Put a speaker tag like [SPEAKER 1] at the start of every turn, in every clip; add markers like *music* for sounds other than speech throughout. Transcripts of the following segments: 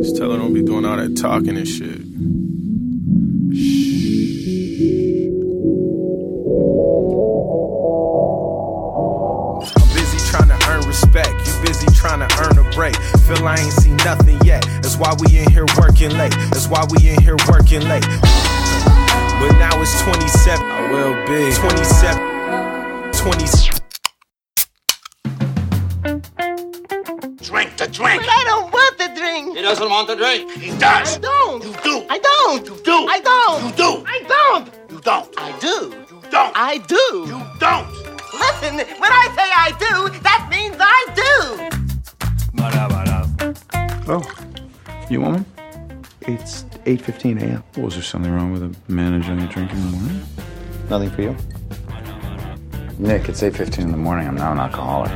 [SPEAKER 1] Just tell her don't be doing all that talking and shit.
[SPEAKER 2] I'm busy trying to earn respect. You busy trying to earn a break. Feel I ain't seen nothing yet. That's why we in here working late. That's why we in here working late. But now it's 27. I will be 27. 27.
[SPEAKER 3] Drink the drink.
[SPEAKER 4] But I don't want the drink.
[SPEAKER 3] He doesn't want to drink. He
[SPEAKER 4] I
[SPEAKER 3] does.
[SPEAKER 4] don't.
[SPEAKER 3] You do.
[SPEAKER 4] I don't.
[SPEAKER 3] You do.
[SPEAKER 4] I don't.
[SPEAKER 3] You do.
[SPEAKER 4] I don't.
[SPEAKER 3] You don't.
[SPEAKER 4] I do.
[SPEAKER 3] You don't.
[SPEAKER 4] I do.
[SPEAKER 3] You don't.
[SPEAKER 4] Listen, when I say I do, that means I do.
[SPEAKER 5] Oh, you want me? It's 8.15 a.m. Was there something wrong with a man enjoying a drink in the morning? Nothing for you? Nick, it's 8.15 in the morning. I'm now an alcoholic.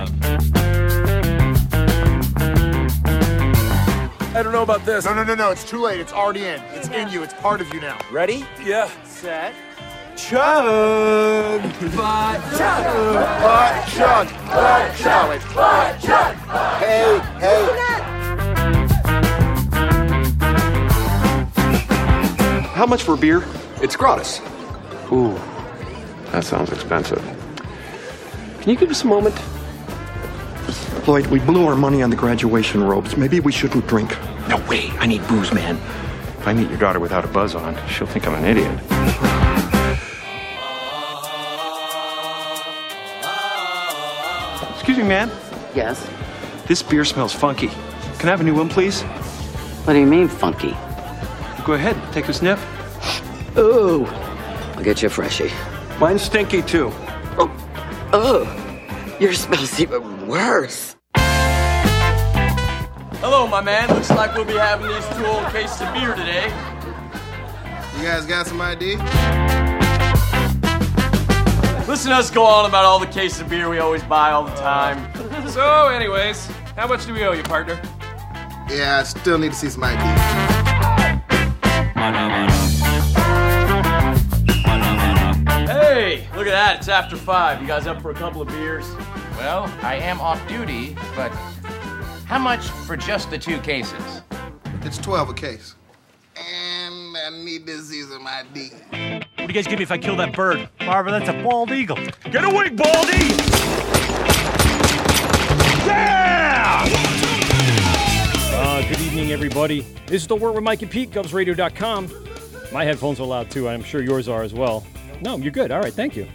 [SPEAKER 6] I don't know about this.
[SPEAKER 7] No, no, no, no. It's too late. It's already in. It's in you. It's part of you now.
[SPEAKER 6] Ready? Yeah.
[SPEAKER 7] Set.
[SPEAKER 6] Chug.
[SPEAKER 7] Butt chug. Butt chug. It's butt chug. Hey, hey.
[SPEAKER 8] How much for beer? It's gratis. Ooh, that sounds expensive. Can you give us a moment? Lloyd, we blew our money on the graduation robes. Maybe we shouldn't drink. No way. I need booze, man. If I meet your daughter without a buzz on, she'll think I'm an idiot. Excuse me, man.
[SPEAKER 9] Yes.
[SPEAKER 8] This beer smells funky. Can I have a new one, please?
[SPEAKER 9] What do you mean funky?
[SPEAKER 8] Go ahead, take a sniff.
[SPEAKER 9] Ooh. I'll get you a freshie.
[SPEAKER 8] Mine's stinky, too.
[SPEAKER 9] Oh, your smells even worse.
[SPEAKER 10] Hello, my man. Looks like we'll be having these two old cases of beer today.
[SPEAKER 11] You guys got some ID?
[SPEAKER 10] Listen to us go on about all the cases of beer we always buy all the time. so, anyways, how much do we owe you, partner?
[SPEAKER 11] Yeah, I still need to see some ID.
[SPEAKER 10] Hey, look at that. It's after five. You guys up for a couple of beers?
[SPEAKER 12] Well, I am off duty, but how much for just the two cases?
[SPEAKER 11] It's 12 a case. And I need to see some ID.
[SPEAKER 13] What do you guys give me if I kill that bird? Barbara, that's a bald eagle.
[SPEAKER 6] Get away,
[SPEAKER 5] *laughs*
[SPEAKER 6] Baldy!
[SPEAKER 14] Uh, good evening, everybody. This is the Word with Mike and Pete, GubsRadio.com. My headphones are loud too, and I'm sure yours are as well. No, you're good. All right, thank you.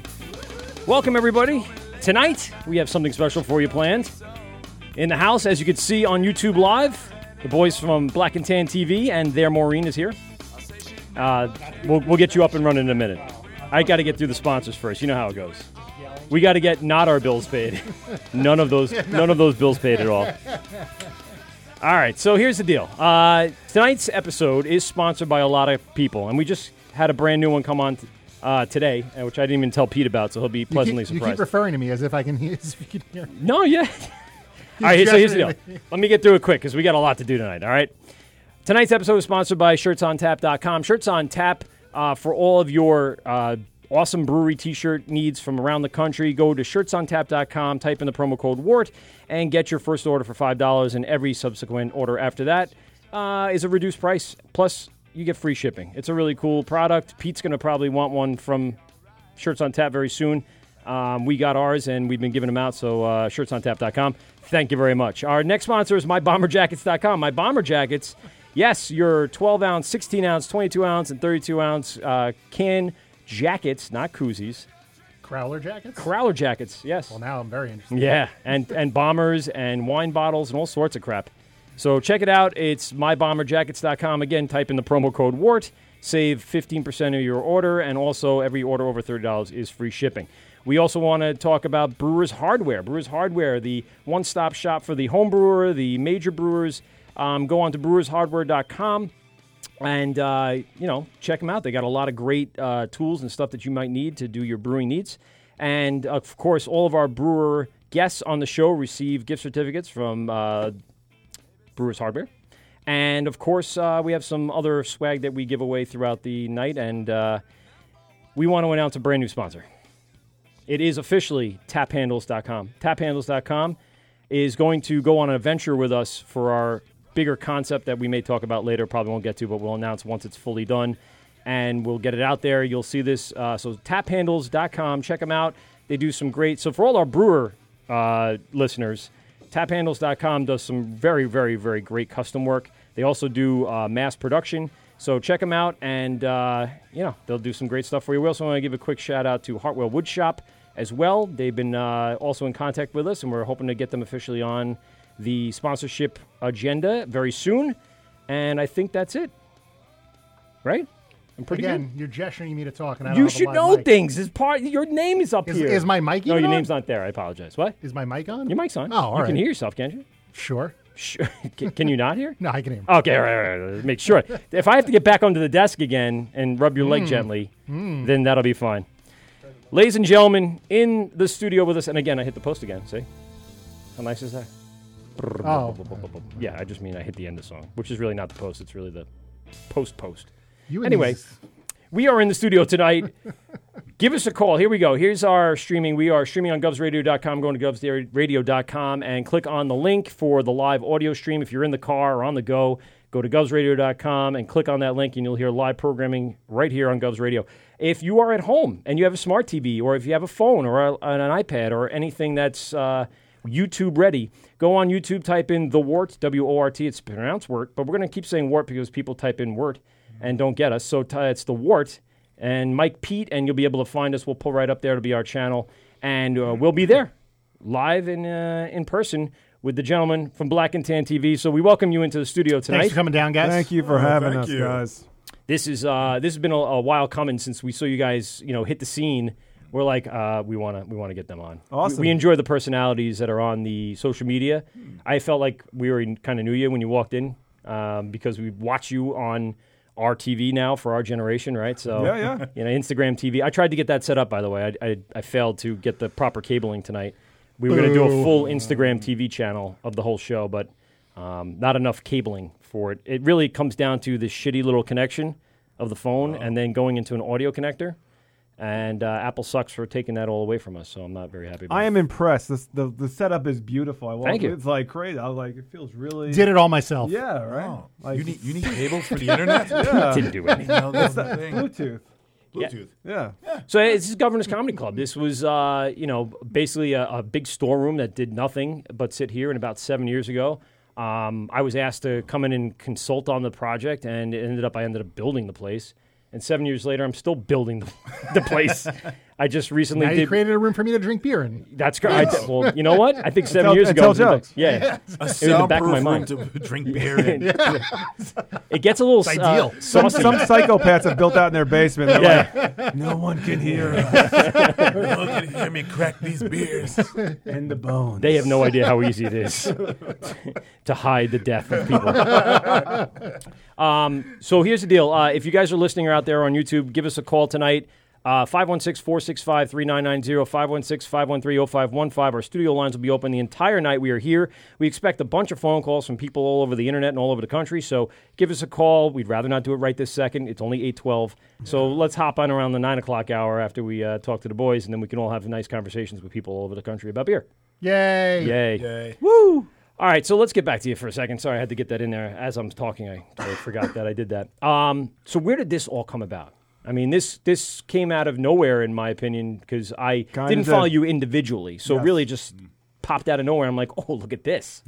[SPEAKER 14] Welcome, everybody. Tonight, we have something special for you planned. In the house, as you can see on YouTube Live, the boys from Black and Tan TV and their Maureen is here. Uh, we'll, we'll get you up and running in a minute. I got to get through the sponsors first. You know how it goes. We got to get not our bills paid. *laughs* none of those, none of those bills paid at
[SPEAKER 7] *laughs*
[SPEAKER 14] all. All right, so here's the deal. Uh, tonight's episode is sponsored by a lot of people, and we just had a brand new one come on t- uh, today, uh, which I didn't even tell Pete about, so he'll be pleasantly
[SPEAKER 15] you keep, You
[SPEAKER 14] surprised.
[SPEAKER 15] keep referring to me as if I can
[SPEAKER 7] *laughs*
[SPEAKER 15] hear. As if you can hear.
[SPEAKER 14] No, yeah. *laughs* all right, so here's the deal. Let me get through it quick because we got a lot to do tonight. All right. Tonight's episode is sponsored by shirtsontap.com. Shirts on Tap uh, for all of your uh, awesome brewery t shirt needs from around the country. Go to shirtsontap.com, type in the promo code WART, and get your first order for $5. And every subsequent order after that uh, is a reduced price. Plus, you get free shipping. It's a really cool product. Pete's going to probably want one from shirts on tap very soon. Um, we got ours and we've been giving them out, so uh, shirtsontap.com. Thank you very much. Our next sponsor is mybomberjackets.com. My Bomber Jackets, yes, your 12 ounce, 16 ounce, 22 ounce, and 32 ounce uh, can jackets, not koozies.
[SPEAKER 15] Crowler jackets?
[SPEAKER 14] Crowler jackets, yes.
[SPEAKER 15] Well, now I'm very interested.
[SPEAKER 14] Yeah, and, and bombers and wine bottles and all sorts of crap. So check it out. It's mybomberjackets.com. Again, type in the promo code WART, save 15% of your order, and also every order over $30 is free shipping. We also want to talk about Brewers Hardware. Brewers Hardware, the one stop shop for the home brewer, the major brewers. Um, go on to brewershardware.com and uh, you know check them out they got a lot of great uh, tools and stuff that you might need to do your brewing needs and of course all of our brewer guests on the show receive gift certificates from uh, brewers hardware and of course uh, we have some other swag that we give away throughout the night and uh, we want to announce a brand new sponsor it is officially taphandles.com. Taphandles.com is going to go on an adventure with us for our bigger concept that we may talk about later. Probably won't get to, but we'll announce once it's fully done, and we'll get it out there. You'll see this. Uh, so taphandles.com, check them out. They do some great. So for all our brewer uh, listeners, taphandles.com does some very, very, very great custom work. They also do uh, mass production. So check them out, and uh, you know they'll do some great stuff for you. We also want to give a quick shout out to Hartwell Woodshop as well. They've been uh, also in contact with us, and we're hoping to get them officially on the sponsorship agenda very soon. And I think that's it, right? I'm pretty
[SPEAKER 7] Again, you're gesturing at me to talk, and I
[SPEAKER 14] good.
[SPEAKER 7] don't
[SPEAKER 14] You
[SPEAKER 7] have a
[SPEAKER 14] should
[SPEAKER 7] live
[SPEAKER 14] know
[SPEAKER 7] mic.
[SPEAKER 14] things. It's part. Your name is up
[SPEAKER 7] Is-
[SPEAKER 14] here.
[SPEAKER 7] is my mic
[SPEAKER 14] No,
[SPEAKER 7] even
[SPEAKER 14] your
[SPEAKER 7] on?
[SPEAKER 14] name's not there. I apologize. What?
[SPEAKER 7] Is my mic on?
[SPEAKER 14] Your mic's on.
[SPEAKER 7] Oh, all
[SPEAKER 14] You
[SPEAKER 7] right.
[SPEAKER 14] can hear yourself, can't you?
[SPEAKER 7] Sure.
[SPEAKER 14] Sure. *laughs* Can, can you not hear?
[SPEAKER 7] *laughs* No, I can hear.
[SPEAKER 14] Okay, all right, all right, all right. Make
[SPEAKER 7] *laughs*
[SPEAKER 14] sure. if I have to get back onto the desk again and rub your leg
[SPEAKER 7] Mm.
[SPEAKER 14] gently,
[SPEAKER 7] Mm.
[SPEAKER 14] then that'll be fine. Ladies and gentlemen, in the studio with us, and again, I hit the post again. See? How nice is that?
[SPEAKER 7] Oh.
[SPEAKER 14] Yeah, I just mean I hit the end of the song, which is really not the post, it's really the post post.
[SPEAKER 7] You and
[SPEAKER 14] Anyway,
[SPEAKER 7] these-
[SPEAKER 14] we are in the studio tonight. Give us a call. Here we go. Here's our streaming. We are streaming on govsradio.com. Going to govsradio.com and click on the link for the live audio stream. If you're in the car or on the go, go to govsradio.com and click on that link, and you'll hear live programming right here on Govs Radio. If you are at home and you have a smart TV, or if you have a phone or a- an iPad or anything that's uh, YouTube ready, go on YouTube, type in the Wart, W O R T. It's pronounced Wort, but we're going to keep saying Wart because people type in Wort and don't get us. So t- uh, it's the Wart and Mike Pete, and you'll be able to find us. We'll pull right up there to be our channel, and uh, we'll be there live in uh, in person with the gentleman from Black and Tan TV. So we welcome you into the studio tonight.
[SPEAKER 7] Thanks for coming down, guys. Thank you for Oh, having thank us, you. guys.
[SPEAKER 14] This is uh, this has been a, a while coming since we saw you guys, you know, hit the scene. We're like, uh, we want to we want to get them on. We-
[SPEAKER 5] Awesome.
[SPEAKER 14] We, enjoy the personalities that are on the social media. I felt like we were kind of knew you when you walked in um, because we watch you on our TV now for our generation, right? So
[SPEAKER 5] Yeah, yeah.
[SPEAKER 14] *laughs* you know, Instagram TV. I tried to get that set up, by the way. I, I, I failed to get the proper cabling tonight. We were going to do a
[SPEAKER 5] Boo.
[SPEAKER 14] full Instagram TV channel of the whole show, but um, not enough cabling for it. It really comes down to this shitty little connection of the phone
[SPEAKER 5] Uh-huh.
[SPEAKER 14] and then going into an audio connector. And uh, Apple sucks for taking that all away from us, so I'm not very happy. About
[SPEAKER 5] I am impressed. This, the the setup is beautiful. I walked-
[SPEAKER 14] Thank you.
[SPEAKER 5] It's like crazy. I was like, it Oh. feels really.
[SPEAKER 7] Did it all myself.
[SPEAKER 5] Yeah, right.
[SPEAKER 7] Wow.
[SPEAKER 5] Like,
[SPEAKER 7] You need- you
[SPEAKER 5] *laughs*
[SPEAKER 7] need
[SPEAKER 5] cable
[SPEAKER 7] cables for the internet?
[SPEAKER 5] yeah.
[SPEAKER 14] Didn't do
[SPEAKER 5] *laughs*
[SPEAKER 14] anything. No, that's
[SPEAKER 5] it's that
[SPEAKER 14] the thing.
[SPEAKER 5] Bluetooth.
[SPEAKER 14] Bluetooth.
[SPEAKER 5] Yeah.
[SPEAKER 14] So this is Governor's Comedy Club. This was, uh, you know, basically a, a big storeroom that did nothing but sit here. And about seven years ago, um, I was asked to come in and consult on the project, and it ended up I ended up building the place. And seven years later, I'm still building the, *laughs* the
[SPEAKER 7] *laughs*
[SPEAKER 14] place. I just recently
[SPEAKER 7] now you
[SPEAKER 14] did.
[SPEAKER 7] created a room for me to drink beer in.
[SPEAKER 14] That's great. I did- well, you know what? I
[SPEAKER 7] *laughs*
[SPEAKER 14] think seven
[SPEAKER 7] tell-
[SPEAKER 14] years
[SPEAKER 7] and
[SPEAKER 14] ago, it
[SPEAKER 7] tell
[SPEAKER 14] was in the-
[SPEAKER 7] jokes.
[SPEAKER 14] yeah,
[SPEAKER 7] A
[SPEAKER 14] it was in the back of my
[SPEAKER 3] soundproof
[SPEAKER 14] mind.
[SPEAKER 3] room to drink
[SPEAKER 14] *laughs*
[SPEAKER 3] beer in.
[SPEAKER 14] it gets a little
[SPEAKER 3] It's
[SPEAKER 14] uh,
[SPEAKER 3] ideal.
[SPEAKER 5] Some,
[SPEAKER 14] saucy.
[SPEAKER 5] some psychopaths have built out in their basement. They're like,
[SPEAKER 3] No one can
[SPEAKER 14] *laughs*
[SPEAKER 3] hear
[SPEAKER 5] us.
[SPEAKER 3] No one can hear me crack these *laughs* beers.
[SPEAKER 5] And the bones.
[SPEAKER 14] They have no idea how easy it is *laughs* to hide the death of people. um, so here's the deal. Uh, if you guys are listening or out there on YouTube, give us a call tonight. Uh, 516 465 3990, 516 513 0515. Our studio lines will be open the entire night we are here. We expect a bunch of phone calls from people all over the internet and all over the country. So give us a call. We'd rather not do it right this second. It's only 812. So let's hop on around the 9 o'clock hour after we uh, talk to the boys, and then we can all have nice conversations with people all over the country about beer.
[SPEAKER 7] Yay!
[SPEAKER 14] Yay. Woo! All right, so let's get back to you for a second. Sorry, I had to get that in there as I'm talking. I totally forgot that I did that. Um, so where did this all come about? I mean, this this came out of nowhere, in my opinion, because I
[SPEAKER 5] Kinda
[SPEAKER 14] didn't follow
[SPEAKER 5] did.
[SPEAKER 14] you individually. So
[SPEAKER 5] Yes.
[SPEAKER 14] really, just popped out of nowhere. I'm like, oh, look at this.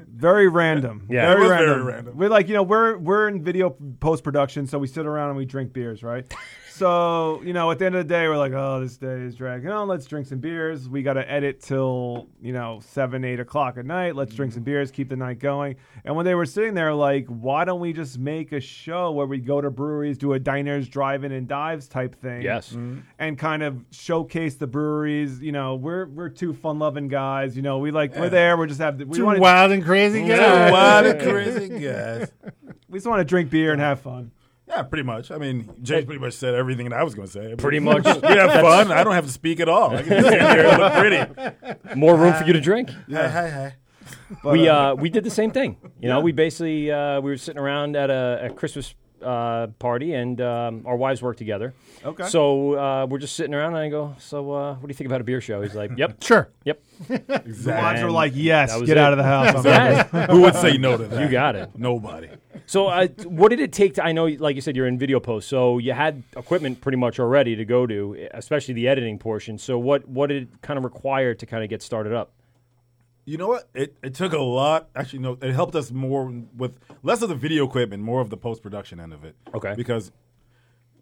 [SPEAKER 5] Very random.
[SPEAKER 14] Yeah.
[SPEAKER 5] very
[SPEAKER 14] It was very
[SPEAKER 5] random.
[SPEAKER 14] random.
[SPEAKER 5] We're like, you know, we're we're in video post production, so we sit around and we drink beers, right?
[SPEAKER 14] *laughs*
[SPEAKER 5] so you know, at the end of the day, we're like, oh, this day is dragging on. Let's drink some beers. We got to edit till you know seven, eight o'clock at night. Let's drink
[SPEAKER 14] Mm-hmm.
[SPEAKER 5] some beers, keep the night going. And when they were sitting there, like, why don't we just make a show where we go to breweries, do a diners, drive-in, and dives type thing?
[SPEAKER 14] Yes.
[SPEAKER 2] Mm-hmm.
[SPEAKER 7] Mm-hmm.
[SPEAKER 5] and kind of showcase the breweries. You know, we're we're two fun-loving guys. You know, we like we're there. We're just have we
[SPEAKER 7] Two
[SPEAKER 5] wanna-
[SPEAKER 7] wild and crazy Two guys. wild
[SPEAKER 5] *laughs*
[SPEAKER 7] and
[SPEAKER 3] crazy guys.
[SPEAKER 5] We just want to drink beer and have fun.
[SPEAKER 3] *laughs* Yeah, pretty much. I mean, James pretty much said everything that I was going to say.
[SPEAKER 14] Pretty much.
[SPEAKER 3] *laughs* we have
[SPEAKER 14] That's-
[SPEAKER 3] fun. I don't have to speak at all. I can just sit here and look
[SPEAKER 14] *laughs*
[SPEAKER 3] pretty.
[SPEAKER 14] More room for you to drink.
[SPEAKER 3] Yeah, hi, hi.
[SPEAKER 14] *laughs* we
[SPEAKER 3] But,
[SPEAKER 14] uh,
[SPEAKER 3] uh,
[SPEAKER 14] we did the same thing. You know,
[SPEAKER 3] Yeah.
[SPEAKER 14] we basically uh, we were sitting around at a, a Christmas uh, party, and um, our wives work together.
[SPEAKER 5] Okay.
[SPEAKER 14] So uh, we're just sitting around, and I go, "So, uh, what do you think about a beer show?" He's like, "Yep,
[SPEAKER 7] sure,
[SPEAKER 14] yep."
[SPEAKER 3] Exactly.
[SPEAKER 5] The wives were
[SPEAKER 14] And
[SPEAKER 5] like, "Yes,
[SPEAKER 14] that was
[SPEAKER 5] get
[SPEAKER 14] it.
[SPEAKER 5] out of the
[SPEAKER 14] *laughs*
[SPEAKER 5] house." I'm
[SPEAKER 14] Exactly.
[SPEAKER 5] out. Who would say no to that?
[SPEAKER 14] You got it.
[SPEAKER 3] Nobody.
[SPEAKER 14] So, uh, what did it take to? I know, like you said, you're in video post, so you had equipment pretty much already to go to, especially the editing portion. So, what what did it kind of require to kind of get started up?
[SPEAKER 3] You know what? It, it took a lot. Actually, no, it helped us more with less of the video equipment, more of the post production end of it.
[SPEAKER 14] Okay.
[SPEAKER 3] Because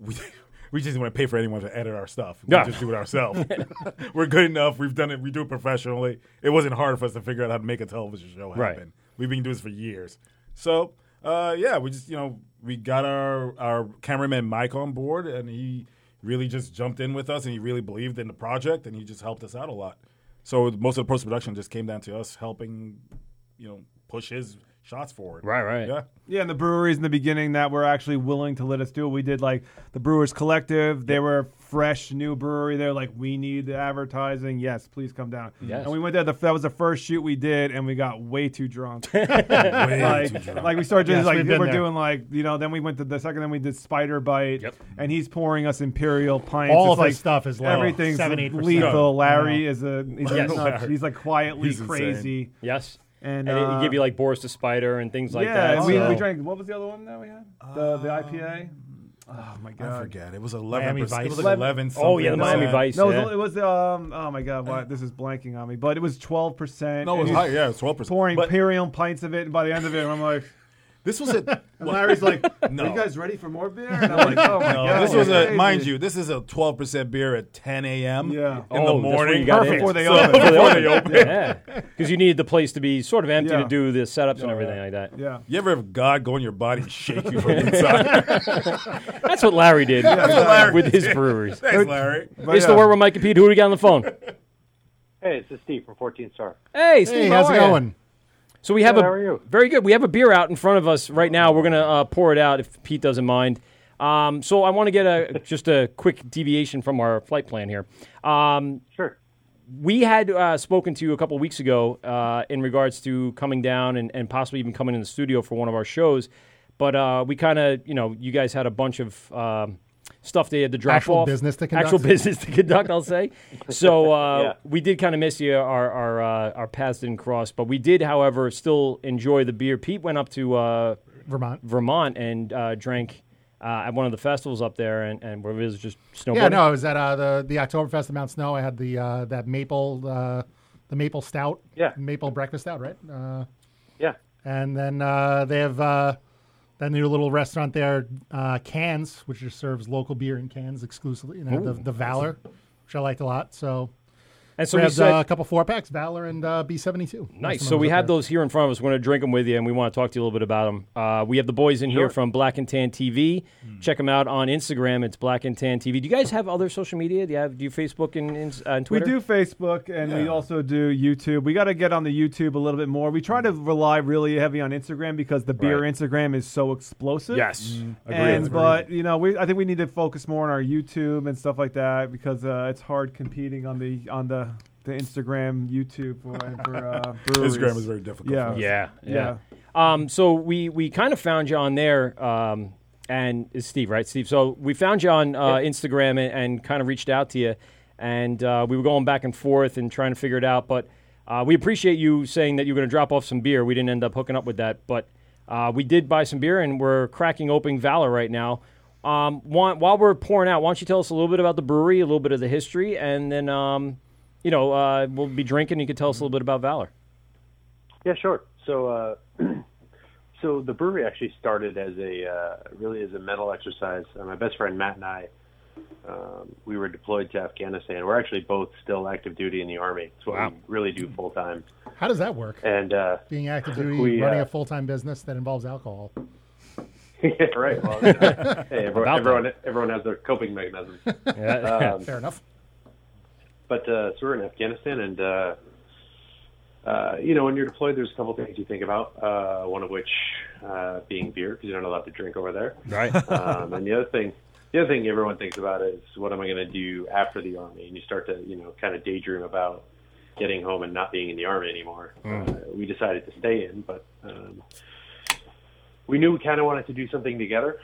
[SPEAKER 3] we *laughs* we just didn't want to pay for anyone to edit our stuff. We
[SPEAKER 14] Yeah.
[SPEAKER 3] just do it ourselves. *laughs* We're good enough. We've done it. We do it professionally. It wasn't hard for us to figure out how to make a television show happen.
[SPEAKER 14] Right.
[SPEAKER 3] We've been doing this for years. So uh, yeah, we just you know we got our our cameraman Mike on board, and he really just jumped in with us, and he really believed in the project, and he just helped us out a lot. So most of the post production just came down to us helping, you know, push his shots forward. Right, right. Yeah.
[SPEAKER 5] Yeah, and the breweries in the beginning that were actually willing to let us do it. We did like the Brewers Collective. They were a fresh new brewery. They're like, we need the advertising. Yes, please come down.
[SPEAKER 14] Yes.
[SPEAKER 5] And we went there. The, that was the first shoot we did, and we got way too drunk. like,
[SPEAKER 14] too drunk.
[SPEAKER 5] like we started just
[SPEAKER 14] Yes,
[SPEAKER 5] like
[SPEAKER 14] we've been
[SPEAKER 5] we're
[SPEAKER 14] there.
[SPEAKER 5] doing like you know. Then we went to the second. Then we did Spider Bite, and he's pouring us Imperial pints.
[SPEAKER 7] All
[SPEAKER 5] It's
[SPEAKER 7] of
[SPEAKER 5] like,
[SPEAKER 7] his stuff is like
[SPEAKER 5] everything's
[SPEAKER 7] 7, 8%. Yeah.
[SPEAKER 5] lethal. Larry is a he's,
[SPEAKER 14] Yes.
[SPEAKER 5] a nuts. Uh-huh. he's like quietly
[SPEAKER 14] He's insane.
[SPEAKER 5] crazy.
[SPEAKER 14] Yes.
[SPEAKER 5] And,
[SPEAKER 14] And, it-
[SPEAKER 5] uh,
[SPEAKER 14] it give you like Boris the Spider and things like
[SPEAKER 5] yeah,
[SPEAKER 14] that.
[SPEAKER 5] we,
[SPEAKER 14] so-
[SPEAKER 5] we drank. What was the other one that we had? The the IPA. Um, Oh my god,
[SPEAKER 3] forget. It was 11%. Miami It Vice. was like 11
[SPEAKER 14] Oh, yeah, the
[SPEAKER 3] something
[SPEAKER 14] Miami
[SPEAKER 3] percent.
[SPEAKER 14] Vice.
[SPEAKER 5] No,
[SPEAKER 14] yeah.
[SPEAKER 5] it was, it was um. Oh my god, why, this is blanking on me, but it was twelve percent.
[SPEAKER 3] No, it was high, yeah, it was 12%,
[SPEAKER 5] Pouring
[SPEAKER 3] but-
[SPEAKER 5] Imperium pints of it, and by the end of it, I'm like.
[SPEAKER 3] This was a.
[SPEAKER 5] And *laughs* Larry's like,
[SPEAKER 3] No.
[SPEAKER 5] "Are you guys ready for more beer?" And I'm like, "Oh
[SPEAKER 14] *laughs*
[SPEAKER 5] my
[SPEAKER 3] No,
[SPEAKER 5] god!"
[SPEAKER 3] this was a
[SPEAKER 5] crazy."
[SPEAKER 3] mind you. This is a twelve percent beer at ten a.m.
[SPEAKER 5] Yeah.
[SPEAKER 3] in
[SPEAKER 14] Oh,
[SPEAKER 3] the
[SPEAKER 14] that's when
[SPEAKER 3] morning
[SPEAKER 14] you got in.
[SPEAKER 3] *laughs* before they
[SPEAKER 14] So-
[SPEAKER 3] open.
[SPEAKER 14] before they
[SPEAKER 3] open.
[SPEAKER 14] Yeah, because you need the place to be sort of empty
[SPEAKER 3] Yeah.
[SPEAKER 14] to do the setups and everything like that.
[SPEAKER 5] Yeah.
[SPEAKER 3] You ever have God go in your body and *laughs* shake you from the inside?
[SPEAKER 14] *laughs* That's what Larry did
[SPEAKER 3] That's what Larry
[SPEAKER 14] with his
[SPEAKER 3] did.
[SPEAKER 14] breweries.
[SPEAKER 3] Thanks, Larry.
[SPEAKER 14] It's the word with Mike and Pete. Who do we got on the phone?
[SPEAKER 16] Hey, this is Steve from 14 Star.
[SPEAKER 14] Hey, Steve, how are ya? So we have
[SPEAKER 16] Good,
[SPEAKER 14] a
[SPEAKER 16] how are you?
[SPEAKER 14] very good. We have a beer out in front of us right now. We're gonna uh, pour it out if Pete doesn't mind. Um, so I want to get a just a quick deviation from our flight plan here. Um,
[SPEAKER 16] sure.
[SPEAKER 14] We had uh, spoken to you a couple weeks ago uh, in regards to coming down and, and possibly even coming in the studio for one of our shows, but uh, we kind of you know you guys had a bunch of um, stuff they had to drop
[SPEAKER 7] Actual
[SPEAKER 14] off.
[SPEAKER 7] business to
[SPEAKER 14] actual
[SPEAKER 7] conduct.
[SPEAKER 14] business to conduct. I'll say. So uh,
[SPEAKER 16] Yeah.
[SPEAKER 14] we did kind of miss you. Our our uh, our paths didn't cross, but we did, however, still enjoy the beer. Pete went up to uh,
[SPEAKER 7] Vermont.
[SPEAKER 14] Vermont, and uh, drank uh, at one of the festivals up there, and and where it was just snowboarding.
[SPEAKER 7] Yeah, no, I was at uh, the the Oktoberfest in Mount Snow. I had the uh, that maple uh, the maple stout.
[SPEAKER 16] Yeah.
[SPEAKER 7] Maple breakfast stout, right? Uh,
[SPEAKER 16] Yeah.
[SPEAKER 7] And then uh, they have uh, that new little restaurant there, uh, Cans, which just serves local beer in cans exclusively. And they have the,
[SPEAKER 14] Ooh.
[SPEAKER 7] the Valor, which I liked a lot. So,
[SPEAKER 14] And so we
[SPEAKER 7] grabbed,
[SPEAKER 14] said-
[SPEAKER 7] uh, a couple four packs, Valor and uh, B seventy two.
[SPEAKER 14] Nice. So we have those here in front of us. We're going to drink them with you, and we want to talk to you a little bit about them. Uh, we have the boys in here
[SPEAKER 7] Sure.
[SPEAKER 14] from Black and Tan TV. Check them out on Instagram. It's Black and Tan TV. Do you guys have other social media? Do you have do you Facebook and, Ins- uh, and Twitter?
[SPEAKER 5] We do Facebook and we also do YouTube. We got to get on the YouTube a little bit more. We try to rely really heavy on Instagram because the beer Instagram is so explosive.
[SPEAKER 14] Yes.
[SPEAKER 16] Mm-hmm.
[SPEAKER 14] Mm. Agreed.
[SPEAKER 5] And,
[SPEAKER 14] Agreed.
[SPEAKER 5] but you know, we I think we need to focus more on our YouTube and stuff like that because uh, it's hard competing on the on the the Instagram, YouTube for, for uh, breweries.
[SPEAKER 3] Instagram is very difficult
[SPEAKER 5] Yeah.
[SPEAKER 14] Yeah, yeah. Um, so we we kind of found you on there, um, and it's Steve, right? Steve. So we found you on uh, Instagram and, and kind of reached out to you, and uh, we were going back and forth and trying to figure it out. But uh, we appreciate you saying that you were going to drop off some beer. We didn't end up hooking up with that, but uh, we did buy some beer, and we're cracking open Valor right now. Um, why, while we're pouring out, why don't you tell us a little bit about the brewery, a little bit of the history, and then um, you know uh, we'll be drinking. You can tell us a little bit about Valor.
[SPEAKER 16] Yeah, sure. So, uh, *clears throat* so the brewery actually started as a uh, really as a mental exercise. Uh, my best friend Matt and I, um, we were deployed to Afghanistan. We're actually both still active duty in the army. It's what we really do full time.
[SPEAKER 7] How does that work?
[SPEAKER 16] And uh, *laughs*
[SPEAKER 7] Being active duty,
[SPEAKER 16] we,
[SPEAKER 7] running
[SPEAKER 16] uh,
[SPEAKER 7] a full time business that involves alcohol.
[SPEAKER 16] *laughs* yeah, right.
[SPEAKER 7] *laughs*
[SPEAKER 16] Well, yeah. hey, everyone,
[SPEAKER 7] About
[SPEAKER 16] everyone, everyone has their coping
[SPEAKER 7] *laughs*
[SPEAKER 16] mechanisms. Um,
[SPEAKER 7] fair enough.
[SPEAKER 16] But uh, so we're in Afghanistan, and uh, uh, you know, when you're deployed, there's a couple things you think about. Uh, one of which uh, being beer, because you're not allowed to drink over there.
[SPEAKER 14] *laughs*
[SPEAKER 2] *laughs*
[SPEAKER 14] Right.
[SPEAKER 16] *laughs*
[SPEAKER 14] Uh,
[SPEAKER 16] um, and the other thing, the other thing everyone thinks about is what am I going to do after the army? And you start to, you know, kind of daydream about getting home and not being in the army anymore. Uh, we decided to stay in, but um, we knew we kind of wanted to do something together.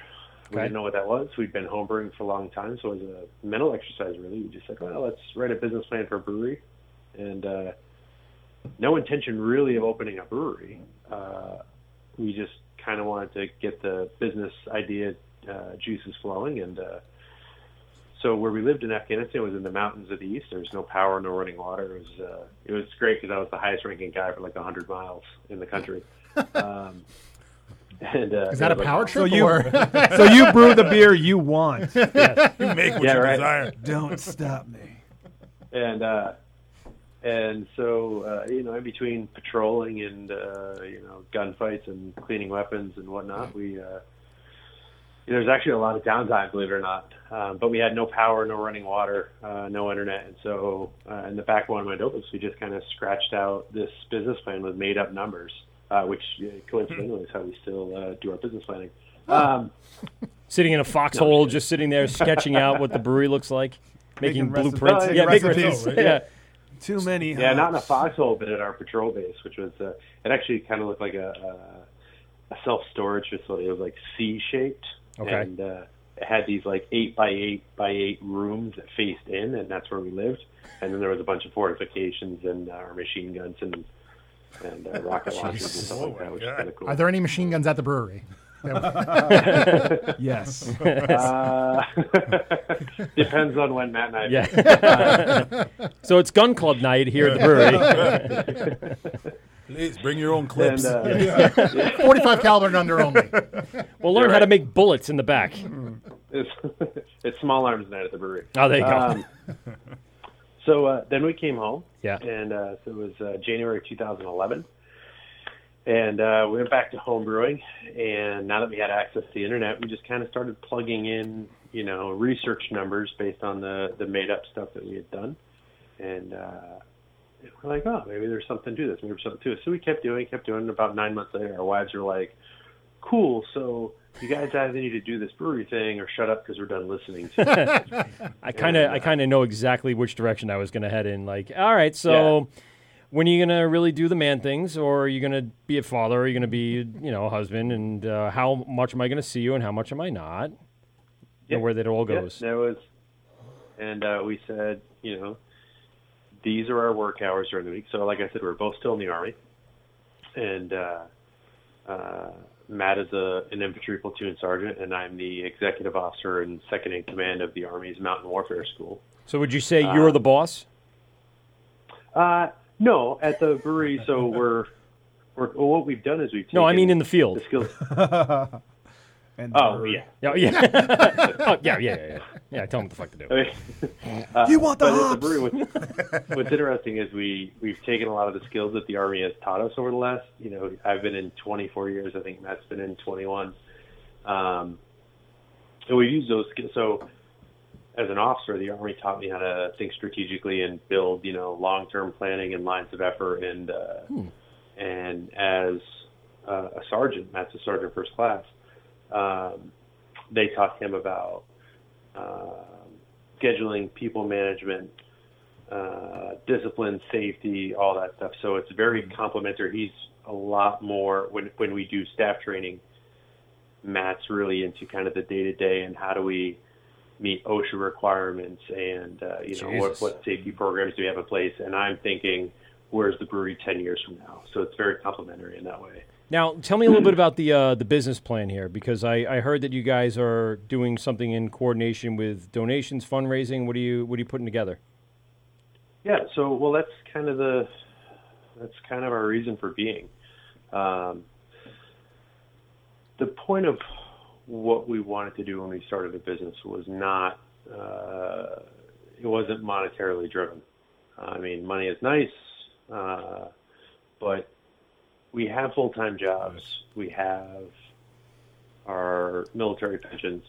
[SPEAKER 16] We didn't know what that was. We'd been homebrewing for a long time, so it was a mental exercise. Really, we just said, "Well, let's write a business plan for a brewery," and uh, no intention really of opening a brewery. Uh, we just kind of wanted to get the business idea uh, juices flowing, and uh, so where we lived in Afghanistan was in the mountains of the east. There was no power, no running water. It was uh, it was great because I was the highest ranking guy for like 100 miles in the country.
[SPEAKER 7] *laughs*
[SPEAKER 16] Um, and, uh,
[SPEAKER 7] Is that
[SPEAKER 16] it was like-
[SPEAKER 7] a
[SPEAKER 16] *laughs*
[SPEAKER 7] power
[SPEAKER 5] So you, *laughs* so you brew the beer you want.
[SPEAKER 16] Yeah. You make what Yeah, you right. desire.
[SPEAKER 5] Don't stop me.
[SPEAKER 16] and uh and so uh you know in between patrolling and uh you know gunfights and cleaning weapons and whatnot we uh there's actually a lot of downtime, believe it or not. Um, but we had no power, no running water, uh, no internet, and so uh, in the back of one of my notebooks, we just kind of scratched out this business plan with made-up numbers, uh, which uh, coincidentally is how we still uh, do our business planning. Um,
[SPEAKER 14] Sitting in a foxhole, just sitting there sketching out what the brewery looks like, making,
[SPEAKER 16] recipes.
[SPEAKER 14] blueprints.
[SPEAKER 16] Making
[SPEAKER 14] yeah, making
[SPEAKER 16] recipes.
[SPEAKER 14] recipes.
[SPEAKER 16] Yeah.
[SPEAKER 14] yeah.
[SPEAKER 5] Too many.
[SPEAKER 16] Yeah, not in a foxhole, but at our patrol base, which was uh, it actually kind of looked like a, a, a self storage facility. It was like C shaped,
[SPEAKER 14] Okay.
[SPEAKER 16] and uh, it had these like eight by eight by eight rooms that faced in, and that's where we lived. And then there was a bunch of fortifications and uh, machine guns and and uh,
[SPEAKER 7] *laughs*
[SPEAKER 16] rocket launchers and
[SPEAKER 7] Jesus. Oh
[SPEAKER 16] stuff like that, which is kind of cool.
[SPEAKER 7] Are there any machine guns at
[SPEAKER 16] *laughs*
[SPEAKER 7] the brewery?
[SPEAKER 5] yes.
[SPEAKER 16] Uh, *laughs* depends on when Matt and I.
[SPEAKER 14] Yeah. *laughs* so it's gun club night here at the brewery.
[SPEAKER 3] *laughs* Please bring your own clips.
[SPEAKER 16] And, uh,
[SPEAKER 7] *laughs*
[SPEAKER 3] *laughs*
[SPEAKER 7] Yeah. 45 caliber and under only. Hmm.
[SPEAKER 14] We'll learn
[SPEAKER 16] You're
[SPEAKER 14] how to
[SPEAKER 16] right.
[SPEAKER 14] make bullets in the back.
[SPEAKER 16] *laughs* It's, it's small arms night at the brewery. Um,
[SPEAKER 14] Oh, there you go. *laughs*
[SPEAKER 16] so uh, then we came home.
[SPEAKER 14] Yeah.
[SPEAKER 16] And uh, so it was uh, January 2011. And uh, we went back to home brewing. And now that we had access to the internet, we just kind of started plugging in, you know, research numbers based on the, the made up stuff that we had done. And uh, we're like, oh, maybe there's something to this. Maybe there's something to it. So we kept doing, kept doing. And about nine months later, our wives were like, cool. So you guys either need to do this brewery thing or shut up because we're done listening to you.
[SPEAKER 14] I kind of I kind of know exactly which direction I was going to head in. Like, all right, so when are you going to really do the man things, or are you going to be a father, or are you going to be you know a husband, and uh, how much am I going to see you, and how much am I not?
[SPEAKER 16] Yeah.
[SPEAKER 14] And where that all
[SPEAKER 16] Yeah,
[SPEAKER 14] goes.
[SPEAKER 16] there was, and uh, we said, you know, these are our work hours during the week. So, like I said, we're both still in the army, and uh, uh, Matt is a an infantry platoon sergeant, and I'm the executive officer and second in command of the Army's Mountain Warfare School.
[SPEAKER 14] So would you say you're the boss?
[SPEAKER 16] Uh, no, at the brewery.
[SPEAKER 14] *laughs*
[SPEAKER 16] So we're, we're well, what we've done is we've
[SPEAKER 14] No, I
[SPEAKER 16] taken
[SPEAKER 14] mean in the field.
[SPEAKER 16] the skills.
[SPEAKER 14] oh
[SPEAKER 16] brewery.
[SPEAKER 14] yeah, *laughs* oh, yeah. oh, yeah, yeah, yeah, yeah. Yeah, tell them what the fuck to do.
[SPEAKER 16] Uh,
[SPEAKER 14] *laughs* You want the
[SPEAKER 16] but at
[SPEAKER 14] hops.
[SPEAKER 16] brewery, what's, what's interesting is we we've taken a lot of the skills that the army has taught us over the last. You know, I've been in 24 years. I think Matt's been in 21. Um, so we've used those skills. So as an officer, the army taught me how to think strategically and build, you know, long-term planning and lines of effort. And uh,
[SPEAKER 14] Hmm.
[SPEAKER 16] and as uh, a sergeant, Matt's a sergeant first class. Um, they taught him about um, scheduling, people management, uh, discipline, safety, all that stuff. So it's very complementary. He's a lot more when when we do staff training. Matt's really into kind of the day to day and how do we meet OSHA requirements and uh, you know what,
[SPEAKER 14] Jesus.
[SPEAKER 16] what safety programs do we have in place. And I'm thinking, where's the brewery ten years from now? So it's very complementary in that way.
[SPEAKER 14] Now, tell me a little bit about the uh, the business plan here, because I, I heard that you guys are doing something in coordination with donations, fundraising. What are you What are you putting together?
[SPEAKER 16] Yeah. So, well, that's kind of the that's kind of our reason for being. Um, the point of what we wanted to do when we started the business was not uh, it wasn't monetarily driven. I mean, money is nice, uh, but we have full time jobs. We have our military pensions.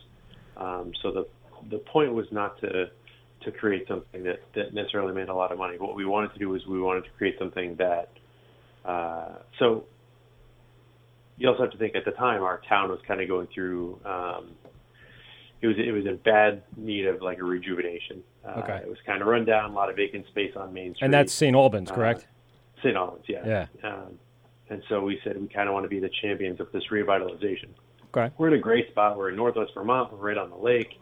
[SPEAKER 16] Um, so the the point was not to to create something that, that necessarily made a lot of money. What we wanted to do is we wanted to create something that. Uh, so you also have to think at the time our town was kind of going through. Um, it was it was in bad need of like a rejuvenation. Uh,
[SPEAKER 14] Okay.
[SPEAKER 16] It was kind of run down, a lot of vacant space on Main Street.
[SPEAKER 14] And that's St. Albans,
[SPEAKER 16] Uh,
[SPEAKER 14] correct?
[SPEAKER 16] St. Albans, yeah.
[SPEAKER 14] Yeah.
[SPEAKER 16] Um, and so we said we kind of want to be the champions of this revitalization.
[SPEAKER 14] Okay.
[SPEAKER 16] We're in a great spot. We're in Northwest Vermont. We're right on the lake.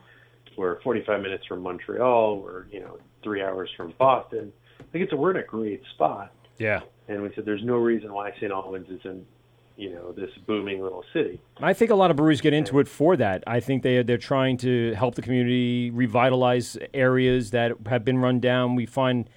[SPEAKER 16] We're 45 minutes from Montreal. We're you know three hours from Boston. Like it's a, we're in a great spot.
[SPEAKER 14] Yeah.
[SPEAKER 16] And we said there's no reason why St. Albans isn't you know this booming little city.
[SPEAKER 14] I think a lot of breweries get into it for that. I think they they're trying to help the community revitalize areas that have been run down. We find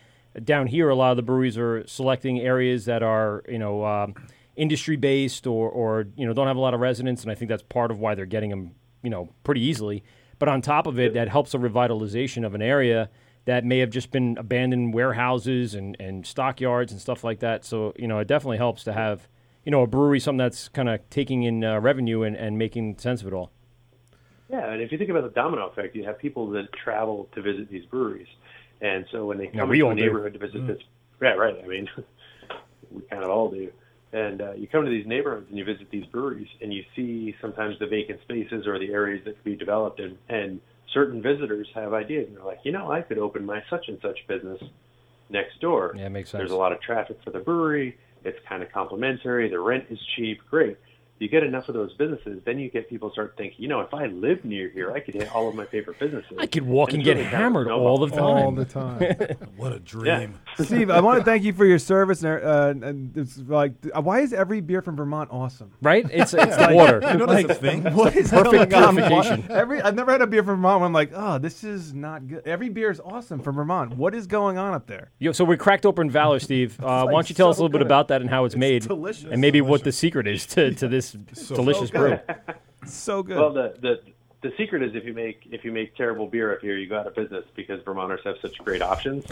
[SPEAKER 14] down here a lot of the breweries are selecting areas that are you know um, industry based or or you know don't have a lot of residents, and I think that's part of why they're getting them you know pretty easily. But on top of it, that helps a revitalization of an area that may have just been abandoned warehouses and, and stockyards and stuff like that. So you know it definitely helps to have you know a brewery something that's kind of taking in uh, revenue and, and making sense of it all.
[SPEAKER 16] Yeah, and if you think about the domino effect, you have people that travel to visit these breweries, and so when they
[SPEAKER 14] Yeah,
[SPEAKER 16] come
[SPEAKER 14] we
[SPEAKER 16] to
[SPEAKER 14] all
[SPEAKER 16] a
[SPEAKER 14] do. Mm.
[SPEAKER 16] neighborhood to visit this, yeah, right. I mean, *laughs* we kind of all do. And uh, you come to these neighborhoods and you visit these breweries, and you see sometimes the vacant spaces or the areas that could be developed, and and certain visitors have ideas, and they're like, you know, I could open my such and such business next door.
[SPEAKER 14] Yeah, it makes sense.
[SPEAKER 16] There's a lot of traffic for the brewery. It's kind of complimentary. The rent is cheap. Great. You get enough of those businesses, then you get people start thinking, you know, if I lived near here, I could hit all of my favorite businesses.
[SPEAKER 14] I could walk and
[SPEAKER 16] it's
[SPEAKER 14] get
[SPEAKER 16] really kind of
[SPEAKER 14] hammered
[SPEAKER 16] snowball.
[SPEAKER 14] all the time.
[SPEAKER 5] All
[SPEAKER 14] *laughs*
[SPEAKER 5] the time.
[SPEAKER 3] what a
[SPEAKER 16] *laughs* Yeah.
[SPEAKER 5] *laughs* Steve, I want to thank you for your service. And, uh, and it's like, uh, why is every beer from Vermont awesome?
[SPEAKER 14] Right? It's- it's
[SPEAKER 5] *laughs* Like-
[SPEAKER 14] the water. You know that's
[SPEAKER 5] like,
[SPEAKER 14] a thing.
[SPEAKER 5] What
[SPEAKER 14] It's
[SPEAKER 5] is
[SPEAKER 14] the perfect
[SPEAKER 5] going on? Why-
[SPEAKER 14] purification.
[SPEAKER 5] Every I've never had a beer from Vermont. Where I'm like, oh, this is not good. Every beer is awesome from Vermont. What is going on
[SPEAKER 14] *laughs*
[SPEAKER 5] up there?
[SPEAKER 14] Yo, so we cracked open Valor,
[SPEAKER 5] *laughs*
[SPEAKER 14] Steve. Uh, why don't you tell us a
[SPEAKER 5] so
[SPEAKER 14] little bit
[SPEAKER 5] good.
[SPEAKER 14] about that and how it's,
[SPEAKER 5] It's
[SPEAKER 14] made,
[SPEAKER 5] delicious.
[SPEAKER 14] and maybe what the secret is to, to
[SPEAKER 5] *laughs*
[SPEAKER 14] this delicious brew.
[SPEAKER 5] so good.
[SPEAKER 16] Well, the, the the secret is if you make if you make terrible beer up here, you go out of business because Vermonters have such great options.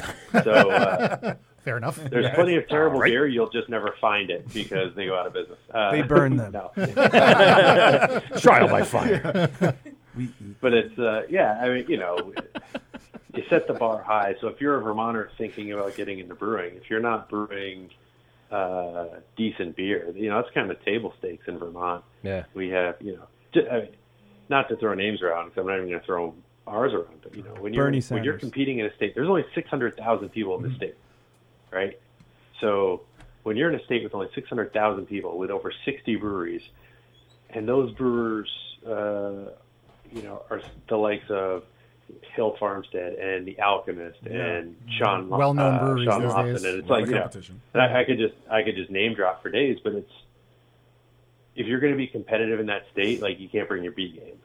[SPEAKER 16] So
[SPEAKER 5] *laughs*
[SPEAKER 16] uh,
[SPEAKER 7] Fair enough.
[SPEAKER 16] There's
[SPEAKER 7] Yeah.
[SPEAKER 16] plenty of terrible
[SPEAKER 7] All right.
[SPEAKER 16] beer. You'll just never find it because they go out of business. Uh,
[SPEAKER 5] They burn
[SPEAKER 16] *laughs*
[SPEAKER 5] them. *laughs*
[SPEAKER 16] no.
[SPEAKER 5] Trial by fire. We
[SPEAKER 16] but it's uh, yeah. I mean, you know, you set the bar high. So if you're a Vermonter thinking about getting into brewing, if you're not brewing uh, decent beer, you know, that's kind of table stakes in Vermont.
[SPEAKER 14] Yeah.
[SPEAKER 16] We have, you know, j- I mean, not to throw names around because I'm not even going to throw ours around, but you know, when you're
[SPEAKER 5] Bernie
[SPEAKER 16] when you're
[SPEAKER 5] Sanders. Mm-hmm.
[SPEAKER 16] competing in a state, there's only 600,000 people in the state, right? So when you're in a state with only 600,000 people, with over 60 breweries, and those brewers, uh, you know, are the likes of Hill Farmstead and The Alchemist
[SPEAKER 7] Yeah.
[SPEAKER 16] and Sean, Lo-
[SPEAKER 7] Well-known
[SPEAKER 16] uh,
[SPEAKER 7] breweries
[SPEAKER 16] Sean
[SPEAKER 7] these
[SPEAKER 16] Lawson,
[SPEAKER 7] days.
[SPEAKER 16] and it's
[SPEAKER 7] Lot
[SPEAKER 16] like
[SPEAKER 7] of
[SPEAKER 16] you know,
[SPEAKER 7] competition.
[SPEAKER 16] and I, I could just I could just name drop for days, but it's if you're going to be competitive in that state, like you can't bring your B game.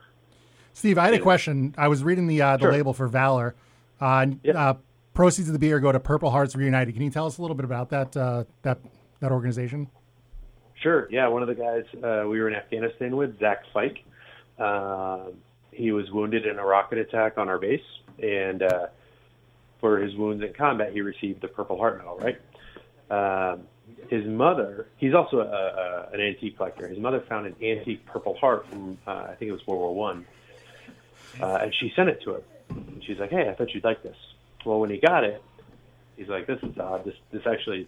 [SPEAKER 7] Steve, I had a question. I was reading the uh, the
[SPEAKER 16] Sure.
[SPEAKER 7] label for Valor. Uh, and, uh, proceeds of the beer go to Purple Hearts Reunited. Can you tell us a little bit about that uh, that that organization?
[SPEAKER 16] Sure. Yeah, one of the guys uh, we were in Afghanistan with, Zach Fike. Um, he was wounded in a rocket attack on our base, and uh, for his wounds in combat, he received the Purple Heart Medal. Right. Um, his mother, he's also a, a, an antique collector. His mother found an antique Purple Heart from, uh, I think it was World War One, uh, and she sent it to him. And she's like, "Hey, I thought you'd like this." Well, when he got it, he's like, "This is odd. This this actually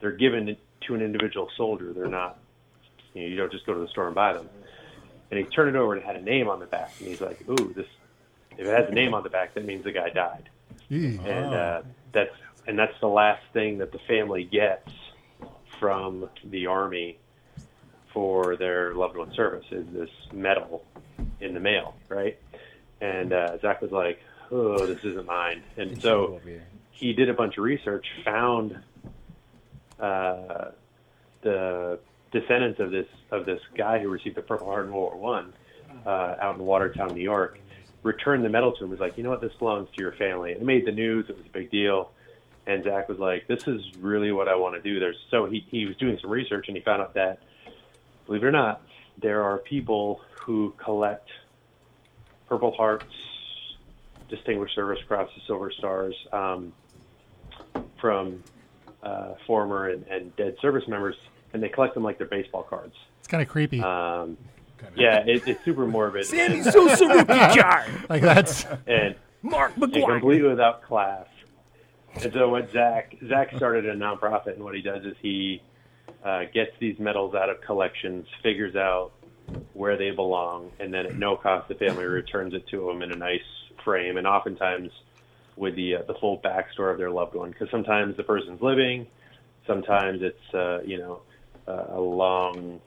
[SPEAKER 16] they're given it to an individual soldier. They're not, you know, you don't just go to the store and buy them. And he turned it over and it had a name on the back. And he's like, ooh, this, if it has a name on the back, that means the guy died. And uh, that's, and that's the last thing that the family gets from the army for their loved one service is this medal in the mail. Right. And uh, Zach was like, oh, this isn't mine. And so he did a bunch of research, found uh, the descendants of this of this guy who received the Purple Heart in World War One uh, out in Watertown, New York, returned the medal to him. Was like, you know what, this belongs to your family. It made the news. It was a big deal. And Zach was like, this is really what I want to do. There's so he he was doing some research and he found out that, believe it or not, there are people who collect Purple Hearts, Distinguished Service Crosses, Silver Stars. Um, from uh, former and, and dead service members, and they collect them like they're baseball cards.
[SPEAKER 7] It's kind of creepy.
[SPEAKER 16] Um, yeah, it, it's super morbid.
[SPEAKER 7] Sammy
[SPEAKER 16] And- *laughs*
[SPEAKER 7] Sosa rookie card. Like that's-
[SPEAKER 16] and
[SPEAKER 7] Mark
[SPEAKER 16] and
[SPEAKER 7] McGuire.
[SPEAKER 16] completely without class. And so what Zach Zach started a nonprofit, and what he does is he uh, gets these medals out of collections, figures out where they belong, and then at no cost, the family returns it to them in a nice frame, and oftentimes with the uh, the full backstory of their loved one, because sometimes the person's living, sometimes it's uh, you know a a long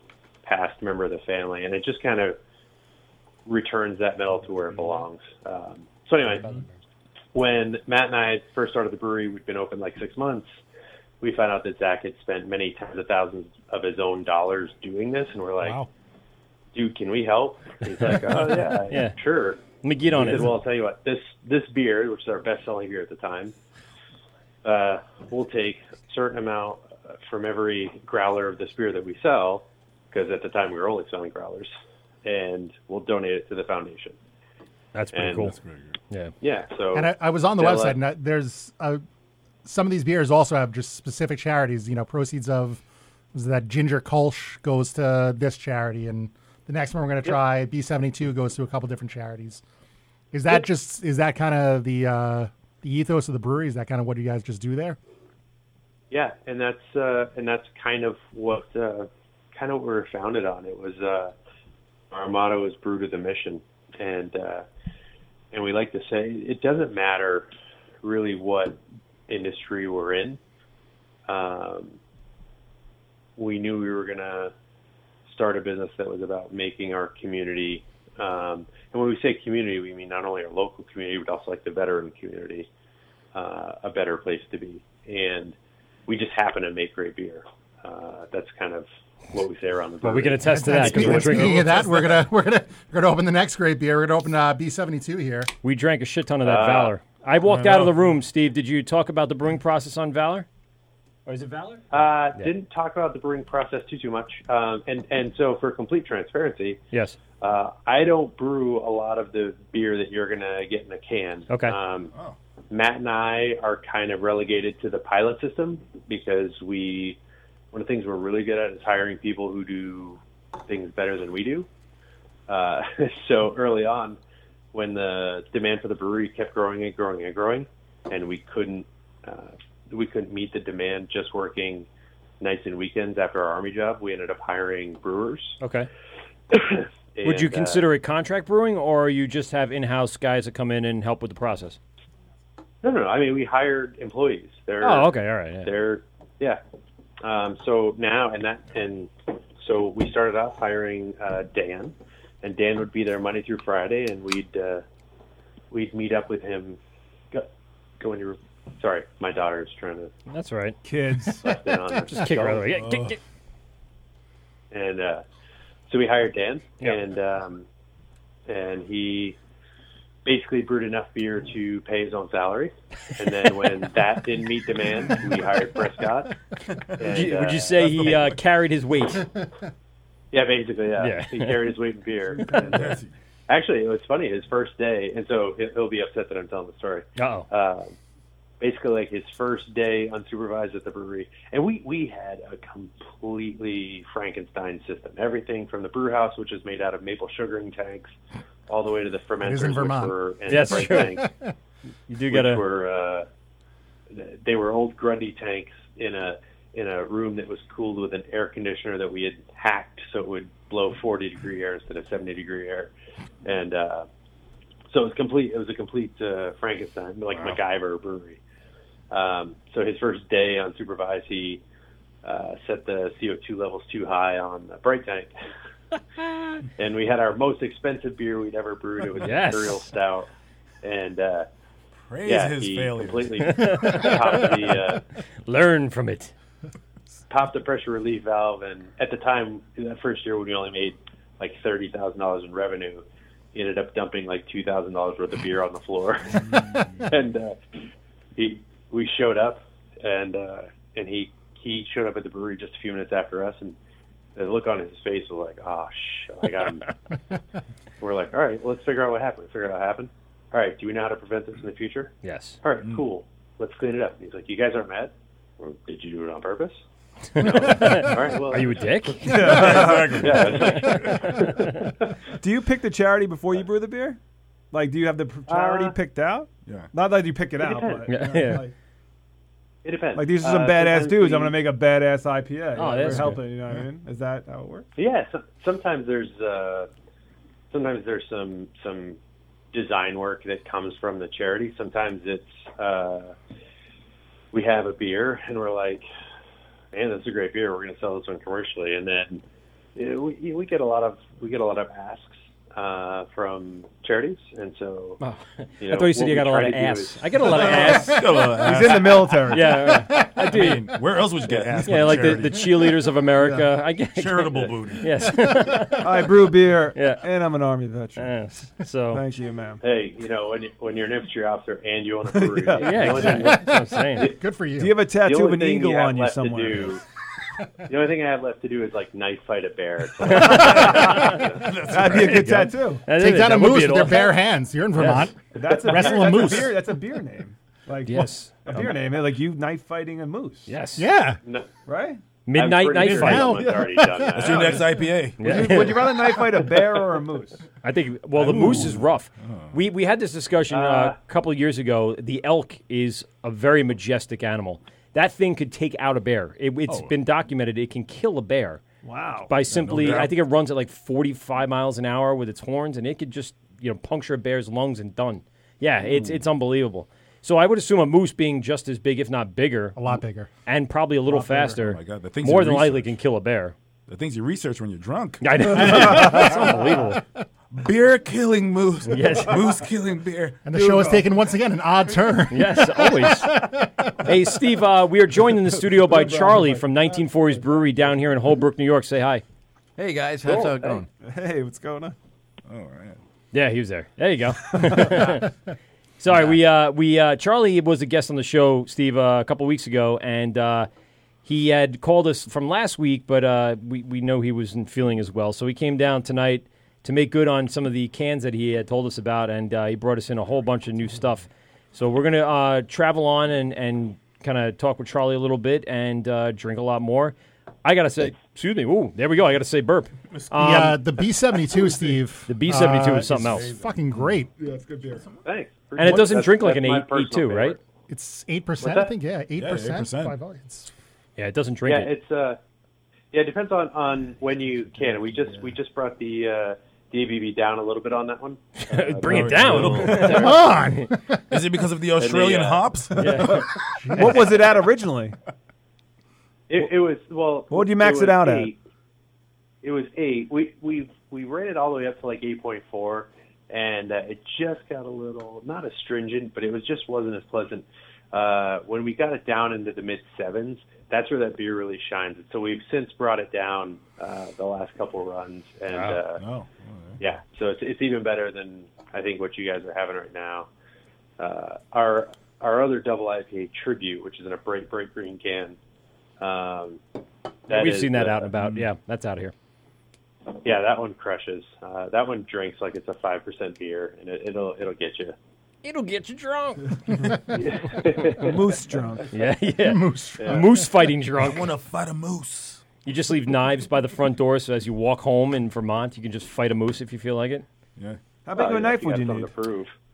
[SPEAKER 16] past member of the family, and it just kind of returns that metal to where it belongs. Um, so anyway, when Matt and I first started the brewery, we'd been open like six months. We found out that Zach had spent many tens of thousands of his own dollars doing this, and we're like, "Dude, can we help?" He's like,
[SPEAKER 14] *laughs*
[SPEAKER 16] "Oh yeah,
[SPEAKER 14] Yeah.
[SPEAKER 16] sure."
[SPEAKER 14] Let me get
[SPEAKER 16] We
[SPEAKER 14] on
[SPEAKER 16] said,
[SPEAKER 14] it.
[SPEAKER 16] Well, I'll tell you what. This this beer, which is our best selling beer at the time, uh, we'll take a certain amount uh, from every growler of this beer that we sell, because at the time we were only selling growlers, and we'll donate it to the foundation.
[SPEAKER 14] That's pretty
[SPEAKER 16] And-
[SPEAKER 14] cool. Yeah.
[SPEAKER 16] Yeah. So
[SPEAKER 7] and I, I was on the
[SPEAKER 16] they'll,
[SPEAKER 7] website,
[SPEAKER 16] uh,
[SPEAKER 7] and I, there's uh some of these beers also have just specific charities. You know, proceeds of was that ginger Kolsch goes to this charity, and the next one we're going to try B seventy two goes to a couple different charities. Is that
[SPEAKER 16] Yep.
[SPEAKER 7] just is that kind of the uh, the ethos of the brewery? Is that kind of what you guys just do there?
[SPEAKER 16] Yeah, and that's uh, and that's kind of what uh, kind of what we were founded on. It was uh, our motto is "Brew to the Mission," and uh, and we like to say it doesn't matter really what industry we're in. Um, we knew we were gonna start a business that was about making our community. Um, and when we say community, we mean not only our local community, but also like the veteran community, uh, a better place to be. And we just happen to make great beer. Uh, that's kind of what we say around the.
[SPEAKER 14] Well, we can
[SPEAKER 16] brewery.
[SPEAKER 14] attest to that, 'cause
[SPEAKER 7] Speaking,
[SPEAKER 14] we're drinking-
[SPEAKER 7] speaking of that, we're gonna we're gonna we're gonna open the next great beer. We're gonna open uh, B seventy two here.
[SPEAKER 14] We drank a shit ton of that
[SPEAKER 7] Uh,
[SPEAKER 14] Valor. I walked
[SPEAKER 7] I
[SPEAKER 14] out of
[SPEAKER 7] know.
[SPEAKER 14] the room, Steve. Did you talk about the brewing process on Valor?
[SPEAKER 16] Or is it Valor? Uh, Didn't talk about the brewing process too too much, um, and and so for complete transparency,
[SPEAKER 14] Yes.
[SPEAKER 16] uh, I don't brew a lot of the beer that you're gonna get in a can.
[SPEAKER 14] Okay.
[SPEAKER 16] Um, Matt and I are kind of relegated to the pilot system because we one of the things we're really good at is hiring people who do things better than we do. Uh, *laughs* so early on, when the demand for the brewery kept growing and growing and growing, and we couldn't uh, we couldn't meet the demand just working nights and weekends after our army job, we ended up hiring brewers. *coughs*
[SPEAKER 14] Okay.
[SPEAKER 16] And,
[SPEAKER 14] Would you
[SPEAKER 16] uh,
[SPEAKER 14] consider it contract brewing, or you just have in-house guys that come in and help with the process?
[SPEAKER 16] No, no. I mean, we hired employees. They're
[SPEAKER 14] Oh, okay, all right, yeah.
[SPEAKER 16] They're yeah. Um, so now and that and so we started off hiring uh, Dan, and Dan would be there Monday through Friday, and we'd uh, we'd meet up with him. Go, go into your- sorry, my daughter's trying to
[SPEAKER 14] That's all right.
[SPEAKER 5] Kids.
[SPEAKER 16] I've been on
[SPEAKER 14] *laughs* Just kick her out of the way. Yeah, get- get-
[SPEAKER 16] And uh, so we hired Dan, and um, and he basically brewed enough beer to pay his own salary. And then
[SPEAKER 14] *laughs*
[SPEAKER 16] when that didn't meet demand, we hired Prescott.
[SPEAKER 14] Would
[SPEAKER 16] And,
[SPEAKER 14] you, would
[SPEAKER 16] uh,
[SPEAKER 14] you say he uh, carried his weight?
[SPEAKER 16] yeah, basically, yeah.
[SPEAKER 14] Yeah.
[SPEAKER 16] He carried his weight in
[SPEAKER 14] *laughs*
[SPEAKER 16] beer. And, uh, actually, it was funny. His first day, and so he'll he'll be upset that I'm telling the story.
[SPEAKER 14] Uh-oh.
[SPEAKER 16] Uh, basically, like his first day unsupervised at the brewery, and we we had a completely Frankenstein system. Everything from the brew house, which is made out of maple sugaring tanks, all the way to the fermenters,
[SPEAKER 7] is in Vermont.
[SPEAKER 16] which were and
[SPEAKER 14] That's
[SPEAKER 16] the break
[SPEAKER 14] true.
[SPEAKER 16] tanks,
[SPEAKER 14] *laughs* You do
[SPEAKER 16] which
[SPEAKER 14] gotta-
[SPEAKER 16] Were, uh, th- they were old Grundy tanks in a in a room that was cooled with an air conditioner that we had hacked so it would blow 40 degree air instead of 70 degree air, and uh, so it was complete. It was a complete uh, Frankenstein, like
[SPEAKER 17] Wow.
[SPEAKER 16] MacGyver brewery. Um, so his first day unsupervised, he uh, set the CO2 levels too high on a bright tank. and we had our most expensive beer we'd ever brewed. It was
[SPEAKER 3] Yes.
[SPEAKER 16] Imperial Stout. And uh,
[SPEAKER 3] Praise
[SPEAKER 16] yeah,
[SPEAKER 3] his
[SPEAKER 16] he
[SPEAKER 3] failures. *laughs*
[SPEAKER 16] completely popped the, uh,
[SPEAKER 14] Learn from it.
[SPEAKER 16] popped the pressure relief valve. And at the time, in that first year when we only made like $30,000 in revenue, he ended up dumping like $2,000 worth of beer on the floor. and uh, he, we showed up and, uh, and he, he showed up at the brewery just a few minutes after us. And the look on his face was like, oh, shit, like
[SPEAKER 14] *laughs*
[SPEAKER 16] I'm, we're like, all right, let's figure out what happened. We figured out what happened. All right, do we know how to prevent this in the future?
[SPEAKER 14] Yes.
[SPEAKER 16] All right, cool. Let's clean it up. And he's like, you guys aren't mad? Or, Did you do it on
[SPEAKER 14] *laughs*
[SPEAKER 16] purpose? No. All right, well,
[SPEAKER 14] Are you a dick?
[SPEAKER 16] *laughs* Yeah,
[SPEAKER 14] *laughs*
[SPEAKER 16] *laughs*
[SPEAKER 5] do you pick the charity before you brew the beer? Like, do you have the pr- charity
[SPEAKER 16] Uh,
[SPEAKER 5] picked out? Yeah. Not that you pick it,
[SPEAKER 16] It
[SPEAKER 5] out,
[SPEAKER 16] depends.
[SPEAKER 5] but
[SPEAKER 14] *laughs*
[SPEAKER 5] you know,
[SPEAKER 16] Yeah.
[SPEAKER 5] like,
[SPEAKER 16] It depends.
[SPEAKER 5] like, these are some
[SPEAKER 16] Uh,
[SPEAKER 5] badass
[SPEAKER 16] sometimes
[SPEAKER 5] dudes. I'm
[SPEAKER 16] we-
[SPEAKER 5] gonna make a badass IPA.
[SPEAKER 16] Oh, that's
[SPEAKER 5] Like, we're
[SPEAKER 16] good.
[SPEAKER 5] helping. You know what I mean? Is that how it works?
[SPEAKER 16] Yeah, so, sometimes there's uh, sometimes there's some some design work that comes from the charity. Sometimes it's uh, we have a beer and we're like, man, that's a great beer. We're going to sell this one commercially, and then you know, we, we get a lot of we get a lot of asks uh, from charities, and so
[SPEAKER 14] Oh.
[SPEAKER 16] you
[SPEAKER 14] I thought you said
[SPEAKER 16] what
[SPEAKER 14] you
[SPEAKER 16] we
[SPEAKER 14] got a
[SPEAKER 16] try
[SPEAKER 14] lot of
[SPEAKER 16] to do
[SPEAKER 14] ass.
[SPEAKER 16] is-
[SPEAKER 14] I get
[SPEAKER 16] *laughs*
[SPEAKER 14] a
[SPEAKER 5] *laughs*
[SPEAKER 14] lot of ass.
[SPEAKER 5] He's in the military.
[SPEAKER 14] Yeah, right. *laughs* I do.
[SPEAKER 5] I mean, where else would you get
[SPEAKER 14] Yeah.
[SPEAKER 5] ass
[SPEAKER 14] *laughs*
[SPEAKER 5] but
[SPEAKER 14] Yeah, like the,
[SPEAKER 5] charity?
[SPEAKER 14] the cheerleaders of America.
[SPEAKER 5] Yeah.
[SPEAKER 14] I get *laughs*
[SPEAKER 5] Charitable booty. *laughs*
[SPEAKER 14] Yes.
[SPEAKER 5] I
[SPEAKER 14] *laughs*
[SPEAKER 5] brew beer, and I'm an army veteran.
[SPEAKER 14] Yes. So
[SPEAKER 5] thank you, ma'am.
[SPEAKER 16] Hey, you know when, you, when you're an infantry officer and you
[SPEAKER 5] *laughs*
[SPEAKER 16] own a brewery,
[SPEAKER 5] Yeah.
[SPEAKER 16] the
[SPEAKER 5] Yeah,
[SPEAKER 16] only thing-
[SPEAKER 5] exactly. That's what I'm
[SPEAKER 16] *laughs*
[SPEAKER 5] saying. Good for you. Do you have a
[SPEAKER 16] The
[SPEAKER 5] tattoo
[SPEAKER 16] only
[SPEAKER 5] of an
[SPEAKER 16] thing
[SPEAKER 5] eagle
[SPEAKER 16] have
[SPEAKER 5] on you
[SPEAKER 16] left to
[SPEAKER 5] somewhere? *laughs*
[SPEAKER 16] do- the only thing I have left to do is like knife fight a
[SPEAKER 5] *laughs*
[SPEAKER 16] bear.
[SPEAKER 5] That'd be a good tattoo.
[SPEAKER 7] Take down a moose with their bare hands. You're in Vermont.
[SPEAKER 5] That's a
[SPEAKER 7] Wrestle
[SPEAKER 5] beer,
[SPEAKER 7] a
[SPEAKER 5] that's
[SPEAKER 7] moose.
[SPEAKER 5] A beer, that's a beer name. Like
[SPEAKER 7] Yes.
[SPEAKER 5] *laughs* a beer name. eh? Like you knife fighting a moose.
[SPEAKER 14] Yes.
[SPEAKER 7] Yeah.
[SPEAKER 5] Right.
[SPEAKER 14] Midnight Knife Fight.
[SPEAKER 3] That's your next
[SPEAKER 14] *laughs*
[SPEAKER 3] IPA.
[SPEAKER 5] Would, you, would you rather knife fight a bear or a moose?
[SPEAKER 14] I think. Well, the
[SPEAKER 5] Ooh.
[SPEAKER 14] moose is rough. We we had this discussion uh,
[SPEAKER 5] Uh,
[SPEAKER 14] a couple of years ago. The elk is a very majestic animal. That thing could take out a bear. It, has been documented. It can kill a bear.
[SPEAKER 5] Wow.
[SPEAKER 14] By simply,
[SPEAKER 5] doubt.
[SPEAKER 14] I think it runs at like forty-five miles an hour with its horns, and it could just you know puncture a bear's lungs and done. Yeah, it's
[SPEAKER 7] Ooh.
[SPEAKER 14] it's unbelievable. So I would assume a moose being just as big, if not bigger,
[SPEAKER 7] A lot bigger.
[SPEAKER 14] and probably a little
[SPEAKER 3] lot bigger.
[SPEAKER 14] faster,
[SPEAKER 3] Oh my God, the things
[SPEAKER 14] more
[SPEAKER 3] you
[SPEAKER 14] than likely
[SPEAKER 3] research.
[SPEAKER 14] can kill a bear.
[SPEAKER 3] The things you research when you're drunk.
[SPEAKER 14] I know. *laughs* It's unbelievable.
[SPEAKER 3] Beer killing moose.
[SPEAKER 14] *laughs* Yes.
[SPEAKER 3] Moose killing beer.
[SPEAKER 7] And the show has taken once again an odd turn.
[SPEAKER 14] *laughs* Yes, Oh. always.
[SPEAKER 7] *laughs*
[SPEAKER 14] hey, Steve, uh, we are joined in the studio by Charlie from 1940s Brewery down here in Holbrook, New York. Say hi.
[SPEAKER 12] Hey guys,
[SPEAKER 14] how's it going?
[SPEAKER 5] Hey, what's going on?
[SPEAKER 3] All right.
[SPEAKER 14] Yeah, he was there. There you go. *laughs* Sorry, we uh, we uh, Charlie was a guest on the show, Steve, uh, a couple weeks ago, and uh, he had called us from last week, but uh, we we know he wasn't feeling as well, so he came down tonight to make good on some of the cans that he had told us about, and uh, he brought us in a whole bunch of new stuff. So we're gonna uh, travel on and and kind of talk with Charlie a little bit and uh, drink a lot more. I gotta say, excuse me. Ooh, there we go. I gotta say, burp. Um,
[SPEAKER 7] yeah, the B
[SPEAKER 14] *laughs*
[SPEAKER 7] seventy two, Steve. The
[SPEAKER 14] B seventy two is something else.
[SPEAKER 7] Fucking great.
[SPEAKER 5] Yeah, it's good beer.
[SPEAKER 16] Thanks.
[SPEAKER 14] And it doesn't drink like an eight, eight two, right?
[SPEAKER 7] It's eight
[SPEAKER 16] What's
[SPEAKER 7] percent, I
[SPEAKER 16] that?
[SPEAKER 7] think. Yeah, eight percent.
[SPEAKER 16] 8%.
[SPEAKER 14] Yeah, it doesn't drink
[SPEAKER 16] yeah,
[SPEAKER 14] it.
[SPEAKER 16] it's uh, yeah, it depends on on when you can. We just we just brought the uh, the ABV down a little bit on that one. Uh,
[SPEAKER 14] *laughs* Bring it
[SPEAKER 16] but-
[SPEAKER 14] down.
[SPEAKER 16] *laughs*
[SPEAKER 14] *laughs*
[SPEAKER 3] Come on. Is it because of the
[SPEAKER 16] And
[SPEAKER 3] Australian
[SPEAKER 16] uh,
[SPEAKER 3] hops?
[SPEAKER 16] *laughs*
[SPEAKER 3] *laughs*
[SPEAKER 16] Yeah.
[SPEAKER 5] *laughs* what was it at originally?
[SPEAKER 16] It, it was well.
[SPEAKER 5] What would you max
[SPEAKER 16] was
[SPEAKER 5] it out at?
[SPEAKER 16] eight. It was eight. We we we ran it all the way up to like eight point four, and uh, it just got a little not astringent, but it was just wasn't as pleasant. Uh, when we got it down into the mid sevens, that's where that beer really shines. So we've since brought it down uh, the last couple runs, and uh, yeah, so it's it's even better than I think what you guys are having right now. Uh, our our other double IPA tribute, which is in a bright bright green can. Um, that
[SPEAKER 14] We've
[SPEAKER 16] is,
[SPEAKER 14] seen that
[SPEAKER 16] uh,
[SPEAKER 14] out and
[SPEAKER 7] Mm-hmm.
[SPEAKER 14] about. Yeah, that's out of here.
[SPEAKER 16] Yeah, that one crushes. Uh, that one drinks like it's a five percent beer, and it, it'll it'll get you.
[SPEAKER 14] It'll get
[SPEAKER 10] *laughs*
[SPEAKER 14] you drunk.
[SPEAKER 5] *laughs* Moose drunk.
[SPEAKER 14] *laughs* Yeah, yeah.
[SPEAKER 5] Moose drunk.
[SPEAKER 14] Moose
[SPEAKER 5] *laughs*
[SPEAKER 14] fighting drunk.
[SPEAKER 5] I wanna fight
[SPEAKER 3] a moose.
[SPEAKER 14] You just leave knives by the front door, so as you walk home in Vermont, you can just fight a moose if you feel like it.
[SPEAKER 3] Yeah.
[SPEAKER 5] How big of a knife would you need?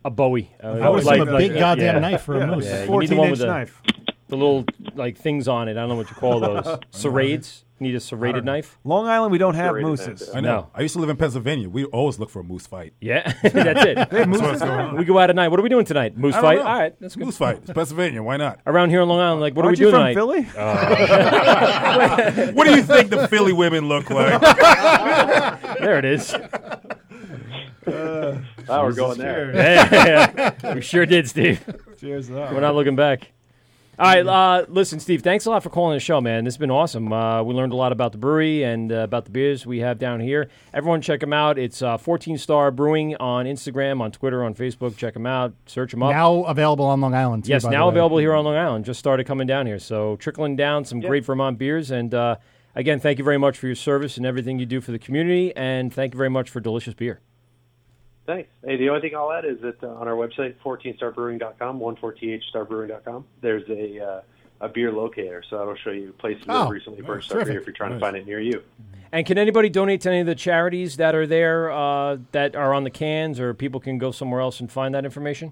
[SPEAKER 14] A Bowie. Uh,
[SPEAKER 5] I would
[SPEAKER 14] like-
[SPEAKER 5] assume a
[SPEAKER 14] like-
[SPEAKER 5] big
[SPEAKER 14] yeah.
[SPEAKER 5] goddamn knife for a
[SPEAKER 14] Yeah,
[SPEAKER 5] moose.
[SPEAKER 14] you
[SPEAKER 5] A
[SPEAKER 14] need the
[SPEAKER 5] 14
[SPEAKER 14] one
[SPEAKER 5] inch
[SPEAKER 14] with the-
[SPEAKER 5] knife.
[SPEAKER 14] The little like things on it. I don't know what you
[SPEAKER 5] *laughs*
[SPEAKER 14] call those. Serrades. Need a serrated knife.
[SPEAKER 5] Long Island, we don't
[SPEAKER 14] have
[SPEAKER 5] have
[SPEAKER 14] Serrated mooses.
[SPEAKER 5] mooses.
[SPEAKER 14] knife,
[SPEAKER 3] I know. I used to live in Pennsylvania. We always look for a moose fight. *laughs*
[SPEAKER 14] Yeah, *laughs* that's it.
[SPEAKER 3] They have moose That's what's going on.
[SPEAKER 14] we go out at night. What are we doing tonight? Moose
[SPEAKER 3] I don't
[SPEAKER 14] fight.
[SPEAKER 3] know.
[SPEAKER 14] All right, that's good.
[SPEAKER 3] Moose fight. It's Pennsylvania. Why not?
[SPEAKER 14] Around here in Long Island, like what
[SPEAKER 3] Aren't
[SPEAKER 14] are we
[SPEAKER 3] you
[SPEAKER 14] doing
[SPEAKER 3] from
[SPEAKER 14] tonight?
[SPEAKER 3] Philly?
[SPEAKER 14] Oh.
[SPEAKER 3] *laughs* what do you think the Philly women look like?
[SPEAKER 14] *laughs* there it
[SPEAKER 3] *laughs*
[SPEAKER 14] is.
[SPEAKER 17] Uh.
[SPEAKER 16] Oh, we're going there.
[SPEAKER 14] Yeah, *laughs* yeah. we sure did, Steve.
[SPEAKER 5] Cheers to that.
[SPEAKER 14] We're not looking back. All right, uh, listen, Steve. Thanks a lot for calling the show, man. This has been awesome. Uh, we learned a lot about the brewery and uh, about the beers we have down here. Everyone, check them out. It's uh, 14 Star Brewing on Instagram, on Twitter, on Facebook. Check them out. Search them up.
[SPEAKER 7] Now available on Long Island. Too,
[SPEAKER 14] yes,
[SPEAKER 7] by the
[SPEAKER 14] now
[SPEAKER 7] way.
[SPEAKER 14] available here on Long Island. Just started coming down here, so trickling down some great Vermont beers. And uh, again, thank you very much for your service and everything you do for the community. And thank you very much for delicious beer.
[SPEAKER 16] Thanks. Hey, the only thing I'll add is that uh, on our website, 14starbrewing.com, 14thstarbrewing.com, there's a uh, a beer locator, so that'll show you places that
[SPEAKER 14] Oh,
[SPEAKER 16] have recently purchased our
[SPEAKER 14] terrific.
[SPEAKER 16] beer if you're trying
[SPEAKER 14] Nice.
[SPEAKER 16] to find it near you.
[SPEAKER 14] And can anybody donate to any of the charities that are there uh, that are on the cans, or people can go somewhere else and find that information?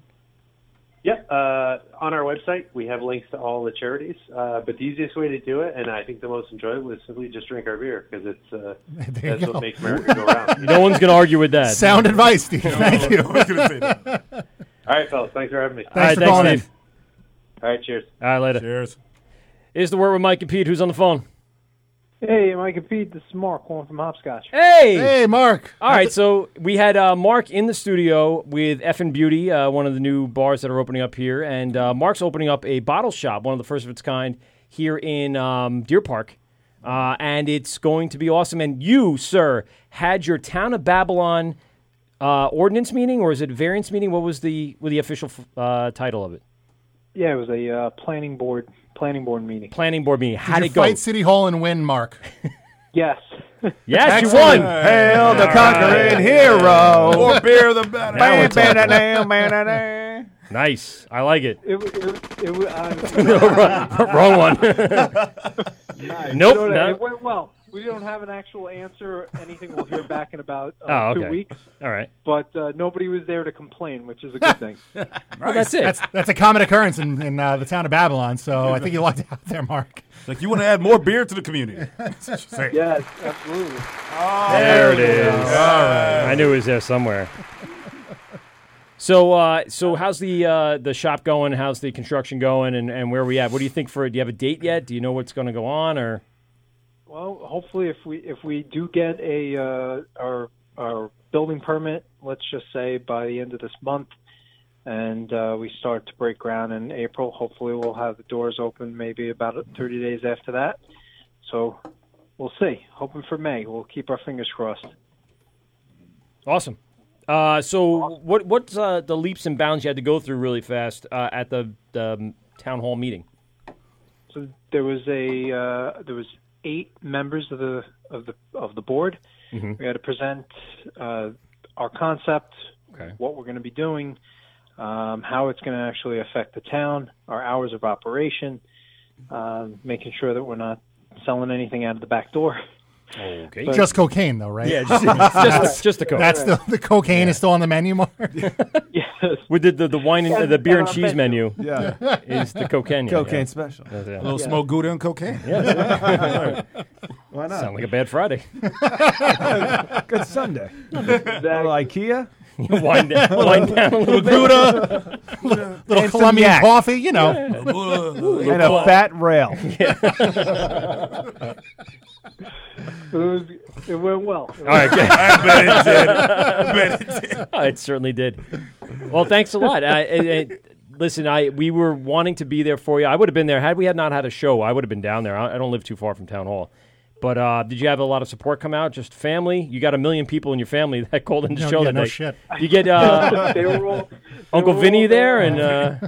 [SPEAKER 16] Yeah, uh, on our website we have links to all the charities. Uh, but the easiest way to do it, and I think the most enjoyable, is simply just drink our beer because it's uh, that's what makes America go round.
[SPEAKER 14] *laughs* No one's going to argue with that.
[SPEAKER 7] Sound advice, Steve. Thank
[SPEAKER 16] *laughs*
[SPEAKER 7] you.
[SPEAKER 16] all right, fellas, thanks for having me.
[SPEAKER 14] All right, thanks, Steve.
[SPEAKER 16] All right, cheers.
[SPEAKER 14] All right, later.
[SPEAKER 3] Cheers.
[SPEAKER 14] Is the word with Mike and Pete, who's on the phone?
[SPEAKER 17] Hey, Mike and Pete, this is Mark calling from Hopscotch.
[SPEAKER 14] Hey, hey, Mark. All right, so we had uh, Mark in the studio with Effin Beauty, uh, one of the new bars that are opening up here, and uh, Mark's opening up a bottle shop, one of the first of its kind here in um, Deer Park, uh, and it's going to be awesome. And you, sir, had your Town of Babylon uh, ordinance meeting, or is it variance meeting? What was the what the official f- uh, title of it?
[SPEAKER 17] Yeah, it was a uh, planning board planning board meeting.
[SPEAKER 14] Planning board meeting. How
[SPEAKER 7] Did
[SPEAKER 14] did
[SPEAKER 7] you
[SPEAKER 14] it go?
[SPEAKER 7] fight City Hall and win, Mark?
[SPEAKER 17] Yes.
[SPEAKER 14] Yes, you
[SPEAKER 7] Excellent.
[SPEAKER 14] won.
[SPEAKER 7] Hail the conquering
[SPEAKER 5] hero. More
[SPEAKER 3] beer, the better.
[SPEAKER 5] Bam,
[SPEAKER 7] *laughs*
[SPEAKER 5] bam, da, dam,
[SPEAKER 14] Nice. I like it. *laughs*
[SPEAKER 17] It, w- it, w- it, w- *laughs*
[SPEAKER 14] wrong,
[SPEAKER 17] uh,
[SPEAKER 14] wrong one. Nope.
[SPEAKER 17] No, no,
[SPEAKER 14] no.
[SPEAKER 17] It went well. We don't have an actual answer. Anything we'll hear back in about uh,
[SPEAKER 14] Oh, okay.
[SPEAKER 17] two weeks.
[SPEAKER 14] All right.
[SPEAKER 17] But uh, nobody was there to complain, which is a good
[SPEAKER 14] *laughs*
[SPEAKER 17] thing.
[SPEAKER 7] That's, that's a common occurrence in, in uh, the town of Babylon, so I think you lucked out there, Mark.
[SPEAKER 3] *laughs* Like you want to add more beer to
[SPEAKER 16] *laughs*
[SPEAKER 3] the community.
[SPEAKER 17] yes,
[SPEAKER 14] uh,
[SPEAKER 2] *laughs*
[SPEAKER 17] absolutely.
[SPEAKER 14] There it is. I knew it was there somewhere. So, uh, so how's the uh, the shop going? How's the construction going? And, and where are we at? What do you think for it? Do you have a date yet? Do you know what's going to go on? Or
[SPEAKER 17] Well, hopefully, if we if we do get a uh, our our building permit, let's just say by the end of this month, and uh, we start to break ground in April. Hopefully, we'll have the doors open maybe about 30 days after that. So we'll see. Hoping for May. We'll keep our fingers crossed.
[SPEAKER 14] awesome. Uh, so, what what's uh, the leaps and bounds you had to go through really fast uh, at the, the um, town hall meeting?
[SPEAKER 17] So there was a uh, there was eight members of the of the of the board.
[SPEAKER 14] Mhm.
[SPEAKER 17] We had to present uh, our concept,
[SPEAKER 14] Okay.
[SPEAKER 17] what we're going to be doing, um, how it's going to actually affect the town, our hours of operation, um, making sure that we're not selling anything out of the back door.
[SPEAKER 14] Okay.
[SPEAKER 17] But-
[SPEAKER 7] just cocaine, though, right? *laughs*
[SPEAKER 17] Yeah, just- just- just the coke.
[SPEAKER 7] That's the, the cocaine is still on the menu, Mark.
[SPEAKER 14] We did the, the wine and uh, the beer and cheese menu.
[SPEAKER 7] Yeah.
[SPEAKER 14] is the
[SPEAKER 5] *laughs*
[SPEAKER 14] cocaine. yeah,
[SPEAKER 7] Cocaine
[SPEAKER 14] yeah.
[SPEAKER 7] special.
[SPEAKER 14] Yeah, yeah.
[SPEAKER 3] A little smoke gouda and cocaine. *laughs*
[SPEAKER 14] Yeah.
[SPEAKER 5] Why not?
[SPEAKER 14] Sound like a bad Friday.
[SPEAKER 5] *laughs* Good
[SPEAKER 14] *laughs*
[SPEAKER 5] Sunday. A little IKEA.
[SPEAKER 14] wind down, wind down a little bit.
[SPEAKER 5] Gouda.
[SPEAKER 7] Little-
[SPEAKER 5] And
[SPEAKER 7] little
[SPEAKER 5] some
[SPEAKER 7] Colombian
[SPEAKER 5] yak.
[SPEAKER 7] coffee, you know.
[SPEAKER 5] Yeah.
[SPEAKER 7] And
[SPEAKER 14] *laughs*
[SPEAKER 5] and a
[SPEAKER 17] *laughs*
[SPEAKER 5] fat rail.
[SPEAKER 14] Mm-hmm.
[SPEAKER 17] It, was, it went well.
[SPEAKER 14] All
[SPEAKER 17] *laughs*
[SPEAKER 14] right. good.
[SPEAKER 17] I *laughs*
[SPEAKER 14] *laughs* Oh, it certainly did. Well, thanks a lot. I, I, I, listen, I we were wanting to be there for you. I would have been there had we had not had a show. I would have been down there. I, I don't live too far from town hall. But uh, did you have a lot of support come out? Just family? You got a million people in your family that called in to
[SPEAKER 7] No,
[SPEAKER 14] show
[SPEAKER 7] yeah,
[SPEAKER 14] that
[SPEAKER 7] no
[SPEAKER 14] night.
[SPEAKER 7] shit.
[SPEAKER 14] You get uh,
[SPEAKER 17] *laughs* They were all- they
[SPEAKER 14] Uncle
[SPEAKER 17] were all
[SPEAKER 14] Vinny there,
[SPEAKER 17] there.
[SPEAKER 14] and uh,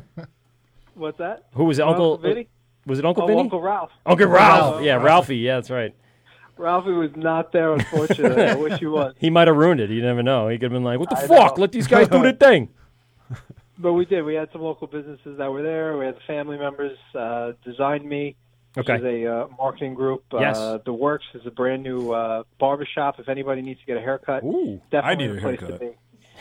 [SPEAKER 17] What's that?
[SPEAKER 14] who was it? Uncle,
[SPEAKER 17] Vinny?
[SPEAKER 14] Was it Uncle
[SPEAKER 17] Oh,
[SPEAKER 14] Vinny?
[SPEAKER 17] Uncle Ralph.
[SPEAKER 14] Uncle Ralph.
[SPEAKER 17] Ralph.
[SPEAKER 14] Yeah, Ralphie. Yeah, that's right.
[SPEAKER 17] Ralphie was not there, unfortunately. I wish he was.
[SPEAKER 14] He might have ruined it. You never know. He could have been like, "What the
[SPEAKER 17] I
[SPEAKER 14] fuck?
[SPEAKER 17] know.
[SPEAKER 14] Let these guys do
[SPEAKER 17] *laughs*
[SPEAKER 14] their thing."
[SPEAKER 17] But we did. We had some local businesses that were there. We had the family members. Uh, Design Me, which
[SPEAKER 14] Okay.
[SPEAKER 17] is a uh, marketing group.
[SPEAKER 14] Yes.
[SPEAKER 17] Uh, the Works is a brand new uh, barbershop. If anybody needs to get a haircut, definitely
[SPEAKER 3] I need a
[SPEAKER 17] the place
[SPEAKER 3] haircut.
[SPEAKER 17] to be.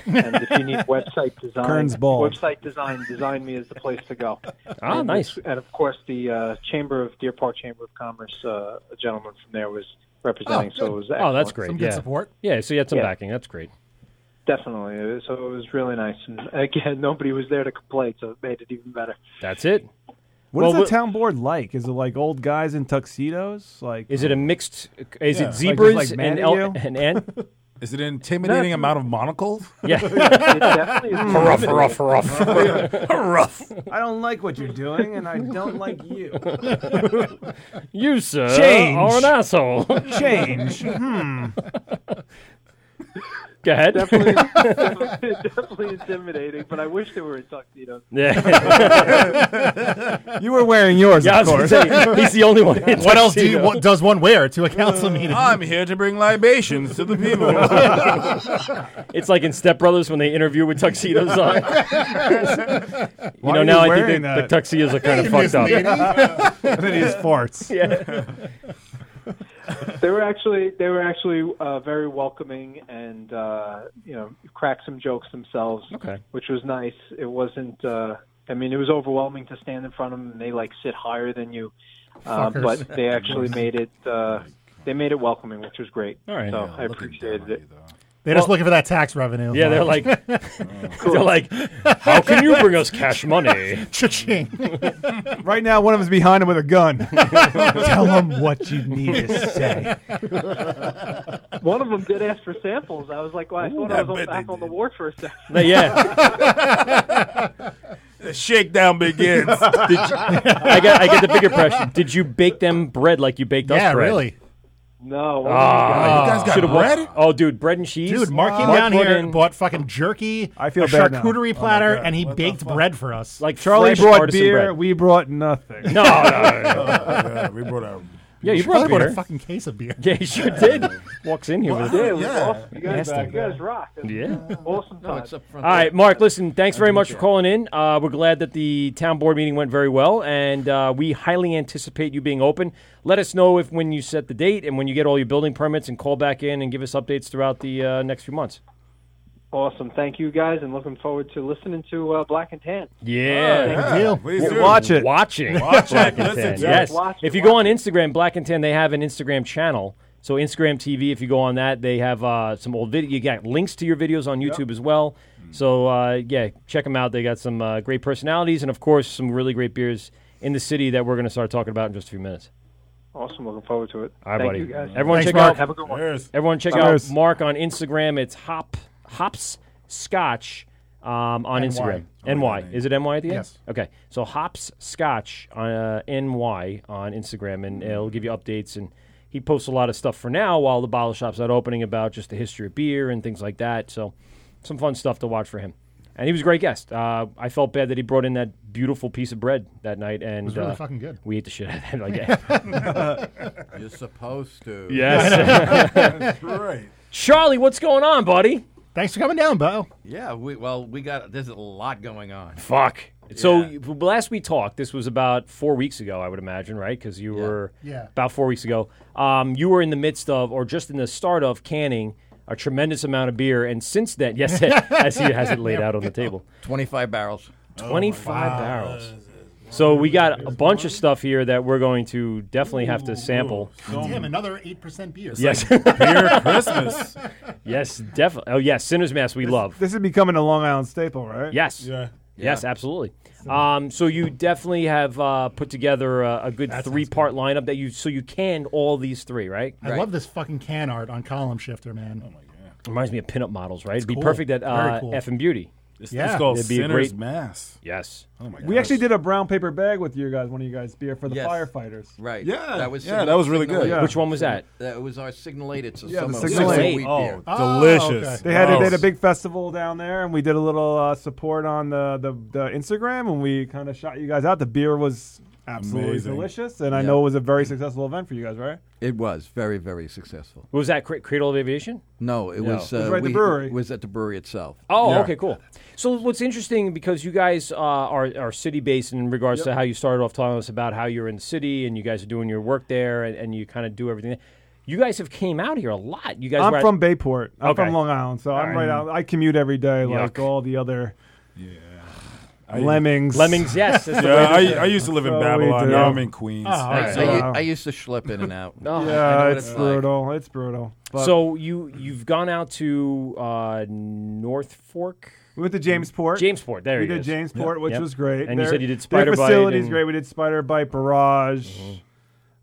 [SPEAKER 17] And if
[SPEAKER 14] *laughs*
[SPEAKER 17] you need website design,
[SPEAKER 3] Kern's bald.
[SPEAKER 17] website design, Design Me is the place to go.
[SPEAKER 14] Ah,
[SPEAKER 17] and
[SPEAKER 14] nice.
[SPEAKER 17] And of course, the uh, Chamber of Deer Park Chamber of Commerce, uh, a gentleman from there was representing. so it was
[SPEAKER 14] oh, that's
[SPEAKER 17] excellent.
[SPEAKER 14] great. yeah. Yeah, so you had some
[SPEAKER 17] Yeah.
[SPEAKER 14] backing. That's great.
[SPEAKER 17] Definitely. So it was really nice. And again, *laughs* nobody was there to complain, so it made it even better.
[SPEAKER 14] That's it.
[SPEAKER 5] What
[SPEAKER 14] Well,
[SPEAKER 5] is
[SPEAKER 14] we'll-
[SPEAKER 5] the town board like? Is it like old guys in tuxedos? Like, uh,
[SPEAKER 14] Is it a mixed? Is
[SPEAKER 5] Yeah.
[SPEAKER 14] it
[SPEAKER 5] Like,
[SPEAKER 14] zebras
[SPEAKER 5] like
[SPEAKER 14] and
[SPEAKER 5] Manitou?
[SPEAKER 14] elk *laughs* and ant?
[SPEAKER 5] *laughs*
[SPEAKER 3] Is it an intimidating
[SPEAKER 5] Not-
[SPEAKER 3] amount of monocles?
[SPEAKER 14] *laughs* Yeah.
[SPEAKER 3] *laughs* Hurrah, hurrah, hurrah,
[SPEAKER 16] *laughs*
[SPEAKER 3] *laughs* hurrah.
[SPEAKER 5] I don't like what you're doing, and I don't like you.
[SPEAKER 14] *laughs*
[SPEAKER 5] *laughs*
[SPEAKER 14] you sir
[SPEAKER 5] Change.
[SPEAKER 14] are an asshole. *laughs*
[SPEAKER 5] Change. Hmm.
[SPEAKER 14] Go ahead.
[SPEAKER 17] Definitely, definitely, *laughs* definitely intimidating, but I wish they were in tuxedos.
[SPEAKER 14] *laughs* *laughs* Yeah. *laughs*
[SPEAKER 5] You were wearing yours,
[SPEAKER 14] Yeah, I
[SPEAKER 5] of
[SPEAKER 14] was
[SPEAKER 5] course.
[SPEAKER 14] gonna say, he's the
[SPEAKER 7] *laughs*
[SPEAKER 14] only one in
[SPEAKER 7] what else do you,
[SPEAKER 14] tuxedo. Uh,
[SPEAKER 7] what does one wear to a council meeting?
[SPEAKER 3] I'm here to bring libations to the people.
[SPEAKER 14] *laughs* it's like in Step Brothers when they interview with tuxedos on. you
[SPEAKER 3] Why
[SPEAKER 14] know,
[SPEAKER 3] are
[SPEAKER 14] now
[SPEAKER 3] you
[SPEAKER 14] I think
[SPEAKER 3] wearing
[SPEAKER 14] the, the
[SPEAKER 3] that?
[SPEAKER 14] tuxedos are kind of
[SPEAKER 3] Hey,
[SPEAKER 14] fucked
[SPEAKER 3] Miss *laughs*
[SPEAKER 14] up. *laughs*
[SPEAKER 3] Lady. And
[SPEAKER 17] then he just farts. *laughs*
[SPEAKER 14] Yeah.
[SPEAKER 17] they were actually they were actually uh, very welcoming and uh, you know cracked some jokes themselves,
[SPEAKER 14] Okay.
[SPEAKER 17] which was nice. It wasn't. Uh, I mean, it was overwhelming to stand in front of them. and They like sit higher than you, uh,
[SPEAKER 14] Fuckers.
[SPEAKER 17] but they
[SPEAKER 3] *laughs*
[SPEAKER 17] actually made it. Uh, they made it welcoming, which was great.
[SPEAKER 14] All right.
[SPEAKER 17] so
[SPEAKER 14] Yeah,
[SPEAKER 17] I appreciated it.
[SPEAKER 7] They're just looking for that tax revenue.
[SPEAKER 14] Yeah, they're
[SPEAKER 7] *laughs*
[SPEAKER 14] like, *laughs* they're like, how can you bring us cash money?
[SPEAKER 7] Cha-ching.
[SPEAKER 5] right now, one of them's behind him with a
[SPEAKER 3] *laughs*
[SPEAKER 5] gun.
[SPEAKER 7] Tell him what you need to say.
[SPEAKER 17] *laughs* One of them did ask for samples. I was like, well, I thought I was on, back on the ward for a second.
[SPEAKER 3] No,
[SPEAKER 17] *laughs*
[SPEAKER 3] yeah. The
[SPEAKER 7] *laughs*
[SPEAKER 3] shakedown begins.
[SPEAKER 14] Did you- *laughs* I get I get the big impression. Did you bake them bread like you baked us
[SPEAKER 7] Yeah,
[SPEAKER 14] bread?
[SPEAKER 7] really. Oh,
[SPEAKER 17] No.
[SPEAKER 14] Ah,
[SPEAKER 7] You guys got
[SPEAKER 14] should've
[SPEAKER 7] bread?
[SPEAKER 14] won- Oh, dude, bread and cheese.
[SPEAKER 7] Dude, Mark came down here and bought fucking jerky, I
[SPEAKER 14] feel
[SPEAKER 7] a
[SPEAKER 14] bad now.
[SPEAKER 7] charcuterie
[SPEAKER 14] Oh my
[SPEAKER 7] platter,
[SPEAKER 14] God.
[SPEAKER 7] and he baked bread for us.
[SPEAKER 14] Like
[SPEAKER 5] Charlie
[SPEAKER 14] fresh
[SPEAKER 5] brought
[SPEAKER 14] artisan
[SPEAKER 5] beer.
[SPEAKER 14] bread.
[SPEAKER 5] We brought nothing.
[SPEAKER 3] *laughs*
[SPEAKER 14] No, no, no, no.
[SPEAKER 3] Oh, we brought our.
[SPEAKER 14] Yeah, you
[SPEAKER 7] Charlie
[SPEAKER 14] brought
[SPEAKER 7] brought
[SPEAKER 14] beer.
[SPEAKER 7] a fucking case of beer.
[SPEAKER 14] Yeah, you sure did. Walks in here with
[SPEAKER 17] Yeah, it was
[SPEAKER 14] Yeah.
[SPEAKER 17] awesome. You guys,
[SPEAKER 14] Nasty.
[SPEAKER 17] you guys rock. It was
[SPEAKER 14] Yeah.
[SPEAKER 17] Awesome time.
[SPEAKER 14] All right, Mark. Listen, thanks very much for calling in. Uh, we're glad that the town board meeting went very well, and uh, we highly anticipate you being open. Let us know if when you set the date and when you get all your building permits, and call back in and give us updates throughout the uh, next few months.
[SPEAKER 17] Awesome. Thank you guys, and looking forward to listening to uh, Black and Tan.
[SPEAKER 14] Yeah,
[SPEAKER 5] Please do. Watch it.
[SPEAKER 14] Watching, *laughs*
[SPEAKER 5] Watch it.
[SPEAKER 14] Black and
[SPEAKER 5] Listen
[SPEAKER 14] Tan.
[SPEAKER 5] to it.
[SPEAKER 14] Yes,
[SPEAKER 5] Watch
[SPEAKER 14] if you go on Instagram, Black and Tan, they have an Instagram channel. So Instagram TV, if you go on that, they have uh, some old video. You got links to your videos on YouTube as well. So uh, yeah, check them out. They got some uh, great personalities and of course some really great beers in the city that we're going to start talking about in just a few minutes.
[SPEAKER 17] Awesome. Looking forward to it.
[SPEAKER 14] All right,
[SPEAKER 17] Thank
[SPEAKER 14] buddy.
[SPEAKER 17] you guys.
[SPEAKER 14] Everyone
[SPEAKER 17] Thanks,
[SPEAKER 14] check
[SPEAKER 17] Mark.
[SPEAKER 14] out.
[SPEAKER 17] Have a good one.
[SPEAKER 14] Everyone check
[SPEAKER 17] Bye.
[SPEAKER 14] out Mark on Instagram. It's hop hops scotch um, on
[SPEAKER 17] NY.
[SPEAKER 14] Instagram.
[SPEAKER 17] Oh,
[SPEAKER 14] NY is it NY at the end? Yes. Okay, so hops scotch on uh, NY on Instagram, and it'll give you updates. And he posts a lot of stuff for now while the bottle shop's not opening about just the history of beer and things like that. So some fun stuff to watch for him. And he was a great guest. Uh, I felt bad that he brought in that beautiful piece of bread that night, and
[SPEAKER 7] was really
[SPEAKER 14] uh,
[SPEAKER 7] fucking good.
[SPEAKER 14] We ate the shit out
[SPEAKER 7] *laughs*
[SPEAKER 14] of that. Like,
[SPEAKER 18] *laughs* You're supposed to. *laughs*
[SPEAKER 14] Yes.
[SPEAKER 18] Right.
[SPEAKER 14] Charlie, what's going on, buddy?
[SPEAKER 7] Thanks for coming down, Bo.
[SPEAKER 8] Yeah, we, well, we got there's a lot going on.
[SPEAKER 14] Fuck. So last we talked, this was about four weeks ago, I would imagine, right? Because you were
[SPEAKER 8] Yeah.
[SPEAKER 14] about four weeks ago. Um, you were in the midst of, or just in the start of, canning a tremendous amount of beer, and since then, *laughs* yes, as he has it laid out on the table,
[SPEAKER 8] 25 barrels.
[SPEAKER 14] twenty-five barrels. So we got a bunch of stuff here that we're going to definitely have to sample. Mm.
[SPEAKER 7] Damn, another 8% beer.
[SPEAKER 14] Yes, *laughs* yes, definitely. Oh yes, Sinner's Mass we love.
[SPEAKER 5] This is becoming a Long Island staple, *laughs* right?
[SPEAKER 14] Yes. Yes, absolutely. Um, so you definitely have uh, put together a, a good three-part lineup that you so you canned all these three, right?
[SPEAKER 7] I love this fucking can art on Column Shifter,
[SPEAKER 3] Oh
[SPEAKER 7] man.
[SPEAKER 14] Reminds me of pinup models, right? It'd be
[SPEAKER 7] cool.
[SPEAKER 14] perfect at
[SPEAKER 7] Very
[SPEAKER 14] uh,
[SPEAKER 7] cool.
[SPEAKER 14] F and Beauty.
[SPEAKER 7] This Yeah. thing's called
[SPEAKER 14] It'd be a
[SPEAKER 7] Sinner's
[SPEAKER 14] great-
[SPEAKER 3] Mass.
[SPEAKER 14] Yes.
[SPEAKER 3] Oh my
[SPEAKER 5] We actually did a brown paper bag with you guys, one of you guys, beer for the
[SPEAKER 8] Yes.
[SPEAKER 5] firefighters.
[SPEAKER 8] Right.
[SPEAKER 3] Yeah,
[SPEAKER 8] That was
[SPEAKER 3] yeah, that was really
[SPEAKER 8] signal
[SPEAKER 3] good.
[SPEAKER 8] eight.
[SPEAKER 3] Which one was that?
[SPEAKER 8] That was our signal eight. It's a
[SPEAKER 3] Yeah, the
[SPEAKER 8] summer
[SPEAKER 3] Signal
[SPEAKER 8] summer
[SPEAKER 3] Eight.
[SPEAKER 8] wheat
[SPEAKER 3] Oh,
[SPEAKER 8] beer.
[SPEAKER 3] delicious.
[SPEAKER 5] Ah, They had, a, they had a
[SPEAKER 3] Gross.
[SPEAKER 5] big festival down there, and we did a little uh, support on the, the, the Instagram, and we kind of shot you guys out. The beer was absolutely
[SPEAKER 8] Amazing.
[SPEAKER 5] delicious, and I
[SPEAKER 8] Yeah.
[SPEAKER 5] know it was a very successful event for you guys, right?
[SPEAKER 8] It was very, very successful.
[SPEAKER 14] Was that Cre- Cradle of Aviation?
[SPEAKER 8] No, it
[SPEAKER 14] No.
[SPEAKER 8] was.
[SPEAKER 14] It
[SPEAKER 8] Uh,
[SPEAKER 14] was right at the
[SPEAKER 8] we-
[SPEAKER 14] brewery.
[SPEAKER 8] It was at the brewery itself.
[SPEAKER 14] Oh, okay, cool. So what's interesting because you guys uh, are are city based in regards to
[SPEAKER 8] Yep.
[SPEAKER 14] how you started off telling us about how you're in the city and you guys are doing your work there and, and you kind of do everything. You guys have came out here a lot. You guys.
[SPEAKER 5] I'm
[SPEAKER 14] were at-
[SPEAKER 5] from Bayport. I'm
[SPEAKER 14] Okay.
[SPEAKER 5] from Long Island, so I'm right out. I commute every day, like all the other.
[SPEAKER 3] I-
[SPEAKER 5] Lemmings.
[SPEAKER 3] Lemmings, yes, that's the *laughs* Yeah, way to I- do it. I used to live in
[SPEAKER 5] So we
[SPEAKER 3] Babylon,
[SPEAKER 5] do. Ah,
[SPEAKER 3] now I'm in Queens. Oh,
[SPEAKER 8] I,
[SPEAKER 3] okay.
[SPEAKER 8] I u-
[SPEAKER 5] uh,
[SPEAKER 3] Wow.
[SPEAKER 8] I used to schlep in and out.
[SPEAKER 14] Oh.
[SPEAKER 8] I know
[SPEAKER 5] yeah,
[SPEAKER 8] what
[SPEAKER 5] it's
[SPEAKER 8] it's like.
[SPEAKER 5] brutal. It's brutal. But
[SPEAKER 14] so you you've gone out to uh, North Fork.
[SPEAKER 5] We went to Jamesport.
[SPEAKER 14] Jamesport. There
[SPEAKER 5] we
[SPEAKER 14] it
[SPEAKER 5] did
[SPEAKER 14] is.
[SPEAKER 5] Jamesport,
[SPEAKER 14] Yep.
[SPEAKER 5] which
[SPEAKER 14] Yep.
[SPEAKER 5] was great.
[SPEAKER 14] And you
[SPEAKER 5] Their-
[SPEAKER 14] said you did
[SPEAKER 5] Their
[SPEAKER 14] Spider Bite.
[SPEAKER 5] facility's
[SPEAKER 14] and- *laughs*
[SPEAKER 5] great. We did Spider Bite Barrage.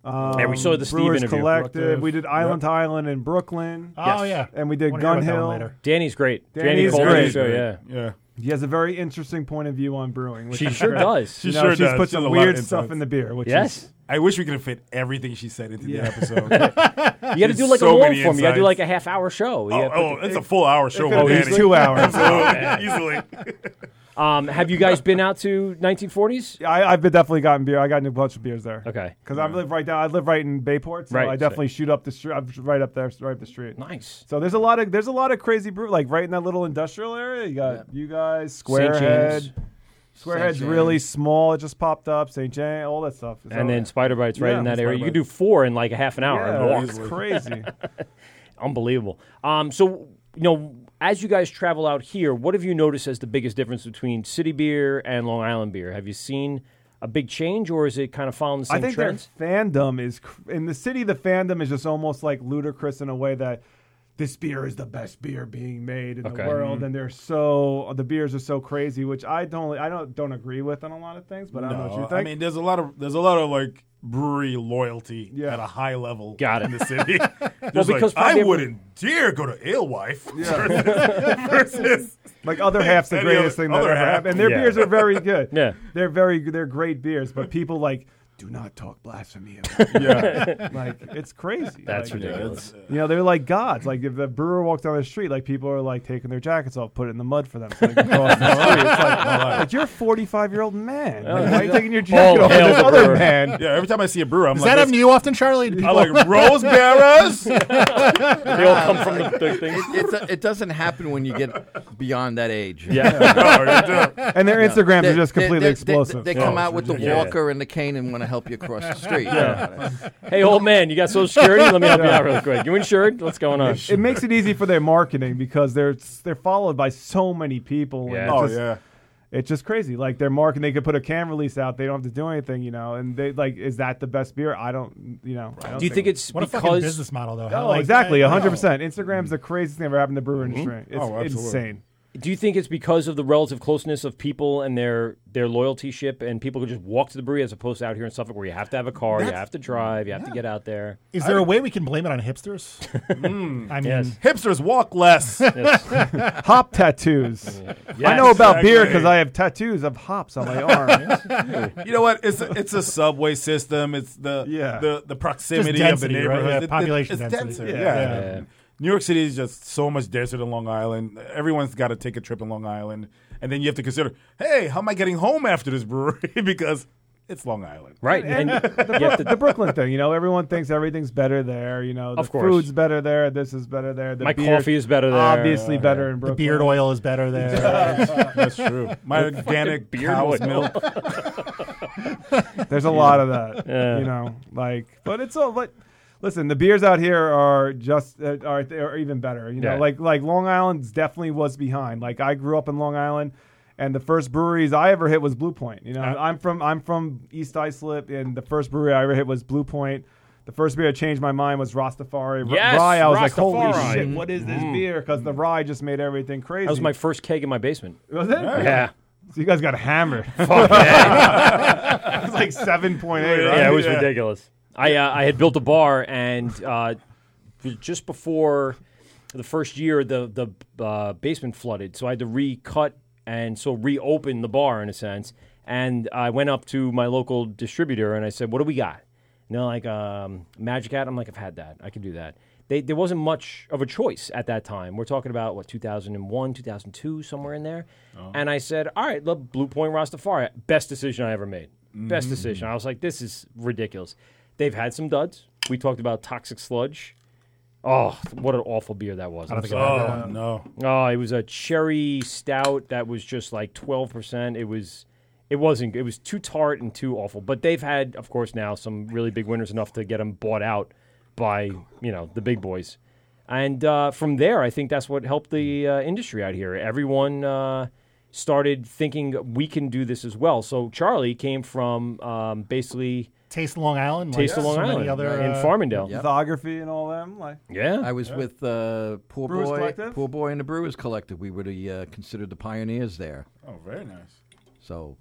[SPEAKER 5] um,
[SPEAKER 14] And we saw the Steve
[SPEAKER 5] Brewers
[SPEAKER 14] interview.
[SPEAKER 5] Collective. We did Island to Island in Brooklyn.
[SPEAKER 14] Oh, Yes. yeah.
[SPEAKER 5] and we did
[SPEAKER 14] Wanna hear
[SPEAKER 5] Gun
[SPEAKER 14] about that one
[SPEAKER 5] Hill.
[SPEAKER 14] later. Danny's great. Danny
[SPEAKER 5] Danny's
[SPEAKER 14] Cole
[SPEAKER 5] great.
[SPEAKER 14] Show, yeah.
[SPEAKER 3] yeah.
[SPEAKER 5] He has a very interesting point of view on brewing. Which
[SPEAKER 14] She
[SPEAKER 5] is
[SPEAKER 14] sure
[SPEAKER 5] great.
[SPEAKER 14] does.
[SPEAKER 5] You know, she's put some weird stuff in the beer. Which is,
[SPEAKER 3] I wish we could have fit everything she said into
[SPEAKER 5] Yeah. *laughs*
[SPEAKER 3] the episode.
[SPEAKER 14] You got to
[SPEAKER 3] She's
[SPEAKER 14] do like
[SPEAKER 3] so
[SPEAKER 14] a long
[SPEAKER 3] many
[SPEAKER 14] form. You got to do like
[SPEAKER 3] insights.
[SPEAKER 14] a half hour show. You
[SPEAKER 3] Oh,
[SPEAKER 14] gotta put
[SPEAKER 3] oh,
[SPEAKER 14] the-
[SPEAKER 3] it's a full hour show.
[SPEAKER 14] could've
[SPEAKER 3] with
[SPEAKER 14] been
[SPEAKER 3] Danny.
[SPEAKER 14] two hours. *laughs*
[SPEAKER 3] *laughs* Absolutely. Easily.
[SPEAKER 14] Oh, um, have you
[SPEAKER 5] *laughs*
[SPEAKER 14] guys been out to 1940s?
[SPEAKER 5] I, I've been definitely gotten beer. I got a bunch of beers there.
[SPEAKER 14] Okay.
[SPEAKER 5] Because I live right down. I live right in Bayport, so
[SPEAKER 14] Right,
[SPEAKER 5] I
[SPEAKER 14] so-
[SPEAKER 5] definitely shoot up the street. I'm right up there, right up the street.
[SPEAKER 14] Nice.
[SPEAKER 5] So there's a lot of there's a lot of crazy brew, like right in that little industrial area. You got you guys, Squarehead.
[SPEAKER 14] James.
[SPEAKER 5] Squarehead's
[SPEAKER 14] James.
[SPEAKER 5] really small. It just popped up. St. James, all that stuff. So-
[SPEAKER 14] and then Spider Bites right
[SPEAKER 5] Yeah,
[SPEAKER 14] in that
[SPEAKER 5] Spider
[SPEAKER 14] area. You could
[SPEAKER 5] Bites.
[SPEAKER 14] do four in like a half an hour.
[SPEAKER 5] Yeah,
[SPEAKER 14] and walk.
[SPEAKER 5] it's crazy.
[SPEAKER 14] *laughs* Unbelievable. Um, so, you know, as you guys travel out here, what have you noticed as the biggest difference between city beer and Long Island beer? Have you seen a big change or is it kind of following the same
[SPEAKER 5] I think
[SPEAKER 14] trends?
[SPEAKER 5] their fandom is cr- in the city. The fandom is just almost like ludicrous in a way that this beer is the best beer being made in
[SPEAKER 14] Okay.
[SPEAKER 5] the world,
[SPEAKER 14] Mhm.
[SPEAKER 5] and they're so the beers are so crazy, which I don't I don't don't agree with on a lot of things, but I don't know what you
[SPEAKER 3] No,
[SPEAKER 5] think.
[SPEAKER 3] I mean, there's a lot of there's a lot of like brewery loyalty
[SPEAKER 5] Yeah.
[SPEAKER 3] at a high level.
[SPEAKER 5] Got it.
[SPEAKER 3] in the
[SPEAKER 5] *laughs*
[SPEAKER 3] city.
[SPEAKER 5] Well,
[SPEAKER 3] well,
[SPEAKER 5] because
[SPEAKER 3] because
[SPEAKER 5] probably
[SPEAKER 3] I
[SPEAKER 5] every-
[SPEAKER 3] wouldn't dare go to Alewife. *laughs*
[SPEAKER 5] *laughs* Yeah.
[SPEAKER 3] versus
[SPEAKER 5] like other half's the
[SPEAKER 3] any other-
[SPEAKER 5] greatest thing that
[SPEAKER 3] other
[SPEAKER 5] ever
[SPEAKER 3] half.
[SPEAKER 5] happened. And their
[SPEAKER 3] Yeah.
[SPEAKER 5] beers are very
[SPEAKER 14] *laughs*
[SPEAKER 5] good.
[SPEAKER 3] Yeah.
[SPEAKER 5] they're very they're great beers, but people like do not talk blasphemy.
[SPEAKER 3] *laughs*
[SPEAKER 5] About
[SPEAKER 14] Yeah.
[SPEAKER 5] yeah, like it's crazy.
[SPEAKER 14] That's
[SPEAKER 5] Like,
[SPEAKER 14] ridiculous.
[SPEAKER 5] You know, they're like gods. Like if the brewer walks down the street, like people are like taking their jackets off, put it in the mud for them.
[SPEAKER 14] *laughs*
[SPEAKER 5] So they can cross the street. It's like, like, you're a 45 year old man. Like, why are you taking your jacket off? This other man.
[SPEAKER 3] Yeah, every time I see a brewer, I'm
[SPEAKER 7] Does
[SPEAKER 3] like,
[SPEAKER 7] that
[SPEAKER 3] this-
[SPEAKER 7] happen to you often, Charlie? Do
[SPEAKER 3] I
[SPEAKER 7] people-
[SPEAKER 3] like
[SPEAKER 7] *laughs*
[SPEAKER 5] *laughs*
[SPEAKER 3] rose bearers.
[SPEAKER 8] It, it, do- it doesn't happen when you get beyond that age. *laughs*
[SPEAKER 5] Yeah. Yeah. No, you do. And their Instagrams are just completely
[SPEAKER 8] they- they-
[SPEAKER 5] explosive.
[SPEAKER 8] They,
[SPEAKER 5] Yeah.
[SPEAKER 8] come
[SPEAKER 5] Oh,
[SPEAKER 8] out with the
[SPEAKER 5] yeah.
[SPEAKER 8] walker and the cane and want to help you across the street.
[SPEAKER 14] Yeah. hey, old man, you got Social Security? Let me help you out real quick. You insured? What's going on?
[SPEAKER 5] It, it makes it easy for their marketing because they're they're followed by so many people. and
[SPEAKER 14] Yeah.
[SPEAKER 5] it's
[SPEAKER 14] Oh,
[SPEAKER 5] just,
[SPEAKER 14] yeah.
[SPEAKER 5] It's just crazy. Like their marketing, they could put a can release out. They don't have to do anything, you know. And they like, is that the best beer? I don't, you know. I don't
[SPEAKER 14] Do you think it's
[SPEAKER 7] What a fucking
[SPEAKER 14] because
[SPEAKER 7] business model, though,
[SPEAKER 5] Oh,
[SPEAKER 7] huh? Like,
[SPEAKER 5] exactly,
[SPEAKER 7] I-
[SPEAKER 5] one hundred percent. Instagram's the craziest thing that ever happened to the brewer
[SPEAKER 14] Mhm.
[SPEAKER 5] industry. It's insane.
[SPEAKER 14] Do you think it's because of the relative closeness of people and their their loyalty ship, and people could just walk to the brewery as opposed to out here in Suffolk where you have to have a car, you
[SPEAKER 7] That's-
[SPEAKER 14] have to drive, you have to get out there?
[SPEAKER 7] Is there a way we can blame it on hipsters? I mean,
[SPEAKER 14] Yes.
[SPEAKER 3] Hmm. hipsters walk less.
[SPEAKER 7] *laughs*
[SPEAKER 5] Hop tattoos. I
[SPEAKER 3] Yes.
[SPEAKER 5] know about beer
[SPEAKER 3] Exactly.
[SPEAKER 5] because I have tattoos of hops on my
[SPEAKER 3] *laughs*
[SPEAKER 5] arm.
[SPEAKER 3] you know what? It's a, it's a subway system. It's the the, the proximity
[SPEAKER 7] Just
[SPEAKER 3] of the
[SPEAKER 7] density, right?
[SPEAKER 3] neighborhood.
[SPEAKER 7] Yeah,
[SPEAKER 3] It- it-
[SPEAKER 7] population
[SPEAKER 3] it's
[SPEAKER 7] density.
[SPEAKER 3] denser.
[SPEAKER 7] Yeah.
[SPEAKER 3] Yeah.
[SPEAKER 7] Yeah. Yeah.
[SPEAKER 3] New York City is just so much denser than Long Island. Everyone's got to take a trip in Long Island, and then you have to consider, hey, how am I getting home after this brewery? *laughs* because it's Long Island,
[SPEAKER 14] right?
[SPEAKER 3] *laughs*
[SPEAKER 5] And, the, Bro- the Brooklyn thing, you know, everyone thinks everything's better there. You know, the
[SPEAKER 14] Of course.
[SPEAKER 5] food's better there. This is better there. The
[SPEAKER 14] My
[SPEAKER 5] beer-
[SPEAKER 14] coffee is better there.
[SPEAKER 5] Obviously
[SPEAKER 14] Yeah.
[SPEAKER 5] better in
[SPEAKER 14] The
[SPEAKER 5] Brooklyn.
[SPEAKER 7] beard oil is better
[SPEAKER 5] *laughs*
[SPEAKER 7] there.
[SPEAKER 3] That's true. My
[SPEAKER 5] The fucking
[SPEAKER 3] organic
[SPEAKER 5] beard
[SPEAKER 3] cow's
[SPEAKER 5] oil.
[SPEAKER 3] milk.
[SPEAKER 5] *laughs* There's a lot of that.
[SPEAKER 14] Yeah.
[SPEAKER 5] You know, like, but it's all like. Listen, the beers out here are just uh, are, are even better. You know,
[SPEAKER 14] Yeah.
[SPEAKER 5] like like Long Island definitely was behind. Like I grew up in Long Island, and the first breweries I ever hit was Blue Point. You know,
[SPEAKER 14] Uh,
[SPEAKER 5] I'm from I'm from East Islip, and the first brewery I ever hit was Blue Point. The first beer that changed my mind was Rastafari R-
[SPEAKER 14] Yes,
[SPEAKER 5] rye. I was like, holy
[SPEAKER 14] Rastafari.
[SPEAKER 5] shit, what is this
[SPEAKER 14] Mm.
[SPEAKER 5] beer? Because the rye just made everything crazy.
[SPEAKER 14] That was my first keg in my basement.
[SPEAKER 5] Was it?
[SPEAKER 14] Yeah.
[SPEAKER 5] So you guys got hammered.
[SPEAKER 14] Fuck yeah.
[SPEAKER 5] *laughs* It was like 7.8, right?
[SPEAKER 14] Yeah, it was
[SPEAKER 5] Yeah.
[SPEAKER 14] ridiculous. I uh, I had built a bar, and uh, just before the first year, the the uh, basement flooded, so I had to recut and so reopen the bar in a sense. And I went up to my local distributor and I said, "What do we got?" And they're like, um, "Magic Hat." I'm like, "I've had that. I can do that." They, there wasn't much of a choice at that time. We're talking about what 2001, 2002, somewhere in there. And I said, "All right, look, Blue Point Rastafari, best decision I ever made. Best
[SPEAKER 8] Mm.
[SPEAKER 14] decision." I was like, "This is ridiculous." They've had some duds. We talked about Toxic Sludge. Oh, what an awful beer that was!
[SPEAKER 3] I don't
[SPEAKER 14] I'm
[SPEAKER 3] think I've had
[SPEAKER 14] sorry.
[SPEAKER 3] that. Oh,
[SPEAKER 14] Oh, it was a cherry stout that was just like twelve percent. It was, it wasn't. It was too tart and too awful. But they've had, of course, now some really big winners enough to get them bought out by you know the big boys. And uh, from there, I think that's what helped the uh, industry out here. Everyone uh, started thinking we can do this as well. So Charlie came from um, basically
[SPEAKER 7] Taste of Long Island.
[SPEAKER 14] Taste
[SPEAKER 7] like
[SPEAKER 14] of Long
[SPEAKER 7] so many
[SPEAKER 14] Island
[SPEAKER 7] other,
[SPEAKER 14] in
[SPEAKER 7] uh,
[SPEAKER 14] Farmingdale.
[SPEAKER 5] Lithography and all them. Like,
[SPEAKER 14] Yeah,
[SPEAKER 8] I was
[SPEAKER 5] Yeah.
[SPEAKER 8] with uh, Poor
[SPEAKER 5] Brewers
[SPEAKER 8] Boy,
[SPEAKER 5] Collective?
[SPEAKER 8] Poor Boy, and the Brewers Collective. We were the, uh, considered the pioneers there.
[SPEAKER 3] Oh, very nice.
[SPEAKER 8] So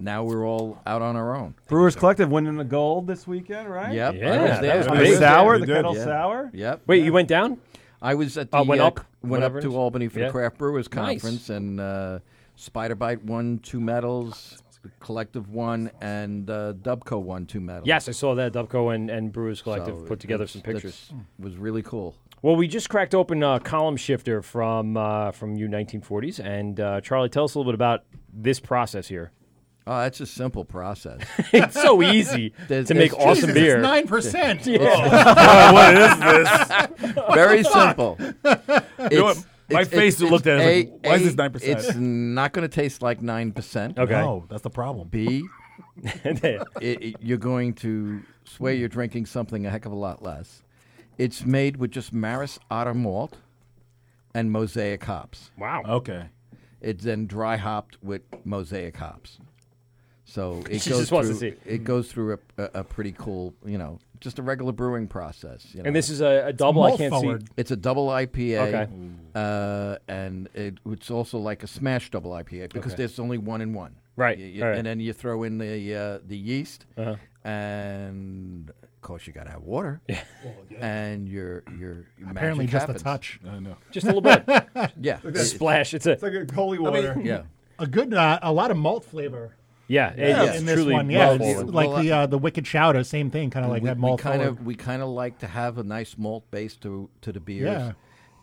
[SPEAKER 8] now we're all out on our own.
[SPEAKER 5] Brewers Collective winning the gold this weekend, right?
[SPEAKER 8] Yep, I
[SPEAKER 14] Yeah,
[SPEAKER 8] was there.
[SPEAKER 14] that was
[SPEAKER 8] I
[SPEAKER 14] big.
[SPEAKER 8] was
[SPEAKER 14] Sour,
[SPEAKER 8] there.
[SPEAKER 14] the
[SPEAKER 8] We did.
[SPEAKER 14] kettle
[SPEAKER 8] Yeah.
[SPEAKER 5] sour?
[SPEAKER 8] Yep.
[SPEAKER 14] Wait, you went down?
[SPEAKER 8] I was at the
[SPEAKER 14] Uh, went
[SPEAKER 8] uh,
[SPEAKER 14] up,
[SPEAKER 8] went
[SPEAKER 14] whatever
[SPEAKER 8] up
[SPEAKER 14] it
[SPEAKER 8] to
[SPEAKER 14] is.
[SPEAKER 8] Albany for
[SPEAKER 14] Yeah.
[SPEAKER 8] the Craft Brewers
[SPEAKER 14] Nice.
[SPEAKER 8] Conference, and uh, Spider Bite won two medals, Collective won, and uh, Dubco won two medals.
[SPEAKER 14] Yes, I saw that Dubco and, and Brewers Collective
[SPEAKER 8] So
[SPEAKER 14] put together
[SPEAKER 8] it's-
[SPEAKER 14] some
[SPEAKER 8] that's-
[SPEAKER 14] pictures.
[SPEAKER 8] Was really cool.
[SPEAKER 14] Well, we just cracked open uh, Column Shifter from uh, from U 1940s, and uh, Charlie, tell us a little bit about this process here.
[SPEAKER 8] Oh, that's a simple process.
[SPEAKER 14] *laughs* it's so
[SPEAKER 8] *laughs*
[SPEAKER 14] easy to make awesome beer. *laughs*
[SPEAKER 8] It's-
[SPEAKER 7] 9%. *laughs* Whoa. Oh. What is this? *laughs* What
[SPEAKER 8] Very
[SPEAKER 7] the fuck?
[SPEAKER 8] simple.
[SPEAKER 7] You know what? My face looked at it, it's like, why is this 9%?
[SPEAKER 8] It's not going to taste like 9%.
[SPEAKER 7] Okay. No, that's the problem. *laughs*
[SPEAKER 8] B, it, it- you're going to swear you're drinking something a heck of a lot less. It's made with just Maris Otter malt and mosaic hops.
[SPEAKER 14] Wow.
[SPEAKER 3] Okay.
[SPEAKER 8] It's then dry hopped with mosaic hops. So it
[SPEAKER 14] She
[SPEAKER 8] goes
[SPEAKER 14] just
[SPEAKER 8] through,
[SPEAKER 14] wants to see.
[SPEAKER 8] It goes through a, a, a pretty cool, you know, just a regular *laughs* brewing process. you
[SPEAKER 14] And
[SPEAKER 8] know.
[SPEAKER 14] this is a- a double, I Malt can't see- forward.
[SPEAKER 8] It's a double IPA.
[SPEAKER 14] Okay.
[SPEAKER 8] Uh, and it, it's also like a smash double IPA because
[SPEAKER 14] Okay.
[SPEAKER 8] there's only one in one.
[SPEAKER 14] Right,
[SPEAKER 8] You- you-
[SPEAKER 14] all right.
[SPEAKER 8] And then you throw in the uh, the yeast,
[SPEAKER 14] Uh-huh.
[SPEAKER 8] and of course you got to have water. And your your
[SPEAKER 7] Apparently
[SPEAKER 8] magic
[SPEAKER 7] just a
[SPEAKER 8] happens.
[SPEAKER 7] touch. I know.
[SPEAKER 14] Just a little bit.
[SPEAKER 8] *laughs* yeah.
[SPEAKER 7] Like that.
[SPEAKER 14] Splash, it's a- It's like
[SPEAKER 5] a holy
[SPEAKER 7] I mean, a good, uh, a lot of malt flavor.
[SPEAKER 14] Yeah,
[SPEAKER 7] Yeah,
[SPEAKER 8] it's
[SPEAKER 7] in this
[SPEAKER 8] truly
[SPEAKER 7] one, yeah,
[SPEAKER 8] malt
[SPEAKER 7] it's
[SPEAKER 8] forward.
[SPEAKER 7] like
[SPEAKER 8] Well,
[SPEAKER 7] the
[SPEAKER 8] uh,
[SPEAKER 7] uh, the Wicked Chowder, same thing, kind of like
[SPEAKER 8] we,
[SPEAKER 7] that malt.
[SPEAKER 8] We kind
[SPEAKER 7] forward.
[SPEAKER 8] of we kind of like to have a nice malt base to to the beers,
[SPEAKER 7] Yeah.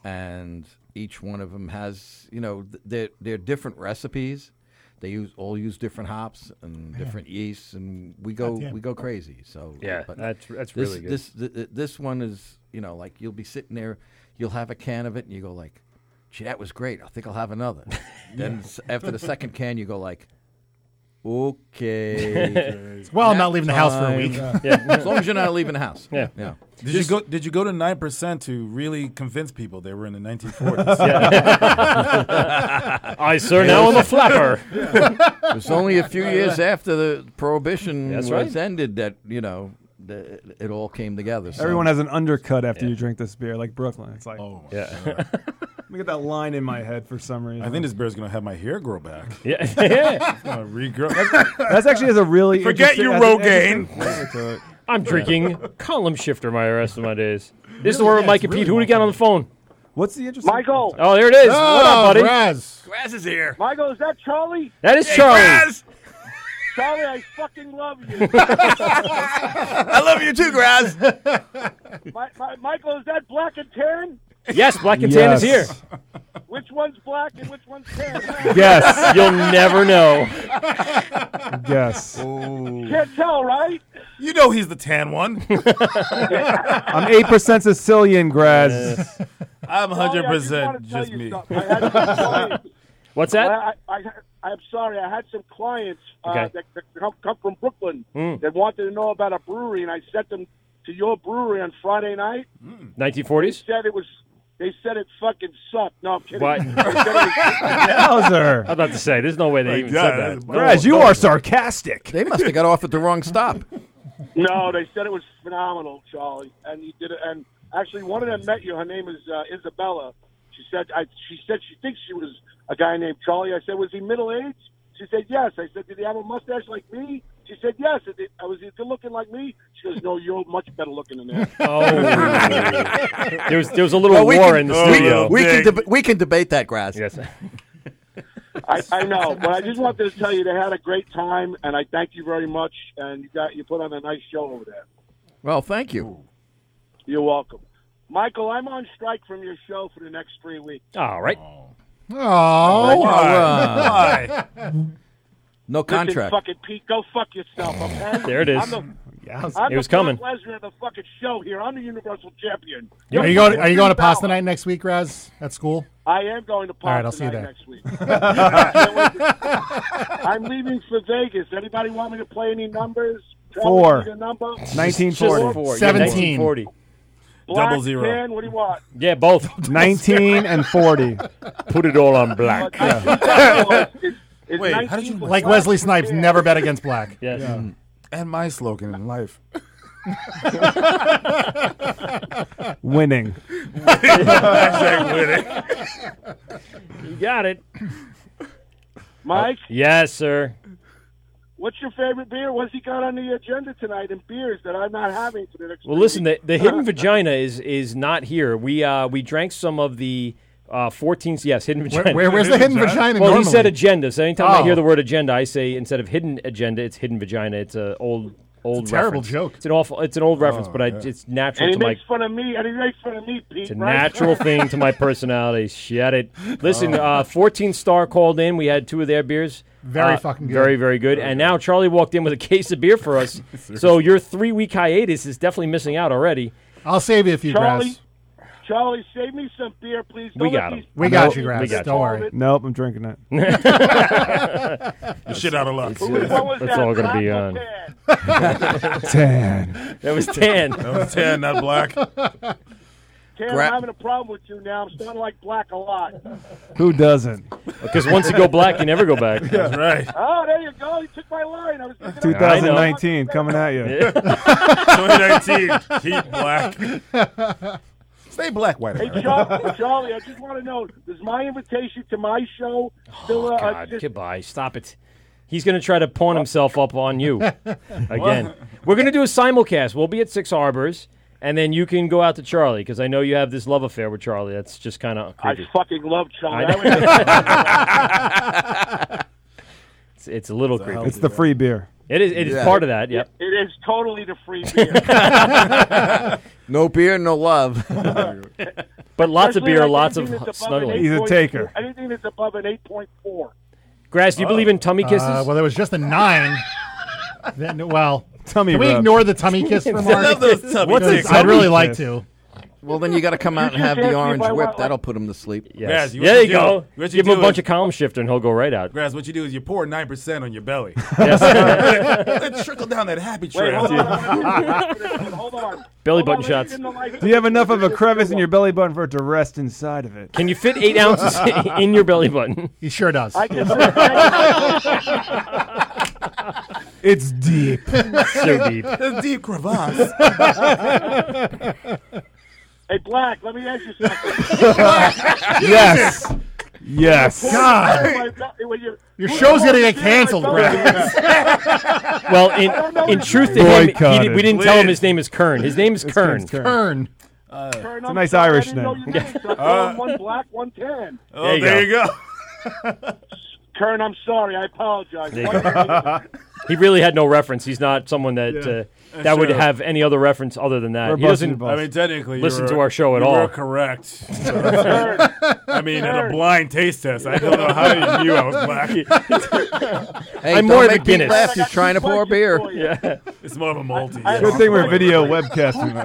[SPEAKER 8] and each one of them has you know th- they're they're different recipes. They use all use different hops and
[SPEAKER 14] Yeah.
[SPEAKER 8] different yeasts, and we go
[SPEAKER 14] Goddamn.
[SPEAKER 8] we go crazy. So
[SPEAKER 14] Yeah,
[SPEAKER 8] but
[SPEAKER 14] that's- that's
[SPEAKER 8] this-
[SPEAKER 14] really good.
[SPEAKER 8] This th- th- this one is you know like you'll be sitting there, you'll have a can of it, and you go like, "Gee, that was great. I think I'll have
[SPEAKER 7] *laughs*
[SPEAKER 8] another." then
[SPEAKER 7] Yeah.
[SPEAKER 8] s- after the second can, you go like. Okay.
[SPEAKER 7] *laughs* Well, I'm
[SPEAKER 8] Nap
[SPEAKER 7] not leaving the house for a
[SPEAKER 8] time.
[SPEAKER 7] week.
[SPEAKER 3] Yeah.
[SPEAKER 8] as long as you're not leaving the house.
[SPEAKER 14] *laughs*
[SPEAKER 8] Yeah.
[SPEAKER 3] Did you go? Did you go to nine percent to really convince people they were in the 1940s? *laughs*
[SPEAKER 8] Yeah. I, sir,
[SPEAKER 3] It
[SPEAKER 8] now
[SPEAKER 3] was-
[SPEAKER 8] am a flapper.
[SPEAKER 3] Yeah.
[SPEAKER 8] It was only a few years after the prohibition
[SPEAKER 3] That's
[SPEAKER 8] was
[SPEAKER 3] right.
[SPEAKER 8] ended that you know the, it all came together. so-
[SPEAKER 5] Everyone has an undercut after you drink this beer, like Brooklyn. It's like,
[SPEAKER 3] oh,
[SPEAKER 14] yeah.
[SPEAKER 5] Let me get that line in my head for some reason.
[SPEAKER 3] I think this beer's gonna have my hair grow back.
[SPEAKER 14] Yeah,
[SPEAKER 3] It's gonna regrow. That's,
[SPEAKER 5] That's actually has a really
[SPEAKER 3] Forget
[SPEAKER 5] interesting-
[SPEAKER 3] you,
[SPEAKER 5] has an interesting flavor to it.
[SPEAKER 3] Rogaine.
[SPEAKER 14] I'm
[SPEAKER 5] Yeah.
[SPEAKER 8] *laughs*
[SPEAKER 14] drinking column shifter my rest of my days. This is
[SPEAKER 5] Really?
[SPEAKER 14] where
[SPEAKER 5] Yeah,
[SPEAKER 14] Mike
[SPEAKER 5] it's
[SPEAKER 14] and Pete.
[SPEAKER 5] really
[SPEAKER 14] Who do we got on the phone?
[SPEAKER 5] What's the interesting?
[SPEAKER 2] Michael.
[SPEAKER 14] Oh, there it is. what
[SPEAKER 2] Oh,
[SPEAKER 14] up, buddy?
[SPEAKER 2] Raz.
[SPEAKER 3] Grass is here.
[SPEAKER 2] Michael, is that Charlie?
[SPEAKER 14] That is Hey, Charlie. Graz.
[SPEAKER 2] *laughs* Charlie, I fucking love *laughs* you.
[SPEAKER 14] I love you too,
[SPEAKER 2] *laughs*
[SPEAKER 14] Graz.
[SPEAKER 2] My, my, Michael, is that Black and Tan?
[SPEAKER 14] Yes, Black and Tan is here.
[SPEAKER 2] Yes. Which one's black and which one's tan?
[SPEAKER 14] *laughs* Yes, you'll never know.
[SPEAKER 5] *laughs* Yes.
[SPEAKER 2] Can't tell, right?
[SPEAKER 3] You know he's the tan one.
[SPEAKER 5] *laughs* I'm eight percent Sicilian, Graz.
[SPEAKER 3] I'm
[SPEAKER 2] Charlie, Oh, I
[SPEAKER 3] hundred
[SPEAKER 2] just wanna
[SPEAKER 3] percent
[SPEAKER 2] tell
[SPEAKER 3] just
[SPEAKER 2] you
[SPEAKER 3] me.
[SPEAKER 2] something. I had
[SPEAKER 14] *laughs*
[SPEAKER 2] some clients-
[SPEAKER 14] What's that?
[SPEAKER 2] I, I, I, am sorry. I had some clients uh,
[SPEAKER 14] Okay.
[SPEAKER 2] that, that come, come from Brooklyn
[SPEAKER 14] Mm.
[SPEAKER 2] that wanted to know about a brewery, and I sent them to your brewery on Friday night.
[SPEAKER 14] 1940s.
[SPEAKER 2] They said it was. They said it fucking sucked. No, I'm kidding.
[SPEAKER 14] What?
[SPEAKER 2] They said
[SPEAKER 14] *laughs*
[SPEAKER 2] it was-
[SPEAKER 14] Yowzer. I'm about to say, there's no way they even said that.
[SPEAKER 5] Graz, you are sarcastic.
[SPEAKER 8] They must have got off at the wrong
[SPEAKER 14] *laughs*
[SPEAKER 8] stop.
[SPEAKER 2] No, they said it was phenomenal, Charlie, and you did it. And actually, one of them met you. Her name is uh, Isabella. She said, I, she said she thinks she was a guy named Charlie. I said, was he middle aged? She said, yes. I said, did he have a mustache like me? She said, yes. I said, was he good looking like me? She goes, no, you're much better looking than that.
[SPEAKER 14] *laughs* Oh. there was there was a little
[SPEAKER 8] Well, we
[SPEAKER 14] war
[SPEAKER 8] can-
[SPEAKER 14] in the
[SPEAKER 8] we-
[SPEAKER 14] studio.
[SPEAKER 8] We, can deba- we can debate that, Grass.
[SPEAKER 14] Yes.
[SPEAKER 2] I, I know, but I just wanted to tell you they had a great time, and I thank you very much. And you got you put on a nice show over there.
[SPEAKER 8] Well, thank you.
[SPEAKER 2] You're welcome, Michael. I'm on strike from your show for the next three weeks.
[SPEAKER 14] All right.
[SPEAKER 7] Oh,
[SPEAKER 8] Why? No
[SPEAKER 2] Listen,
[SPEAKER 8] contract.
[SPEAKER 2] fucking Pete, go fuck yourself, okay?
[SPEAKER 8] *laughs* There it is.
[SPEAKER 2] I'm the,
[SPEAKER 8] Yowza.
[SPEAKER 2] I'm
[SPEAKER 8] It was
[SPEAKER 2] the Brock
[SPEAKER 8] coming.
[SPEAKER 2] Lesnar of the fucking show here. I'm the Universal Champion.
[SPEAKER 7] Are you going? Are you going to pasta night next week, Raz? At school?
[SPEAKER 2] I am going to
[SPEAKER 7] All right, I'll
[SPEAKER 2] Pasta
[SPEAKER 7] see you
[SPEAKER 2] Night
[SPEAKER 7] there.
[SPEAKER 2] next
[SPEAKER 7] *laughs*
[SPEAKER 2] week. *laughs* Can't wait to- I'm leaving for Vegas. Anybody want me to play any numbers? Tell me
[SPEAKER 5] Four.
[SPEAKER 2] the number.
[SPEAKER 5] 1940.
[SPEAKER 2] Just
[SPEAKER 5] Four. Yeah,
[SPEAKER 14] 17.
[SPEAKER 5] 1940.
[SPEAKER 2] Black,
[SPEAKER 5] Double zero.
[SPEAKER 2] tan, what do you want?
[SPEAKER 14] Yeah, both.
[SPEAKER 5] 19 and 40.
[SPEAKER 14] *laughs* Put it all on black.
[SPEAKER 2] *laughs* It's
[SPEAKER 3] Wait, how did you
[SPEAKER 2] 19
[SPEAKER 7] Like Wesley Snipes, never bet against black.
[SPEAKER 14] Yes. Mm.
[SPEAKER 3] And my slogan in life.
[SPEAKER 7] *laughs*
[SPEAKER 5] Winning.
[SPEAKER 14] You got it.
[SPEAKER 2] Mike,
[SPEAKER 14] *laughs* Yes, sir.
[SPEAKER 2] what's your favorite beer? What's he got on the agenda tonight in beers that I'm not having for the next
[SPEAKER 14] Well, listen, the, the
[SPEAKER 2] *laughs*
[SPEAKER 14] hidden vagina is is not here. We uh we drank some of the uh 14s. Yes, hidden
[SPEAKER 7] Where-
[SPEAKER 14] vagina.
[SPEAKER 7] where- where's the hidden vagina
[SPEAKER 14] Well, he
[SPEAKER 7] normally?
[SPEAKER 14] said agenda. So anytime I
[SPEAKER 7] Oh.
[SPEAKER 14] hear the word agenda, I say instead of hidden agenda, it's hidden vagina. It's a old old
[SPEAKER 7] It's a terrible
[SPEAKER 14] reference.
[SPEAKER 7] joke.
[SPEAKER 14] It's an awful. It's an old reference,
[SPEAKER 7] Oh,
[SPEAKER 14] but I,
[SPEAKER 7] yeah.
[SPEAKER 14] it's natural
[SPEAKER 2] And he
[SPEAKER 14] to my
[SPEAKER 2] makes fun of me, and he makes fun of me, Pete.
[SPEAKER 14] It's a
[SPEAKER 2] right?
[SPEAKER 14] natural thing
[SPEAKER 2] *laughs*
[SPEAKER 14] to my personality. Shut it. Listen, uh, 14 Star called in. We had two of their beers.
[SPEAKER 7] Very
[SPEAKER 14] Uh,
[SPEAKER 7] fucking good.
[SPEAKER 14] Very, very good. and now Charlie walked in with a case of beer for us. so your three week hiatus is definitely missing out already.
[SPEAKER 7] I'll save you if you,
[SPEAKER 2] Charlie, Charlie, save me some beer, please.
[SPEAKER 14] We
[SPEAKER 2] Don't let
[SPEAKER 14] got 'em.
[SPEAKER 2] these-
[SPEAKER 7] We got you, Grass.
[SPEAKER 14] we got
[SPEAKER 7] Don't
[SPEAKER 14] you.
[SPEAKER 7] worry.
[SPEAKER 5] Nope, I'm
[SPEAKER 14] *laughs*
[SPEAKER 5] drinking it.
[SPEAKER 3] You're shit out of luck.
[SPEAKER 14] It's, it's all going to be on.
[SPEAKER 5] Tan.
[SPEAKER 14] *laughs*
[SPEAKER 5] *laughs*
[SPEAKER 14] That was tan. *laughs*
[SPEAKER 7] *laughs*
[SPEAKER 3] That was tan, not black.
[SPEAKER 2] Cam,
[SPEAKER 8] Gra-
[SPEAKER 2] I'm having a problem with you now. I'm starting to like black a lot.
[SPEAKER 5] Who doesn't?
[SPEAKER 14] Because once you go black, you never go back.
[SPEAKER 5] *laughs* That's right.
[SPEAKER 2] Oh, there you go. You took my line. I was
[SPEAKER 14] *laughs*
[SPEAKER 2] thinking of-
[SPEAKER 5] 2019 coming at you.
[SPEAKER 2] Yeah.
[SPEAKER 5] *laughs*
[SPEAKER 8] *laughs*
[SPEAKER 3] 2019, keep black. Stay black, white
[SPEAKER 2] Hey,
[SPEAKER 3] America.
[SPEAKER 2] Charlie, Charlie, I just want to know: Does my invitation to my show still?
[SPEAKER 14] Oh,
[SPEAKER 2] uh,
[SPEAKER 14] God,
[SPEAKER 2] just-
[SPEAKER 14] goodbye. Stop it. He's going to try to pawn himself up on you again. We're going to do a simulcast. We'll be at Six Harbors, and then you can go out to Charlie because I know you have this love affair with Charlie. That's just kind of
[SPEAKER 2] I
[SPEAKER 14] creepy.
[SPEAKER 2] fucking love Charlie.
[SPEAKER 14] I
[SPEAKER 2] *laughs*
[SPEAKER 14] *laughs*
[SPEAKER 2] I would-
[SPEAKER 14] it's, it's a little creepy.
[SPEAKER 5] It's the free beer.
[SPEAKER 14] It is. It is part of that. Yep.
[SPEAKER 2] It is totally the free beer.
[SPEAKER 8] *laughs* no beer, no
[SPEAKER 2] *laughs*
[SPEAKER 8] love.
[SPEAKER 14] but lots of
[SPEAKER 2] Especially
[SPEAKER 14] beer,
[SPEAKER 2] like
[SPEAKER 14] lots of
[SPEAKER 2] anything that's above an
[SPEAKER 14] snuggling.
[SPEAKER 8] 8.2.
[SPEAKER 2] Anything that's above an eight point four.
[SPEAKER 14] Grass, do you believe in tummy kisses?
[SPEAKER 7] Uh, well, there was just
[SPEAKER 14] *laughs*
[SPEAKER 7] a nine. then, well,
[SPEAKER 5] tummy.
[SPEAKER 7] Can we
[SPEAKER 8] rub.
[SPEAKER 7] ignore the tummy kiss
[SPEAKER 8] I
[SPEAKER 7] remark?
[SPEAKER 8] love those tummy
[SPEAKER 7] Because
[SPEAKER 8] kisses.
[SPEAKER 7] I'd really
[SPEAKER 8] Tummy
[SPEAKER 7] like
[SPEAKER 8] kiss.
[SPEAKER 7] to.
[SPEAKER 1] *laughs*
[SPEAKER 8] Well, then you got to come out and have the orange whip. That'll put him to sleep.
[SPEAKER 14] Yes.
[SPEAKER 3] you- what
[SPEAKER 14] there you
[SPEAKER 3] do-
[SPEAKER 14] go.
[SPEAKER 3] what you
[SPEAKER 14] Give him
[SPEAKER 3] do
[SPEAKER 14] a bunch
[SPEAKER 3] is-
[SPEAKER 14] of column shifter, and he'll go right out.
[SPEAKER 3] Grass, what you do is you pour 9% on your belly. *laughs*
[SPEAKER 14] Yes.
[SPEAKER 3] Let it trickle down that happy
[SPEAKER 14] Wait,
[SPEAKER 3] trail.
[SPEAKER 14] hold
[SPEAKER 2] on. *laughs* Hold on.
[SPEAKER 14] Belly button shots.
[SPEAKER 5] Do you have enough of a crevice in your belly button for it to rest inside of it?
[SPEAKER 14] Can you fit eight
[SPEAKER 5] *laughs*
[SPEAKER 14] ounces *laughs* in your belly button?
[SPEAKER 7] He sure does.
[SPEAKER 5] I
[SPEAKER 7] can-
[SPEAKER 8] *laughs*
[SPEAKER 5] it's deep. *laughs*
[SPEAKER 2] *laughs*
[SPEAKER 14] So deep.
[SPEAKER 2] A
[SPEAKER 3] deep
[SPEAKER 2] crevasse. *laughs* Hey, Black, let me ask you
[SPEAKER 5] *laughs*
[SPEAKER 2] something.
[SPEAKER 5] yes. Yes.
[SPEAKER 7] Your show's gonna get canceled, Brad.
[SPEAKER 14] Well, in, in truth to him, he,
[SPEAKER 5] Boycotted.
[SPEAKER 14] did- we didn't tell him
[SPEAKER 5] Please.
[SPEAKER 14] his name is Kern. His name is
[SPEAKER 5] It's
[SPEAKER 14] Kern.
[SPEAKER 5] Kern's Kern. Kern. It's a nice Irish name.
[SPEAKER 2] Uh, one black, one tan.
[SPEAKER 5] Oh, There you
[SPEAKER 14] go.
[SPEAKER 2] Kern, I'm sorry. I apologize.
[SPEAKER 14] There you go. he really had no reference. He's not someone that
[SPEAKER 3] Yeah.
[SPEAKER 14] uh, that would
[SPEAKER 3] Sure.
[SPEAKER 14] have any other reference other than that. he doesn't.
[SPEAKER 3] I mean, technically, you
[SPEAKER 14] listen
[SPEAKER 3] were-
[SPEAKER 14] to our show at
[SPEAKER 3] you
[SPEAKER 14] all.
[SPEAKER 8] *laughs*
[SPEAKER 3] Were correct. So, *laughs* I mean, in a blind taste test, I don't know how you knew I was black.
[SPEAKER 8] Hey, I'm don't more of a make me Guinness. laugh. You're trying to pour beer.
[SPEAKER 14] Yeah,
[SPEAKER 3] it's more of a multi.
[SPEAKER 5] Good thing we're video webcasting
[SPEAKER 3] *laughs*
[SPEAKER 7] *laughs*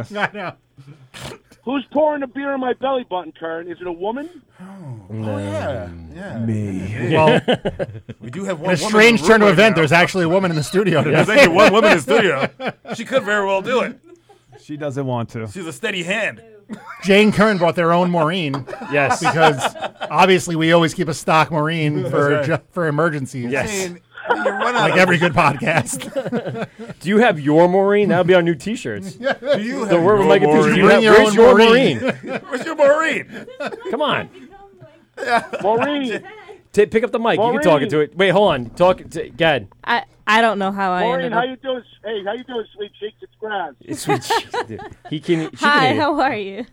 [SPEAKER 5] this.
[SPEAKER 2] Who's pouring the beer in my belly button, Kern? Is it a woman?
[SPEAKER 3] Oh, yeah. yeah.
[SPEAKER 7] Me. Well, *laughs*
[SPEAKER 3] *laughs* we do have
[SPEAKER 7] in
[SPEAKER 3] one
[SPEAKER 7] a
[SPEAKER 3] woman
[SPEAKER 7] strange
[SPEAKER 3] in the room
[SPEAKER 7] turn of
[SPEAKER 3] right
[SPEAKER 7] event,
[SPEAKER 2] *laughs*
[SPEAKER 3] now.
[SPEAKER 7] there's actually a woman in the studio today.
[SPEAKER 3] Yeah, thank you.
[SPEAKER 7] *laughs*
[SPEAKER 3] One woman in the studio. She could very well do it.
[SPEAKER 5] *laughs* She doesn't want to.
[SPEAKER 3] She's a steady hand.
[SPEAKER 7] Jane Kern brought their own Maureen.
[SPEAKER 3] Yes.
[SPEAKER 7] Because obviously we always keep a stock Maureen
[SPEAKER 3] That's
[SPEAKER 7] for
[SPEAKER 3] right.
[SPEAKER 7] ju- for emergencies.
[SPEAKER 14] Yes.
[SPEAKER 7] Like every
[SPEAKER 2] *laughs*
[SPEAKER 7] good podcast.
[SPEAKER 14] Do you have your Maureen? That'll be our new T-shirts. Do
[SPEAKER 3] you
[SPEAKER 14] the
[SPEAKER 3] have
[SPEAKER 14] word
[SPEAKER 3] your
[SPEAKER 14] Mike
[SPEAKER 3] Maureen?
[SPEAKER 14] Do you
[SPEAKER 3] Bring
[SPEAKER 14] have,
[SPEAKER 3] your
[SPEAKER 14] where's
[SPEAKER 3] own
[SPEAKER 14] your
[SPEAKER 3] Maureen.
[SPEAKER 14] Maureen?
[SPEAKER 3] Where's your Maureen?
[SPEAKER 14] Come *laughs* on.
[SPEAKER 2] Maureen.
[SPEAKER 14] T- pick up the mic. You can talk
[SPEAKER 2] Maureen.
[SPEAKER 14] into it. Wait, hold on. Talk. T- Gad.
[SPEAKER 1] I I don't know how I ended
[SPEAKER 2] Maureen, how
[SPEAKER 1] up.
[SPEAKER 2] you doing? Hey, how you doing, sweet cheeks? It's Graz.
[SPEAKER 14] It's
[SPEAKER 2] *laughs*
[SPEAKER 14] sweet cheeks, dude. He can. She
[SPEAKER 1] Hi,
[SPEAKER 14] can hear you.
[SPEAKER 1] how are you?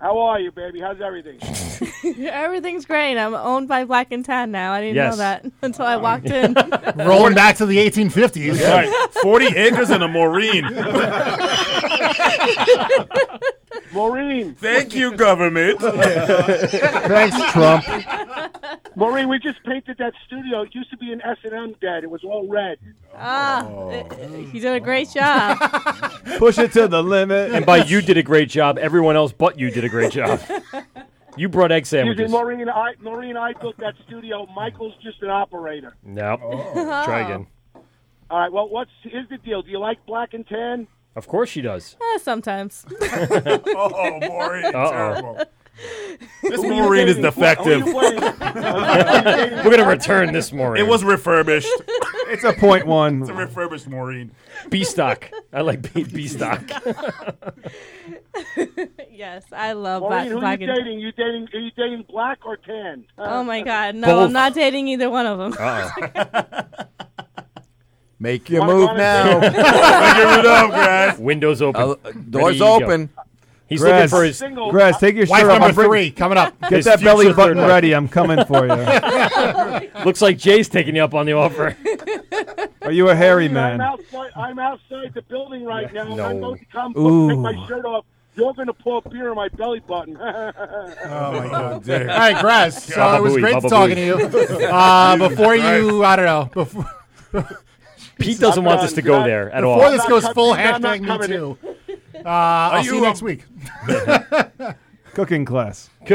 [SPEAKER 2] How are you, baby? How's everything?
[SPEAKER 1] *laughs* Everything's great. I'm owned by Black and Tan now. I didn't
[SPEAKER 7] Yes.
[SPEAKER 1] know that *laughs* until I walked in. *laughs*
[SPEAKER 7] Rolling back to the 1850s.
[SPEAKER 3] That's right. 40 acres and
[SPEAKER 7] *laughs*
[SPEAKER 3] a Maureen.
[SPEAKER 2] Maureen.
[SPEAKER 3] Thank
[SPEAKER 14] *laughs*
[SPEAKER 3] you, government.
[SPEAKER 7] Thanks, Trump.
[SPEAKER 2] Maureen, we just painted that studio. It used to be an S and M dead. It was all red.
[SPEAKER 1] ah, you did a great
[SPEAKER 2] *laughs*
[SPEAKER 1] job.
[SPEAKER 5] Push it to the limit.
[SPEAKER 14] And by you did a great job. Everyone else but you did a great
[SPEAKER 2] *laughs*
[SPEAKER 14] job. You brought egg
[SPEAKER 2] Excuse me,
[SPEAKER 14] sandwiches.
[SPEAKER 2] Maureen. I Maureen, I built that studio. Michael's just an operator.
[SPEAKER 14] No. Try again.
[SPEAKER 2] All right. Well, what's is the deal? Do you like black and tan?
[SPEAKER 14] Of course she does.
[SPEAKER 1] Eh, sometimes.
[SPEAKER 3] oh, Maureen,
[SPEAKER 14] Uh-oh.
[SPEAKER 3] terrible.
[SPEAKER 2] This
[SPEAKER 3] Maureen is defective. *laughs*
[SPEAKER 14] We're gonna return this Maureen.
[SPEAKER 3] It was refurbished.
[SPEAKER 5] It's a point one.
[SPEAKER 3] It's a refurbished Maureen.
[SPEAKER 14] B stock. I like B, B
[SPEAKER 3] *laughs*
[SPEAKER 14] stock.
[SPEAKER 1] yes, I love
[SPEAKER 2] Maureen, who are
[SPEAKER 1] Black,
[SPEAKER 2] you
[SPEAKER 1] Black and
[SPEAKER 2] dating? You dating? Are you dating black or tan?
[SPEAKER 1] Oh my God, no,
[SPEAKER 8] Both.
[SPEAKER 1] I'm not dating either one of them. *laughs*
[SPEAKER 14] *laughs*
[SPEAKER 8] Make your
[SPEAKER 1] Wanna
[SPEAKER 8] move
[SPEAKER 1] go on
[SPEAKER 8] now.
[SPEAKER 1] a-
[SPEAKER 8] *laughs*
[SPEAKER 1] Make your move now, Grass.
[SPEAKER 14] Windows open.
[SPEAKER 8] Uh, doors
[SPEAKER 14] Ready to go.
[SPEAKER 8] open.
[SPEAKER 14] He's looking
[SPEAKER 5] Grass,
[SPEAKER 14] for his
[SPEAKER 5] Grass, take your
[SPEAKER 14] Wife
[SPEAKER 5] shirt off.
[SPEAKER 14] number
[SPEAKER 5] I'm bringing-
[SPEAKER 14] three, coming up.
[SPEAKER 5] Get
[SPEAKER 14] His
[SPEAKER 5] that belly
[SPEAKER 14] future third
[SPEAKER 5] button
[SPEAKER 14] wife.
[SPEAKER 5] ready. I'm coming for you.
[SPEAKER 14] *laughs* Looks like Jay's taking you up on the offer.
[SPEAKER 5] Are you a hairy
[SPEAKER 2] I'm
[SPEAKER 5] man?
[SPEAKER 2] outside. I'm outside the building right now.
[SPEAKER 5] No.
[SPEAKER 2] I'm going to come
[SPEAKER 5] Ooh.
[SPEAKER 2] take my shirt off. You're going to pour beer in my belly button. *laughs* oh
[SPEAKER 14] *laughs*
[SPEAKER 7] my God. All right, Grass. *laughs* So it was
[SPEAKER 14] Baba
[SPEAKER 7] great
[SPEAKER 14] booey,
[SPEAKER 7] talking to
[SPEAKER 14] baba *laughs* booey.
[SPEAKER 7] you.
[SPEAKER 14] Jesus
[SPEAKER 7] Uh, before you, uh,
[SPEAKER 14] Christ.
[SPEAKER 7] I don't know. Before,
[SPEAKER 14] *laughs* Pete doesn't want us to go there at all.
[SPEAKER 7] Before this goes
[SPEAKER 5] coming-
[SPEAKER 7] full
[SPEAKER 5] I'm not
[SPEAKER 7] hashtag me
[SPEAKER 5] coming
[SPEAKER 3] *laughs*
[SPEAKER 7] too. Uh, I'll see
[SPEAKER 5] you,
[SPEAKER 7] you next
[SPEAKER 14] *laughs*
[SPEAKER 5] um,
[SPEAKER 7] week.
[SPEAKER 5] *laughs* Cooking class.
[SPEAKER 14] *laughs*
[SPEAKER 5] *laughs*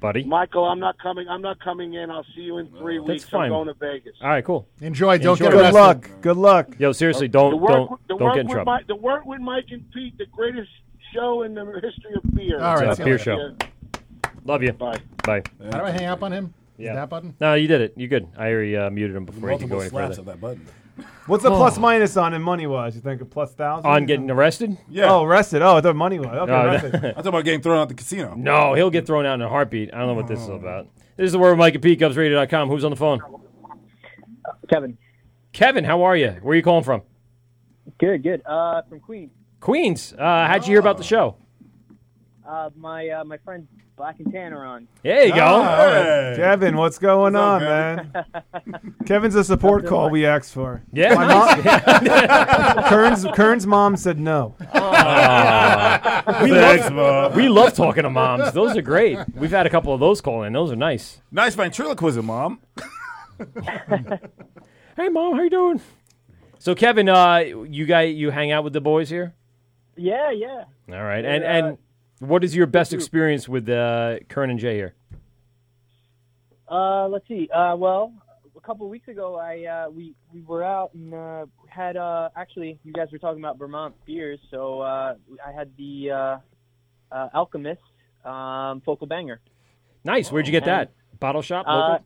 [SPEAKER 14] Buddy.
[SPEAKER 2] Michael, I'm not coming. I'm not coming in. I'll see you in three weeks.
[SPEAKER 14] fine.
[SPEAKER 2] I'm going to Vegas.
[SPEAKER 14] All right, cool.
[SPEAKER 7] Enjoy.
[SPEAKER 5] Don't get arrested. Good luck. Good luck.
[SPEAKER 14] Yo, seriously, don't
[SPEAKER 2] The work,
[SPEAKER 14] don't
[SPEAKER 2] the
[SPEAKER 14] don't
[SPEAKER 2] work
[SPEAKER 14] get in
[SPEAKER 2] with
[SPEAKER 14] trouble.
[SPEAKER 2] Mike, the work with Mike and Pete, the greatest show in the history of beer.
[SPEAKER 7] All right,
[SPEAKER 14] It's
[SPEAKER 7] see
[SPEAKER 14] a
[SPEAKER 7] you
[SPEAKER 14] beer
[SPEAKER 7] later.
[SPEAKER 14] show. Love you.
[SPEAKER 2] Bye.
[SPEAKER 14] Bye.
[SPEAKER 7] How do I hang up on him? Is
[SPEAKER 14] Yeah.
[SPEAKER 7] That button?
[SPEAKER 14] No, you did it. You good. I already uh, muted him before he could
[SPEAKER 3] Multiple
[SPEAKER 14] go any
[SPEAKER 3] slaps
[SPEAKER 14] further.
[SPEAKER 3] of that button.
[SPEAKER 5] What's the
[SPEAKER 14] Oh.
[SPEAKER 5] plus minus on in money wise? You think a plus thousand
[SPEAKER 14] On getting arrested?
[SPEAKER 5] Yeah. Oh, arrested. Oh, the money wise. Okay,
[SPEAKER 14] No, *laughs*
[SPEAKER 5] arrested.
[SPEAKER 14] no.
[SPEAKER 3] I thought about getting thrown out the casino.
[SPEAKER 14] No, he'll get thrown out in a heartbeat. I don't know what this is about. This is the word with Mike at Peakups Who's on the phone?
[SPEAKER 10] Kevin.
[SPEAKER 14] Kevin, how are you? Where are you calling from?
[SPEAKER 10] Good, good. Uh, from Queens.
[SPEAKER 14] Queens. Uh, how'd you hear about the
[SPEAKER 3] *laughs*
[SPEAKER 14] show?
[SPEAKER 10] Uh, my uh, my friends Black and Tan are on.
[SPEAKER 14] There you go.
[SPEAKER 5] Hey. Kevin, Ah, what's going on, man? *laughs* Kevin's a support call we asked for.
[SPEAKER 14] Yeah.
[SPEAKER 5] My
[SPEAKER 14] *laughs*
[SPEAKER 5] mom- *laughs* Kern's, Kern's mom said no.
[SPEAKER 10] Oh.
[SPEAKER 14] we,
[SPEAKER 5] Thanks,
[SPEAKER 14] love,
[SPEAKER 5] Mom.
[SPEAKER 14] we love talking to moms. Those are great. We've had a couple of those call in. Those are nice.
[SPEAKER 3] Nice ventriloquism, mom.
[SPEAKER 14] Hey, mom, how you doing? So, Kevin, uh, you guy, you hang out with the boys here.
[SPEAKER 10] Yeah, *laughs* yeah.
[SPEAKER 14] All right, and and what is your best experience with uh, Kern and Jay here?
[SPEAKER 10] Uh, let's see. Uh, well, a couple of weeks ago, I uh, we we were out and uh, had uh, actually you guys were talking about Vermont beers, so uh, I had the uh, uh, Alchemist um, Focal Banger.
[SPEAKER 14] Nice. Where'd you get that? Bottle shop.
[SPEAKER 10] Uh,
[SPEAKER 14] Local?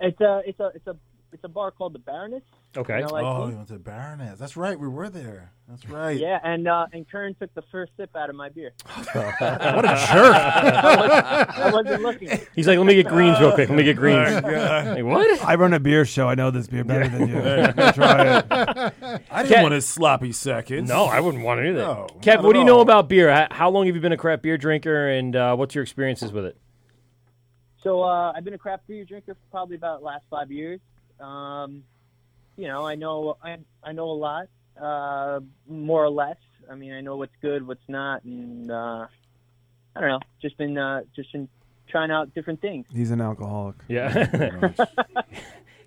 [SPEAKER 10] it's a it's a it's a it's a bar called the Baroness.
[SPEAKER 14] Okay.
[SPEAKER 10] And I like
[SPEAKER 3] oh,
[SPEAKER 10] it.
[SPEAKER 3] you went to Baroness. That's right. We were there. That's right.
[SPEAKER 10] Yeah, and uh, and Kern took the first sip out of my beer.
[SPEAKER 3] *laughs* What a
[SPEAKER 10] *laughs* *laughs*
[SPEAKER 3] jerk.
[SPEAKER 10] I, wasn't, I wasn't looking. Uh,
[SPEAKER 14] He's like, let me get greens real quick. Let me get greens.
[SPEAKER 5] Oh, my God.
[SPEAKER 14] Like, what?
[SPEAKER 5] I run a beer show. I know this beer
[SPEAKER 14] *laughs*
[SPEAKER 5] better than you.
[SPEAKER 14] Yeah.
[SPEAKER 5] Try it.
[SPEAKER 3] I didn't
[SPEAKER 14] Kev-
[SPEAKER 3] want his sloppy seconds.
[SPEAKER 14] No, I wouldn't want to do that.
[SPEAKER 3] No,
[SPEAKER 14] Kev,
[SPEAKER 3] not
[SPEAKER 14] what
[SPEAKER 3] at
[SPEAKER 14] do you know
[SPEAKER 3] all.
[SPEAKER 14] about beer? How, how long have you been a craft beer drinker, and uh, what's your experiences with it?
[SPEAKER 10] So uh, I've been a craft beer drinker for probably about the last five years. Um, you know, I know I, I know a lot, uh, more or less. I mean, I know what's good, what's not, and uh, I don't know. Just been uh, just been trying out different things.
[SPEAKER 5] He's an alcoholic.
[SPEAKER 14] *laughs* Yeah.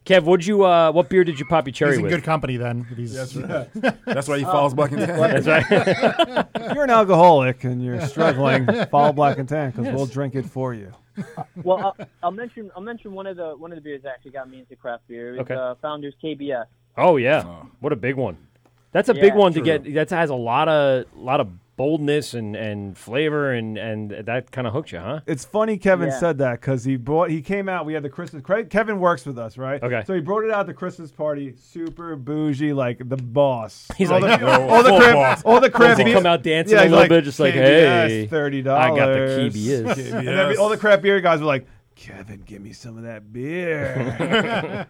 [SPEAKER 14] Kev, what'd you? Uh, what beer did you pop your cherry
[SPEAKER 7] He's in
[SPEAKER 14] with?
[SPEAKER 7] good company then. if he's- *laughs*
[SPEAKER 3] That's right. That's why he follows Black and Tan.
[SPEAKER 14] That's right.
[SPEAKER 5] If you're an alcoholic and you're struggling, follow Black and Tan because
[SPEAKER 10] Yes.
[SPEAKER 5] we'll drink it for you.
[SPEAKER 10] Well, I'll, I'll mention I'll mention one of the one of the beers that actually got me into craft beer. It was
[SPEAKER 14] Okay.
[SPEAKER 10] uh, Founders KBS.
[SPEAKER 14] Oh yeah, what a big one. That's a
[SPEAKER 10] Yeah.
[SPEAKER 14] big one to
[SPEAKER 10] True.
[SPEAKER 14] get. That has a lot of lot of boldness and and flavor, and and that kind of hooked you, huh?
[SPEAKER 5] It's funny Kevin
[SPEAKER 14] Yeah.
[SPEAKER 5] said that because he brought he came out. We had the Christmas. Craig- Kevin works with us, right?
[SPEAKER 14] Okay.
[SPEAKER 5] So he brought it out at the Christmas party, super bougie, like the boss.
[SPEAKER 14] He's
[SPEAKER 5] all
[SPEAKER 14] like,
[SPEAKER 5] the,
[SPEAKER 14] "Yo,
[SPEAKER 5] all the
[SPEAKER 14] full
[SPEAKER 5] crib,
[SPEAKER 14] boss."
[SPEAKER 5] all the
[SPEAKER 14] Does
[SPEAKER 5] crib.
[SPEAKER 14] he
[SPEAKER 5] beer-
[SPEAKER 14] come out dancing a
[SPEAKER 5] he's
[SPEAKER 14] little bit, just like,
[SPEAKER 5] "KBS,
[SPEAKER 14] "Hey,
[SPEAKER 5] thirty
[SPEAKER 14] I
[SPEAKER 5] dollars.
[SPEAKER 14] got the KBS."
[SPEAKER 5] And every- all the craft beer guys were like, Kevin, give me some of
[SPEAKER 14] *laughs*
[SPEAKER 5] that beer.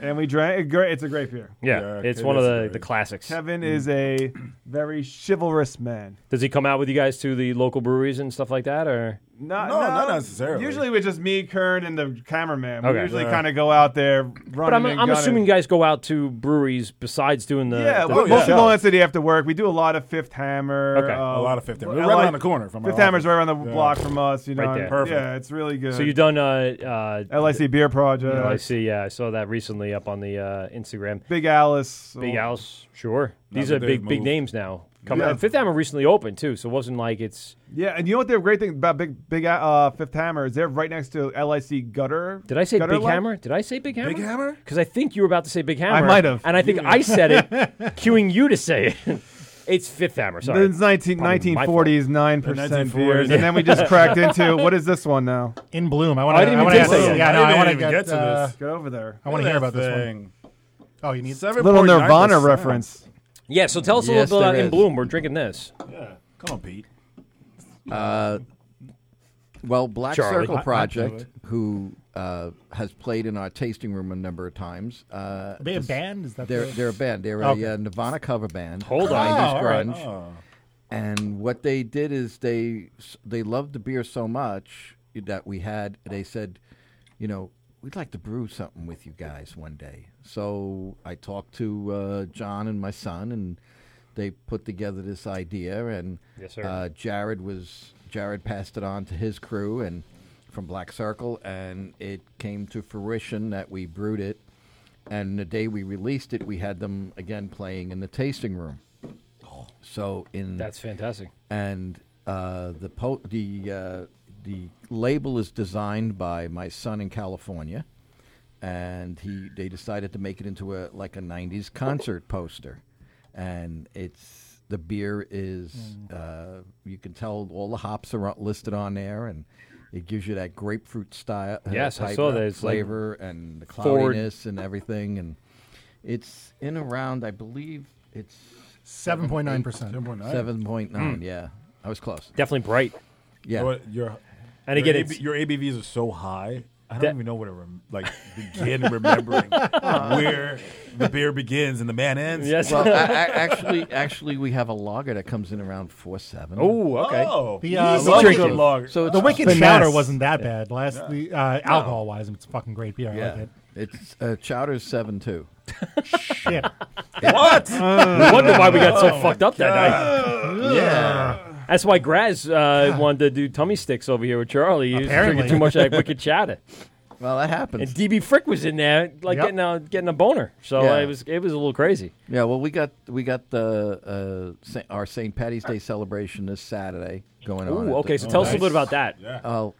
[SPEAKER 5] and we drank. it Great, it's a great beer.
[SPEAKER 14] Yeah, it's one of the, the classics.
[SPEAKER 5] Kevin
[SPEAKER 14] Mm.
[SPEAKER 5] is a very chivalrous man.
[SPEAKER 14] Does he come out with you guys to the local breweries and stuff like that, or
[SPEAKER 5] No,
[SPEAKER 3] No, not necessarily.
[SPEAKER 5] Usually it was just me, Kern, and the cameraman. We
[SPEAKER 14] Okay.
[SPEAKER 5] usually
[SPEAKER 14] Yeah.
[SPEAKER 5] kind of go out there
[SPEAKER 14] Uh.
[SPEAKER 5] running.
[SPEAKER 14] But I'm,
[SPEAKER 5] and
[SPEAKER 14] I'm
[SPEAKER 5] gunning.
[SPEAKER 14] assuming you guys go out to breweries besides doing the
[SPEAKER 5] yeah,
[SPEAKER 14] the-
[SPEAKER 5] well,
[SPEAKER 14] the
[SPEAKER 5] most
[SPEAKER 14] show.
[SPEAKER 5] people in the city after work. We do a lot of Fifth Hammer.
[SPEAKER 14] Okay.
[SPEAKER 5] uh,
[SPEAKER 14] A lot of Fifth Hammer. We're
[SPEAKER 5] I
[SPEAKER 14] right
[SPEAKER 5] like-
[SPEAKER 14] around the corner from our
[SPEAKER 5] Fifth Hammer's right
[SPEAKER 14] office.
[SPEAKER 5] around the
[SPEAKER 14] Yeah.
[SPEAKER 5] block from us. You know,
[SPEAKER 14] Right there.
[SPEAKER 5] and-
[SPEAKER 14] Perfect.
[SPEAKER 5] Yeah, it's really good.
[SPEAKER 14] So you done uh, uh,
[SPEAKER 5] LIC Beer Project.
[SPEAKER 14] LIC, yeah, I saw that recently up on the uh, Instagram.
[SPEAKER 5] Big Alice,
[SPEAKER 14] Big
[SPEAKER 5] so-
[SPEAKER 14] Alice, sure.
[SPEAKER 5] Now
[SPEAKER 14] These
[SPEAKER 5] that
[SPEAKER 14] are
[SPEAKER 5] they've
[SPEAKER 14] big, big
[SPEAKER 5] moved.
[SPEAKER 14] names now. Coming
[SPEAKER 5] Yeah.
[SPEAKER 14] and Fifth Hammer recently opened too, so it wasn't like it's.
[SPEAKER 5] Yeah, and you know what the great thing about Big Big uh, Fifth Hammer is they're right next to LIC Gutter.
[SPEAKER 14] Did I say
[SPEAKER 5] Gutter
[SPEAKER 14] Big
[SPEAKER 5] Light?
[SPEAKER 14] Hammer? Did I say Big Hammer?
[SPEAKER 5] Big Hammer?
[SPEAKER 14] Because I think you were about to say Big Hammer.
[SPEAKER 5] might have.
[SPEAKER 14] and I think
[SPEAKER 5] You-
[SPEAKER 14] I said
[SPEAKER 5] *laughs*
[SPEAKER 14] it, cueing you to say it. It's Fifth Hammer. Sorry,
[SPEAKER 5] It's 19,
[SPEAKER 14] Probably my
[SPEAKER 5] 1940s,
[SPEAKER 14] fault.
[SPEAKER 5] 9% beers. And then
[SPEAKER 14] *laughs*
[SPEAKER 5] we just cracked into what is this one now?
[SPEAKER 7] In Bloom. I
[SPEAKER 5] Oh,
[SPEAKER 7] want
[SPEAKER 5] I
[SPEAKER 7] to.
[SPEAKER 5] didn't
[SPEAKER 7] I
[SPEAKER 5] even
[SPEAKER 7] want
[SPEAKER 5] taste
[SPEAKER 7] to.
[SPEAKER 5] it.
[SPEAKER 7] Yeah,
[SPEAKER 5] I
[SPEAKER 7] no,
[SPEAKER 5] didn't
[SPEAKER 7] I want to get,
[SPEAKER 5] even get to
[SPEAKER 7] uh,
[SPEAKER 5] this. Get over there.
[SPEAKER 7] I want
[SPEAKER 5] Look
[SPEAKER 7] to
[SPEAKER 5] at
[SPEAKER 7] hear about
[SPEAKER 5] that
[SPEAKER 7] this
[SPEAKER 5] thing.
[SPEAKER 7] one. Oh, you need
[SPEAKER 5] Little Nirvana
[SPEAKER 3] 7.9%.
[SPEAKER 5] reference.
[SPEAKER 14] Yeah, so tell us a
[SPEAKER 8] Yes,
[SPEAKER 14] little bit about
[SPEAKER 8] there
[SPEAKER 14] In
[SPEAKER 8] is.
[SPEAKER 14] Bloom. We're drinking this.
[SPEAKER 3] Yeah. Come on, Pete.
[SPEAKER 8] Uh, well, Black
[SPEAKER 14] Charlie. I-
[SPEAKER 8] Circle
[SPEAKER 14] I
[SPEAKER 8] Project,
[SPEAKER 14] know
[SPEAKER 8] who uh, has played in our tasting room a number of times. Uh, Are
[SPEAKER 7] they a band? Is that
[SPEAKER 8] they're
[SPEAKER 7] the-
[SPEAKER 8] they're a band? They're
[SPEAKER 7] Okay.
[SPEAKER 8] a uh, Nirvana cover band.
[SPEAKER 14] Hold on.
[SPEAKER 8] 90s
[SPEAKER 14] Oh, all right.
[SPEAKER 8] grunge.
[SPEAKER 14] Oh.
[SPEAKER 8] And what they did is they they loved the beer so much that we had. They said, you know, we'd like to brew something with you guys one day. So I talked to uh, John and my son, and they put together this idea. And
[SPEAKER 14] Yes, sir.
[SPEAKER 8] Uh, Jared was Jared passed it on to his crew and from Black Circle, and it came to fruition that we brewed it. And the day we released it, we had them again playing in the tasting room. So in
[SPEAKER 14] Oh. That's fantastic.
[SPEAKER 8] and uh, the po- the uh, the label is designed by my son in California, and he they decided to make it into a like a '90s concert poster, and it's The beer is,
[SPEAKER 14] Mm.
[SPEAKER 8] uh, you can tell all the hops are listed on there, and it gives you that grapefruit style. uh,
[SPEAKER 14] Yes, I
[SPEAKER 8] type
[SPEAKER 14] saw
[SPEAKER 8] of
[SPEAKER 14] that. It's like
[SPEAKER 8] flavor and the
[SPEAKER 14] forward-
[SPEAKER 8] cloudiness and everything, and it's in around, I believe it's
[SPEAKER 7] 7.9%. 7.9.
[SPEAKER 8] Seven point nine.
[SPEAKER 5] Hmm.
[SPEAKER 7] Mm.
[SPEAKER 8] Yeah, I was close.
[SPEAKER 14] Definitely bright.
[SPEAKER 8] Yeah.
[SPEAKER 3] Your, your,
[SPEAKER 14] And
[SPEAKER 3] your
[SPEAKER 14] again,
[SPEAKER 3] AB,
[SPEAKER 14] it's-
[SPEAKER 3] your ABVs are so high. I don't
[SPEAKER 14] That-
[SPEAKER 3] even know where to rem- like begin remembering
[SPEAKER 14] *laughs*
[SPEAKER 3] where the beer begins and the man ends.
[SPEAKER 8] Well,
[SPEAKER 14] *laughs*
[SPEAKER 3] *laughs*
[SPEAKER 8] a- a- actually, actually, we have a logger that comes in around four seven.
[SPEAKER 7] Oh, okay.
[SPEAKER 3] Oh,
[SPEAKER 7] The, uh,
[SPEAKER 8] Easy
[SPEAKER 7] the Wicked-
[SPEAKER 8] drinking.
[SPEAKER 7] So
[SPEAKER 8] it's
[SPEAKER 7] the Wicked
[SPEAKER 8] finesse.
[SPEAKER 7] Chowder wasn't that bad. Last
[SPEAKER 8] Yeah.
[SPEAKER 7] the uh,
[SPEAKER 8] No.
[SPEAKER 7] alcohol wise, it's fucking great beer. I
[SPEAKER 8] Yeah,
[SPEAKER 7] like it.
[SPEAKER 8] it's uh, Chowder's seven two.
[SPEAKER 7] Shit.
[SPEAKER 14] *laughs* What? No wonder why we got so fucked up that
[SPEAKER 7] God.
[SPEAKER 14] night.
[SPEAKER 7] Yeah.
[SPEAKER 14] That's why Graz uh, wanted to do tummy sticks over here with Charlie. He was drinking
[SPEAKER 8] Apparently.
[SPEAKER 14] too much of that wicked chowder.
[SPEAKER 8] Well, that happens.
[SPEAKER 14] And DB Frick was in there, like
[SPEAKER 8] Yep.
[SPEAKER 14] getting a getting a boner. So
[SPEAKER 8] Yeah.
[SPEAKER 14] it was it was a little crazy.
[SPEAKER 8] Yeah, well, we got we got the uh, Sa- our St. Patty's Day celebration this Saturday going on.
[SPEAKER 14] Ooh,
[SPEAKER 8] at
[SPEAKER 14] okay,
[SPEAKER 8] the-
[SPEAKER 14] so tell us a little bit about that. Yeah.
[SPEAKER 8] Uh,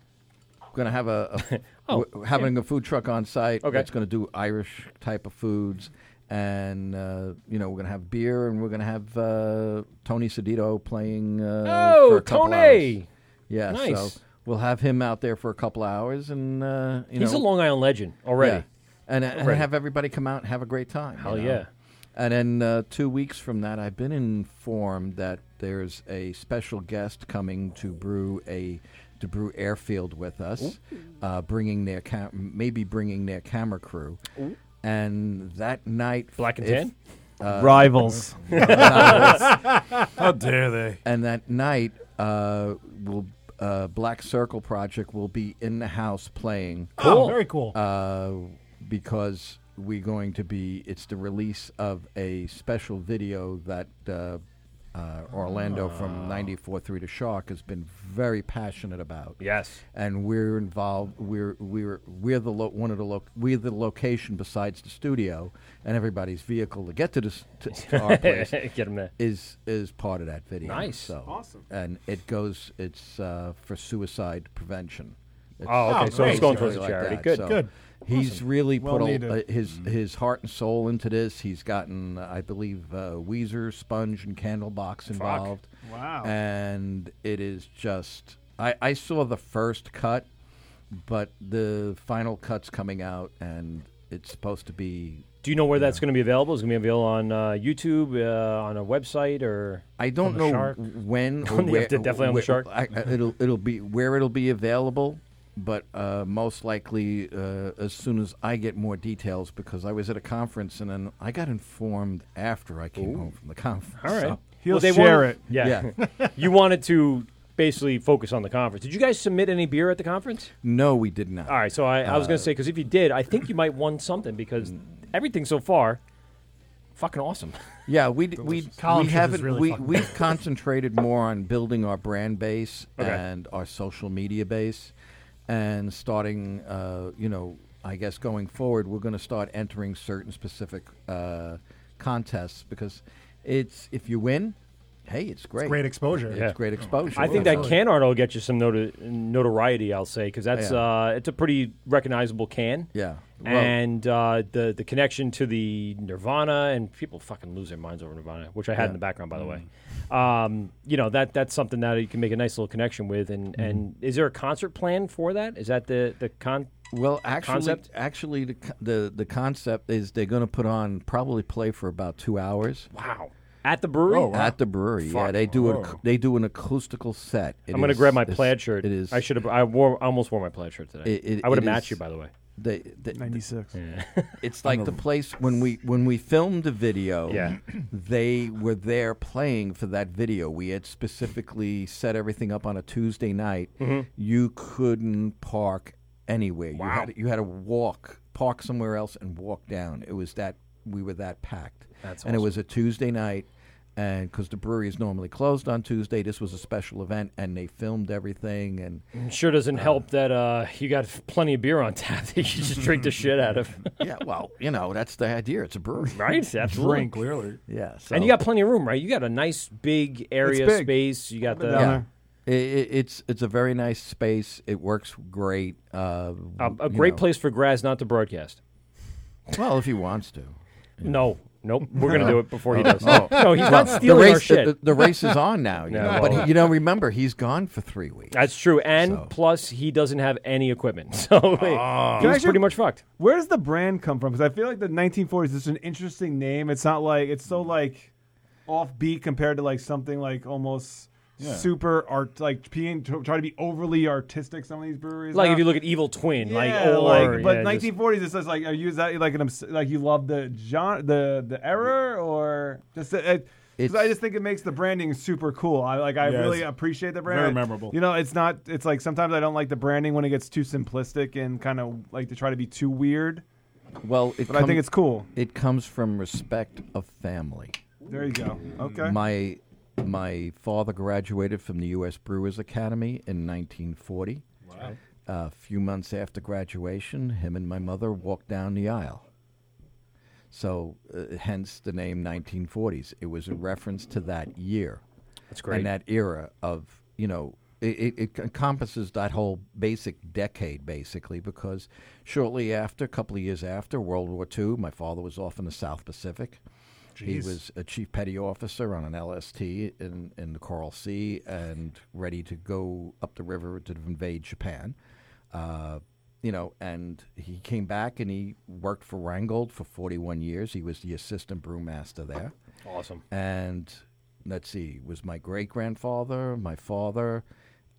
[SPEAKER 8] gonna have
[SPEAKER 14] *laughs*
[SPEAKER 8] a, a
[SPEAKER 14] Oh,
[SPEAKER 8] we're having a food truck on site.
[SPEAKER 14] Okay.
[SPEAKER 8] that's gonna do Irish type of foods, and uh, you know we're gonna have beer, and we're gonna have uh, Tony Sedito playing. Uh,
[SPEAKER 14] Oh,
[SPEAKER 8] for a couple
[SPEAKER 14] Tony!
[SPEAKER 8] hours. Yeah,
[SPEAKER 14] Nice.
[SPEAKER 8] so we'll have him out there for a couple hours, and uh, you
[SPEAKER 14] He's
[SPEAKER 8] know
[SPEAKER 14] a Long Island legend already.
[SPEAKER 8] yeah. And, uh, and
[SPEAKER 14] Already.
[SPEAKER 8] have everybody come out and have a great time. you
[SPEAKER 14] Hell
[SPEAKER 8] know?
[SPEAKER 14] yeah.
[SPEAKER 8] And then uh, two weeks from that, I've been informed that there's a special guest coming to brew a to brew airfield with us, uh, bringing their cam- maybe bringing their camera crew,
[SPEAKER 14] Ooh.
[SPEAKER 8] and that night,
[SPEAKER 14] Black and
[SPEAKER 8] if- uh, *laughs*
[SPEAKER 14] tan?
[SPEAKER 5] Rivals.
[SPEAKER 3] How dare they.
[SPEAKER 8] And that night, uh, will uh, Black Circle Project will be in the house playing.
[SPEAKER 7] Oh, Cool. very cool.
[SPEAKER 8] Uh, because we're going to be. It's the release of a special video that uh, uh, Orlando from '94 through to Shark has been very passionate about.
[SPEAKER 14] Yes.
[SPEAKER 8] And we're involved. We're we're we're the lo- one of the lo- we're the location besides the studio and everybody's vehicle to get to this to, to our place.
[SPEAKER 14] Get 'em there.
[SPEAKER 8] Is is part of that video.
[SPEAKER 14] Nice.
[SPEAKER 8] So,
[SPEAKER 14] Awesome.
[SPEAKER 8] And it goes. It's uh, for suicide prevention.
[SPEAKER 14] Oh, okay, Oh, so it's great. going towards
[SPEAKER 8] something
[SPEAKER 14] a charity.
[SPEAKER 8] that.
[SPEAKER 14] Good.
[SPEAKER 8] So
[SPEAKER 14] Good.
[SPEAKER 8] He's
[SPEAKER 14] Awesome.
[SPEAKER 8] really
[SPEAKER 14] Well
[SPEAKER 8] put all, uh,
[SPEAKER 14] needed. Mm-hmm.
[SPEAKER 8] his his heart and soul into this. He's gotten, uh, I believe, uh, Weezer, Sponge, and Candlebox involved.
[SPEAKER 5] Wow.
[SPEAKER 8] And it is just. I, I saw the first cut, but the final cut's coming out, and it's supposed to be
[SPEAKER 14] Do you know where that's going to be available? Is it going to be available on uh, YouTube, uh, on a website, or
[SPEAKER 8] I don't
[SPEAKER 14] on the
[SPEAKER 8] know
[SPEAKER 14] Shark? *laughs*
[SPEAKER 8] when or
[SPEAKER 14] On the-
[SPEAKER 8] where,
[SPEAKER 14] definitely on
[SPEAKER 8] where-
[SPEAKER 14] the shark.
[SPEAKER 8] I, I- it'll it'll be where it'll be available, but uh, most likely uh, as soon as I get more details because I was at a conference and then I got informed after I came
[SPEAKER 14] Ooh.
[SPEAKER 8] home from the conference.
[SPEAKER 14] All right.
[SPEAKER 8] so-
[SPEAKER 14] Well, they wanted- Yeah. *laughs*
[SPEAKER 8] *laughs*
[SPEAKER 14] you wanted to basically focus on the conference. Did you guys submit any beer at the conference?
[SPEAKER 8] no, we did not.
[SPEAKER 14] All right. So I, I was
[SPEAKER 8] Uh,
[SPEAKER 14] going to say because if you did, I think you might won something because everything so far, fucking awesome.
[SPEAKER 8] Yeah, we d- we
[SPEAKER 14] Delicious.
[SPEAKER 8] we
[SPEAKER 14] Column shift is
[SPEAKER 8] haven't
[SPEAKER 14] really
[SPEAKER 8] we
[SPEAKER 14] fucking
[SPEAKER 8] we've concentrated more on building our brand base
[SPEAKER 14] Okay.
[SPEAKER 8] and our social media base, and starting. Uh, you know, I guess going forward, we're going to start entering certain specific uh, contests because it's if you win, hey, it's great,
[SPEAKER 7] great exposure.
[SPEAKER 8] It's
[SPEAKER 7] Yeah.
[SPEAKER 8] great exposure.
[SPEAKER 14] I think that
[SPEAKER 8] Absolutely.
[SPEAKER 14] can art will get you some noti- notoriety. I'll say because that's
[SPEAKER 8] Yeah.
[SPEAKER 14] uh, it's a pretty recognizable can.
[SPEAKER 8] Yeah. Well-
[SPEAKER 14] and uh, the the connection to the Nirvana and people fucking lose their minds over Nirvana, which I had
[SPEAKER 8] Yeah. Mm.
[SPEAKER 14] in the background by the way. Um, you know that that's something that you can make a nice little connection with. And,
[SPEAKER 8] Mm-hmm.
[SPEAKER 14] and is there a concert plan for that? Is that the the con?
[SPEAKER 8] Well, actually,
[SPEAKER 14] concept?
[SPEAKER 8] actually, the, co- the the concept is they're going to put on probably play for about two hours.
[SPEAKER 14] Wow. At the brewery? Oh, wow.
[SPEAKER 8] At the brewery, yeah.
[SPEAKER 14] Fuck.
[SPEAKER 8] They do an,
[SPEAKER 14] Whoa.
[SPEAKER 8] they do an acoustical set. It
[SPEAKER 14] I'm gonna
[SPEAKER 8] is-
[SPEAKER 14] grab my
[SPEAKER 8] it's-
[SPEAKER 14] plaid shirt.
[SPEAKER 8] It is.
[SPEAKER 14] I should have. I wore. I almost wore my plaid shirt today.
[SPEAKER 8] It- it-
[SPEAKER 14] I would
[SPEAKER 8] it
[SPEAKER 14] have matched
[SPEAKER 8] is-
[SPEAKER 14] you by the way.
[SPEAKER 8] They, they,
[SPEAKER 5] Ninety six.
[SPEAKER 8] It's like the place when we when we filmed the video.
[SPEAKER 14] Yeah.
[SPEAKER 8] *clears throat* they were there playing for that video. We had specifically set everything up on a Tuesday night.
[SPEAKER 14] Mhm.
[SPEAKER 8] You couldn't park anywhere. You
[SPEAKER 14] Wow.
[SPEAKER 8] had you had to walk, park somewhere else, and walk down. It was that we were that packed.
[SPEAKER 14] That's
[SPEAKER 8] and it
[SPEAKER 14] awesome.
[SPEAKER 8] was a Tuesday night. And because the brewery is normally closed on Tuesday, this was a special event, and they filmed everything. And
[SPEAKER 14] It sure doesn't help that uh, you got plenty of beer on tap *laughs* that you just
[SPEAKER 8] *laughs*
[SPEAKER 14] drink the shit out of.
[SPEAKER 8] yeah, well, you know that's the idea. It's a brewery,
[SPEAKER 14] Right?
[SPEAKER 8] *laughs*
[SPEAKER 14] Absolutely.
[SPEAKER 8] Drink, clearly. Yeah,
[SPEAKER 14] And
[SPEAKER 8] so-
[SPEAKER 14] you got plenty of room, right? You got a nice big area
[SPEAKER 8] big.
[SPEAKER 14] space. You got the
[SPEAKER 8] yeah. I- I- it's it's a very nice space. It works great. Uh,
[SPEAKER 14] Um, a, a
[SPEAKER 8] you
[SPEAKER 14] great
[SPEAKER 8] know.
[SPEAKER 14] place for Graz not to broadcast.
[SPEAKER 8] Well, if he wants to.
[SPEAKER 14] No, Nope, we're gonna do it before
[SPEAKER 8] *laughs*
[SPEAKER 14] he
[SPEAKER 8] No,
[SPEAKER 14] does.
[SPEAKER 8] no.
[SPEAKER 14] No, he's
[SPEAKER 8] Well,
[SPEAKER 14] not stealing
[SPEAKER 8] the race,
[SPEAKER 14] our shit.
[SPEAKER 8] The, the race is on now, you
[SPEAKER 14] *laughs* No,
[SPEAKER 8] know,
[SPEAKER 14] well-
[SPEAKER 8] but he- you know, remember he's gone for three weeks.
[SPEAKER 14] That's true. And plus, he doesn't have any equipment, *laughs*
[SPEAKER 8] Oh.
[SPEAKER 14] so
[SPEAKER 3] Oh.
[SPEAKER 5] Can I
[SPEAKER 14] he's
[SPEAKER 5] actually-
[SPEAKER 14] pretty much fucked.
[SPEAKER 5] Where does the brand come from? Because I feel like the 1940s is an interesting name. It's not like it's so like offbeat compared to like something like almost
[SPEAKER 14] Yeah.
[SPEAKER 5] super art, like being to, try to be overly artistic. Some of these breweries,
[SPEAKER 14] Like
[SPEAKER 5] now.
[SPEAKER 14] if you look at Evil Twin, like,
[SPEAKER 5] Yeah,
[SPEAKER 14] or,
[SPEAKER 5] like, but
[SPEAKER 14] yeah, just-
[SPEAKER 5] 1940s is just like I use that like an obs- like you love the genre, the the era, or just the, it, 'cause I just think it makes the branding super cool. I like I
[SPEAKER 3] Yeah,
[SPEAKER 5] really
[SPEAKER 3] it's
[SPEAKER 5] appreciate the brand.
[SPEAKER 3] very memorable.
[SPEAKER 5] You know, it's not. It's like sometimes I don't like the branding when it gets too simplistic and kind of like to try to be too weird.
[SPEAKER 8] Well, it
[SPEAKER 5] but I
[SPEAKER 8] come-
[SPEAKER 5] think it's cool.
[SPEAKER 8] It comes from respect of family.
[SPEAKER 5] There you go. Okay.
[SPEAKER 8] My my father graduated from the U.S. Brewers Academy in 1940.
[SPEAKER 5] Wow.
[SPEAKER 8] A few months after graduation, him and my mother walked down the aisle. So, uh, hence the name 1940s. It was a reference to that year.
[SPEAKER 14] That's great.
[SPEAKER 8] And that era of, you know, it, it, it encompasses that whole basic decade, basically, because shortly after, a couple of years after World War II, my father was off in the South Pacific. He
[SPEAKER 7] Jeez.
[SPEAKER 8] was a chief petty officer on an LST in, in the Coral Sea and ready to go up the river to invade Japan. Uh, you know, and he came back and he worked for Rheingold for 41 years. He was the assistant brewmaster there.
[SPEAKER 14] Awesome.
[SPEAKER 8] And let's see, it was my great grandfather, my father,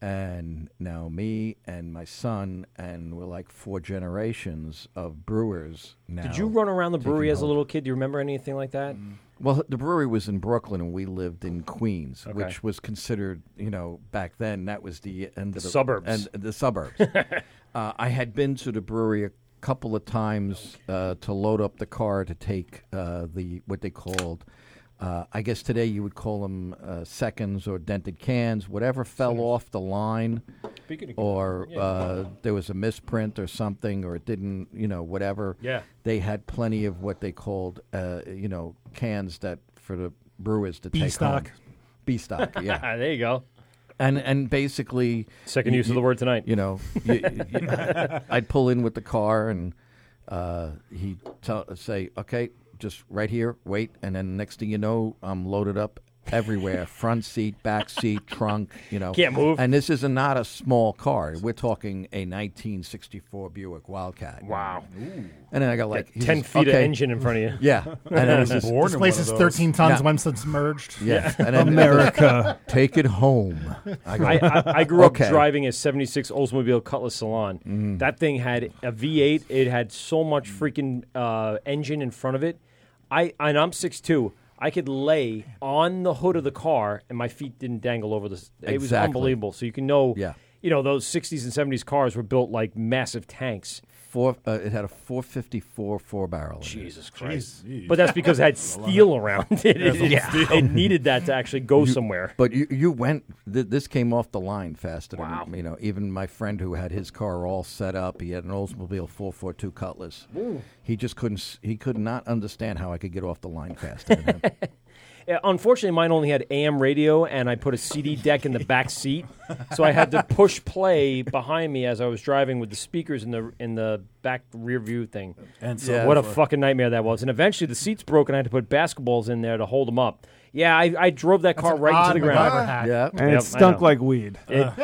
[SPEAKER 8] and now me and my son, and we're like four generations of brewers now.
[SPEAKER 14] Did you run around the
[SPEAKER 8] taking
[SPEAKER 14] brewery as a
[SPEAKER 8] over.
[SPEAKER 14] little kid? Do you remember anything like that?
[SPEAKER 8] Well, the brewery was in Brooklyn, and we lived in Queens,
[SPEAKER 14] Okay.
[SPEAKER 8] which was considered, you know, back then that was the end
[SPEAKER 14] The
[SPEAKER 8] of the
[SPEAKER 14] suburbs.
[SPEAKER 8] and the
[SPEAKER 14] *laughs*
[SPEAKER 8] suburbs. uh, I had been to the brewery a couple of times uh, to load up the car to take uh, the what they called. Uh, I guess today you would call them uh, seconds or dented cans, whatever fell off the line,
[SPEAKER 14] Speaking of-
[SPEAKER 8] or uh, there was a misprint or something, or it didn't, you know, whatever
[SPEAKER 14] Yeah.
[SPEAKER 8] they had plenty of what they called, uh, you know, cans that for the brewers to take
[SPEAKER 14] B-stock.
[SPEAKER 8] home. B stock, yeah.
[SPEAKER 14] *laughs* there you go.
[SPEAKER 8] And and basically,
[SPEAKER 14] Second use of the word tonight.
[SPEAKER 8] You know, you,
[SPEAKER 14] *laughs*
[SPEAKER 8] you- I'd pull in with the car, and uh, he'd tell, say, "Okay, just right here, wait." And then next thing you know, I'm loaded up
[SPEAKER 14] *laughs*
[SPEAKER 8] everywhere: front seat, back seat, trunk. You know,
[SPEAKER 14] Can't move.
[SPEAKER 8] And this is a, not a small car. We're talking a 1964 Buick Wildcat. Wow. And then I got
[SPEAKER 14] Got
[SPEAKER 8] like he
[SPEAKER 14] 10 feet of
[SPEAKER 8] "Okay."
[SPEAKER 14] engine in front of you.
[SPEAKER 8] Yeah. And
[SPEAKER 14] *laughs*
[SPEAKER 8] then he's just,
[SPEAKER 7] This place is 13 tons
[SPEAKER 8] Yeah.
[SPEAKER 7] once submerged.
[SPEAKER 8] Yes.
[SPEAKER 7] Yeah.
[SPEAKER 8] And then-
[SPEAKER 7] America.
[SPEAKER 8] Take it home.
[SPEAKER 14] I,
[SPEAKER 8] go,
[SPEAKER 14] I, I grew up
[SPEAKER 8] "Okay." Mm-hmm.
[SPEAKER 14] driving a 76 Oldsmobile Cutlass Salon. That thing had a V8. It had so much
[SPEAKER 8] Mm.
[SPEAKER 14] freaking uh, engine in front of it. I And I'm 6'2". I could lay on the hood of the car, and my feet didn't dangle over the... s- It was
[SPEAKER 8] Exactly.
[SPEAKER 14] unbelievable. So you can know...
[SPEAKER 8] Yeah.
[SPEAKER 14] You know, those 60s and 70s cars were built like massive tanks.
[SPEAKER 8] Four, uh, it had a 454 four barrel.
[SPEAKER 14] Jesus Christ. But that's because it had steel around it. It, *laughs* it- it needed that to actually go somewhere.
[SPEAKER 8] But you, you went, th- this came off the line faster than, you know, even my friend who had his car all set up, he had an Oldsmobile 442 Cutlass.
[SPEAKER 14] Ooh.
[SPEAKER 8] He just couldn't, s- he could not understand how I could get off the line faster than him.
[SPEAKER 14] Yeah, Uh, Unfortunately, mine only had AM radio, and I put a CD deck in the back seat, so I had to push play behind me as I was driving with the speakers in the in the back rear view thing.
[SPEAKER 3] And
[SPEAKER 14] so what a
[SPEAKER 3] subwoofer.
[SPEAKER 14] fucking nightmare that was. And eventually, the seats broke, and I had to put basketballs in there to hold them up. Yeah, I, I drove that car
[SPEAKER 5] an
[SPEAKER 14] right into
[SPEAKER 5] odd
[SPEAKER 14] the ground.
[SPEAKER 5] MacGyver hack. Yeah. And it
[SPEAKER 14] Yep, I
[SPEAKER 5] stunk
[SPEAKER 14] know.
[SPEAKER 5] like weed.
[SPEAKER 14] It, *laughs*
[SPEAKER 5] *laughs*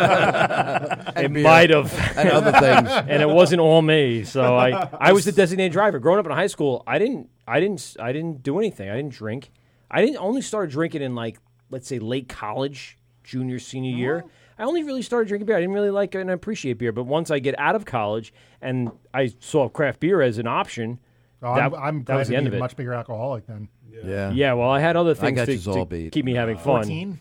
[SPEAKER 5] And
[SPEAKER 14] it
[SPEAKER 5] beer.
[SPEAKER 14] might have,
[SPEAKER 5] And other things.
[SPEAKER 14] *laughs* and it wasn't all me. So I, I was the designated driver. Growing up in high school, I didn't, I didn't, I didn't do anything. I didn't drink. I didn't only started drinking in like, let's say, late college, junior, senior
[SPEAKER 5] Uh-huh.
[SPEAKER 14] year. I only really started drinking beer. I didn't really like and appreciate beer. But once I get out of college and I saw craft beer as an option,
[SPEAKER 7] Oh,
[SPEAKER 14] that,
[SPEAKER 7] I'm, I'm
[SPEAKER 14] that
[SPEAKER 7] glad
[SPEAKER 14] was
[SPEAKER 7] to
[SPEAKER 14] the end
[SPEAKER 7] be
[SPEAKER 14] of
[SPEAKER 7] a
[SPEAKER 14] it.
[SPEAKER 7] much bigger alcoholic then.
[SPEAKER 8] Yeah.
[SPEAKER 14] Yeah, well, I had other
[SPEAKER 8] I
[SPEAKER 14] things
[SPEAKER 8] got
[SPEAKER 14] to-
[SPEAKER 8] yous all
[SPEAKER 14] to
[SPEAKER 8] beat.
[SPEAKER 14] keep me having fun. 14?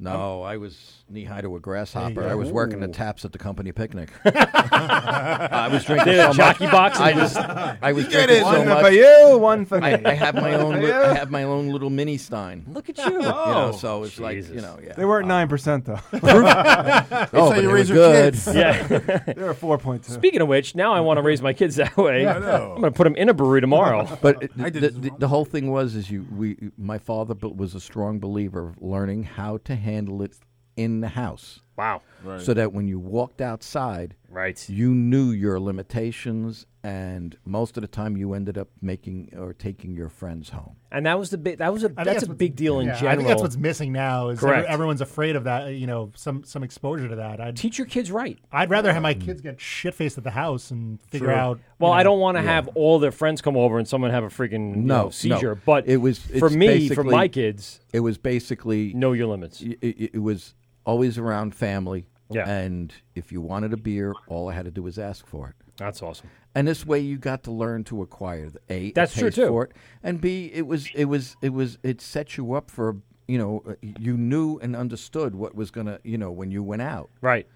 [SPEAKER 8] No, I was knee high to a grasshopper.
[SPEAKER 14] Hey,
[SPEAKER 8] I was
[SPEAKER 14] yeah.
[SPEAKER 8] working the taps at the company picnic. I was drinking
[SPEAKER 14] Did a
[SPEAKER 8] so
[SPEAKER 14] jockey
[SPEAKER 8] much.
[SPEAKER 14] box
[SPEAKER 8] I
[SPEAKER 14] and-
[SPEAKER 8] was, I was
[SPEAKER 14] You get
[SPEAKER 8] drinking
[SPEAKER 14] it.
[SPEAKER 8] so
[SPEAKER 14] One
[SPEAKER 8] much.
[SPEAKER 14] for you,
[SPEAKER 5] one for
[SPEAKER 8] I,
[SPEAKER 5] me.
[SPEAKER 8] I have my own.
[SPEAKER 5] One for
[SPEAKER 8] Li- I
[SPEAKER 5] you.
[SPEAKER 8] have my own little mini stein. Look
[SPEAKER 14] at you.
[SPEAKER 8] you know,
[SPEAKER 5] Oh,
[SPEAKER 8] so it's like you know, yeah.
[SPEAKER 5] They weren't nine
[SPEAKER 8] *laughs*
[SPEAKER 5] percent though. *laughs*
[SPEAKER 8] That's Oh, how but you they were raise your good. *laughs* kids.
[SPEAKER 14] Yeah.
[SPEAKER 5] they were four point two.
[SPEAKER 14] Speaking of which, now I want to raise my kids that way.
[SPEAKER 5] I
[SPEAKER 8] know.
[SPEAKER 14] I'm going to put them in a brewery tomorrow.
[SPEAKER 8] *laughs* But it- the, the, the whole thing was is you we my father b- was a strong believer of learning how to handle it in the house.
[SPEAKER 14] Wow. Right.
[SPEAKER 8] So that when you walked outside,
[SPEAKER 14] right.
[SPEAKER 8] you knew your limitations, and most of the time you ended up making or taking your friends home.
[SPEAKER 14] And that was the big. That was a.
[SPEAKER 7] I think
[SPEAKER 14] That's a
[SPEAKER 7] what's-
[SPEAKER 14] big deal in
[SPEAKER 7] yeah,
[SPEAKER 14] general.
[SPEAKER 7] I think that's what's missing now is every-
[SPEAKER 14] Correct.
[SPEAKER 7] everyone's afraid of that. You know, some some exposure to that. I'd,
[SPEAKER 14] Teach your kids right.
[SPEAKER 7] I'd rather have my kids get shit faced at the house and figure
[SPEAKER 14] Sure.
[SPEAKER 7] out.
[SPEAKER 14] Well,
[SPEAKER 7] you know,
[SPEAKER 14] I don't want to have all their friends come over and someone have a freaking you know,
[SPEAKER 8] no
[SPEAKER 14] seizure.
[SPEAKER 8] no.
[SPEAKER 14] But
[SPEAKER 8] it was
[SPEAKER 14] for
[SPEAKER 8] it's
[SPEAKER 14] me, for
[SPEAKER 8] basically-
[SPEAKER 14] my kids,
[SPEAKER 8] It was basically
[SPEAKER 14] know your limits.
[SPEAKER 8] It, it was always around family.
[SPEAKER 14] Yeah.
[SPEAKER 8] And if you wanted a beer, all I had to do was ask for it.
[SPEAKER 14] That's awesome.
[SPEAKER 8] And this way, you got to learn to acquire the a a
[SPEAKER 14] That's true,
[SPEAKER 8] taste
[SPEAKER 14] too.
[SPEAKER 8] for it, and b it was it was it was it set you up for you know uh, you knew and understood what was gonna you know when you went out
[SPEAKER 14] right.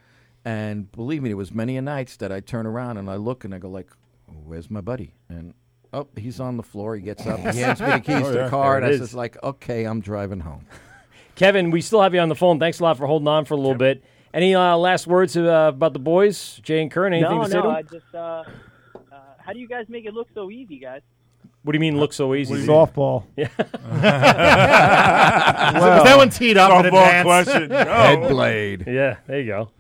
[SPEAKER 8] And believe me, there was many a nights that I turn around and I look and I go like, "Where's my buddy?" And oh, he's on the floor. He
[SPEAKER 14] *laughs*
[SPEAKER 8] gets up, he hands me the keys
[SPEAKER 14] Oh,
[SPEAKER 8] to
[SPEAKER 14] yeah.
[SPEAKER 8] the car,
[SPEAKER 14] There
[SPEAKER 8] and
[SPEAKER 14] it
[SPEAKER 8] I
[SPEAKER 14] is.
[SPEAKER 8] says like, "Okay, I'm driving home."
[SPEAKER 14] *laughs* Kevin, we still have you on the phone. Thanks a lot for holding on for a little bit. Any uh, last words uh, about the boys, Jay and Kern? Anything
[SPEAKER 10] no,
[SPEAKER 14] to say
[SPEAKER 10] no,
[SPEAKER 14] to them?
[SPEAKER 10] I just. Uh, uh, how do you guys make it look so easy, guys?
[SPEAKER 14] What do you mean look so easy?
[SPEAKER 5] What do you mean? Softball. *laughs*
[SPEAKER 14] Yeah.
[SPEAKER 5] Well, that one teed up in softball advance? *laughs* question. No. Head
[SPEAKER 8] blade.
[SPEAKER 14] Yeah, there you go.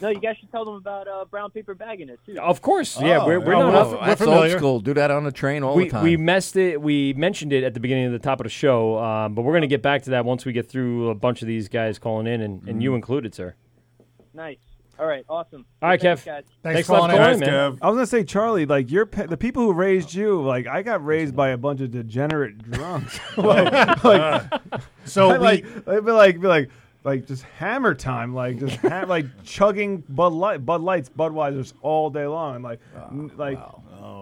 [SPEAKER 10] No, you guys should tell them about uh, brown paper bagging it too.
[SPEAKER 14] Of course, yeah.
[SPEAKER 8] Oh,
[SPEAKER 14] We're, we're
[SPEAKER 8] oh,
[SPEAKER 14] not
[SPEAKER 8] well,
[SPEAKER 14] off-
[SPEAKER 8] that's old school. Do that on the train all
[SPEAKER 14] we,
[SPEAKER 8] the time.
[SPEAKER 14] We messed it. We mentioned it at the beginning of the top of the show, um, but we're going to get back to that once we get through a bunch of these guys calling in, and, and
[SPEAKER 5] Mm-hmm.
[SPEAKER 14] you included, sir.
[SPEAKER 10] Nice. All right. Awesome.
[SPEAKER 14] All right,
[SPEAKER 10] Thanks,
[SPEAKER 14] Kev.
[SPEAKER 10] guys.
[SPEAKER 14] Thanks for calling in, man.
[SPEAKER 5] I was gonna say, Charlie, like your pa- the people who raised you, like I got raised by a bunch of degenerate drunks.
[SPEAKER 14] *laughs*
[SPEAKER 5] like, like-
[SPEAKER 7] So
[SPEAKER 5] I,
[SPEAKER 7] we-
[SPEAKER 5] like, they'd be like, be like, like just hammer time, like just ha- like chugging Bud Light, Bud Lights, Budweisers all day long, and like, n- like.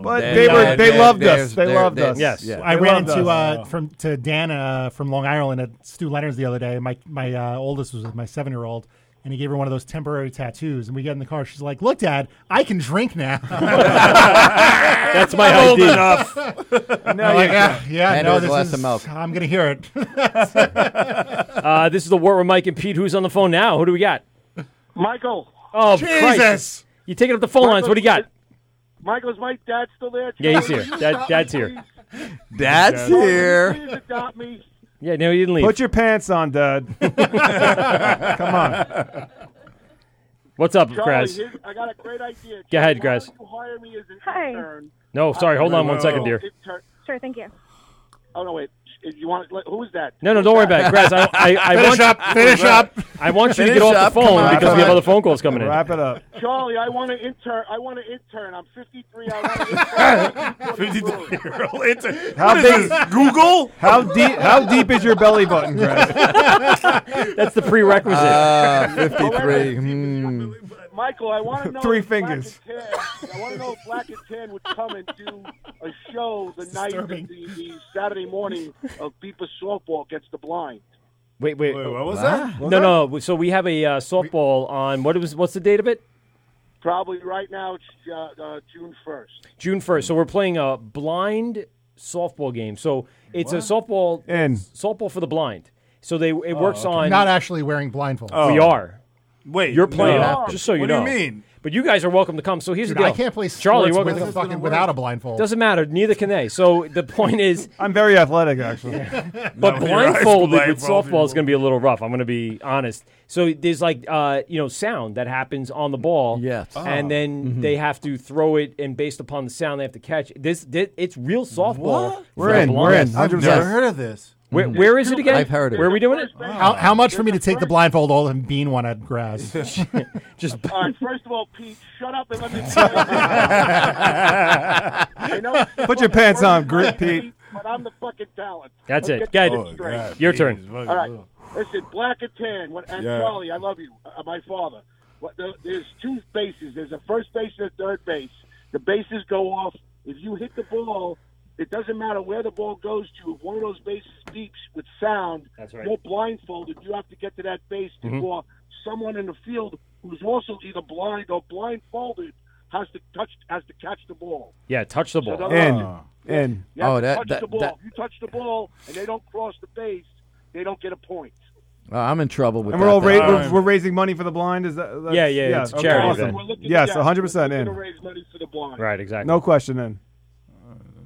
[SPEAKER 5] but
[SPEAKER 7] there-
[SPEAKER 5] they were
[SPEAKER 7] yeah,
[SPEAKER 5] they
[SPEAKER 7] uh, there-
[SPEAKER 5] loved us.
[SPEAKER 7] there's-
[SPEAKER 5] They
[SPEAKER 7] there-
[SPEAKER 5] loved
[SPEAKER 7] there's-
[SPEAKER 5] us.
[SPEAKER 7] yeah. I ran into uh,
[SPEAKER 5] uh.
[SPEAKER 7] from to Dan uh, from Long Island at Stu Leonard's the other day. My my uh, oldest was with my seven year old, and he gave her one of those temporary tattoos. And we get in the car. She's like, "Look, Dad, I can drink *laughs* now. That's
[SPEAKER 14] my
[SPEAKER 7] I'm
[SPEAKER 14] ID.
[SPEAKER 7] *laughs* no, I'm like, yeah, *laughs* yeah, no, this is, I'm gonna hear *laughs* it.
[SPEAKER 14] Uh, this is the War with Mike and Pete. Who's on the phone now? Who do we got?
[SPEAKER 2] Michael.
[SPEAKER 14] Oh, Christ. You taking up the phone lines? What do you got?
[SPEAKER 2] Michael's my dad still there?
[SPEAKER 14] Yeah, he's here.
[SPEAKER 2] Charlie, will you
[SPEAKER 14] uh, Dad,
[SPEAKER 2] adopt
[SPEAKER 14] dad's
[SPEAKER 2] me,
[SPEAKER 14] here.
[SPEAKER 8] Dad's
[SPEAKER 2] please? Charlie, Please adopt me.
[SPEAKER 14] Yeah, no, you didn't leave.
[SPEAKER 5] Put your pants
[SPEAKER 14] *laughs*
[SPEAKER 5] on, Dad. Come on.
[SPEAKER 14] What's up,
[SPEAKER 2] Charlie,
[SPEAKER 14] Graz?
[SPEAKER 2] here's- I got a great idea.
[SPEAKER 14] Go ahead,
[SPEAKER 2] Why
[SPEAKER 14] Graz.
[SPEAKER 2] don't You hire me as an
[SPEAKER 19] Hi.
[SPEAKER 2] intern.
[SPEAKER 14] No, Oh, sorry. Hold on one
[SPEAKER 2] I'll-
[SPEAKER 14] second, dear.
[SPEAKER 2] Intern.
[SPEAKER 19] Sure, thank you.
[SPEAKER 2] Oh no, wait. If you want, let- who is that?
[SPEAKER 14] No, no, don't worry about it, Graz. I, I, I
[SPEAKER 2] Finish
[SPEAKER 14] want,
[SPEAKER 2] up, finish up.
[SPEAKER 14] I want you to
[SPEAKER 5] Finish
[SPEAKER 14] get off
[SPEAKER 5] up,
[SPEAKER 14] the
[SPEAKER 5] come
[SPEAKER 14] phone
[SPEAKER 5] on,
[SPEAKER 14] because
[SPEAKER 5] come
[SPEAKER 14] we have
[SPEAKER 5] on.
[SPEAKER 14] other phone calls coming in.
[SPEAKER 5] Wrap it up.
[SPEAKER 2] Charlie, I want an intern. I want an intern. I'm 53. I
[SPEAKER 5] *laughs*
[SPEAKER 2] want an
[SPEAKER 8] *laughs*
[SPEAKER 3] *laughs*
[SPEAKER 2] intern. 53 year old intern.
[SPEAKER 5] How big? Google. How deep? How deep is your belly
[SPEAKER 8] *laughs*
[SPEAKER 5] button, Graz?
[SPEAKER 14] That's the prerequisite.
[SPEAKER 5] Ah,
[SPEAKER 8] fifty-three.
[SPEAKER 2] Michael, I want to know.
[SPEAKER 5] Hmm. Three
[SPEAKER 2] if Black
[SPEAKER 5] fingers.
[SPEAKER 2] and Tan- I want to know if Black and Tan would come and do a show the night, of the, the Saturday morning of Beeper softball against the blind.
[SPEAKER 14] Wait, wait,
[SPEAKER 2] what was that?
[SPEAKER 14] No, no, no. So we have a uh, softball on what was what's the date of it?
[SPEAKER 2] Probably right now it's uh, uh, June 1st.
[SPEAKER 14] June first. So we're playing a blind softball game. So it's a softball softball for the blind. So they it works on
[SPEAKER 7] Oh, not actually wearing blindfolds.
[SPEAKER 14] We are.
[SPEAKER 3] Wait,
[SPEAKER 14] you're
[SPEAKER 7] no,
[SPEAKER 14] playing.
[SPEAKER 7] you have to.
[SPEAKER 14] just so you
[SPEAKER 7] What do you
[SPEAKER 14] know.
[SPEAKER 7] mean?
[SPEAKER 14] But you guys are welcome to come. So here's
[SPEAKER 7] Dude,
[SPEAKER 14] the deal.
[SPEAKER 7] I can't play
[SPEAKER 14] Charlie,
[SPEAKER 7] sports
[SPEAKER 14] welcome
[SPEAKER 7] with
[SPEAKER 14] to
[SPEAKER 7] a fucking without a blindfold.
[SPEAKER 14] Doesn't matter. Neither can they. So the point is, *laughs*
[SPEAKER 7] *laughs*
[SPEAKER 5] I'm very athletic, actually.
[SPEAKER 14] but
[SPEAKER 5] No, *laughs* your eyes
[SPEAKER 14] blindfolded with
[SPEAKER 5] blindfolded.
[SPEAKER 14] softball is going to be a little rough. I'm going to be honest. So there's like uh, you know sound that happens on the ball. Yes.
[SPEAKER 8] Ah.
[SPEAKER 14] And then
[SPEAKER 8] Mhm.
[SPEAKER 14] they have to throw it, and based upon the sound, they have to catch it. this. thi- it's real softball. for
[SPEAKER 5] We're
[SPEAKER 14] the
[SPEAKER 5] in,
[SPEAKER 14] blind.
[SPEAKER 5] we're in, Mm. I've 100%. never heard
[SPEAKER 7] of this.
[SPEAKER 14] Where, where is it again? Where are we doing it?
[SPEAKER 7] How, how much for me to take the blindfold off and bean one at
[SPEAKER 5] *laughs*
[SPEAKER 7] grass? *laughs*
[SPEAKER 14] Just
[SPEAKER 2] All right, first of all, Pete, shut up and let me play. You know,
[SPEAKER 5] Put your pants on, grit, Pete.
[SPEAKER 2] But I'm the fucking talent.
[SPEAKER 14] That's
[SPEAKER 2] Let's
[SPEAKER 14] it.
[SPEAKER 2] get
[SPEAKER 14] Go
[SPEAKER 2] this
[SPEAKER 14] ahead.
[SPEAKER 2] straight.
[SPEAKER 14] Oh, God, Your Pete turn. is
[SPEAKER 2] All
[SPEAKER 14] fucking
[SPEAKER 2] right.
[SPEAKER 14] little.
[SPEAKER 2] Listen, black and tan. What, and
[SPEAKER 14] Yeah.
[SPEAKER 2] Charlie, I love you. Uh, my father. What, the, there's two bases. There's a first base and a third base. The bases go off. If you hit the ball, it doesn't matter where the ball goes to. If one of those bases beeps with sound,
[SPEAKER 14] That's right.
[SPEAKER 2] you're blindfolded. You have to get to that base
[SPEAKER 14] Mhm.
[SPEAKER 16] Mm-hmm.
[SPEAKER 2] before someone in the field who's also either blind or blindfolded has to touch has to catch the ball.
[SPEAKER 14] Yeah, touch the ball.
[SPEAKER 2] So they'll
[SPEAKER 14] And
[SPEAKER 2] have to-
[SPEAKER 14] and
[SPEAKER 2] You
[SPEAKER 5] Oh,
[SPEAKER 2] have to touch the ball. If you touch the ball and they don't cross the base, they don't get a point.
[SPEAKER 8] Uh, I'm in trouble with
[SPEAKER 5] And we're
[SPEAKER 8] that
[SPEAKER 5] all
[SPEAKER 8] thing.
[SPEAKER 5] ra-
[SPEAKER 14] Um,
[SPEAKER 5] we're, we're raising money for the blind. Is that? That's,
[SPEAKER 8] Yeah, yeah, it's a
[SPEAKER 5] okay,
[SPEAKER 8] charity
[SPEAKER 5] awesome.
[SPEAKER 8] event. We're looking-
[SPEAKER 5] Yes,
[SPEAKER 8] yeah,
[SPEAKER 5] 100 percent
[SPEAKER 8] we're
[SPEAKER 5] in.
[SPEAKER 8] looking to
[SPEAKER 2] raise money for the blind.
[SPEAKER 14] Right, exactly.
[SPEAKER 5] No question in.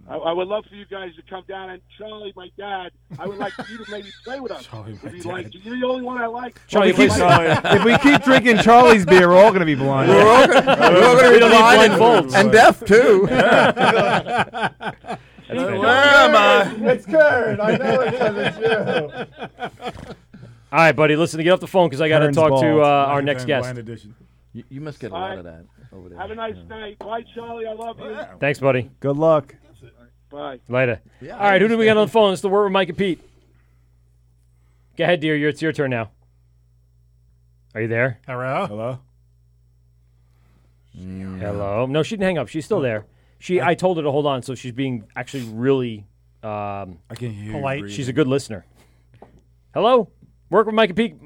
[SPEAKER 2] I, I would love for you guys to come down and Charlie, my dad. I would like you to maybe play with us. Charlie, my dad. You're the only one I like.
[SPEAKER 5] Charlie, if, we keep, *laughs* if we keep drinking Charlie's beer, we're all going to be blind.
[SPEAKER 8] We're all *laughs* gonna- we're all gonna be We don't need blind and- blindfolds. and deaf, too.
[SPEAKER 5] Yeah.
[SPEAKER 8] Where am I?
[SPEAKER 5] It's Kurt. I know it's 'cause it's you.
[SPEAKER 14] All right, buddy. Listen, get off the phone because I got to
[SPEAKER 8] Turns
[SPEAKER 14] talk to
[SPEAKER 8] bald.
[SPEAKER 14] uh, our
[SPEAKER 8] Blind
[SPEAKER 14] next
[SPEAKER 8] fan,
[SPEAKER 14] guest.
[SPEAKER 8] blind edition. You, you must get a lot of that over there.
[SPEAKER 2] Have a nice night. Bye, Charlie. I love you.
[SPEAKER 14] Thanks, buddy.
[SPEAKER 5] Good luck.
[SPEAKER 2] Bye.
[SPEAKER 14] Later.
[SPEAKER 2] Yeah,
[SPEAKER 14] All right, who do we got on the phone? It's the word with Mike and Pete. Go ahead, dear. Your- It's your turn now. Are you there?
[SPEAKER 7] Hello.
[SPEAKER 3] Hello.
[SPEAKER 14] Hello. No, she didn't hang up. She's still there. She. I told her to hold on, so she's being actually really. Um,
[SPEAKER 3] I can hear.
[SPEAKER 7] you breathing.
[SPEAKER 14] She's a good listener. Hello. Work with Mike and Pete.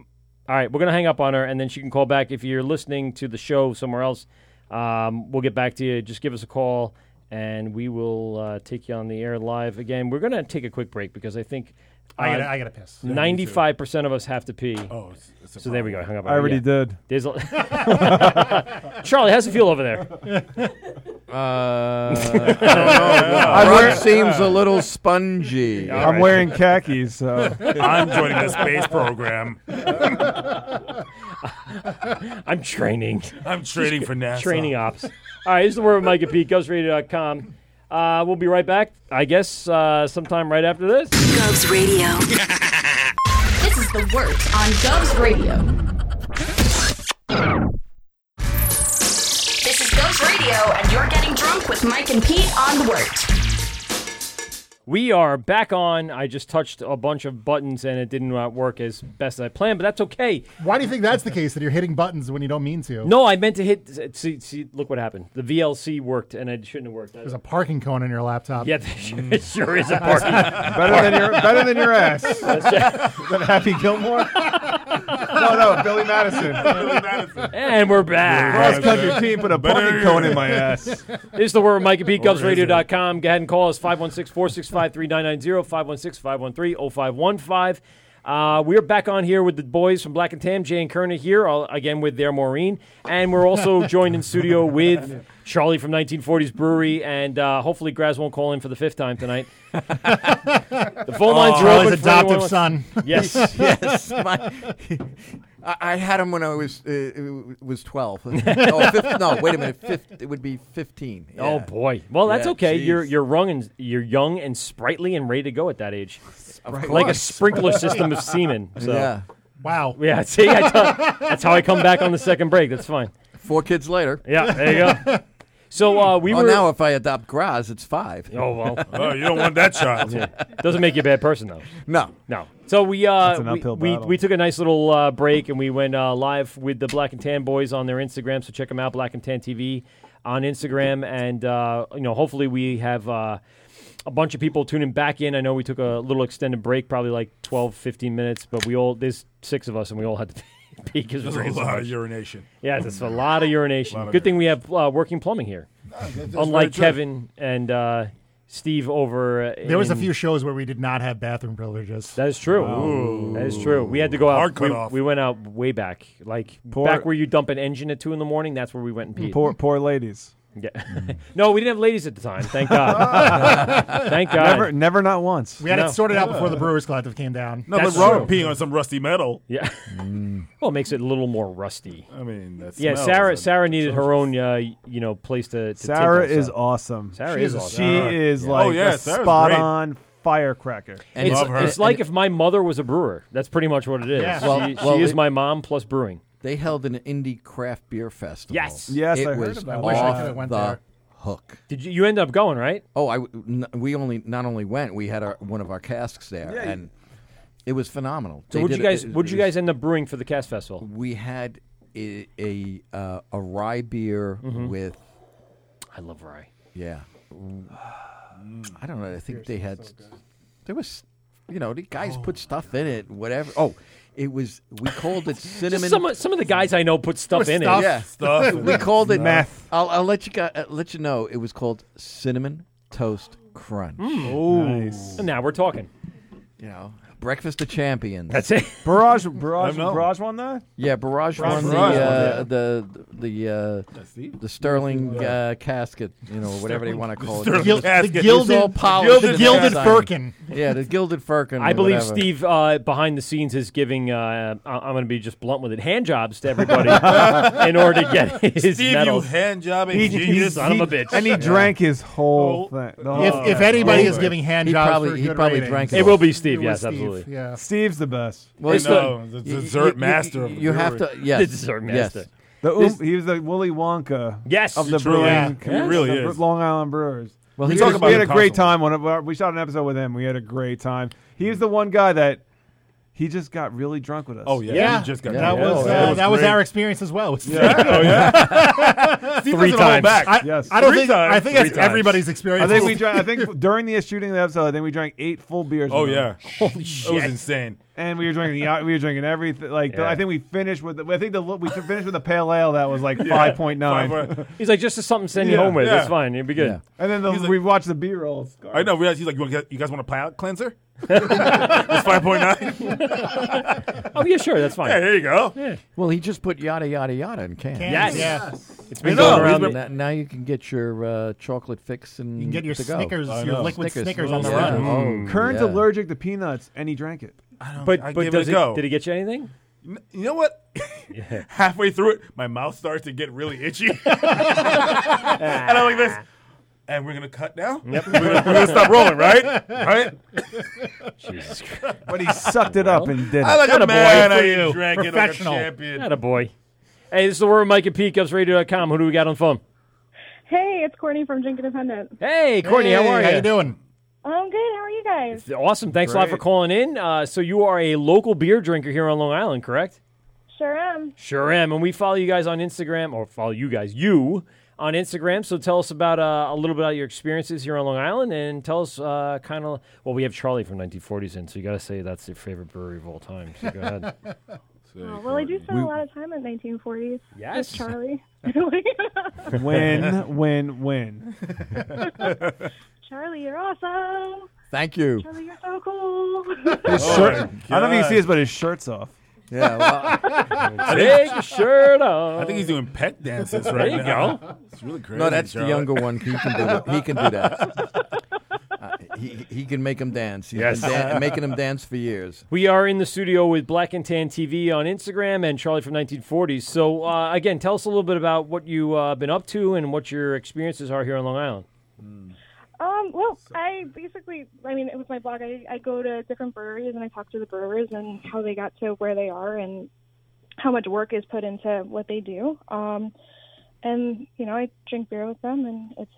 [SPEAKER 14] All right, we're gonna hang up on her, and then she can call back. If you're listening to the show somewhere else, um, we'll get back to you. Just give us a call, and we will uh, take you on the air live again. We're gonna take a quick break because I think uh,
[SPEAKER 7] I gotta- I gotta piss. Yeah, me too.
[SPEAKER 14] Ninety-five percent of us have to pee. Oh, so there we go. I hung up. on
[SPEAKER 5] I
[SPEAKER 14] her,
[SPEAKER 5] already
[SPEAKER 14] yeah.
[SPEAKER 5] did.
[SPEAKER 14] There's a- *laughs* Charlie, how's it feel over there?
[SPEAKER 8] Uh, *laughs* I don't know. Rock seems a *laughs* little spongy.
[SPEAKER 5] I'm wearing khakis, so
[SPEAKER 3] I'm joining the space program.
[SPEAKER 5] *laughs*
[SPEAKER 14] I'm training.
[SPEAKER 3] I'm training for NASA.
[SPEAKER 14] Training ops. All right, this is the word with Mike and Pete, GhostRadio.com. Uh, we'll be right back, I guess, uh, sometime right after this.
[SPEAKER 19] Gubs Radio. this is the worst on Gubs Radio. This is Gubs Radio, and you're getting drunk with Mike and Pete on the Wort.
[SPEAKER 14] We are back on. I just touched a bunch of buttons and it didn't uh, work as best as I planned, but that's okay.
[SPEAKER 7] Why do you think that's the case that you're hitting buttons when you don't mean to?
[SPEAKER 14] No, I meant to hit. See, see look what happened. The VLC worked and it shouldn't have worked.
[SPEAKER 7] There's a parking cone in your laptop. Mm.
[SPEAKER 14] Yeah, there sure- it sure is a *laughs*
[SPEAKER 7] *laughs*
[SPEAKER 14] parking.
[SPEAKER 5] better than your better than your
[SPEAKER 14] *laughs*
[SPEAKER 5] ass. Is that Happy Gilmore? no, no, Billy Madison. *laughs* Billy
[SPEAKER 3] Madison.
[SPEAKER 14] And we're back.
[SPEAKER 5] Cross country team put a parking cone in my ass.
[SPEAKER 14] this is the word Mike and Pete,
[SPEAKER 5] Or is it?
[SPEAKER 14] GubsRadio.com. Go ahead and call us 516 465 3990, 516 513 0515. Uh, we're back on here with the boys from Black and Tam, Jay and Kerna here, all, again with their Maureen. And we're also joined in studio with Charlie from 1940s Brewery, and uh, hopefully Graz won't call in for the fifth time tonight. the phone lines are
[SPEAKER 7] Charlie's
[SPEAKER 14] open. for anyone
[SPEAKER 7] adoptive
[SPEAKER 14] who-
[SPEAKER 7] son.
[SPEAKER 14] Yes.
[SPEAKER 8] yes. My, *laughs* I, I had him when I was uh, uh, was twelve. *laughs* oh, fif- no, wait a minute. Fif- it would be fifteen.
[SPEAKER 14] Oh
[SPEAKER 8] Yeah.
[SPEAKER 14] boy! Well, that's
[SPEAKER 8] Yeah,
[SPEAKER 14] okay. You're
[SPEAKER 8] geez.
[SPEAKER 14] you're young and you're young and sprightly and ready to go at that age,
[SPEAKER 8] Of
[SPEAKER 14] like a
[SPEAKER 8] course.
[SPEAKER 14] sprinkler system of
[SPEAKER 8] *laughs*
[SPEAKER 14] semen. So.
[SPEAKER 8] Yeah.
[SPEAKER 7] Wow.
[SPEAKER 14] Yeah. See, I tell- that's how I come back on the second break. That's fine.
[SPEAKER 8] Four kids later.
[SPEAKER 14] Yeah. There
[SPEAKER 8] *laughs*
[SPEAKER 14] you go. So uh, we
[SPEAKER 8] well,
[SPEAKER 14] were
[SPEAKER 8] now if I adopt Graz, it's five.
[SPEAKER 14] Oh well.
[SPEAKER 8] Oh, you don't want that child.
[SPEAKER 14] Yeah. Doesn't make you a bad person though.
[SPEAKER 8] No.
[SPEAKER 14] No. So we
[SPEAKER 8] That's
[SPEAKER 14] uh
[SPEAKER 8] an
[SPEAKER 14] we,
[SPEAKER 8] uphill
[SPEAKER 14] we,
[SPEAKER 8] battle.
[SPEAKER 14] we took a nice little uh, break and we went uh, live with the Black and Tan boys on their Instagram. So check them out, Black and Tan TV on Instagram, and uh, you know hopefully we have. Uh, a bunch of people tuning back in. I know we took a little extended break, probably like 12, 15 minutes, but we all, there's six of us, and we all had to *laughs* pee because
[SPEAKER 3] There's a lot of urination.
[SPEAKER 14] Yeah, there's a lot of urination.
[SPEAKER 3] Lot of
[SPEAKER 14] Good thing we have uh, working plumbing here.
[SPEAKER 3] that's- that's very
[SPEAKER 14] Unlike
[SPEAKER 3] true.
[SPEAKER 14] Kevin and uh, Steve over. uh,
[SPEAKER 7] There was a
[SPEAKER 14] in-
[SPEAKER 7] few shows where we did not have bathroom privileges.
[SPEAKER 14] That is true. That is true. We had to go out.
[SPEAKER 7] Hard
[SPEAKER 14] we,
[SPEAKER 7] cutoff.
[SPEAKER 14] we went out way back, like
[SPEAKER 5] Poor-
[SPEAKER 14] back where you dump an engine at two in the morning. That's where we went and peed.
[SPEAKER 5] *laughs* Poor, poor ladies.
[SPEAKER 14] *laughs* Yeah. no, we didn't have ladies at the time. Thank
[SPEAKER 3] *laughs*
[SPEAKER 14] God. Thank God.
[SPEAKER 5] Never, never, not once.
[SPEAKER 7] We had
[SPEAKER 14] No.
[SPEAKER 7] it sorted out before the Brewers Collective came down.
[SPEAKER 3] Nothing wrong with peeing on some rusty metal. *laughs*
[SPEAKER 14] Yeah. Well, it makes it a little more rusty.
[SPEAKER 3] I mean, that
[SPEAKER 14] yeah,
[SPEAKER 3] smells
[SPEAKER 14] Sarah.
[SPEAKER 3] like-
[SPEAKER 14] Sarah needed her own, uh, you know, place to. to
[SPEAKER 5] Sarah
[SPEAKER 14] take us
[SPEAKER 5] is
[SPEAKER 14] up.
[SPEAKER 5] awesome.
[SPEAKER 14] Sarah
[SPEAKER 5] she
[SPEAKER 14] is awesome.
[SPEAKER 5] She is like
[SPEAKER 14] Oh, yeah,
[SPEAKER 5] a
[SPEAKER 14] Sarah's
[SPEAKER 5] spot
[SPEAKER 14] great.
[SPEAKER 5] on firecracker.
[SPEAKER 14] it's, it's like if my mother was a brewer. That's pretty much what it is.
[SPEAKER 8] Yeah.
[SPEAKER 14] She,
[SPEAKER 8] Well-
[SPEAKER 14] she
[SPEAKER 8] well,
[SPEAKER 14] is
[SPEAKER 8] it-
[SPEAKER 14] my mom plus brewing.
[SPEAKER 8] They held an indie craft beer festival.
[SPEAKER 14] Yes.
[SPEAKER 8] it was Off the hook.
[SPEAKER 14] Did you, you end up going right?
[SPEAKER 8] Oh, I w- n- we only not only went, we had our one of our casks there,
[SPEAKER 14] Yeah, you-
[SPEAKER 8] and it was phenomenal.
[SPEAKER 14] So
[SPEAKER 8] They
[SPEAKER 14] would
[SPEAKER 8] did
[SPEAKER 14] you
[SPEAKER 8] it-
[SPEAKER 14] guys?
[SPEAKER 8] it-
[SPEAKER 14] Would you
[SPEAKER 8] it was-
[SPEAKER 14] guys end up brewing for the cast festival?
[SPEAKER 8] We had a a, uh, a rye beer
[SPEAKER 14] Mhm.
[SPEAKER 8] with.
[SPEAKER 14] I love rye.
[SPEAKER 8] Yeah, I don't know. I think they had. there was, you know, the guys
[SPEAKER 14] Oh
[SPEAKER 8] put stuff in it. Whatever. Oh, it was. We called it
[SPEAKER 14] *laughs* Just
[SPEAKER 8] cinnamon.
[SPEAKER 14] some of- some of the guys I know put stuff in it.
[SPEAKER 8] Yeah, *laughs*
[SPEAKER 14] *laughs*
[SPEAKER 8] we called it I'll, I'll let you gu- uh, let you know. It was called cinnamon toast crunch.
[SPEAKER 14] Hmm. Mm. Nice. And now we're talking.
[SPEAKER 8] You know, Breakfast of Champions.
[SPEAKER 14] That's it.
[SPEAKER 5] Barrage, barrage,
[SPEAKER 8] I know.
[SPEAKER 5] barrage won that.
[SPEAKER 8] Yeah, Barrage
[SPEAKER 5] Barrage
[SPEAKER 8] won the,
[SPEAKER 5] won,
[SPEAKER 8] uh,
[SPEAKER 5] yeah.
[SPEAKER 8] the the uh,
[SPEAKER 5] the-
[SPEAKER 8] the Sterling
[SPEAKER 5] Yeah.
[SPEAKER 8] uh, casket, you know, whatever they want to call it.
[SPEAKER 14] Sterling
[SPEAKER 8] It's
[SPEAKER 14] casket.
[SPEAKER 8] all polished
[SPEAKER 14] Gilded-
[SPEAKER 8] and
[SPEAKER 14] gilded
[SPEAKER 8] shiny.
[SPEAKER 14] firkin.
[SPEAKER 8] Yeah, the gilded firkin.
[SPEAKER 14] I
[SPEAKER 8] or
[SPEAKER 14] believe
[SPEAKER 8] whatever.
[SPEAKER 14] Steve uh, behind the scenes is giving. Uh, I- I'm going to be just blunt with it. Hand jobs to
[SPEAKER 3] *laughs*
[SPEAKER 14] everybody in order to get his
[SPEAKER 3] Steve, you
[SPEAKER 14] medals.
[SPEAKER 3] hand job
[SPEAKER 14] He-
[SPEAKER 3] genius.
[SPEAKER 14] son of a bitch.
[SPEAKER 5] And he
[SPEAKER 14] Yeah. *laughs*
[SPEAKER 5] drank his whole thing. the whole
[SPEAKER 7] If-
[SPEAKER 5] thing.
[SPEAKER 7] if anybody is giving hand He jobs probably- for he good probably ratings, drank it
[SPEAKER 14] It
[SPEAKER 7] all.
[SPEAKER 14] will be Steve.
[SPEAKER 7] It was
[SPEAKER 14] Yes,
[SPEAKER 7] Steve,
[SPEAKER 14] absolutely.
[SPEAKER 7] yeah.
[SPEAKER 5] Steve's the best.
[SPEAKER 8] Well, it's No, the- the dessert master of the
[SPEAKER 14] you have
[SPEAKER 8] brewery. to- yes,
[SPEAKER 14] The dessert
[SPEAKER 8] yes.
[SPEAKER 14] master.
[SPEAKER 5] The
[SPEAKER 14] This-
[SPEAKER 5] oom- he was the Willy Wonka.
[SPEAKER 14] Yes.
[SPEAKER 5] of the
[SPEAKER 14] He truly
[SPEAKER 5] brewing.
[SPEAKER 14] is.
[SPEAKER 5] com-
[SPEAKER 14] He really
[SPEAKER 5] the Br-
[SPEAKER 14] is.
[SPEAKER 5] Long Island Brewers.
[SPEAKER 14] Well,
[SPEAKER 5] we,
[SPEAKER 14] he
[SPEAKER 5] had-
[SPEAKER 14] talks about
[SPEAKER 5] we had
[SPEAKER 14] it
[SPEAKER 5] a great
[SPEAKER 14] constantly.
[SPEAKER 5] time. On it. We shot an episode with him. We had a great time. He was the one guy that he just got really drunk with us.
[SPEAKER 3] Oh, yeah. Yeah. He just got
[SPEAKER 7] That was, uh, that was our experience as well. *laughs*
[SPEAKER 5] Yeah. Oh, yeah.
[SPEAKER 7] Steve doesn't hold back. I,
[SPEAKER 5] Yes.
[SPEAKER 7] I don't think. I think that's everybody's experience.
[SPEAKER 5] I think
[SPEAKER 7] *laughs*
[SPEAKER 5] we drank. I think during the shooting of the episode, I think we drank eight full beers.
[SPEAKER 3] Oh,
[SPEAKER 5] with them.
[SPEAKER 3] yeah. Holy It shit. was insane.
[SPEAKER 5] And we were drinking the we were drinking everything. Like the-
[SPEAKER 14] Yeah.
[SPEAKER 5] I think we finished with. The, I think the we finished with a pale ale that was like five point nine.
[SPEAKER 14] He's like, just as something to send you home with. It's fine. You'll be good.
[SPEAKER 5] And then the,
[SPEAKER 3] He's like-
[SPEAKER 5] we watched the B rolls.
[SPEAKER 3] I know. Realize he's like, you, wanna get- you guys want a palate cleanser? *laughs* it's five point nine.
[SPEAKER 14] *laughs* Oh yeah, sure, that's fine.
[SPEAKER 3] Yeah, there you go.
[SPEAKER 8] Well, he just put yada yada yada in cans.
[SPEAKER 14] Yes. Yes. Yes.
[SPEAKER 8] it's
[SPEAKER 14] It's
[SPEAKER 8] been
[SPEAKER 14] been
[SPEAKER 8] going
[SPEAKER 14] going
[SPEAKER 8] around.
[SPEAKER 14] around-
[SPEAKER 8] Now, now you can get your uh, chocolate fix and
[SPEAKER 7] You can get your
[SPEAKER 8] to go.
[SPEAKER 7] Snickers, I your know. liquid Snickers on the
[SPEAKER 8] Yeah.
[SPEAKER 7] run.
[SPEAKER 8] Oh,
[SPEAKER 5] Kern's
[SPEAKER 8] yeah.
[SPEAKER 5] allergic to peanuts, and he drank it. I
[SPEAKER 14] don't- Mm, But- I but give it a does it- go. did he get you anything?
[SPEAKER 3] N- You know what? *laughs* Halfway through it, my mouth starts to get really itchy, *laughs* and I'm like this. And we're gonna cut now.
[SPEAKER 14] Yep.
[SPEAKER 3] *laughs* We're, gonna, we're gonna stop rolling, right? Right.
[SPEAKER 14] Jesus
[SPEAKER 3] Christ.
[SPEAKER 5] But he sucked it up and did it.
[SPEAKER 3] I like
[SPEAKER 14] Atta
[SPEAKER 3] a
[SPEAKER 14] boy
[SPEAKER 3] man.
[SPEAKER 14] for
[SPEAKER 3] I
[SPEAKER 14] you.
[SPEAKER 3] drank it like a champion.
[SPEAKER 14] Atta boy. Hey, this is the word Mike at PeteGubsRadio.com. Who do we got on the phone?
[SPEAKER 20] Hey, it's Courtney from Drink Independent.
[SPEAKER 14] Hey, Courtney, how are you?
[SPEAKER 20] I'm good. How are you guys?
[SPEAKER 14] Awesome. Thanks a lot for
[SPEAKER 20] Great.
[SPEAKER 14] calling in. Uh, so you are a local beer drinker here on Long Island, correct?
[SPEAKER 20] Sure
[SPEAKER 14] *laughs*
[SPEAKER 20] am.
[SPEAKER 14] Sure am. And we follow you guys on Instagram, or follow you guys, you on Instagram. So tell us about uh, a little bit about your experiences here on Long Island, and tell us uh, kind of. Well, we have Charlie from 1940s in, so you got to say that's your favorite brewery of all time. So go ahead.
[SPEAKER 20] Oh, well, I do spend a lot of time in 1940s.
[SPEAKER 14] Yes.
[SPEAKER 20] With
[SPEAKER 14] *laughs*
[SPEAKER 20] Charlie. *laughs*
[SPEAKER 5] win, win, win.
[SPEAKER 20] Charlie, you're awesome.
[SPEAKER 8] Thank you.
[SPEAKER 20] Charlie, you're so cool.
[SPEAKER 5] His
[SPEAKER 14] Oh
[SPEAKER 20] Oh
[SPEAKER 5] shirt. I don't know if you can see this, but his shirt's off.
[SPEAKER 8] Yeah,
[SPEAKER 5] *laughs*
[SPEAKER 3] I
[SPEAKER 14] Take
[SPEAKER 3] think-
[SPEAKER 14] your shirt off.
[SPEAKER 3] I think he's doing pet dances
[SPEAKER 14] There
[SPEAKER 3] right
[SPEAKER 14] you
[SPEAKER 3] now.
[SPEAKER 14] go.
[SPEAKER 3] It's really crazy.
[SPEAKER 8] No, *laughs* that's the
[SPEAKER 3] Charlotte.
[SPEAKER 8] younger one. He can do that. He can do that. *laughs* Uh, he, he can make him dance. He's
[SPEAKER 14] Yes.
[SPEAKER 8] been
[SPEAKER 14] *laughs*
[SPEAKER 8] dan- making him dance for years.
[SPEAKER 14] We are in the studio with Black and Tan TV on Instagram and Charlie from 1940s. So uh, again, tell us a little bit about what you've uh, been up to and what your experiences are here on Long Island.
[SPEAKER 20] Um, well, I basically, I mean, with my blog, I, I go to different breweries and I talk to the brewers and how they got to where they are and how much work is put into what they do. Um, and, you know, I drink beer with them and it's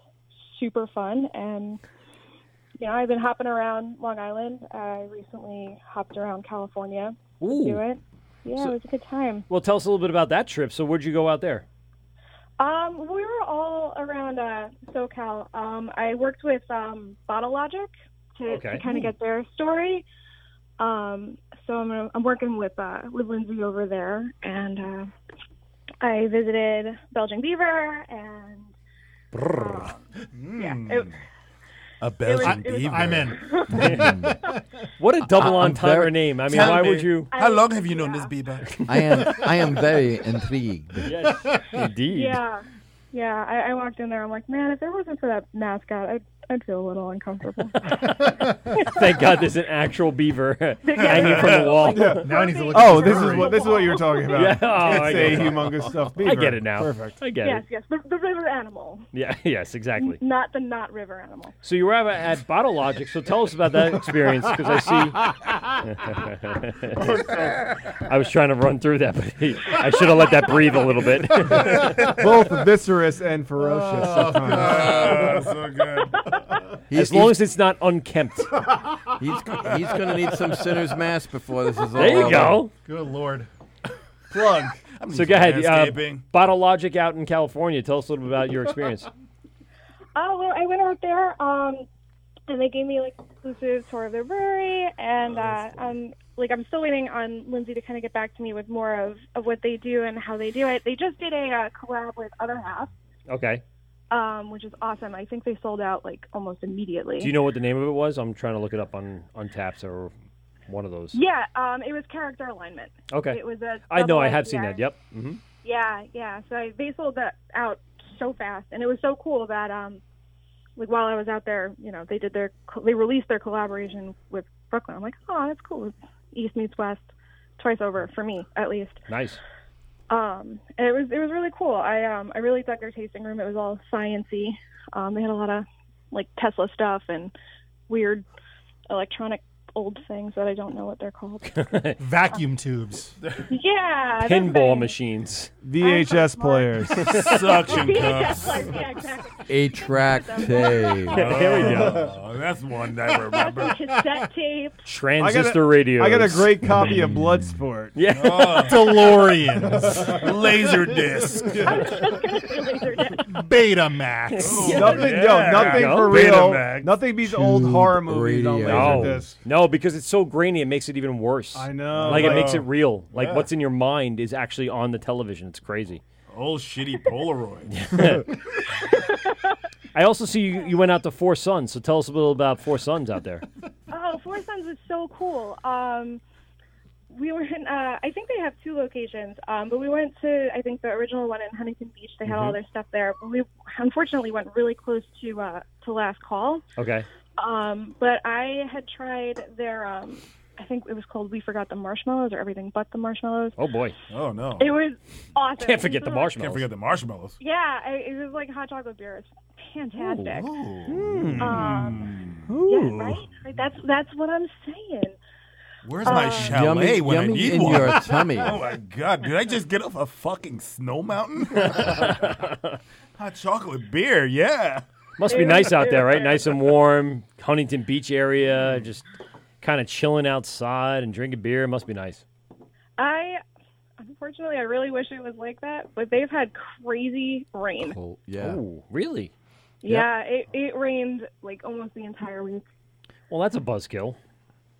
[SPEAKER 20] super fun. And, you know, I've been hopping around Long Island. I recently hopped around California
[SPEAKER 14] Ooh.
[SPEAKER 20] to do it. Yeah,
[SPEAKER 14] So-
[SPEAKER 20] it was a good time.
[SPEAKER 14] Well, tell us a little bit about that trip. So where'd you go out there?
[SPEAKER 20] Um, we were all around uh, SoCal. Um, I worked with um, Bottle Logic to,
[SPEAKER 14] Okay.
[SPEAKER 20] to kind of get their story. Um, so I'm, gonna, I'm working with uh, with Lindsay over there, and uh, I visited Belgian Beaver,
[SPEAKER 8] *laughs*
[SPEAKER 20] and yeah, it,
[SPEAKER 3] A
[SPEAKER 20] Belgian it was- beaver.
[SPEAKER 7] I'm in.
[SPEAKER 3] *laughs*
[SPEAKER 14] Hmm. What a double
[SPEAKER 8] I- I'm
[SPEAKER 14] entendre
[SPEAKER 8] very-
[SPEAKER 14] name. I mean,
[SPEAKER 8] Tell
[SPEAKER 14] why
[SPEAKER 8] me,
[SPEAKER 14] would you?
[SPEAKER 3] How long have you known this Bieber?
[SPEAKER 8] I
[SPEAKER 20] *laughs*
[SPEAKER 8] am. I am very intrigued.
[SPEAKER 14] Yes, indeed.
[SPEAKER 20] yeah, yeah. I, I walked in there. I'm like, man, if it wasn't for that mascot, I'd, I'd feel a little uncomfortable.
[SPEAKER 14] *laughs* Thank God there's an actual beaver *laughs* hanging from the wall.
[SPEAKER 5] Yeah. Oh, this is what this is what you were talking about.
[SPEAKER 14] Yeah. Oh, I
[SPEAKER 5] it's
[SPEAKER 14] get
[SPEAKER 5] a
[SPEAKER 14] it.
[SPEAKER 5] humongous stuffed beaver.
[SPEAKER 14] I get it now.
[SPEAKER 5] Perfect.
[SPEAKER 14] I get
[SPEAKER 20] yes,
[SPEAKER 14] it.
[SPEAKER 20] yes, the, the river animal,
[SPEAKER 14] Yeah. *laughs* Yes. Exactly.
[SPEAKER 20] not the not river animal.
[SPEAKER 14] So you were at, at Bottle Logic. So tell us about that experience because I
[SPEAKER 5] *laughs*
[SPEAKER 14] see. *laughs* I was trying to run through that, but I should have let that breathe a little bit.
[SPEAKER 5] *laughs* *laughs* Both viscerous and ferocious.
[SPEAKER 14] Oh, God.
[SPEAKER 5] sometimes.
[SPEAKER 3] So good.
[SPEAKER 14] as long as it's not unkempt.
[SPEAKER 8] *laughs* He's he's gonna need some sinner's mass before this is all.
[SPEAKER 14] There you
[SPEAKER 8] over.
[SPEAKER 14] go.
[SPEAKER 7] Good *laughs* lord.
[SPEAKER 5] Plug.
[SPEAKER 14] So go ahead. Uh, Bottle Logic out in California. Tell us a little bit about your
[SPEAKER 20] *laughs*
[SPEAKER 14] experience.
[SPEAKER 20] Oh well, I went out there, um, and they gave me like exclusive tour of their brewery,
[SPEAKER 14] Oh,
[SPEAKER 20] and uh, um, like I'm still waiting on Lindsay to kind of get back to me with more of of what they do and how they do it. They just did a uh, collab with Other Half,
[SPEAKER 14] Okay.
[SPEAKER 20] um, which is awesome. I think they sold out like almost immediately.
[SPEAKER 14] Do you know what the name of it was? I'm trying to look it up on on Taps or One of those.
[SPEAKER 20] Yeah, um, it was character alignment.
[SPEAKER 14] Okay.
[SPEAKER 20] It was a.
[SPEAKER 14] I know. I
[SPEAKER 20] double-
[SPEAKER 14] have seen
[SPEAKER 20] yeah.
[SPEAKER 14] that. Yep. hmm
[SPEAKER 20] Yeah, yeah. So I, they sold that out so fast, and it was so cool that um, like while I was out there, you know, they did their they released their collaboration with Brooklyn. I'm like, oh, that's cool. It's East meets West, twice over for me at least.
[SPEAKER 14] Nice.
[SPEAKER 20] Um, and it was it was really cool. I um I really dug their tasting room. It was all sciency. Um, they had a lot of like Tesla stuff and weird electronic old things that I don't know what they're called.
[SPEAKER 7] *laughs* Vacuum tubes.
[SPEAKER 20] yeah, that's
[SPEAKER 14] Pinball machines.
[SPEAKER 5] VHS
[SPEAKER 7] *laughs*
[SPEAKER 5] players.
[SPEAKER 20] Suction
[SPEAKER 5] Oh.
[SPEAKER 20] cups. Yeah, exactly. *laughs*
[SPEAKER 8] Eight track
[SPEAKER 14] *laughs*
[SPEAKER 8] tape. there we
[SPEAKER 3] go. Oh, That's one I remember.
[SPEAKER 20] Cassette tape.
[SPEAKER 14] Transistor
[SPEAKER 5] I got a-
[SPEAKER 14] radios.
[SPEAKER 5] I got a great copy of Bloodsport.
[SPEAKER 14] Yeah.
[SPEAKER 5] *laughs*
[SPEAKER 2] Oh.
[SPEAKER 5] DeLoreans.
[SPEAKER 7] Betamax.
[SPEAKER 5] *laughs* nothing, yo, nothing for real. Nothing beats old horror
[SPEAKER 8] Oh.
[SPEAKER 5] movies on
[SPEAKER 14] no.
[SPEAKER 5] Laserdisc.
[SPEAKER 14] No, because it's so grainy, it makes it even worse. I
[SPEAKER 5] know.
[SPEAKER 14] Like
[SPEAKER 5] I
[SPEAKER 14] it makes it
[SPEAKER 5] know.
[SPEAKER 14] real. Like
[SPEAKER 3] Yeah.
[SPEAKER 14] what's in your mind is actually on the television. It's crazy.
[SPEAKER 3] *laughs* Old shitty Polaroid.
[SPEAKER 14] I also see you, you went out to Four Sons. So tell us a little about Four Sons out there.
[SPEAKER 20] Oh, Four Sons is so cool. Um, we were in, uh, I think they have two locations, um, but we went to, I think, the original one in Huntington Beach. They had all
[SPEAKER 14] Mhm.
[SPEAKER 20] their stuff there. But we unfortunately went really close to uh, to Last Call.
[SPEAKER 14] Okay.
[SPEAKER 20] Um, but I had tried their, um, I think it was called We Forgot the Marshmallows or Everything But the Marshmallows.
[SPEAKER 14] *laughs* Oh boy.
[SPEAKER 3] Oh no.
[SPEAKER 20] It was awesome.
[SPEAKER 3] Can't forget the
[SPEAKER 20] marshmallows.
[SPEAKER 3] Can't forget the marshmallows.
[SPEAKER 20] Yeah, I, it was like hot chocolate beer. It's fantastic.
[SPEAKER 3] Hmm.
[SPEAKER 20] Um, yeah, right? Like, That's that's what I'm saying.
[SPEAKER 3] Where's
[SPEAKER 20] Um,
[SPEAKER 2] Uh,
[SPEAKER 3] my chalet
[SPEAKER 8] Yummy-
[SPEAKER 3] when
[SPEAKER 8] yummy
[SPEAKER 3] I need
[SPEAKER 8] in
[SPEAKER 3] one? *laughs*
[SPEAKER 8] your tummy.
[SPEAKER 3] oh my god! Did I just get off a fucking
[SPEAKER 14] *laughs*
[SPEAKER 3] snow mountain? Hot chocolate beer, yeah.
[SPEAKER 14] Must be nice out there, right? Nice and warm. Huntington Beach area. Just kind of chilling outside and drinking beer. Must be nice.
[SPEAKER 20] I unfortunately I really wish it was like that, but they've had crazy rain.
[SPEAKER 8] yeah.
[SPEAKER 14] Oh, really?
[SPEAKER 20] Yeah, it, it rained like almost the entire week.
[SPEAKER 14] Well, that's a buzzkill. *laughs*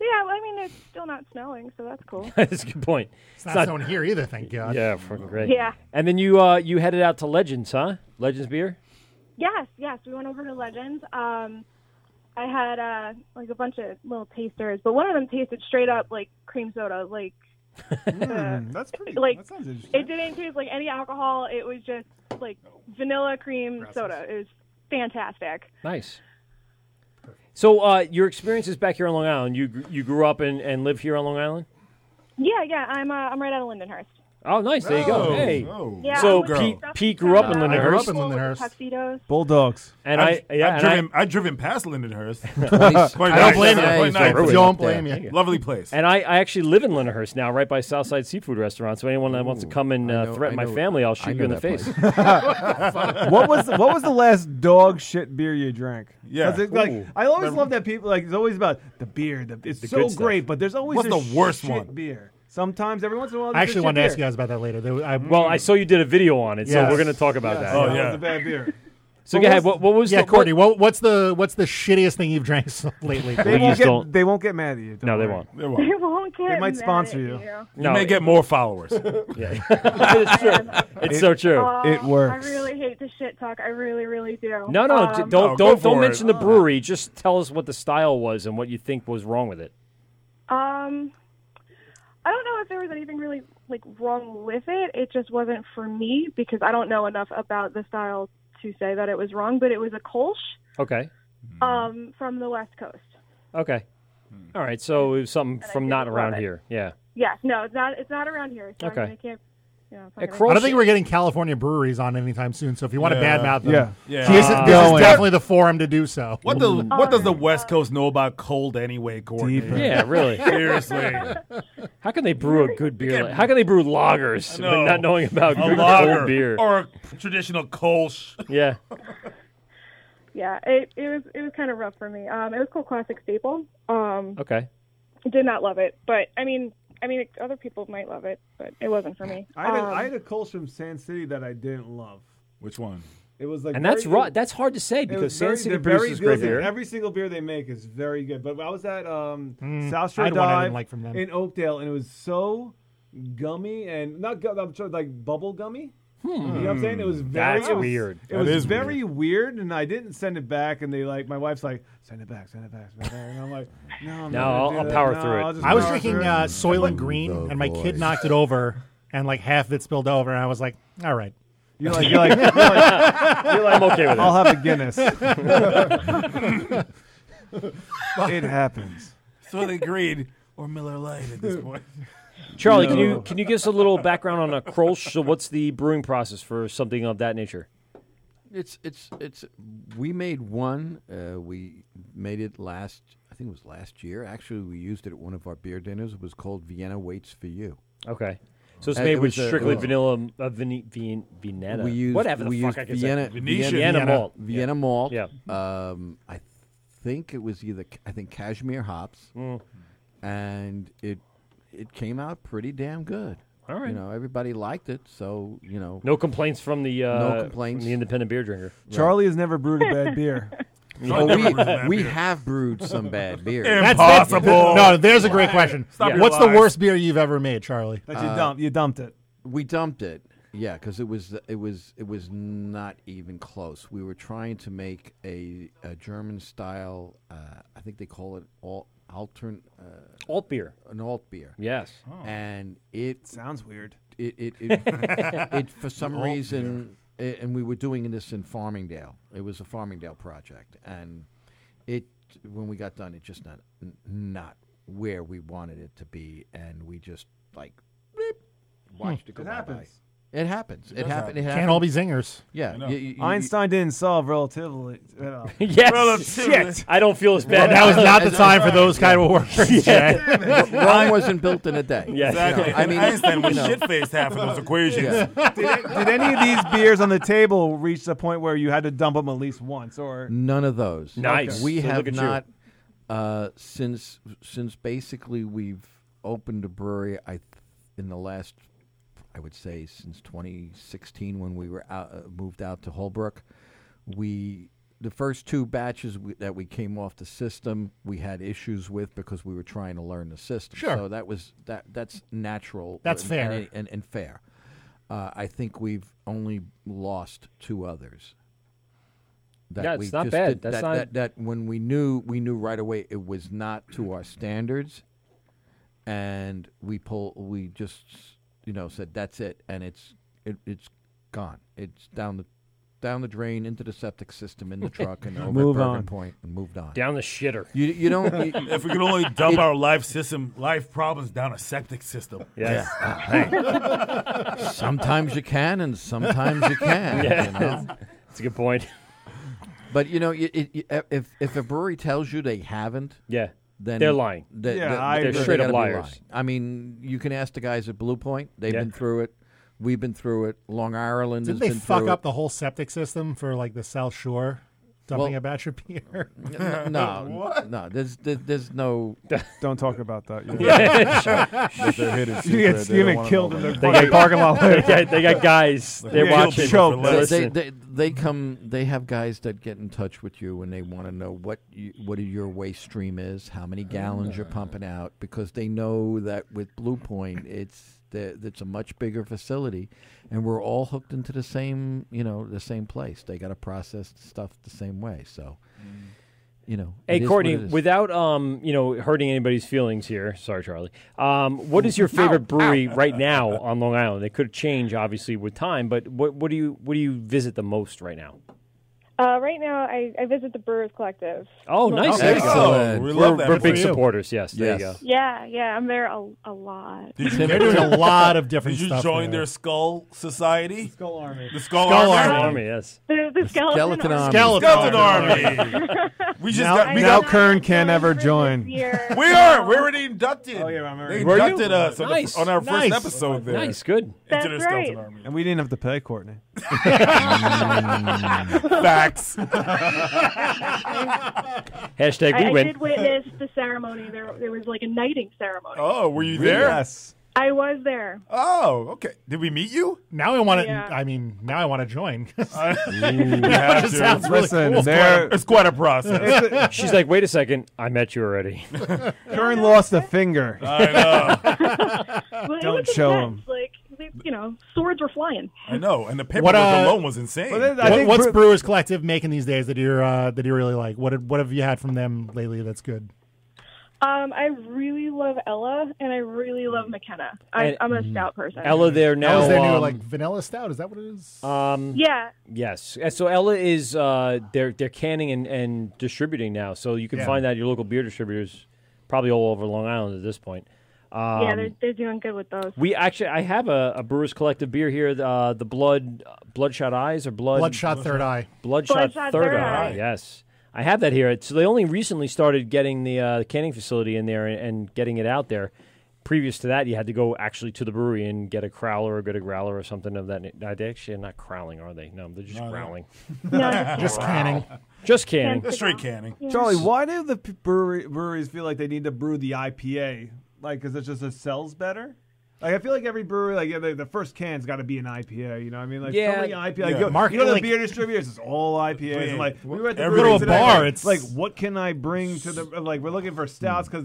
[SPEAKER 20] Yeah, well, I mean it's still not snowing, so that's cool.
[SPEAKER 14] that's a good point.
[SPEAKER 7] It's not snowing here either, thank God.
[SPEAKER 14] Yeah, fucking great.
[SPEAKER 20] Yeah.
[SPEAKER 14] And then you uh, you headed out to Legends, huh? Legends beer.
[SPEAKER 20] yes, yes, we went over to Legends. Um, I had uh, like a bunch of little tasters, but one of them tasted straight up like cream soda,
[SPEAKER 5] *laughs*
[SPEAKER 20] like
[SPEAKER 5] Hmm,
[SPEAKER 20] uh,
[SPEAKER 5] that's pretty.
[SPEAKER 20] like
[SPEAKER 5] that sounds interesting.
[SPEAKER 20] it didn't taste like any alcohol. It was just like vanilla cream soda. It was fantastic.
[SPEAKER 14] Nice. So uh, your experiences back here on Long Island. You gr- you grew up and, and live here on Long Island.
[SPEAKER 20] Yeah, yeah, I'm uh, I'm right out of Lindenhurst.
[SPEAKER 14] Oh, nice. There you go.
[SPEAKER 5] Oh,
[SPEAKER 14] Hey.
[SPEAKER 5] oh.
[SPEAKER 20] Yeah,
[SPEAKER 14] so
[SPEAKER 20] I went
[SPEAKER 14] Pete,
[SPEAKER 20] to
[SPEAKER 14] Pete grew up in
[SPEAKER 20] South
[SPEAKER 14] Lindenhurst.
[SPEAKER 20] Carolina. I grew up in Lindenhurst. Tuxedos.
[SPEAKER 3] *laughs*
[SPEAKER 5] Bulldogs.
[SPEAKER 14] And
[SPEAKER 3] I've-
[SPEAKER 14] I- yeah,
[SPEAKER 3] I've
[SPEAKER 14] and
[SPEAKER 3] driven, I, have driven
[SPEAKER 7] *laughs*
[SPEAKER 3] past Lindenhurst. Quite
[SPEAKER 14] I don't
[SPEAKER 3] nice.
[SPEAKER 14] blame you.
[SPEAKER 3] Quite
[SPEAKER 14] Quite
[SPEAKER 3] nice.
[SPEAKER 14] nice.
[SPEAKER 3] Lovely place.
[SPEAKER 14] And I, I actually live in Lindenhurst now, right by Southside Seafood Restaurant. So anyone that wants to come and uh, threaten
[SPEAKER 8] I
[SPEAKER 14] my
[SPEAKER 8] know-
[SPEAKER 14] family, I'll
[SPEAKER 8] I
[SPEAKER 14] shoot you
[SPEAKER 8] know
[SPEAKER 14] in the
[SPEAKER 8] that
[SPEAKER 14] face.
[SPEAKER 8] *laughs*
[SPEAKER 5] what was what was the last dog shit beer you drank?
[SPEAKER 3] Yeah.
[SPEAKER 5] 'Cause it's like,
[SPEAKER 3] Ooh.
[SPEAKER 5] I always
[SPEAKER 3] The-
[SPEAKER 5] love that people like it's always about the beer. The, it's
[SPEAKER 3] The
[SPEAKER 5] so
[SPEAKER 3] good stuff.
[SPEAKER 5] great, but there's always
[SPEAKER 3] What's
[SPEAKER 5] this
[SPEAKER 3] the worst
[SPEAKER 5] shit
[SPEAKER 3] one?
[SPEAKER 5] Beer. Sometimes every once in a while.
[SPEAKER 7] I actually wanted to ask you
[SPEAKER 5] guys.
[SPEAKER 7] guys about that later. There- I-
[SPEAKER 14] well, I saw you did a video on it, so
[SPEAKER 7] Yes.
[SPEAKER 14] we're going to talk about
[SPEAKER 7] Yes.
[SPEAKER 14] that.
[SPEAKER 7] Oh,
[SPEAKER 5] That was a bad beer.
[SPEAKER 14] So go ahead. What, what was
[SPEAKER 7] yeah,
[SPEAKER 14] the,
[SPEAKER 7] Courtney? What, what's the what's the shittiest thing you've drank *laughs* so- lately?
[SPEAKER 5] They won't get. They won't get mad at you.
[SPEAKER 14] No, they
[SPEAKER 5] won't.
[SPEAKER 3] They
[SPEAKER 20] They
[SPEAKER 17] *laughs*
[SPEAKER 20] won't get
[SPEAKER 5] They might
[SPEAKER 20] mad
[SPEAKER 5] sponsor
[SPEAKER 20] at
[SPEAKER 5] you.
[SPEAKER 14] *laughs*
[SPEAKER 3] You may get more followers. *laughs*
[SPEAKER 14] yeah. it's true. It's so true.
[SPEAKER 20] um, Oh,
[SPEAKER 14] It works.
[SPEAKER 20] I really hate the shit talk. I really, really do.
[SPEAKER 14] No, no, d-
[SPEAKER 20] Um,
[SPEAKER 14] don't
[SPEAKER 3] Oh, go
[SPEAKER 14] don't
[SPEAKER 3] for
[SPEAKER 14] don't
[SPEAKER 3] it.
[SPEAKER 14] mention the brewery. Just tell us what the style was and what you think was wrong with it.
[SPEAKER 20] Um, I don't know if there was anything really like wrong with it. It just wasn't for me because I don't know enough about the style to say that it was wrong. But it was a Kolsch
[SPEAKER 14] Okay.
[SPEAKER 3] Hmm.
[SPEAKER 20] um, from the West Coast.
[SPEAKER 14] Okay. All right. So it was something from not around here. Yeah.
[SPEAKER 20] Yes, no, it's not. It's not around here. So
[SPEAKER 7] Okay.
[SPEAKER 20] I, mean, I can't. You know, it's not
[SPEAKER 14] A
[SPEAKER 20] gonna-
[SPEAKER 7] I don't think we're getting California breweries on anytime soon. So if you want
[SPEAKER 3] Yeah.
[SPEAKER 7] to badmouth them,
[SPEAKER 3] Yeah. Yeah.
[SPEAKER 7] this, is,
[SPEAKER 3] Keep it
[SPEAKER 7] this is
[SPEAKER 3] going.
[SPEAKER 7] definitely the forum to do so.
[SPEAKER 3] What the? What does the West Coast know about cold anyway, Courtney?
[SPEAKER 7] Deeper.
[SPEAKER 14] Yeah, really.
[SPEAKER 3] *laughs* Seriously.
[SPEAKER 14] How can they brew a good beer? like- how can they brew lagers
[SPEAKER 3] I know.
[SPEAKER 14] but not knowing about
[SPEAKER 3] a
[SPEAKER 14] good
[SPEAKER 3] lager
[SPEAKER 14] cold beer?
[SPEAKER 3] or a traditional
[SPEAKER 7] *laughs*
[SPEAKER 3] Kolsch.
[SPEAKER 14] yeah.
[SPEAKER 20] Yeah, it, it was it was kind of rough for me. Um, it was called Classic Staple. Um,
[SPEAKER 14] Okay.
[SPEAKER 20] did not love it, but I mean, I mean, other people might love it, but it wasn't for me.
[SPEAKER 5] I had, a,
[SPEAKER 20] Um,
[SPEAKER 5] I had a Kolsch from Sand City that I didn't love.
[SPEAKER 3] Which one?
[SPEAKER 5] It was like,
[SPEAKER 14] And that's
[SPEAKER 5] very-
[SPEAKER 14] right- that's hard to say
[SPEAKER 5] it
[SPEAKER 14] because
[SPEAKER 5] was
[SPEAKER 14] Sand
[SPEAKER 5] very-
[SPEAKER 14] City
[SPEAKER 5] they're very
[SPEAKER 14] produces
[SPEAKER 5] good.
[SPEAKER 14] great
[SPEAKER 5] They-
[SPEAKER 14] beer.
[SPEAKER 5] Every single beer they make is very good. But I was at um,
[SPEAKER 7] Mm,
[SPEAKER 5] South Shore
[SPEAKER 7] I'd want it
[SPEAKER 5] Dive
[SPEAKER 7] in, like, from them.
[SPEAKER 5] in Oakdale, and it was so gummy and not gum, I'm sure, like bubble gummy.
[SPEAKER 14] Hmm.
[SPEAKER 5] You know what I'm saying? It was very
[SPEAKER 14] That's
[SPEAKER 5] it was-
[SPEAKER 14] weird.
[SPEAKER 5] It
[SPEAKER 14] That
[SPEAKER 5] was
[SPEAKER 14] is
[SPEAKER 5] very weird. and I didn't send it back. And they like, my wife's like, send it back, send it back, send it back. And I'm like, no, I'm
[SPEAKER 14] No,
[SPEAKER 5] not gonna
[SPEAKER 14] I'll-
[SPEAKER 5] do
[SPEAKER 14] I'll
[SPEAKER 5] that.
[SPEAKER 14] power
[SPEAKER 5] No,
[SPEAKER 14] through it.
[SPEAKER 5] I'll just
[SPEAKER 7] I was
[SPEAKER 5] power
[SPEAKER 7] drinking
[SPEAKER 5] through it."
[SPEAKER 7] uh, Soylent Green, and my kid knocked it over, and like half of it spilled over, and I was like, "All right." *laughs*
[SPEAKER 5] You're like, you're like, you're like, you're like, I'll have a Guinness. it happens.
[SPEAKER 3] So they agreed, or Miller Lite at this point.
[SPEAKER 14] Charlie, can you can you give us a little background on a Kolsch? So, what's the brewing process for something of that nature?
[SPEAKER 8] It's it's it's. We made one. Uh, we made it last. I think it was last year. Actually, we used it at one of our beer dinners. It was called Vienna Waits for You.
[SPEAKER 14] Okay, so it's
[SPEAKER 8] Uh,
[SPEAKER 14] made
[SPEAKER 8] it
[SPEAKER 14] with
[SPEAKER 8] was a- it
[SPEAKER 14] strictly
[SPEAKER 8] was-
[SPEAKER 14] vanilla, uh, vine, vine, Vienna.
[SPEAKER 8] We used
[SPEAKER 14] whatever the
[SPEAKER 8] we
[SPEAKER 14] fuck
[SPEAKER 8] used
[SPEAKER 14] I can
[SPEAKER 8] Vienna,
[SPEAKER 14] say.
[SPEAKER 8] Vienna,
[SPEAKER 14] Vienna malt.
[SPEAKER 8] Vienna malt.
[SPEAKER 14] Yeah.
[SPEAKER 8] Um, I think it was either I think cashmere hops,
[SPEAKER 14] Mm.
[SPEAKER 8] and it it came out pretty damn good.
[SPEAKER 14] All right.
[SPEAKER 8] You know, everybody liked it, so you know.
[SPEAKER 14] No complaints from the uh,
[SPEAKER 8] no complaints.
[SPEAKER 14] from the independent beer drinker.
[SPEAKER 5] Charlie has never brewed a bad beer.
[SPEAKER 8] Oh, *laughs* we we have brewed some
[SPEAKER 7] *laughs*
[SPEAKER 8] bad beer.
[SPEAKER 7] That's- that's- no, there's a great question. What's the worst beer you've ever made, Charlie?
[SPEAKER 8] Uh,
[SPEAKER 5] You dumped it.
[SPEAKER 8] We dumped it. Yeah, because it was it was it was not even close. We were trying to make a, a German style. Uh, I think they call it alt altern uh,
[SPEAKER 14] alt beer.
[SPEAKER 8] An alt beer.
[SPEAKER 14] Yes.
[SPEAKER 5] Oh.
[SPEAKER 8] And it
[SPEAKER 5] sounds weird.
[SPEAKER 8] It it,
[SPEAKER 7] *laughs*
[SPEAKER 8] it, it for some
[SPEAKER 5] Alt beer.
[SPEAKER 8] reason, a- and we were doing this in Farmingdale. It was a Farmingdale project, and it when we got done, it just not n- not where we wanted it to be, and we just like watched it go
[SPEAKER 5] It
[SPEAKER 8] bye-bye.
[SPEAKER 5] happens.
[SPEAKER 8] It happens. It,
[SPEAKER 5] does
[SPEAKER 8] happened. It
[SPEAKER 5] happen.
[SPEAKER 8] happened.
[SPEAKER 7] Can't all be zingers.
[SPEAKER 8] Yeah, you- you- you-
[SPEAKER 5] Einstein didn't solve relativity.
[SPEAKER 8] *laughs*
[SPEAKER 14] Yes. Shit. I don't feel as bad.
[SPEAKER 7] That was not the time for those kind of
[SPEAKER 14] Yeah.
[SPEAKER 7] words. Chad.
[SPEAKER 8] Wrong wasn't built in a
[SPEAKER 5] *laughs*
[SPEAKER 8] day.
[SPEAKER 14] Yes.
[SPEAKER 3] Exactly.
[SPEAKER 8] I mean,
[SPEAKER 3] Einstein was
[SPEAKER 8] you know.
[SPEAKER 3] shit-faced half of those equations.
[SPEAKER 8] Yeah.
[SPEAKER 5] *laughs* Did any of these beers on the table reach the point where you had to dump them at least once? Or
[SPEAKER 8] None of those.
[SPEAKER 5] Nice.
[SPEAKER 8] We
[SPEAKER 5] So look
[SPEAKER 8] have
[SPEAKER 5] at you.
[SPEAKER 8] not uh, since since basically we've opened a brewery. I th- in the last, I would say since 2016 when we were out, uh, moved out to Holbrook, we the first two batches we, that we came off the system we had issues with because we were trying to learn the system.
[SPEAKER 7] Sure.
[SPEAKER 8] So that was that that's natural.
[SPEAKER 7] That's
[SPEAKER 8] and-
[SPEAKER 7] fair.
[SPEAKER 8] and, and, and fair. Uh, I think we've only lost two others
[SPEAKER 14] Yeah, it's not bad. That's
[SPEAKER 8] that,
[SPEAKER 14] not-
[SPEAKER 8] that, that when we knew we knew right away it was not to our standards, and we pull we just you know said that's it, and it's it, it's gone. It's down the down the drain into the septic system
[SPEAKER 14] *laughs*
[SPEAKER 8] in the truck and over
[SPEAKER 5] Move
[SPEAKER 8] at Bergen
[SPEAKER 5] on.
[SPEAKER 8] Point and moved on
[SPEAKER 14] Down the shitter.
[SPEAKER 8] You you
[SPEAKER 3] *laughs*
[SPEAKER 8] don't. you-
[SPEAKER 3] if we could only dump
[SPEAKER 8] it-
[SPEAKER 3] our life system, life problems down a septic system.
[SPEAKER 8] Yes. Yeah. Ah,
[SPEAKER 3] *laughs*
[SPEAKER 8] Hey. Sometimes you can, and sometimes you can't,
[SPEAKER 14] Yeah,
[SPEAKER 8] you know?
[SPEAKER 14] that's a good point.
[SPEAKER 8] But you know, it, it, it- if if a brewery tells you they haven't,
[SPEAKER 14] Yeah.
[SPEAKER 8] then
[SPEAKER 14] They're lying.
[SPEAKER 8] they-
[SPEAKER 14] Yeah,
[SPEAKER 8] they-
[SPEAKER 14] I agree. They're straight up
[SPEAKER 8] gotta be
[SPEAKER 14] liars.
[SPEAKER 8] lying. I mean, you can ask the guys at Blue Point; they've
[SPEAKER 14] Yeah.
[SPEAKER 8] been through it. We've been through it. Long Island
[SPEAKER 7] Did
[SPEAKER 8] has
[SPEAKER 7] they
[SPEAKER 8] been
[SPEAKER 7] fuck
[SPEAKER 8] through
[SPEAKER 7] up the whole septic system for like the South Shore dumping
[SPEAKER 8] Well,
[SPEAKER 7] a batch of beer?
[SPEAKER 8] it. N- *laughs*
[SPEAKER 7] *laughs*
[SPEAKER 8] No, no, there's there- there's no.
[SPEAKER 5] Don't talk
[SPEAKER 8] *laughs*
[SPEAKER 5] about that.
[SPEAKER 8] Shh.
[SPEAKER 5] You get, you get killed in the
[SPEAKER 14] They got-
[SPEAKER 5] parking lot.
[SPEAKER 14] They got- they got guys. They're
[SPEAKER 8] Yeah.
[SPEAKER 14] watching. Choked. They're
[SPEAKER 8] They,
[SPEAKER 14] listening.
[SPEAKER 8] they, they come. They have guys that get in touch with you and they want to know what you, what your waste stream is, how many gallons you're pumping out, because they know that with Blue Point, it's the- it's a much bigger facility, and we're all hooked into the same you know the same place. They got to process stuff the same way, so. You know, it
[SPEAKER 14] Hey
[SPEAKER 8] is
[SPEAKER 14] Courtney,
[SPEAKER 8] what it is.
[SPEAKER 14] without um, you know, hurting anybody's feelings here. Sorry, Charlie. Um, what
[SPEAKER 8] *laughs*
[SPEAKER 14] is your favorite brewery right now on Long Island? It could change obviously with time, but what what do you what do you visit the most right now?
[SPEAKER 20] Uh, right now, I, I visit the Brewers Collective.
[SPEAKER 14] Oh, nice.
[SPEAKER 3] okay.
[SPEAKER 14] There you go.
[SPEAKER 3] Excellent. We
[SPEAKER 14] We're,
[SPEAKER 3] love that
[SPEAKER 14] we're
[SPEAKER 3] for
[SPEAKER 14] big
[SPEAKER 3] you.
[SPEAKER 14] supporters. Yes, there you
[SPEAKER 3] Yes.
[SPEAKER 14] go.
[SPEAKER 20] Yeah, yeah, I'm there a, a lot.
[SPEAKER 7] They're doing
[SPEAKER 3] *laughs*
[SPEAKER 7] a lot of different
[SPEAKER 3] Did you
[SPEAKER 7] stuff
[SPEAKER 3] join
[SPEAKER 7] there.
[SPEAKER 3] their skull society? The
[SPEAKER 5] skull army.
[SPEAKER 3] The skull,
[SPEAKER 7] Skull
[SPEAKER 3] army.
[SPEAKER 7] Army.
[SPEAKER 14] Army, yes.
[SPEAKER 20] The, the skeleton,
[SPEAKER 7] Skeleton
[SPEAKER 20] army.
[SPEAKER 7] army.
[SPEAKER 3] Skeleton
[SPEAKER 7] Skeleton
[SPEAKER 3] army. *laughs* we just
[SPEAKER 5] now,
[SPEAKER 3] got we
[SPEAKER 5] now
[SPEAKER 3] got
[SPEAKER 5] Kern can't ever join.
[SPEAKER 3] *laughs* We are. We're already inducted. Oh yeah, I remember. They
[SPEAKER 5] Were you?
[SPEAKER 3] inducted us on, the-
[SPEAKER 5] Nice.
[SPEAKER 3] on our first
[SPEAKER 5] Nice.
[SPEAKER 3] episode. There.
[SPEAKER 5] Nice. Good.
[SPEAKER 3] Into
[SPEAKER 5] That's
[SPEAKER 3] the skeleton
[SPEAKER 5] right.
[SPEAKER 3] army.
[SPEAKER 5] And we didn't have to pay Courtney.
[SPEAKER 3] *laughs* Facts.
[SPEAKER 14] Hashtag
[SPEAKER 20] I,
[SPEAKER 14] we
[SPEAKER 20] I
[SPEAKER 14] win.
[SPEAKER 20] did witness the ceremony. There, there was like a knighting ceremony.
[SPEAKER 3] Oh, were you there?
[SPEAKER 5] Yes.
[SPEAKER 20] I was there.
[SPEAKER 3] Oh, okay. Did we meet you?
[SPEAKER 7] Now I want to.
[SPEAKER 20] Yeah.
[SPEAKER 7] I mean, now I want to join. *laughs*
[SPEAKER 3] *laughs* have
[SPEAKER 7] that just
[SPEAKER 3] to.
[SPEAKER 7] sounds really
[SPEAKER 3] Listen,
[SPEAKER 7] cool.
[SPEAKER 3] there- It's quite a process.
[SPEAKER 7] It's
[SPEAKER 3] *laughs*
[SPEAKER 7] a-
[SPEAKER 14] She's like, wait a second, I met you already.
[SPEAKER 5] Kern lost a finger.
[SPEAKER 3] *laughs* I know.
[SPEAKER 20] Well, it
[SPEAKER 5] Don't
[SPEAKER 20] was
[SPEAKER 5] show
[SPEAKER 20] intense. Like they, they, you know, swords were flying.
[SPEAKER 3] I know, and the paperwork
[SPEAKER 7] What, uh,
[SPEAKER 3] alone was insane.
[SPEAKER 7] What- what's Brewers Collective making these days that you're uh, that you really like? What have- what have you had from them lately that's good?
[SPEAKER 5] uh,
[SPEAKER 20] Um, I really love Ella and I really love McKenna.
[SPEAKER 14] And-
[SPEAKER 20] I, I'm a stout person.
[SPEAKER 14] Ella, they're now
[SPEAKER 7] How's their new
[SPEAKER 14] um,
[SPEAKER 7] like vanilla stout? Is that what it is?
[SPEAKER 14] Um,
[SPEAKER 20] Yeah.
[SPEAKER 14] Yes. Uh, So Ella is uh, they're they're canning and, and distributing now. So you can
[SPEAKER 20] Yeah.
[SPEAKER 14] find that at your local beer distributors, probably all over Long Island at this point. Um,
[SPEAKER 20] yeah, they're they're doing good with those.
[SPEAKER 14] we actually, I have a, a Brewers Collective beer here. Uh, the blood, bloodshot eyes or blood
[SPEAKER 7] Bloodshot Third Eye.
[SPEAKER 14] Bloodshot,
[SPEAKER 7] Bloodshot
[SPEAKER 14] third,
[SPEAKER 7] Third
[SPEAKER 14] eye.
[SPEAKER 7] Eye.
[SPEAKER 14] Yes, I have that here. So they only recently started getting the uh, canning facility in there and, and getting it out there. Previous to that, you had to go actually to the brewery and get a crowler or get a growler or something of that. na- They actually are not crowling, are they? No, they're just
[SPEAKER 3] No, they're-
[SPEAKER 14] growling.
[SPEAKER 3] No, just- *laughs* Just canning.
[SPEAKER 14] Just canning.
[SPEAKER 3] Just straight canning.
[SPEAKER 5] Charlie, why do the p- brewery, breweries feel like they need to brew the IPA? Like, is it just it sells better? Like, I feel like every brewery, like yeah, the, the first can's got to be an IPA. You know what I mean? Like,
[SPEAKER 3] Yeah.
[SPEAKER 5] so many IPA. Like,
[SPEAKER 3] Yeah.
[SPEAKER 5] you, you
[SPEAKER 3] Market,
[SPEAKER 5] know, the
[SPEAKER 3] like-
[SPEAKER 5] beer distributors is all IPAs. And, like, we were at the
[SPEAKER 3] Every- Hmm.
[SPEAKER 5] brewery
[SPEAKER 3] Go to a
[SPEAKER 5] today,
[SPEAKER 3] bar,
[SPEAKER 5] like-
[SPEAKER 3] it's-
[SPEAKER 5] like, what can I bring to the? Like, we're looking for stouts because.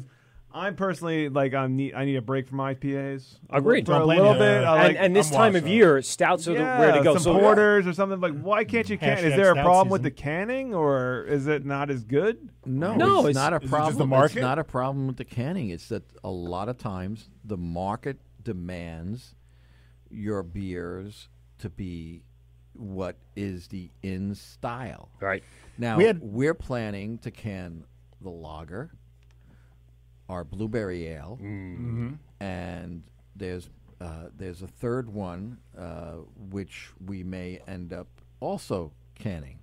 [SPEAKER 5] I'm personally like I'm need, I need a break from IPAs.
[SPEAKER 14] Agreed.
[SPEAKER 5] for a little bit. I
[SPEAKER 14] and,
[SPEAKER 5] like-
[SPEAKER 14] and this
[SPEAKER 5] I'm
[SPEAKER 14] time of
[SPEAKER 5] washed up.
[SPEAKER 14] year, stouts are
[SPEAKER 5] yeah,
[SPEAKER 14] the, where to go.
[SPEAKER 5] Some
[SPEAKER 14] so
[SPEAKER 5] porters or something like. Why can't you can? Is
[SPEAKER 14] Hashtag
[SPEAKER 5] there a
[SPEAKER 14] stout
[SPEAKER 5] problem with the canning, or is it not as good?
[SPEAKER 8] No, it's, not a problem. It's not a problem with the canning. It's that a lot of times the market demands your beers to be what is the in style.
[SPEAKER 14] Right.
[SPEAKER 8] Now
[SPEAKER 14] We
[SPEAKER 8] we
[SPEAKER 14] had-
[SPEAKER 8] are planning to can the lager, our blueberry ale, Mm-hmm.
[SPEAKER 14] Mhm.
[SPEAKER 8] and there's uh, there's a third one uh, which we may end up also canning.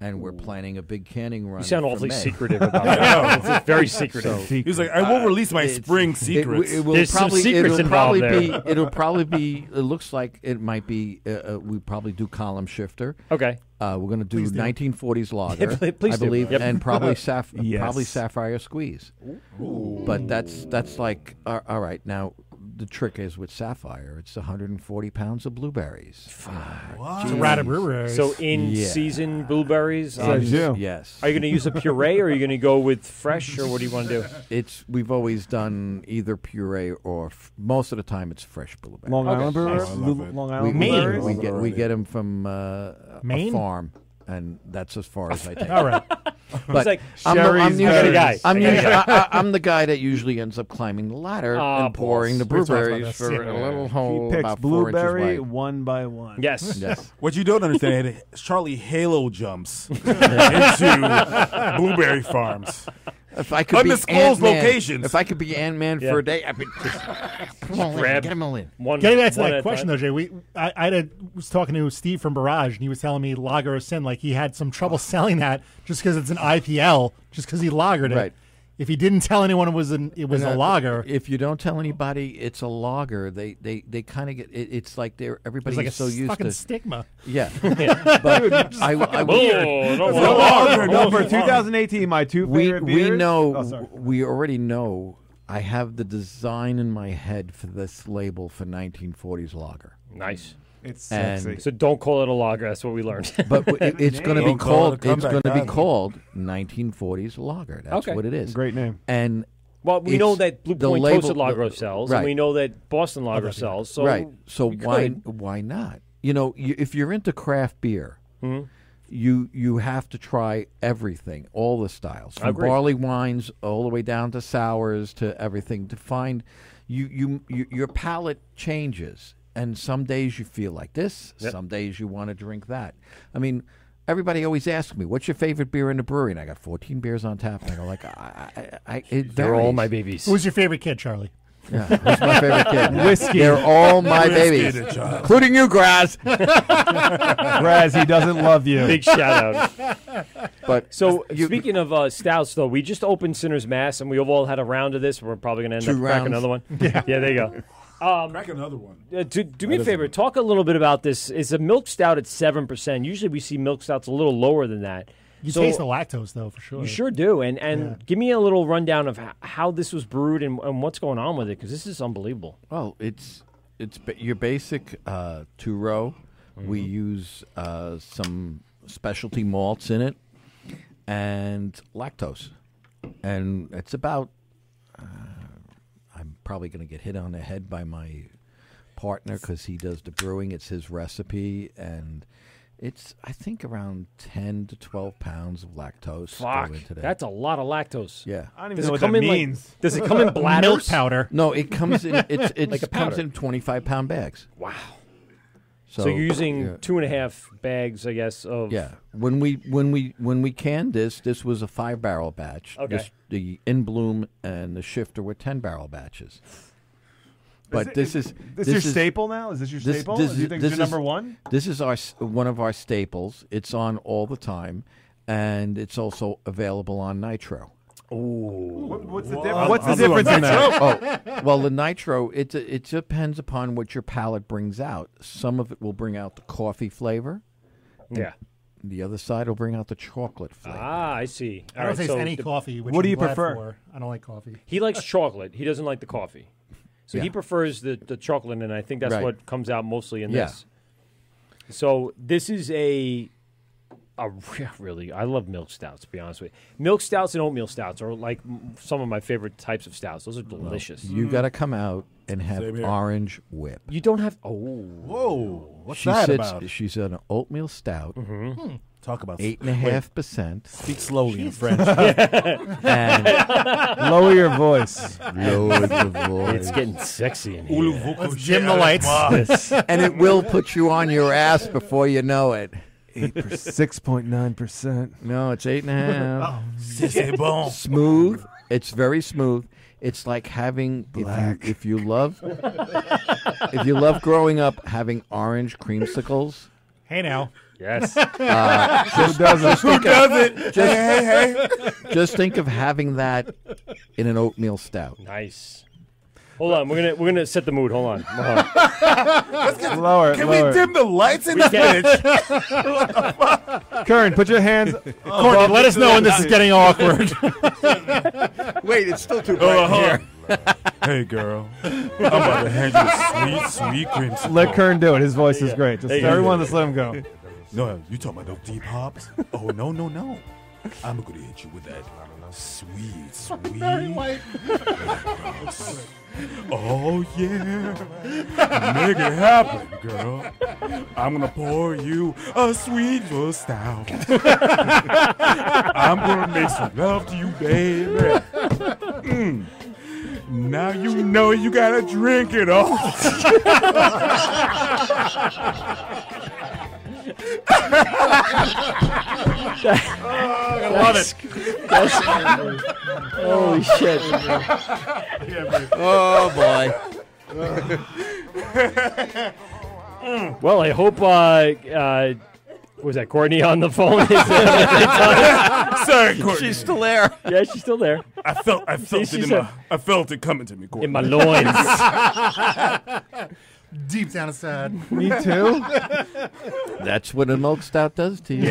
[SPEAKER 8] And we're
[SPEAKER 3] Ooh.
[SPEAKER 8] planning a big canning run.
[SPEAKER 14] sound
[SPEAKER 8] for
[SPEAKER 14] awfully
[SPEAKER 8] May. *laughs*
[SPEAKER 14] secretive about that. I know. It's very secretive. Secret. He's like, I won't release my
[SPEAKER 8] Uh, it's-
[SPEAKER 14] spring
[SPEAKER 8] it w-
[SPEAKER 14] secrets.
[SPEAKER 8] It, will
[SPEAKER 14] There's some
[SPEAKER 8] probably,
[SPEAKER 14] secrets
[SPEAKER 8] it'll probably
[SPEAKER 14] involved
[SPEAKER 8] be.
[SPEAKER 14] there.
[SPEAKER 8] It'll probably be. It looks like it might be. Uh, uh, we probably do column shifter.
[SPEAKER 14] Okay.
[SPEAKER 8] Uh, we're going to do
[SPEAKER 14] Please do. *laughs*
[SPEAKER 8] 1940s lager,
[SPEAKER 14] Please- please
[SPEAKER 8] I
[SPEAKER 14] do.
[SPEAKER 8] believe,
[SPEAKER 14] Yep.
[SPEAKER 8] and
[SPEAKER 14] *laughs*
[SPEAKER 8] probably saff-
[SPEAKER 14] Yes.
[SPEAKER 8] probably sapphire
[SPEAKER 14] *laughs*
[SPEAKER 8] squeeze. But that's that's like uh, all right. Now the trick is with sapphire, it's 140 pounds of blueberries. Ah,
[SPEAKER 14] Wow.
[SPEAKER 8] Jeez.
[SPEAKER 14] Mm. So in
[SPEAKER 8] Yeah.
[SPEAKER 14] season blueberries.
[SPEAKER 8] Yes. Says you.
[SPEAKER 14] um,
[SPEAKER 8] Yes.
[SPEAKER 14] Are you going to use a puree or are you going to go with fresh or what do you want *laughs* to do?
[SPEAKER 8] *laughs* It's we've always done either puree or f- most of the time it's fresh blueberries.
[SPEAKER 5] Long Okay. Island brewers? Oh, I love
[SPEAKER 8] We-
[SPEAKER 5] it. Long Island
[SPEAKER 8] we,
[SPEAKER 5] blueberries?
[SPEAKER 8] We get we
[SPEAKER 5] Already.
[SPEAKER 8] get them from uh, a- a
[SPEAKER 5] Maine?
[SPEAKER 8] farm, and that's as far as I take.
[SPEAKER 14] All
[SPEAKER 8] *laughs*
[SPEAKER 14] right.
[SPEAKER 8] but
[SPEAKER 14] It's like,
[SPEAKER 8] I'm, the- I'm
[SPEAKER 14] Sherry's
[SPEAKER 8] usually,
[SPEAKER 14] berries. I got
[SPEAKER 8] I'm,
[SPEAKER 14] a guy.
[SPEAKER 8] usually, I, I, I'm the guy that usually ends up climbing the
[SPEAKER 14] *laughs*
[SPEAKER 8] ladder
[SPEAKER 14] Ah,
[SPEAKER 8] and pouring the
[SPEAKER 14] balls. We've talked about
[SPEAKER 8] blueberries
[SPEAKER 14] this.
[SPEAKER 8] for a
[SPEAKER 14] Yeah.
[SPEAKER 8] little
[SPEAKER 14] He
[SPEAKER 8] hole
[SPEAKER 5] picks
[SPEAKER 8] about four inches
[SPEAKER 5] blueberry
[SPEAKER 8] wide.
[SPEAKER 5] one by one.
[SPEAKER 8] *laughs*
[SPEAKER 14] Yes.
[SPEAKER 3] What you don't understand
[SPEAKER 5] *laughs*
[SPEAKER 3] is Charlie Halo
[SPEAKER 8] *laughs*
[SPEAKER 3] jumps into blueberry farms.
[SPEAKER 8] If I could
[SPEAKER 3] Undisclosed
[SPEAKER 8] be Ant-Man-
[SPEAKER 3] locations.
[SPEAKER 8] If I could be Ant Man
[SPEAKER 3] Yeah.
[SPEAKER 8] for a day, I'd be
[SPEAKER 3] *laughs*
[SPEAKER 8] just, come on,
[SPEAKER 14] Grab
[SPEAKER 8] get him all in.
[SPEAKER 14] One,
[SPEAKER 7] Getting back to
[SPEAKER 14] one at
[SPEAKER 7] that
[SPEAKER 14] a
[SPEAKER 7] question
[SPEAKER 14] time.
[SPEAKER 7] though, Jay, we I, I had a, was talking to Steve from Barrage, and he was telling me Lager of Sin, like he had some trouble selling that just because it's an IPL, just because he lagered it.
[SPEAKER 8] Right.
[SPEAKER 7] If he didn't tell anyone it was an it was
[SPEAKER 8] And,
[SPEAKER 7] a
[SPEAKER 8] uh,
[SPEAKER 7] lager,
[SPEAKER 8] If you don't tell anybody it's a logger, they they, they kind of get it, it's like they're everybody's
[SPEAKER 7] like a
[SPEAKER 8] so
[SPEAKER 7] s-
[SPEAKER 8] used
[SPEAKER 7] fucking
[SPEAKER 8] to
[SPEAKER 7] stigma.
[SPEAKER 8] Yeah,
[SPEAKER 7] *laughs* Yeah. Dude,
[SPEAKER 8] but
[SPEAKER 7] just
[SPEAKER 8] I,
[SPEAKER 7] fucking
[SPEAKER 8] I,
[SPEAKER 7] weird.
[SPEAKER 8] I
[SPEAKER 7] Oh, no, It's a no, lager, no, no,
[SPEAKER 5] for no. 2018, my two
[SPEAKER 8] we,
[SPEAKER 5] favorite
[SPEAKER 8] we
[SPEAKER 5] beers-
[SPEAKER 8] know
[SPEAKER 5] Oh, sorry.
[SPEAKER 8] we already know. I have the design in my head for this label for 1940s lager.
[SPEAKER 14] Nice.
[SPEAKER 5] It's
[SPEAKER 8] And- sexy.
[SPEAKER 14] So don't call it a lager. That's what we learned.
[SPEAKER 8] *laughs* But w- it- it's going to be
[SPEAKER 14] Don't call it a
[SPEAKER 8] called. It's going
[SPEAKER 14] comeback
[SPEAKER 8] to be
[SPEAKER 14] either.
[SPEAKER 8] called 1940s lager. That's
[SPEAKER 14] Okay.
[SPEAKER 8] what it is.
[SPEAKER 14] Great name.
[SPEAKER 8] And
[SPEAKER 14] Well, we
[SPEAKER 8] it's-
[SPEAKER 14] know that Blue
[SPEAKER 8] the
[SPEAKER 14] Point
[SPEAKER 8] label-
[SPEAKER 14] Toasted Lager
[SPEAKER 8] the-
[SPEAKER 14] sells,
[SPEAKER 8] Right.
[SPEAKER 14] and we know that Boston Lager sells. So
[SPEAKER 8] right. So
[SPEAKER 14] you
[SPEAKER 8] why
[SPEAKER 14] could.
[SPEAKER 8] why not? You know, you, if you're into craft beer,
[SPEAKER 14] Mhm.
[SPEAKER 8] you you have to try everything, all the styles, from
[SPEAKER 14] Agreed.
[SPEAKER 8] barley wines all the way down to sours to everything. To find you you, you your palate changes, and some days you feel like this,
[SPEAKER 14] Yep.
[SPEAKER 8] some days you want to drink that. I mean. Everybody always asks me, "What's your favorite beer in the brewery?" And I got 14 beers on tap, and I go like, "I, I, I it
[SPEAKER 14] They're all
[SPEAKER 8] varies.
[SPEAKER 14] my babies.
[SPEAKER 7] who's your favorite kid, Charlie?
[SPEAKER 8] Yeah, who's my favorite
[SPEAKER 7] *laughs*
[SPEAKER 8] kid? They're all my babies, including you,
[SPEAKER 5] *laughs*
[SPEAKER 8] Graz.
[SPEAKER 5] Graz, he doesn't love you.
[SPEAKER 14] Big shout out.
[SPEAKER 8] But
[SPEAKER 14] so speaking of uh, stouts, though, we just opened Sinner's Mass, and we've all had a round of this. We're probably going to end
[SPEAKER 3] Two
[SPEAKER 14] up cracking
[SPEAKER 3] rounds.
[SPEAKER 14] another one. Yeah. there you go. Um,
[SPEAKER 3] Crack another one.
[SPEAKER 14] Uh, do do me a
[SPEAKER 3] That is
[SPEAKER 14] favor. Talk a little bit about this. It's a milk stout at seven percent. Usually, we see milk stouts a little lower than that.
[SPEAKER 7] You
[SPEAKER 14] So-
[SPEAKER 7] taste the lactose though for sure.
[SPEAKER 14] You sure do. And and
[SPEAKER 7] Yeah.
[SPEAKER 14] give me a little rundown of how, how this was brewed and, and what's going on with it because this is unbelievable.
[SPEAKER 8] Well, it's it's ba- your basic uh, two row. We
[SPEAKER 14] Mm-hmm.
[SPEAKER 8] use uh, some specialty malts in it and lactose, and it's about. Uh, I'm probably going to get hit on the head by my partner because he does the brewing. It's his recipe, and it's I think around ten to twelve pounds of lactose. go
[SPEAKER 14] Fuck,
[SPEAKER 8] into that.
[SPEAKER 14] that's a lot of lactose.
[SPEAKER 8] Yeah,
[SPEAKER 14] I don't even know what that means. does it come *laughs* in bladders?
[SPEAKER 8] Milk No, it comes in.
[SPEAKER 14] *laughs*
[SPEAKER 8] It's it
[SPEAKER 14] Like a
[SPEAKER 8] comes
[SPEAKER 14] powder.
[SPEAKER 8] in twenty five pound bags.
[SPEAKER 14] Wow. So, you're using
[SPEAKER 8] yeah.
[SPEAKER 14] two and a half bags, I guess, of
[SPEAKER 8] Yeah. When we when we when we canned this, this was a five barrel batch.
[SPEAKER 14] Okay.
[SPEAKER 8] This- the in bloom and the shifter were ten barrel batches. But
[SPEAKER 5] it-
[SPEAKER 8] this
[SPEAKER 5] is-
[SPEAKER 8] is
[SPEAKER 5] this your staple now? Is this your staple? Do you think it's your number one?
[SPEAKER 8] This is our s- one of our staples. It's on all the time, and it's also available on Nitro.
[SPEAKER 5] What- what's the
[SPEAKER 8] Whoa.
[SPEAKER 5] difference? What's the difference in that? *laughs*
[SPEAKER 8] Oh, well, the nitro, it, it depends upon what your palate brings out. Some of it will bring out the coffee flavor. and
[SPEAKER 14] Yeah.
[SPEAKER 8] The other side will bring out the chocolate flavor.
[SPEAKER 14] Ah, I see.
[SPEAKER 7] I don't taste any coffee, which
[SPEAKER 14] what
[SPEAKER 7] I'm
[SPEAKER 14] do you
[SPEAKER 7] glad
[SPEAKER 14] prefer?
[SPEAKER 7] for. I don't like coffee.
[SPEAKER 14] He likes chocolate. He doesn't like the coffee, so he
[SPEAKER 7] Yeah.
[SPEAKER 14] prefers the the chocolate, and I think that's
[SPEAKER 8] Right.
[SPEAKER 14] what comes out mostly in
[SPEAKER 8] Yeah.
[SPEAKER 14] this. So this is a. a re- *laughs* really, I love milk stouts. To be honest with you, milk stouts and oatmeal stouts are like m- some of my favorite types of stouts. Those are delicious.
[SPEAKER 8] You
[SPEAKER 3] Mm-hmm.
[SPEAKER 8] got to come out and have
[SPEAKER 14] mm-hmm. Same here.
[SPEAKER 8] orange whip.
[SPEAKER 14] You
[SPEAKER 8] *laughs*
[SPEAKER 14] don't have. Oh,
[SPEAKER 3] whoa! What's
[SPEAKER 8] she
[SPEAKER 3] that
[SPEAKER 8] sits,
[SPEAKER 3] about?
[SPEAKER 8] She's an oatmeal stout.
[SPEAKER 3] Hmm. Talk about-
[SPEAKER 8] eight and a
[SPEAKER 3] wait.
[SPEAKER 8] half percent.
[SPEAKER 3] Speak slowly in
[SPEAKER 8] Jeez.
[SPEAKER 3] French.
[SPEAKER 14] *laughs*
[SPEAKER 8] And-
[SPEAKER 5] Lower your voice.
[SPEAKER 8] Lower your voice.
[SPEAKER 14] It's getting sexy in
[SPEAKER 8] Oulu
[SPEAKER 14] here.
[SPEAKER 8] vuku Let's dim the lights. *laughs* and it
[SPEAKER 14] *laughs*
[SPEAKER 8] will put you on your ass before you know it.
[SPEAKER 5] Six point nine percent.
[SPEAKER 8] No, it's eight and a half.
[SPEAKER 5] Oh, c'est bon.
[SPEAKER 8] Smooth. It's very smooth. It's like having Black. if you if you love if you love growing up having orange creamsicles.
[SPEAKER 7] Hey now.
[SPEAKER 14] Yes.
[SPEAKER 8] Uh, just- just think of- Just, just think of having that in an oatmeal stout.
[SPEAKER 14] Nice. Hold on, we're gonna we're gonna set the mood. Hold on. Hold
[SPEAKER 2] Oh,
[SPEAKER 14] on.
[SPEAKER 5] Lower.
[SPEAKER 14] Can
[SPEAKER 5] lower.
[SPEAKER 14] we dim the lights in
[SPEAKER 5] We
[SPEAKER 14] this
[SPEAKER 5] can.
[SPEAKER 14] bitch? What
[SPEAKER 5] Karen, put your hands.
[SPEAKER 2] Oh,
[SPEAKER 5] above
[SPEAKER 7] let us
[SPEAKER 5] the-
[SPEAKER 7] know when this is getting
[SPEAKER 5] *laughs*
[SPEAKER 2] *laughs*
[SPEAKER 3] *laughs*
[SPEAKER 7] awkward.
[SPEAKER 8] Wait, it's still too
[SPEAKER 3] bright
[SPEAKER 5] Oh, hold
[SPEAKER 3] here.
[SPEAKER 5] on.
[SPEAKER 3] hey, girl. I'm about to hand you a sweet, sweet creamsicle.
[SPEAKER 5] Let Kern do it. His voice is great. Just
[SPEAKER 3] Hey,
[SPEAKER 5] everyone,
[SPEAKER 3] yeah.
[SPEAKER 5] just let him go.
[SPEAKER 3] No, you talking about those deep hops? Oh, no, no, no. I'm going to hit you with that sweet, sweet. *laughs* Oh, yeah. Make it happen, girl. I'm going to pour you a sweet little stout. *laughs* I'm going to make some love to you, baby. Mm. Now you know you got to drink it *laughs* all.
[SPEAKER 18] I
[SPEAKER 14] love
[SPEAKER 18] it.
[SPEAKER 8] Holy shit. Oh, boy.
[SPEAKER 14] Well, I hope. Uh, uh, was that Courtney on the phone? *laughs* Sorry,
[SPEAKER 3] Courtney.
[SPEAKER 14] She's still there. Yeah, she's still there.
[SPEAKER 3] I felt, I
[SPEAKER 14] See,
[SPEAKER 3] felt
[SPEAKER 14] she
[SPEAKER 3] it in
[SPEAKER 14] said-
[SPEAKER 3] my, I felt it coming to me, Courtney.
[SPEAKER 14] In my loins.
[SPEAKER 7] *laughs* Deep down inside.
[SPEAKER 5] Me
[SPEAKER 7] *laughs*
[SPEAKER 5] too.
[SPEAKER 8] *laughs* That's what a milk stout does to you.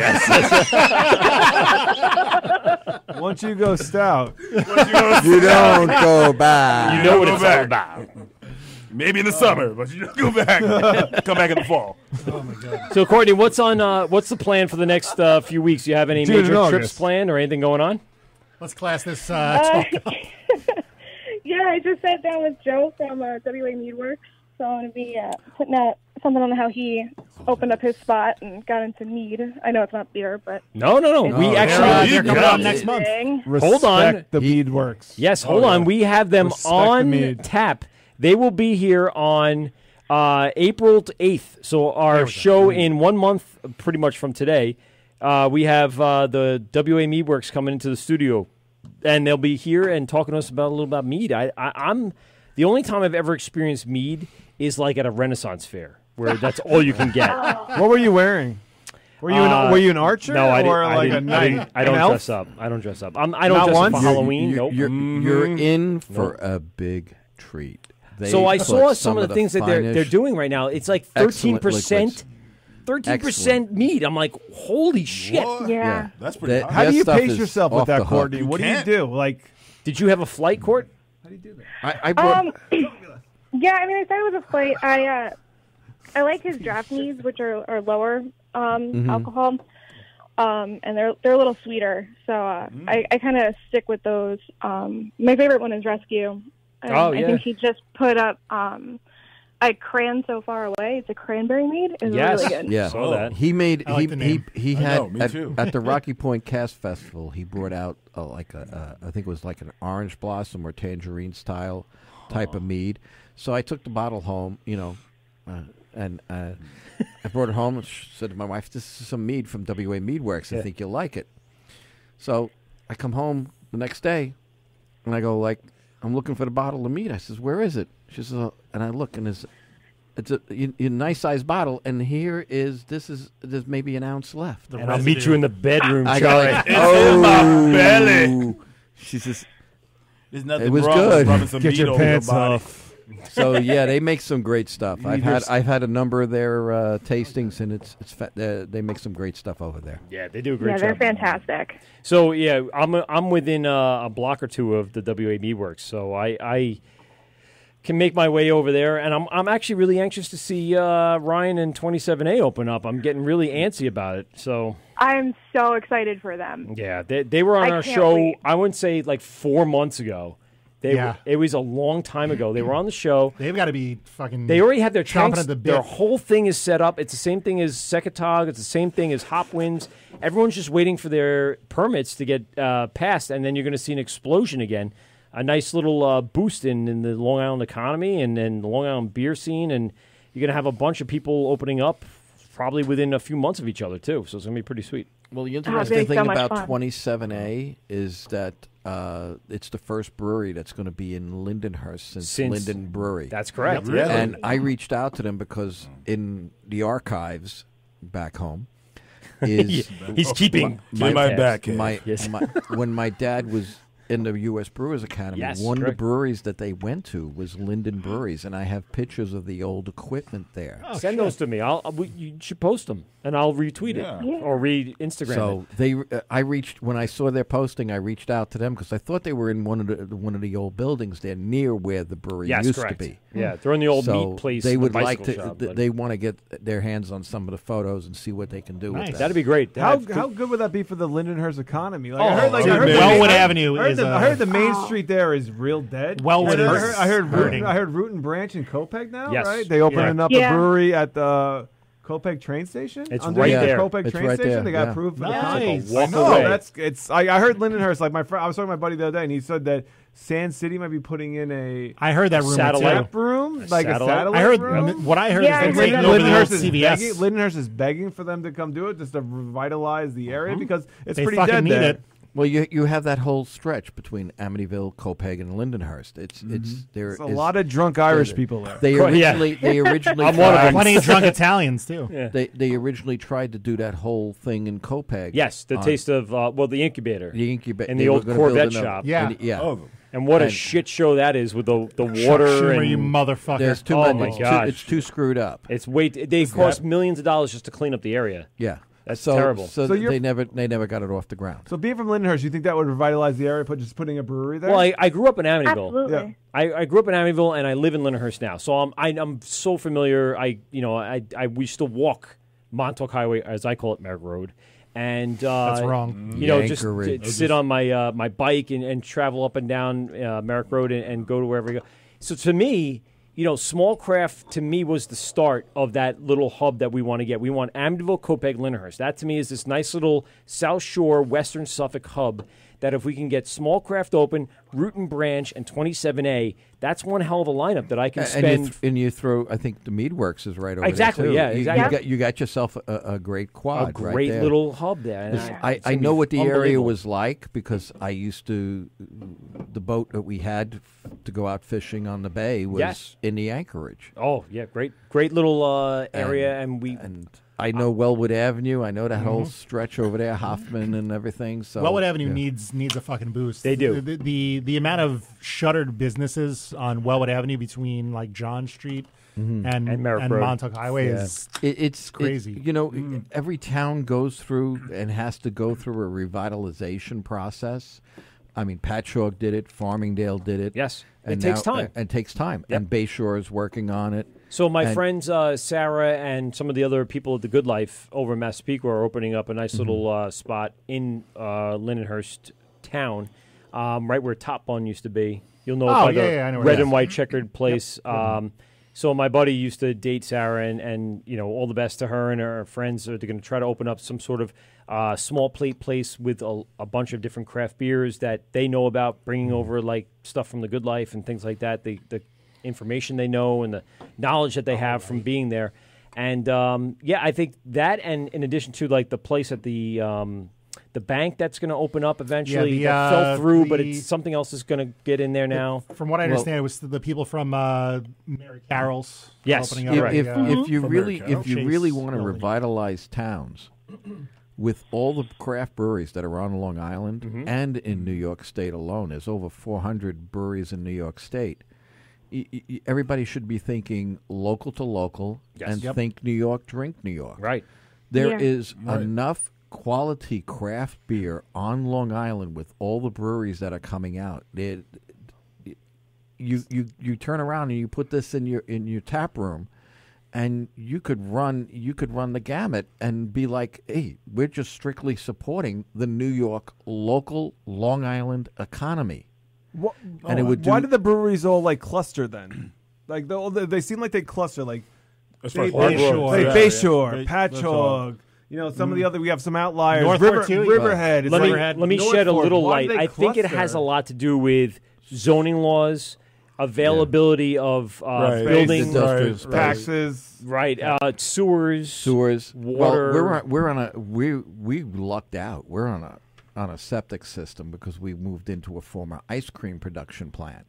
[SPEAKER 8] *laughs*
[SPEAKER 14] *laughs*
[SPEAKER 5] Once you go stout,
[SPEAKER 8] You don't go back.
[SPEAKER 3] *laughs* You know what it's all about. Maybe in the summer, but you don't go *laughs* back. Come back in the fall.
[SPEAKER 14] So, Courtney, what's on? Uh, what's the plan for the next uh, few weeks? You have any
[SPEAKER 7] June
[SPEAKER 14] major
[SPEAKER 7] and
[SPEAKER 14] trips
[SPEAKER 7] August.
[SPEAKER 14] planned or anything going on?
[SPEAKER 7] Let's class this uh,
[SPEAKER 20] Uh,
[SPEAKER 7] talk
[SPEAKER 20] *laughs* yeah, I just sat down with Joe from uh, WA Meadworks, so I'm going to be uh, putting out something on how he opened up his spot and got into mead. I know it's not beer, but
[SPEAKER 14] No, no, no.
[SPEAKER 5] No,
[SPEAKER 14] we
[SPEAKER 5] they're,
[SPEAKER 14] actually
[SPEAKER 5] uh, they're coming out next
[SPEAKER 20] month.
[SPEAKER 14] Hold on.
[SPEAKER 5] Respect the bead works.
[SPEAKER 14] Yes, hold
[SPEAKER 5] Oh,
[SPEAKER 14] on.
[SPEAKER 5] yeah.
[SPEAKER 14] We have them
[SPEAKER 5] Respect the
[SPEAKER 14] on
[SPEAKER 5] mead.
[SPEAKER 14] tap. They will be here on uh, April 8th. So, our show in one month, pretty much from today, uh, we have uh, the WA Mead Works coming into the studio, and they'll be here and talking to us about a little about mead. I, I, I'm the only time I've ever experienced mead is like at a Renaissance fair,
[SPEAKER 5] *laughs*
[SPEAKER 14] where that's all you can get.
[SPEAKER 5] What were you wearing? Were you
[SPEAKER 14] Uh,
[SPEAKER 5] an, were you an archer?
[SPEAKER 14] No, I didn't.
[SPEAKER 5] or
[SPEAKER 14] I
[SPEAKER 5] like
[SPEAKER 14] didn't-
[SPEAKER 5] a
[SPEAKER 14] I
[SPEAKER 5] knight?
[SPEAKER 14] didn't- I don't
[SPEAKER 5] An elf?
[SPEAKER 14] dress up. I don't dress up. I'm, I don't
[SPEAKER 5] Not
[SPEAKER 14] dress
[SPEAKER 5] once?
[SPEAKER 14] up for
[SPEAKER 5] You're-
[SPEAKER 14] Halloween.
[SPEAKER 8] You're,
[SPEAKER 14] nope.
[SPEAKER 8] you're, you're in for a big treat. They
[SPEAKER 14] so I
[SPEAKER 8] put
[SPEAKER 14] saw some, of the things that they're
[SPEAKER 8] finest-
[SPEAKER 14] they're doing right now. It's like thirteen
[SPEAKER 8] Excellent
[SPEAKER 14] percent,
[SPEAKER 8] liquids.
[SPEAKER 14] thirteen percent meat. I'm like, holy shit!
[SPEAKER 8] What? Yeah. Yeah, that's pretty That- high.
[SPEAKER 5] How
[SPEAKER 8] that
[SPEAKER 5] do you
[SPEAKER 8] stuff
[SPEAKER 5] pace
[SPEAKER 8] is
[SPEAKER 5] yourself with
[SPEAKER 8] off the
[SPEAKER 5] that,
[SPEAKER 8] hook.
[SPEAKER 5] Courtney?
[SPEAKER 8] You
[SPEAKER 5] what
[SPEAKER 8] can't.
[SPEAKER 5] do you do? Like,
[SPEAKER 14] did you have a flight, Court?
[SPEAKER 8] I, I brought,
[SPEAKER 20] Um, *coughs* yeah, I mean, I started with a plate. I uh, I like his draft needs, which are, are lower um,
[SPEAKER 14] Mm-hmm.
[SPEAKER 8] Mhm.
[SPEAKER 20] alcohol, um, and they're they're a little sweeter. So uh, I, I kind of stick with those. Um, my favorite one is Rescue. Um,
[SPEAKER 14] Oh,
[SPEAKER 20] I think
[SPEAKER 14] yeah.
[SPEAKER 20] he just put up um, a cran so far away. It's a cranberry mead. It's
[SPEAKER 8] Yes.
[SPEAKER 20] really good.
[SPEAKER 8] Yeah.
[SPEAKER 3] Saw that.
[SPEAKER 8] He made
[SPEAKER 3] I like the
[SPEAKER 8] he, he
[SPEAKER 3] name.
[SPEAKER 8] he
[SPEAKER 3] I
[SPEAKER 8] had
[SPEAKER 3] know, me
[SPEAKER 8] at,
[SPEAKER 3] too.
[SPEAKER 8] at the
[SPEAKER 3] *laughs*
[SPEAKER 8] Rocky Point Cast Festival. He brought out uh, like a uh, I think it was like an orange blossom or tangerine style type of mead. So I took the bottle home, you know, uh, and uh, I brought it home and sh- said to my wife, "This is some mead from WA Meadworks. I
[SPEAKER 21] Yeah.
[SPEAKER 8] think you'll like it." So I come home the next day, and I go like, "I'm looking for the bottle of mead." I says, "Where is it?" She says, oh, and I look, and it's it's a, y- y- nice sized bottle, and here is this is there's maybe an ounce left.
[SPEAKER 14] And I'll meet you in the bedroom,
[SPEAKER 8] I go
[SPEAKER 14] Charlie.
[SPEAKER 8] like,
[SPEAKER 14] It's in my belly."
[SPEAKER 8] "Oh." She says,
[SPEAKER 3] There's nothing
[SPEAKER 8] it was
[SPEAKER 3] wrong with
[SPEAKER 8] good.
[SPEAKER 3] rubbing some Get meat your over your pants body. off.
[SPEAKER 8] so yeah, they make some great stuff.
[SPEAKER 3] You
[SPEAKER 8] I've
[SPEAKER 3] need your
[SPEAKER 8] had
[SPEAKER 3] s-
[SPEAKER 8] I've had a number of their uh, tastings, and it's it's fa- uh, they make some great stuff over there.
[SPEAKER 14] Yeah, they do a great
[SPEAKER 20] Yeah, they're
[SPEAKER 14] job.
[SPEAKER 20] fantastic.
[SPEAKER 14] So yeah, I'm I'm within uh, a block or two of the WAB works, so I I can make my way over there, and I'm I'm actually really anxious to see uh, Ryan and 27A open up. I'm getting really antsy about it. So
[SPEAKER 20] I'm so excited for them.
[SPEAKER 14] yeah, they they were on
[SPEAKER 20] I
[SPEAKER 14] our
[SPEAKER 20] can't
[SPEAKER 14] show.
[SPEAKER 20] wait.
[SPEAKER 14] I wouldn't say like four months ago. They
[SPEAKER 7] Yeah.
[SPEAKER 14] were, it was a long time ago. They were on the show.
[SPEAKER 7] They've got to be fucking.
[SPEAKER 14] They already have their
[SPEAKER 7] chomping
[SPEAKER 14] tanks.
[SPEAKER 7] at the bit.
[SPEAKER 14] their whole thing is set up. It's the same thing as Secatog. It's the same thing as Hopwinds. Everyone's just waiting for their permits to get uh, passed, and then you're going to see an explosion again. A nice little uh, boost in, in the Long Island economy and then the Long Island beer scene, and you're going to have a bunch of people opening up, probably within a few months of each other too. So it's going to be pretty sweet.
[SPEAKER 8] Well, the
[SPEAKER 20] Oh,
[SPEAKER 8] interesting
[SPEAKER 20] it'd be
[SPEAKER 8] thing
[SPEAKER 20] so much
[SPEAKER 8] about
[SPEAKER 20] fun.
[SPEAKER 8] 27A is that uh, it's the first brewery that's going to be in Lindenhurst since,
[SPEAKER 14] Since-
[SPEAKER 8] Linden Brewery.
[SPEAKER 14] That's correct.
[SPEAKER 8] Yeah.
[SPEAKER 14] Really?
[SPEAKER 8] And I reached out to them because in the archives back home is
[SPEAKER 14] *laughs* Yeah, he's keeping
[SPEAKER 8] my,
[SPEAKER 14] Oh, my back, yeah.
[SPEAKER 8] my,
[SPEAKER 14] Yes.
[SPEAKER 8] my- when my dad was in the U.S. Brewers Academy.
[SPEAKER 14] Yes,
[SPEAKER 8] one of
[SPEAKER 14] correct.
[SPEAKER 8] the breweries that they went to was Linden Breweries, and I have pictures of the old equipment there.
[SPEAKER 14] Send those to me. I'll, I'll- we- you should post them, and I'll retweet
[SPEAKER 8] Yeah.
[SPEAKER 14] it
[SPEAKER 8] Yeah.
[SPEAKER 14] or re Instagram
[SPEAKER 8] So they, uh, I reached when I saw their posting. I reached out to them because I thought they were in one of the one of the old buildings there near where the brewery
[SPEAKER 14] Yes,
[SPEAKER 8] used
[SPEAKER 14] correct.
[SPEAKER 8] to be.
[SPEAKER 14] Yeah, they're in the old
[SPEAKER 8] So
[SPEAKER 14] meat place,
[SPEAKER 8] They
[SPEAKER 14] the
[SPEAKER 8] would like to.
[SPEAKER 14] bicycle shop,
[SPEAKER 8] th-
[SPEAKER 14] but-
[SPEAKER 8] they want to get their hands on some of the photos and see what they can do. With that.
[SPEAKER 5] How, how good would that be for the Lindenhurst economy? Like, I
[SPEAKER 8] Oh,
[SPEAKER 5] heard, like, I
[SPEAKER 8] dude,
[SPEAKER 5] heard the
[SPEAKER 8] Wellwood
[SPEAKER 5] main- I
[SPEAKER 8] Avenue
[SPEAKER 5] heard
[SPEAKER 8] is,
[SPEAKER 5] the, I
[SPEAKER 8] uh,
[SPEAKER 5] heard the main street there is real dead.
[SPEAKER 7] Wellwood
[SPEAKER 5] I heard,
[SPEAKER 7] is
[SPEAKER 5] I heard, I heard, Root,
[SPEAKER 7] hurting.
[SPEAKER 5] I heard Root and Branch in Copeg now,
[SPEAKER 7] Yes.
[SPEAKER 5] right? They opening
[SPEAKER 7] Yeah.
[SPEAKER 5] up
[SPEAKER 7] Yeah.
[SPEAKER 5] a brewery at the Copeg train station.
[SPEAKER 14] It's
[SPEAKER 5] Underneath
[SPEAKER 14] right
[SPEAKER 5] the
[SPEAKER 14] there.
[SPEAKER 5] Copeg
[SPEAKER 14] It's
[SPEAKER 5] train
[SPEAKER 14] right
[SPEAKER 5] station.
[SPEAKER 14] there,
[SPEAKER 5] They got
[SPEAKER 14] yeah.
[SPEAKER 5] approved for
[SPEAKER 14] Nice.
[SPEAKER 5] the
[SPEAKER 14] Nice.
[SPEAKER 5] concept.
[SPEAKER 14] Walk
[SPEAKER 5] no,
[SPEAKER 14] away.
[SPEAKER 5] that's it's. I, I heard Lindenhurst. Like my friend, I was talking to my buddy the other day, and he said that Sand City might be putting in a.
[SPEAKER 7] I heard that rumor,
[SPEAKER 5] satellite
[SPEAKER 7] too.
[SPEAKER 5] tap room,
[SPEAKER 7] A
[SPEAKER 5] like
[SPEAKER 7] satellite?
[SPEAKER 5] a satellite.
[SPEAKER 7] I heard-
[SPEAKER 5] room?
[SPEAKER 7] what I heard is Yeah, they're I heard taking that. over the
[SPEAKER 5] Lindenhurst
[SPEAKER 7] old
[SPEAKER 5] is
[SPEAKER 7] CVS.
[SPEAKER 5] begging- Lindenhurst is begging for them to come do it just to revitalize the
[SPEAKER 7] Uh-huh.
[SPEAKER 5] area because it's
[SPEAKER 8] They
[SPEAKER 5] pretty
[SPEAKER 8] fucking
[SPEAKER 5] dead
[SPEAKER 8] need
[SPEAKER 5] there.
[SPEAKER 8] it. Well, you you have that whole stretch between Amityville, Copaig, and Lindenhurst. It's it's there
[SPEAKER 5] Mm-hmm. There's a
[SPEAKER 8] is-
[SPEAKER 5] lot of drunk Irish people there. *laughs*
[SPEAKER 8] They
[SPEAKER 5] Quite- yeah.
[SPEAKER 8] originally they originally
[SPEAKER 5] I'm one of
[SPEAKER 8] tried-
[SPEAKER 5] them. Plenty
[SPEAKER 8] *laughs*
[SPEAKER 5] of drunk Italians, too.
[SPEAKER 14] Yeah.
[SPEAKER 8] They they originally tried to do that whole thing in Copaig.
[SPEAKER 14] Yes, the
[SPEAKER 8] on-
[SPEAKER 14] taste of uh, well, the incubator,
[SPEAKER 8] The incuba-
[SPEAKER 14] and
[SPEAKER 8] they
[SPEAKER 14] the
[SPEAKER 8] were
[SPEAKER 14] old
[SPEAKER 8] gonna build
[SPEAKER 14] Corvette
[SPEAKER 8] another-
[SPEAKER 14] shop.
[SPEAKER 8] Yeah. And- yeah. Oh.
[SPEAKER 14] And what a
[SPEAKER 8] And-
[SPEAKER 14] shit show that is with the the
[SPEAKER 8] Chuck
[SPEAKER 14] water.
[SPEAKER 8] Schumer,
[SPEAKER 14] and,
[SPEAKER 8] you motherfucker. There's too
[SPEAKER 14] oh
[SPEAKER 8] much-
[SPEAKER 14] my
[SPEAKER 8] it's too-
[SPEAKER 14] gosh,
[SPEAKER 8] it's too screwed up.
[SPEAKER 14] It's way t- they cost millions of dollars just to clean up the area.
[SPEAKER 8] Yeah,
[SPEAKER 14] that's
[SPEAKER 8] so,
[SPEAKER 14] terrible.
[SPEAKER 8] So,
[SPEAKER 5] So you're-
[SPEAKER 8] they never they never got it off the ground.
[SPEAKER 5] So being from Lindenhurst, you think that would revitalize the area? Put just putting a brewery there.
[SPEAKER 14] Well, I, I grew up in Amityville.
[SPEAKER 5] Absolutely. Yeah.
[SPEAKER 14] I, I grew up in Amityville, and I live in Lyndhurst now. So I'm I, I'm so familiar. I you know I, I we used to walk Montauk Highway, as I call it, Merrick Road, and uh,
[SPEAKER 7] That's wrong.
[SPEAKER 14] You know, just
[SPEAKER 7] Yankery.
[SPEAKER 14] to-
[SPEAKER 7] Those
[SPEAKER 14] sit on my uh, my bike and, and travel up and down uh, Merrick Road and, and go to wherever you go. So to me. You know, small craft to me was the start of that little hub that we want to get. We want Amityville, Copeg, Lyndhurst. That to me is this nice little South Shore, Western Suffolk hub that if we can get small craft open, root and branch, and 27A, that's one hell of a lineup that I can
[SPEAKER 8] and, you
[SPEAKER 14] spend.
[SPEAKER 8] th- and you throw. I think the mead works is right over
[SPEAKER 14] Exactly,
[SPEAKER 8] There too.
[SPEAKER 14] yeah,
[SPEAKER 8] You-
[SPEAKER 14] exactly.
[SPEAKER 8] You got, you got yourself a, a great quad.
[SPEAKER 14] A
[SPEAKER 8] right
[SPEAKER 14] great
[SPEAKER 8] there.
[SPEAKER 14] little hub there, and
[SPEAKER 8] This-
[SPEAKER 14] I-
[SPEAKER 8] I,
[SPEAKER 14] it's
[SPEAKER 8] I
[SPEAKER 14] gonna
[SPEAKER 8] know
[SPEAKER 14] be
[SPEAKER 8] what the area
[SPEAKER 14] unbelievable.
[SPEAKER 8] was like because I used to the boat that we had f- to go out fishing on the bay was
[SPEAKER 14] Yes.
[SPEAKER 8] in the anchorage.
[SPEAKER 14] oh yeah, great, great little uh, area, and, we
[SPEAKER 8] I
[SPEAKER 14] Uh,
[SPEAKER 8] know Wellwood Avenue. I know
[SPEAKER 14] Mm-hmm.
[SPEAKER 8] that whole
[SPEAKER 7] Mhm.
[SPEAKER 8] stretch over there, Hoffman and everything. So
[SPEAKER 7] Wellwood Avenue
[SPEAKER 8] yeah.
[SPEAKER 7] needs needs a fucking boost.
[SPEAKER 8] They do.
[SPEAKER 7] The, the the amount of shuttered businesses on Wellwood Avenue between like John Street
[SPEAKER 14] Mm-hmm.
[SPEAKER 8] Mhm.
[SPEAKER 7] and and,
[SPEAKER 8] Merrick Road.
[SPEAKER 7] Montauk Highway
[SPEAKER 8] Yeah.
[SPEAKER 7] is
[SPEAKER 8] It- it's it-
[SPEAKER 7] crazy.
[SPEAKER 8] you know,
[SPEAKER 14] Mm-hmm.
[SPEAKER 8] every town goes through and has to go through a revitalization process. I mean, Patchogue did it. Farmingdale did it. Yes,
[SPEAKER 14] It takes time.
[SPEAKER 8] And, takes time. And Bayshore is working on it.
[SPEAKER 14] So my
[SPEAKER 8] And-
[SPEAKER 14] friends uh, Sarah and some of the other people at the Good Life over in Massapequa are opening up a
[SPEAKER 7] Mm-hmm.
[SPEAKER 14] nice little uh, spot in uh, Lindenhurst town, um, right where Top Bun used to be. You'll know it
[SPEAKER 7] Oh,
[SPEAKER 14] by
[SPEAKER 7] yeah,
[SPEAKER 14] the
[SPEAKER 7] yeah, I know where
[SPEAKER 14] red
[SPEAKER 7] it
[SPEAKER 14] and
[SPEAKER 7] is.
[SPEAKER 14] white checkered place. Um, So my buddy used to date Sarah, and, and you know all the best to her and her friends. Are going to try to open up some sort of uh, small plate place with a, a bunch of different craft beers that they know about,
[SPEAKER 7] Mm-hmm.
[SPEAKER 14] bringing over like stuff from the Good Life and things like that. The the information they know and the knowledge
[SPEAKER 7] Oh,
[SPEAKER 14] that they have from being there, and um, yeah, I think that, and in addition to like the place at the um, the bank that's going to open up eventually
[SPEAKER 7] the,
[SPEAKER 14] that fell
[SPEAKER 7] uh,
[SPEAKER 14] through, but
[SPEAKER 7] the-
[SPEAKER 14] it's something else is going to get in there now.
[SPEAKER 7] From what I
[SPEAKER 14] Well-
[SPEAKER 7] understand, it was the people from uh, Mary Carroll's
[SPEAKER 14] Yes.
[SPEAKER 7] opening up.
[SPEAKER 8] If,
[SPEAKER 7] the,
[SPEAKER 8] if,
[SPEAKER 7] uh,
[SPEAKER 14] Mm-hmm.
[SPEAKER 8] if you really if you really want to revitalize towns *clears throat* with all the craft breweries that are on Long Island
[SPEAKER 14] Mm-hmm.
[SPEAKER 7] Mhm.
[SPEAKER 8] and in New York State alone, there's over 400 breweries in New York State. Y- y- y- Everybody should be thinking local to local
[SPEAKER 14] Yes.
[SPEAKER 8] and
[SPEAKER 14] Yep.
[SPEAKER 8] think New York, drink New York.
[SPEAKER 14] Right.
[SPEAKER 8] There
[SPEAKER 14] Yeah.
[SPEAKER 8] is
[SPEAKER 14] Right.
[SPEAKER 8] enough quality craft beer on Long Island with all the breweries that are coming out. It, you you you turn around and you put this in your in your tap room and you could run you could run the gamut and be like hey we're just strictly supporting the new york local long island economy
[SPEAKER 5] What, oh,
[SPEAKER 8] And it would
[SPEAKER 5] why
[SPEAKER 8] do-
[SPEAKER 5] do the breweries all like cluster then? like they, all- they- they seem like they cluster like
[SPEAKER 3] As far as
[SPEAKER 5] Bay-
[SPEAKER 3] hard
[SPEAKER 5] Bay
[SPEAKER 3] roads,
[SPEAKER 5] Shore,
[SPEAKER 3] yeah,
[SPEAKER 5] Bay
[SPEAKER 3] yeah.
[SPEAKER 5] Shore,
[SPEAKER 3] Bay- that's all.
[SPEAKER 5] Patchogue. You know, some of the
[SPEAKER 14] Mm.
[SPEAKER 5] other we have some outliers.
[SPEAKER 14] North
[SPEAKER 5] River,
[SPEAKER 14] Fork, too.
[SPEAKER 5] Riverhead.
[SPEAKER 14] Let me, let me shed a little light. I think it has a lot to do with zoning laws, availability of uh,
[SPEAKER 8] Right.
[SPEAKER 14] buildings,
[SPEAKER 8] Space, industrial space.
[SPEAKER 5] taxes,
[SPEAKER 14] right? Uh, sewers,
[SPEAKER 8] sewers,
[SPEAKER 14] water.
[SPEAKER 8] Well, we're on, we're on a we we lucked out. We're on a on a septic system because we moved into a former ice cream production
[SPEAKER 14] *laughs*
[SPEAKER 8] plant.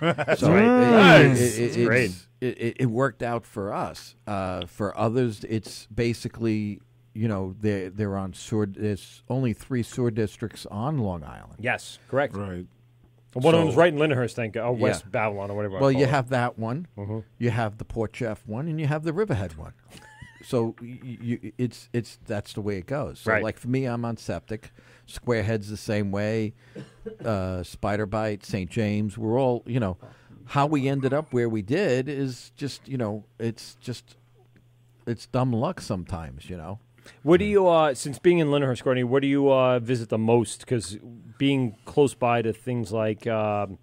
[SPEAKER 14] That's
[SPEAKER 8] so it-
[SPEAKER 14] right.
[SPEAKER 8] it-
[SPEAKER 14] Nice.
[SPEAKER 8] it- it-
[SPEAKER 14] That's great.
[SPEAKER 8] It, it, it worked out for us. Uh, for others, it's basically you know they they're on sewer. There's only three sewer districts on Long Island.
[SPEAKER 14] Yes, correct.
[SPEAKER 3] Right.
[SPEAKER 14] And one of them's
[SPEAKER 8] So-
[SPEAKER 14] right in Lyndhurst, thank God, or
[SPEAKER 8] Yeah.
[SPEAKER 14] West Babylon, or whatever. Oh. I
[SPEAKER 8] Well,
[SPEAKER 14] call
[SPEAKER 8] you
[SPEAKER 14] it.
[SPEAKER 8] have that one.
[SPEAKER 14] Mhm.
[SPEAKER 8] You have the Port Jeff one, and you have the Riverhead
[SPEAKER 14] *laughs*
[SPEAKER 8] one. so y you, it's it's that's the way it goes. So
[SPEAKER 14] Right.
[SPEAKER 8] Like for me, I'm on septic. Squarehead's the same way. *coughs* Uh, Spider Bite, St. James. We're all you know. How we ended up where we did is just you know it's just it's dumb luck sometimes you know.
[SPEAKER 14] What do you, uh, since being in Lyndhurst, Courtney, where do you uh, visit the most? Because being close by to things like, um,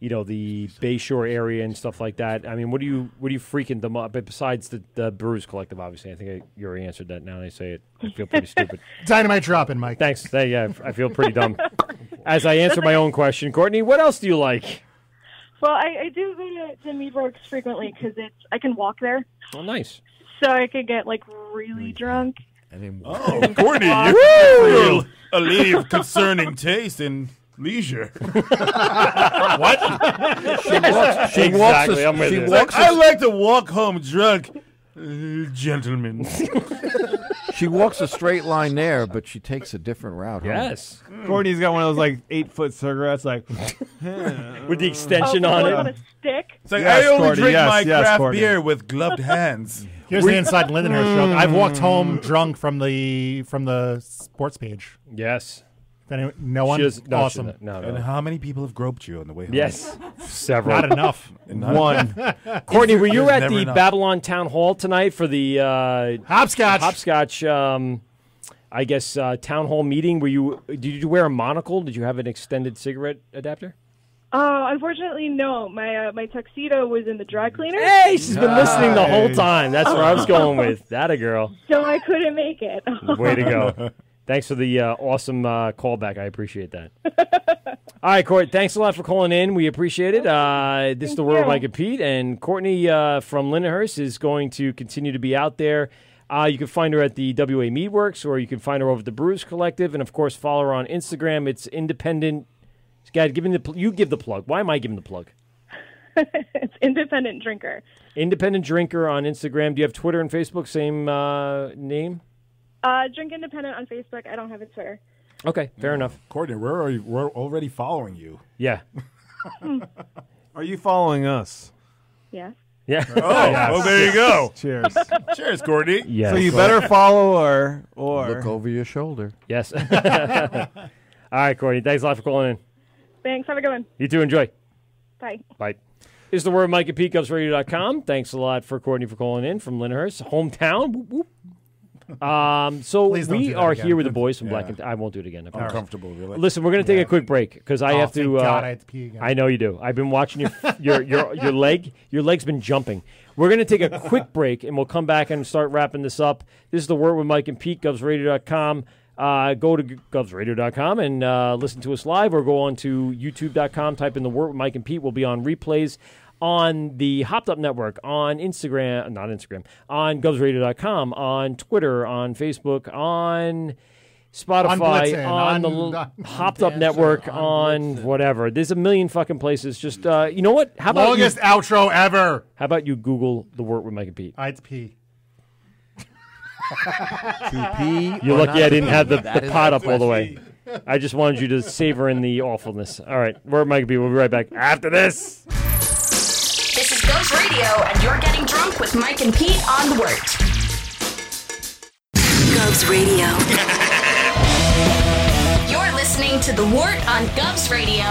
[SPEAKER 14] you know, the Bayshore area and stuff like that. I mean, what do you, what do you freaking them up? But besides the, the Brewers Collective, obviously, I think I, you already answered that. Now that I say it, I feel pretty stupid.
[SPEAKER 7] Dynamite dropping, Mike.
[SPEAKER 14] Thanks. Hey, yeah, I feel pretty dumb as I answer my own question. Courtney, what else do you like?
[SPEAKER 20] Well, I, I do go to, to Meadworks frequently because it's I can walk there,
[SPEAKER 14] Oh, nice.
[SPEAKER 20] so I could get like really drunk.
[SPEAKER 8] I didn't.
[SPEAKER 3] Oh, *laughs* Courtney,
[SPEAKER 20] Wow.
[SPEAKER 3] you
[SPEAKER 20] Woo!
[SPEAKER 3] a lady of concerning taste and leisure. *laughs* what?
[SPEAKER 18] She walks- she walks
[SPEAKER 3] exactly.
[SPEAKER 18] a-
[SPEAKER 3] I'm with
[SPEAKER 18] she
[SPEAKER 3] you.
[SPEAKER 18] walks a-
[SPEAKER 3] I like to walk home drunk, uh, gentlemen.
[SPEAKER 8] *laughs* She walks a straight line there, but she takes a different route. home.
[SPEAKER 5] Mm. Courtney's got one of those Mm. like eight foot cigarettes, like *laughs*
[SPEAKER 14] with
[SPEAKER 5] Oh,
[SPEAKER 14] the extension
[SPEAKER 5] on it.
[SPEAKER 20] stick.
[SPEAKER 3] It's like I only drink my craft beer with gloved hands.
[SPEAKER 7] Here's the inside Lindenhurst joke. I've walked home drunk from the from the sports page.
[SPEAKER 14] Yes.
[SPEAKER 7] Then it- no one.
[SPEAKER 3] She does- no, she
[SPEAKER 7] awesome.
[SPEAKER 3] doesn't. No, no. And how many people have groped you on the way home?
[SPEAKER 14] Yes, several.
[SPEAKER 7] Not
[SPEAKER 3] *laughs*
[SPEAKER 7] enough.
[SPEAKER 14] One. Courtney, were you
[SPEAKER 3] There's
[SPEAKER 14] at
[SPEAKER 3] never
[SPEAKER 14] the
[SPEAKER 3] enough.
[SPEAKER 14] Babylon Town Hall tonight for the uh,
[SPEAKER 7] hopscotch?
[SPEAKER 14] Hopscotch. Um, I guess uh, town hall meeting. Were you? Did you wear a monocle? Did you have an extended cigarette adapter?
[SPEAKER 20] Oh, unfortunately, no. My uh, my tuxedo was in the dry cleaner.
[SPEAKER 14] Hey, she's been listening the whole time. That's where I was going with that. A girl.
[SPEAKER 20] So I couldn't make it.
[SPEAKER 14] Way to go. *laughs* Thanks for the uh, awesome uh, callback. I appreciate *laughs* that. All right, Court. Thanks a lot for calling in. We appreciate it. Uh, this is the world
[SPEAKER 22] you.
[SPEAKER 14] I compete, and Courtney uh, from Lindenhurst is going to continue to be out there. Uh, you can find her at the WA Meadworks, or you can find her over at the Brews Collective, and of course, follow her on Instagram. It's independent. God, giving the pl- you give the plug. Why am I giving the plug?
[SPEAKER 20] *laughs* it's independent drinker.
[SPEAKER 14] Independent drinker on Instagram. Do you have Twitter and Facebook? Same uh, name.
[SPEAKER 20] Uh, drink independent on Facebook. I don't have a Twitter.
[SPEAKER 14] Okay, fair enough.
[SPEAKER 3] Courtney, we're already, we're already following you. *laughs*
[SPEAKER 14] Yeah.
[SPEAKER 5] Are you following us?
[SPEAKER 20] Yeah.
[SPEAKER 14] Yeah.
[SPEAKER 3] Oh,
[SPEAKER 14] *laughs*
[SPEAKER 3] well, there you go.
[SPEAKER 5] Cheers.
[SPEAKER 3] Cheers, Courtney.
[SPEAKER 14] Yes.
[SPEAKER 5] So
[SPEAKER 14] *laughs*
[SPEAKER 5] you better follow her or
[SPEAKER 8] Look over your shoulder.
[SPEAKER 14] Yes. *laughs* All right, Courtney. Thanks a lot for calling in.
[SPEAKER 20] *laughs* Thanks. Have a good one.
[SPEAKER 14] You too. Enjoy.
[SPEAKER 20] Bye.
[SPEAKER 14] Bye. This is the word Mike at Peacups Radio.com. Thanks a lot for Courtney for calling in from Lyndhurst, hometown. Whoop, whoop. Um, so
[SPEAKER 3] Please don't do
[SPEAKER 14] we
[SPEAKER 3] that
[SPEAKER 14] are
[SPEAKER 3] again.
[SPEAKER 14] here with the boys from Black
[SPEAKER 3] Yeah.
[SPEAKER 14] and I won't do it again. I
[SPEAKER 3] I'm
[SPEAKER 14] promise.
[SPEAKER 3] comfortable, really.
[SPEAKER 14] Listen, we're going to take a quick break because I
[SPEAKER 3] Oh,
[SPEAKER 14] have
[SPEAKER 3] thank
[SPEAKER 14] to. Uh,
[SPEAKER 3] God I had to pee again.
[SPEAKER 14] I know you do. I've been watching your your your your leg. Your leg's been jumping. We're going to take a quick break and we'll come back and start wrapping this up. This is the word with Mike and Pete. GovsRadio.com. Uh, go to govsradio.com and uh, listen to us live, or go on to YouTube.com. Type in the word with Mike and Pete. We'll be on replays on the Hopped Up Network, on Instagram, not Instagram, on govsradio.com, on Twitter, on Facebook, on Spotify, on,
[SPEAKER 7] Blitzen,
[SPEAKER 14] the
[SPEAKER 7] on-
[SPEAKER 14] l-
[SPEAKER 7] on
[SPEAKER 14] Hopped Up Network, on, whatever. There's a million fucking places. Just uh, you know what? How about
[SPEAKER 7] Longest
[SPEAKER 14] you,
[SPEAKER 7] outro ever?
[SPEAKER 14] How about you Google the work with Mike and Pete?
[SPEAKER 7] I had to pee.
[SPEAKER 8] to pee.
[SPEAKER 14] You're
[SPEAKER 8] or
[SPEAKER 14] lucky
[SPEAKER 8] not
[SPEAKER 14] I didn't
[SPEAKER 8] pee?
[SPEAKER 14] have the,
[SPEAKER 8] That
[SPEAKER 14] the
[SPEAKER 8] is
[SPEAKER 14] pot
[SPEAKER 8] the
[SPEAKER 14] up all the way. I just wanted you to savor in the awfulness. All right, where Mike and Pete. We'll be right back after this.
[SPEAKER 19] This is Ghost Radio, and you're getting drunk with Mike and Pete on Wort. Ghost Radio. You're listening to The Wort on Govs Radio.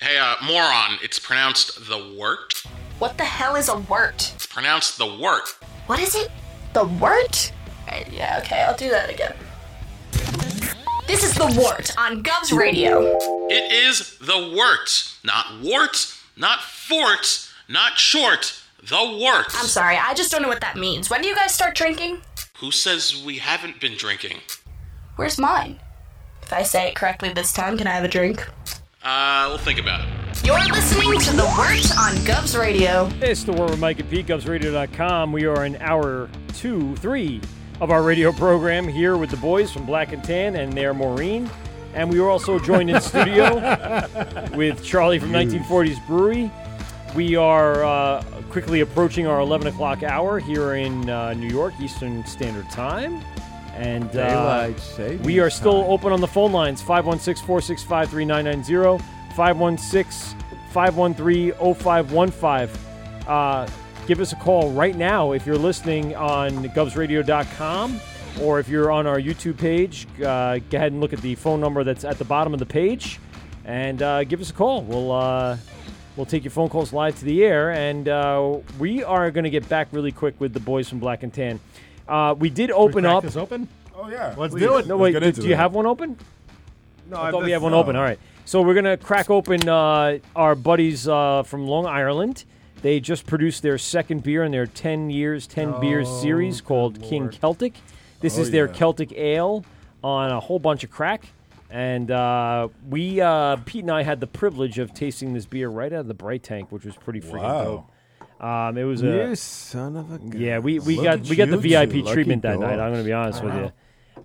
[SPEAKER 21] Hey, uh, moron, it's pronounced the wort.
[SPEAKER 19] What the hell is a wort?
[SPEAKER 21] It's pronounced the wort.
[SPEAKER 19] What is it? The wort? Uh, yeah, okay, I'll do that again. This is The Wort on Govs Radio.
[SPEAKER 21] It is the wort. Not warts, not forts, not short. The wort.
[SPEAKER 19] I'm sorry, I just don't know what that means. When do you guys start drinking?
[SPEAKER 21] Who says we haven't been drinking?
[SPEAKER 19] Where's mine? If I say it correctly this time, can I have a drink?
[SPEAKER 21] Uh, we'll think about it.
[SPEAKER 19] You're listening to The Wort on Govs Radio.
[SPEAKER 14] It's the War with Mike and Pete, GovsRadio.com. We are in hour two, three of our radio program here with the boys from Black and Tan and their Maureen. And we are also joined
[SPEAKER 8] *laughs*
[SPEAKER 14] in studio with Charlie from 1940s Brewery. We are uh, quickly approaching our 11 o'clock hour here in uh, New York, Eastern Standard Time. And uh,
[SPEAKER 8] Daylight savings
[SPEAKER 14] we are still open on the phone lines 516 465 3990, 516 513 0515. Uh, Give us a call right now if you're listening on govsradio.com or if you're on our YouTube page. Uh, go ahead and look at the phone number that's at the bottom of the page and uh, give us a call. We'll. Uh, We'll take your phone calls live to the air, and uh, we are going to get back really quick with the boys from Black and Tan. Uh, we did open
[SPEAKER 7] crack
[SPEAKER 14] up.
[SPEAKER 7] this open?
[SPEAKER 3] Oh yeah.
[SPEAKER 7] Let's do it.
[SPEAKER 14] No, wait. Do, do you have one open?
[SPEAKER 5] No,
[SPEAKER 14] I
[SPEAKER 5] I've uh,
[SPEAKER 14] thought we
[SPEAKER 5] just-
[SPEAKER 14] had one
[SPEAKER 5] no.
[SPEAKER 14] open. All right. So we're gonna crack open uh, our buddies uh, from Long Ireland. They just produced their second beer in their ten years, ten beers
[SPEAKER 22] Oh,
[SPEAKER 14] series called King Celtic. This
[SPEAKER 22] Oh,
[SPEAKER 14] is their
[SPEAKER 22] yeah.
[SPEAKER 14] Celtic ale on a whole bunch of crack. And uh, we, uh, Pete and I, had the privilege of tasting this beer right out of the bright tank, which was pretty freaking
[SPEAKER 5] Wow.
[SPEAKER 14] dope. Um, it was a
[SPEAKER 5] You son of a gun.
[SPEAKER 14] yeah, we, we
[SPEAKER 5] Look
[SPEAKER 14] got
[SPEAKER 5] at
[SPEAKER 14] we got the
[SPEAKER 5] you two
[SPEAKER 14] VIP
[SPEAKER 5] lucky
[SPEAKER 14] treatment that night.
[SPEAKER 5] dogs.
[SPEAKER 14] I'm going to be honest
[SPEAKER 5] I
[SPEAKER 14] with
[SPEAKER 5] know.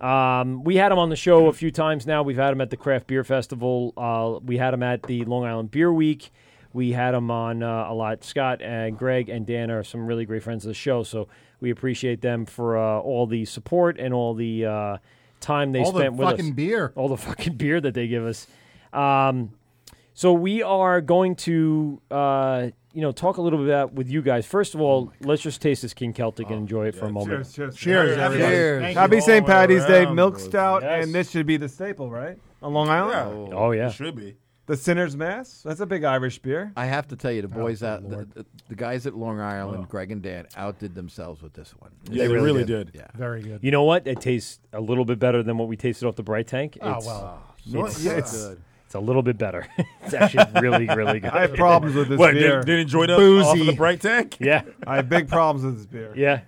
[SPEAKER 14] you. Um, we had him on the show a few times now. We've had him at the craft beer festival. Uh, we had him at the Long Island Beer Week. We had him on uh, a lot. Scott and Greg and Dan are some really great friends of the show, so we appreciate them for uh, all the support and all the uh, time they
[SPEAKER 7] All the
[SPEAKER 14] spent with us.
[SPEAKER 7] fucking beer.
[SPEAKER 14] All the fucking beer that they give us. Um, so we are going to, uh, you know, talk a little bit about with you guys. First of all, let's just taste this King Celtic and enjoy it for a moment.
[SPEAKER 5] Oh, Cheers, cheers. Happy St. Patty's Day milk stout, and this should be the staple, right? On Long Island?
[SPEAKER 14] Yeah. Oh, yeah. It
[SPEAKER 3] should be.
[SPEAKER 5] The Sinner's Mass? That's a big Irish beer.
[SPEAKER 8] I have to tell you, the boys out, the, the, the guys at Long Island, Greg and Dan, outdid themselves with this one. Yeah.
[SPEAKER 7] Very good.
[SPEAKER 14] You know what? It tastes a little bit better than what we tasted off the Bright Tank.
[SPEAKER 7] Oh,
[SPEAKER 14] It's-
[SPEAKER 7] well.
[SPEAKER 14] it's-
[SPEAKER 7] No, yeah,
[SPEAKER 14] it's,
[SPEAKER 7] it's-
[SPEAKER 14] it's a little bit better. *laughs* it's actually really, really good.
[SPEAKER 5] I have problems with this
[SPEAKER 14] What,
[SPEAKER 5] beer.
[SPEAKER 14] didn't- didn't enjoy
[SPEAKER 3] the- Boozy. off of the
[SPEAKER 5] *laughs*
[SPEAKER 3] Bright Tank? *laughs*
[SPEAKER 14] Yeah.
[SPEAKER 5] I have big problems with this beer.
[SPEAKER 14] Yeah.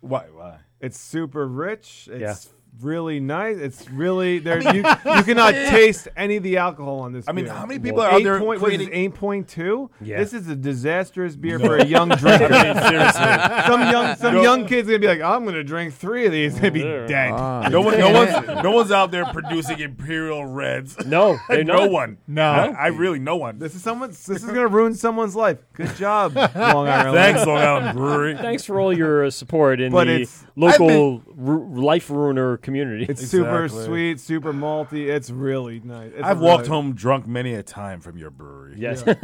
[SPEAKER 3] Why? Why?
[SPEAKER 5] It's super rich. It's
[SPEAKER 3] Yeah.
[SPEAKER 5] really nice. It's
[SPEAKER 3] *laughs*
[SPEAKER 5] really there.
[SPEAKER 3] mean-
[SPEAKER 5] you, you
[SPEAKER 3] *laughs*
[SPEAKER 5] cannot taste any of the alcohol on this.
[SPEAKER 3] I mean,
[SPEAKER 5] beer.
[SPEAKER 3] how many people are out
[SPEAKER 5] Eight
[SPEAKER 3] there
[SPEAKER 5] Point, what is
[SPEAKER 3] creating-
[SPEAKER 5] eight point two?
[SPEAKER 3] Yeah.
[SPEAKER 5] This is a disastrous beer
[SPEAKER 3] No.
[SPEAKER 5] for a young
[SPEAKER 3] *laughs* I
[SPEAKER 5] drinker.
[SPEAKER 3] mean, seriously.
[SPEAKER 5] some young some
[SPEAKER 3] No.
[SPEAKER 5] young kid's gonna be like, I'm gonna drink three of these. They'd be
[SPEAKER 3] There.
[SPEAKER 5] dead.
[SPEAKER 3] no one, no one's, no one's out there producing imperial reds.
[SPEAKER 14] *laughs* No,
[SPEAKER 5] *laughs* they're
[SPEAKER 3] no
[SPEAKER 5] not.
[SPEAKER 3] one.
[SPEAKER 5] No.
[SPEAKER 3] I, I really no one.
[SPEAKER 5] This is someone's. This is gonna ruin someone's life. Good job, *laughs* Long Island.
[SPEAKER 3] Thanks,
[SPEAKER 5] *laughs*
[SPEAKER 3] Long Island Brewery.
[SPEAKER 14] Thanks for all your uh, support in
[SPEAKER 5] But
[SPEAKER 14] the
[SPEAKER 5] it's-
[SPEAKER 14] local ru- life ruiner community.
[SPEAKER 5] It's super sweet, super malty. It's really nice. It's
[SPEAKER 3] I've walked
[SPEAKER 5] really-
[SPEAKER 3] home drunk many a time from your brewery.
[SPEAKER 14] Yes.
[SPEAKER 3] *laughs*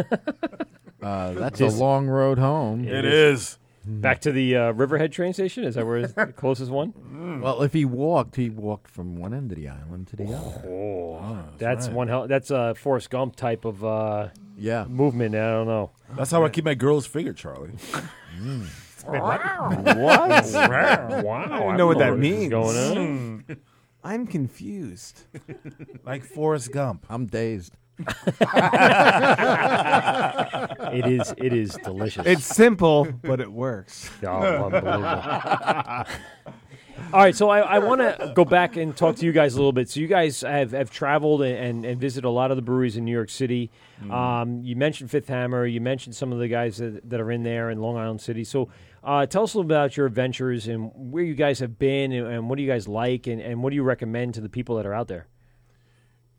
[SPEAKER 8] Uh, that's a long road home.
[SPEAKER 3] It is.
[SPEAKER 7] Mm-hmm.
[SPEAKER 14] Back to the uh, Riverhead train station. Is that where it's the closest one?
[SPEAKER 5] Mm.
[SPEAKER 8] Mm. Well, if he walked, he walked from one end of the island to the other.
[SPEAKER 14] Oh, that's
[SPEAKER 8] right.
[SPEAKER 14] one hell. That's a Forrest Gump type of uh,
[SPEAKER 8] yeah
[SPEAKER 14] movement. I don't know. *laughs*
[SPEAKER 3] That's how I keep my girl's figure, Charlie.
[SPEAKER 5] what? *laughs* I don't know what that means. I'm confused.
[SPEAKER 23] like Forrest Gump. I'm
[SPEAKER 8] *laughs*
[SPEAKER 23] dazed.
[SPEAKER 14] It is. It is delicious.
[SPEAKER 5] It's simple, but it works.
[SPEAKER 14] *laughs* Oh, unbelievable. All right, so I, I want to go back and talk to you guys a little bit. So you guys have, have traveled and, and, and visited a lot of the breweries in New York City.
[SPEAKER 24] Mm.
[SPEAKER 14] Um, you mentioned Fifth Hammer. You mentioned some of the guys that, that are in there in Long Island City. So uh, tell us a little about your adventures and where you guys have been and, and what do you guys like and, and what do you recommend to the people that are out there?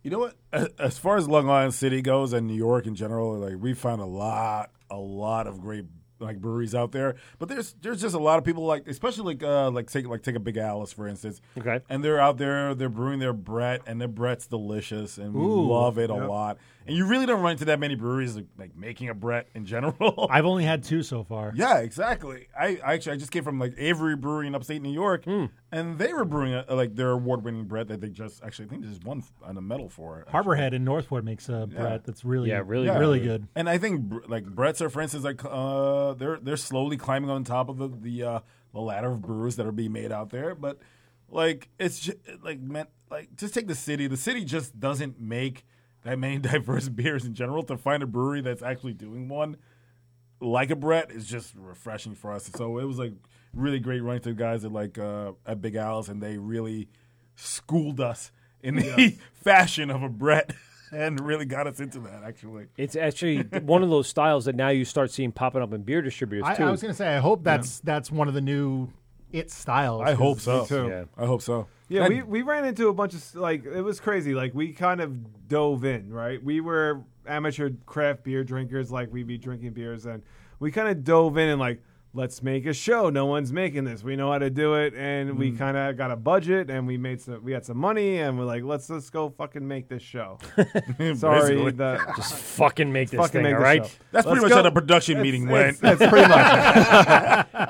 [SPEAKER 3] You know what? A- As far as Long Island City goes and New York in general, like we found a lot, a lot of great like breweries out there. But there's there's just a lot of people like, especially like uh, like take like take a Big Alice for instance.
[SPEAKER 14] Okay.
[SPEAKER 3] And they're out there, they're brewing their Brett, and their Brett's delicious, and we
[SPEAKER 14] Ooh.
[SPEAKER 3] love it a
[SPEAKER 14] Yep.
[SPEAKER 3] lot. And you really don't run into that many breweries like, like making a Brett in general.
[SPEAKER 25] I've only had two so far.
[SPEAKER 3] Yeah, exactly. I, I actually I just came from like Avery Brewery in upstate New York,
[SPEAKER 25] Hmm.
[SPEAKER 3] and they were brewing a, like their award-winning bread that they just actually I think they just won on a medal for.
[SPEAKER 25] Harborhead in Northport makes a
[SPEAKER 3] Yeah.
[SPEAKER 25] bread that's really,
[SPEAKER 14] Yeah, really
[SPEAKER 25] really
[SPEAKER 3] Yeah.
[SPEAKER 25] good.
[SPEAKER 3] And I think br- like Brett's are, for instance, like uh, they're they're slowly climbing on top of the the, uh, the ladder of brews that are being made out there. But like it's just, like man, like just take the city. The city just doesn't make that many *laughs* diverse beers in general. To find a brewery that's actually doing one like a Brett is just refreshing for us. So it was like really great running to the guys at like uh, at Big Al's, and they really schooled us in the
[SPEAKER 14] Yeah.
[SPEAKER 3] *laughs* fashion of a Brett. *laughs* And really got us into that, actually.
[SPEAKER 14] It's *laughs* actually one of those styles that now you start seeing popping up in beer distributors
[SPEAKER 7] I,
[SPEAKER 14] too.
[SPEAKER 7] I was going to say, I hope that's that's one of the new it styles.
[SPEAKER 3] I hope
[SPEAKER 7] 'cause-
[SPEAKER 3] so. I hope so.
[SPEAKER 5] Yeah,
[SPEAKER 3] And-
[SPEAKER 5] we, we ran into a bunch of s- like it was crazy. Like we kind of dove in, right? We were amateur craft beer drinkers, like we'd be drinking beers, and we kind of dove in and like let's make a show. No one's making this. We know how to do it, and we
[SPEAKER 3] Mm.
[SPEAKER 5] kind of got a budget, and we made some. We had some money, and we're like, let's let's go fucking make
[SPEAKER 14] *laughs*
[SPEAKER 5] this show. Sorry,
[SPEAKER 3] Basically.
[SPEAKER 5] the,
[SPEAKER 14] Just fucking make this
[SPEAKER 5] fucking
[SPEAKER 14] thing,
[SPEAKER 5] make
[SPEAKER 14] all
[SPEAKER 5] the
[SPEAKER 14] right?
[SPEAKER 5] show.
[SPEAKER 14] That's pretty
[SPEAKER 5] Let's
[SPEAKER 14] much
[SPEAKER 5] go-
[SPEAKER 14] how the production
[SPEAKER 5] It's-
[SPEAKER 14] meeting
[SPEAKER 5] it's-
[SPEAKER 14] went.
[SPEAKER 5] That's pretty much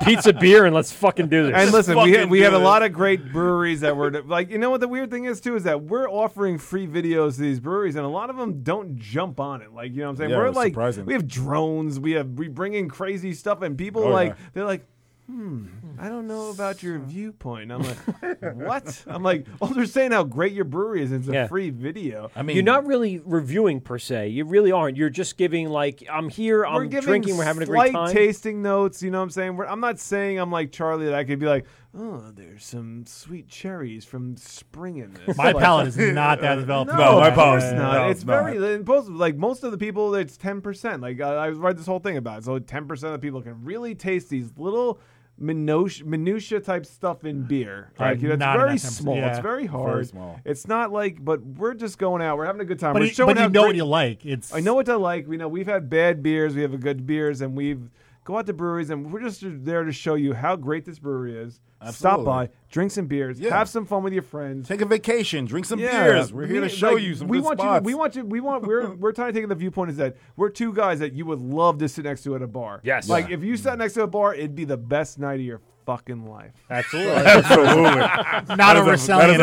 [SPEAKER 14] *laughs*
[SPEAKER 5] *laughs*
[SPEAKER 14] Pizza, beer, and let's fucking do this.
[SPEAKER 5] And
[SPEAKER 14] Let's
[SPEAKER 5] listen, we
[SPEAKER 14] fucking
[SPEAKER 5] had, we
[SPEAKER 14] do
[SPEAKER 5] had a
[SPEAKER 14] this.
[SPEAKER 5] lot of great breweries that were like, you know what? The weird thing is too is that we're offering free videos to these breweries, and a lot of them don't jump on it. Like, you know what I'm saying?
[SPEAKER 3] Yeah, it
[SPEAKER 5] we're
[SPEAKER 3] was
[SPEAKER 5] like,
[SPEAKER 3] surprising.
[SPEAKER 5] we have drones, we have we bring in crazy stuff, and people
[SPEAKER 3] Oh,
[SPEAKER 5] like
[SPEAKER 3] yeah.
[SPEAKER 5] they're like. Hmm, I don't know about your viewpoint. I'm
[SPEAKER 3] *laughs*
[SPEAKER 5] like, what? I'm like, oh, they're saying how great your brewery is. It's a
[SPEAKER 14] Yeah.
[SPEAKER 5] free video.
[SPEAKER 14] you're not really reviewing per se. You really aren't. You're just giving like, I'm here, I'm drinking, we're having a great
[SPEAKER 5] slight
[SPEAKER 14] time.
[SPEAKER 5] tasting notes. You know what I'm saying? We're, I'm not saying I'm like Charlie that I could be like, oh, there's some sweet cherries from spring in this.
[SPEAKER 25] My
[SPEAKER 5] *laughs* Like-
[SPEAKER 25] palate is not that developed.
[SPEAKER 5] *laughs* No,
[SPEAKER 25] No, my
[SPEAKER 5] of course
[SPEAKER 25] palate-
[SPEAKER 5] not.
[SPEAKER 25] no,
[SPEAKER 5] it's
[SPEAKER 25] it's not.
[SPEAKER 5] very and most- like most of the people. It's ten percent. Like I, I read this whole thing about it. So ten percent of the people can really taste these little. Minutia, minutia type stuff in beer.
[SPEAKER 25] Right,
[SPEAKER 5] Like, you know, it's
[SPEAKER 25] not in
[SPEAKER 5] very
[SPEAKER 25] that 10%,
[SPEAKER 5] small. It's
[SPEAKER 25] yeah.
[SPEAKER 5] very
[SPEAKER 25] Very
[SPEAKER 5] hard.
[SPEAKER 25] small.
[SPEAKER 5] It's not like, but we're just going out. We're having a good time.
[SPEAKER 25] But
[SPEAKER 5] we're
[SPEAKER 25] you-
[SPEAKER 5] showing
[SPEAKER 25] but you
[SPEAKER 5] how
[SPEAKER 25] know what
[SPEAKER 5] great-
[SPEAKER 25] you like. It's-
[SPEAKER 5] I know what I like. We know we've had bad beers, we have a good beers, and we've go out to breweries, and we're just there to show you how great this brewery is. Stop
[SPEAKER 3] Absolutely.
[SPEAKER 5] by, drink some beers,
[SPEAKER 3] Yeah.
[SPEAKER 5] have some fun with your friends,
[SPEAKER 3] take a vacation, drink some beers. We're here to show you some
[SPEAKER 5] we
[SPEAKER 3] good
[SPEAKER 5] want
[SPEAKER 3] spots.
[SPEAKER 5] You, we want you. We want.
[SPEAKER 3] *laughs*
[SPEAKER 5] We're we're trying to take the viewpoint is that we're two guys that you would love to sit next to at a bar.
[SPEAKER 14] Yes.
[SPEAKER 5] Like if you sat next to a bar, it'd be the best night of your fucking life.
[SPEAKER 14] Absolutely.
[SPEAKER 3] That is a- that is a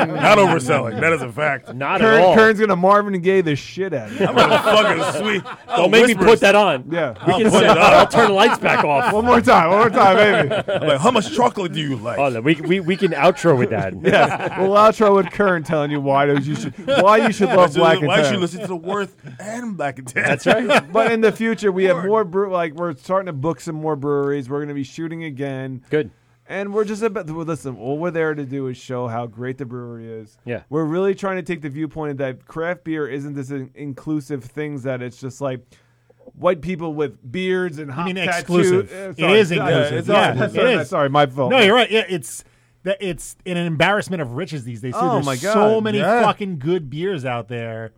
[SPEAKER 3] fact. Not overselling. That is a fact.
[SPEAKER 5] Kern, Kern's gonna Marvin and Gaye the shit out of you.
[SPEAKER 3] I'm gonna fucking sweet.
[SPEAKER 14] Don't make me put that on.
[SPEAKER 5] Yeah,
[SPEAKER 14] We can set it up. I'll *laughs* turn the lights
[SPEAKER 3] *laughs*
[SPEAKER 14] back off.
[SPEAKER 5] *laughs* One more time. One more time,
[SPEAKER 14] *laughs*
[SPEAKER 5] baby.
[SPEAKER 3] I'm like, how much chocolate do you like?
[SPEAKER 14] Oh, no, we, we, we can outro with that.
[SPEAKER 5] *laughs* yeah, we'll outro with Kern telling you why you should *laughs* why you
[SPEAKER 3] *laughs*
[SPEAKER 5] should love Black and
[SPEAKER 3] Why
[SPEAKER 5] Tan.
[SPEAKER 3] should you listen to the Worth and Black and Tan? *laughs*
[SPEAKER 25] *laughs*
[SPEAKER 5] but in the future, we have more brew. Like we're starting to book some more breweries. We're going to be shooting again.
[SPEAKER 14] Good.
[SPEAKER 5] And we're just about well, listen. All we're there to do is show how great the brewery is.
[SPEAKER 14] Yeah.
[SPEAKER 5] We're really trying to take the viewpoint that craft beer isn't this in- inclusive things that it's just like. White people with beards and hot
[SPEAKER 25] mean
[SPEAKER 5] tattoo-
[SPEAKER 25] exclusive.
[SPEAKER 5] Uh,
[SPEAKER 25] It
[SPEAKER 5] sorry.
[SPEAKER 25] is
[SPEAKER 5] Yeah,
[SPEAKER 25] inclusive.
[SPEAKER 5] it's
[SPEAKER 25] Yeah,
[SPEAKER 5] all-
[SPEAKER 25] it
[SPEAKER 5] sorry,
[SPEAKER 25] is.
[SPEAKER 5] Sorry, my fault.
[SPEAKER 25] No, you're right. Yeah, it's that it's an embarrassment of riches these days. Too.
[SPEAKER 5] Oh,
[SPEAKER 25] There's
[SPEAKER 5] my God.
[SPEAKER 25] so many
[SPEAKER 5] Yeah.
[SPEAKER 25] fucking good beers out there.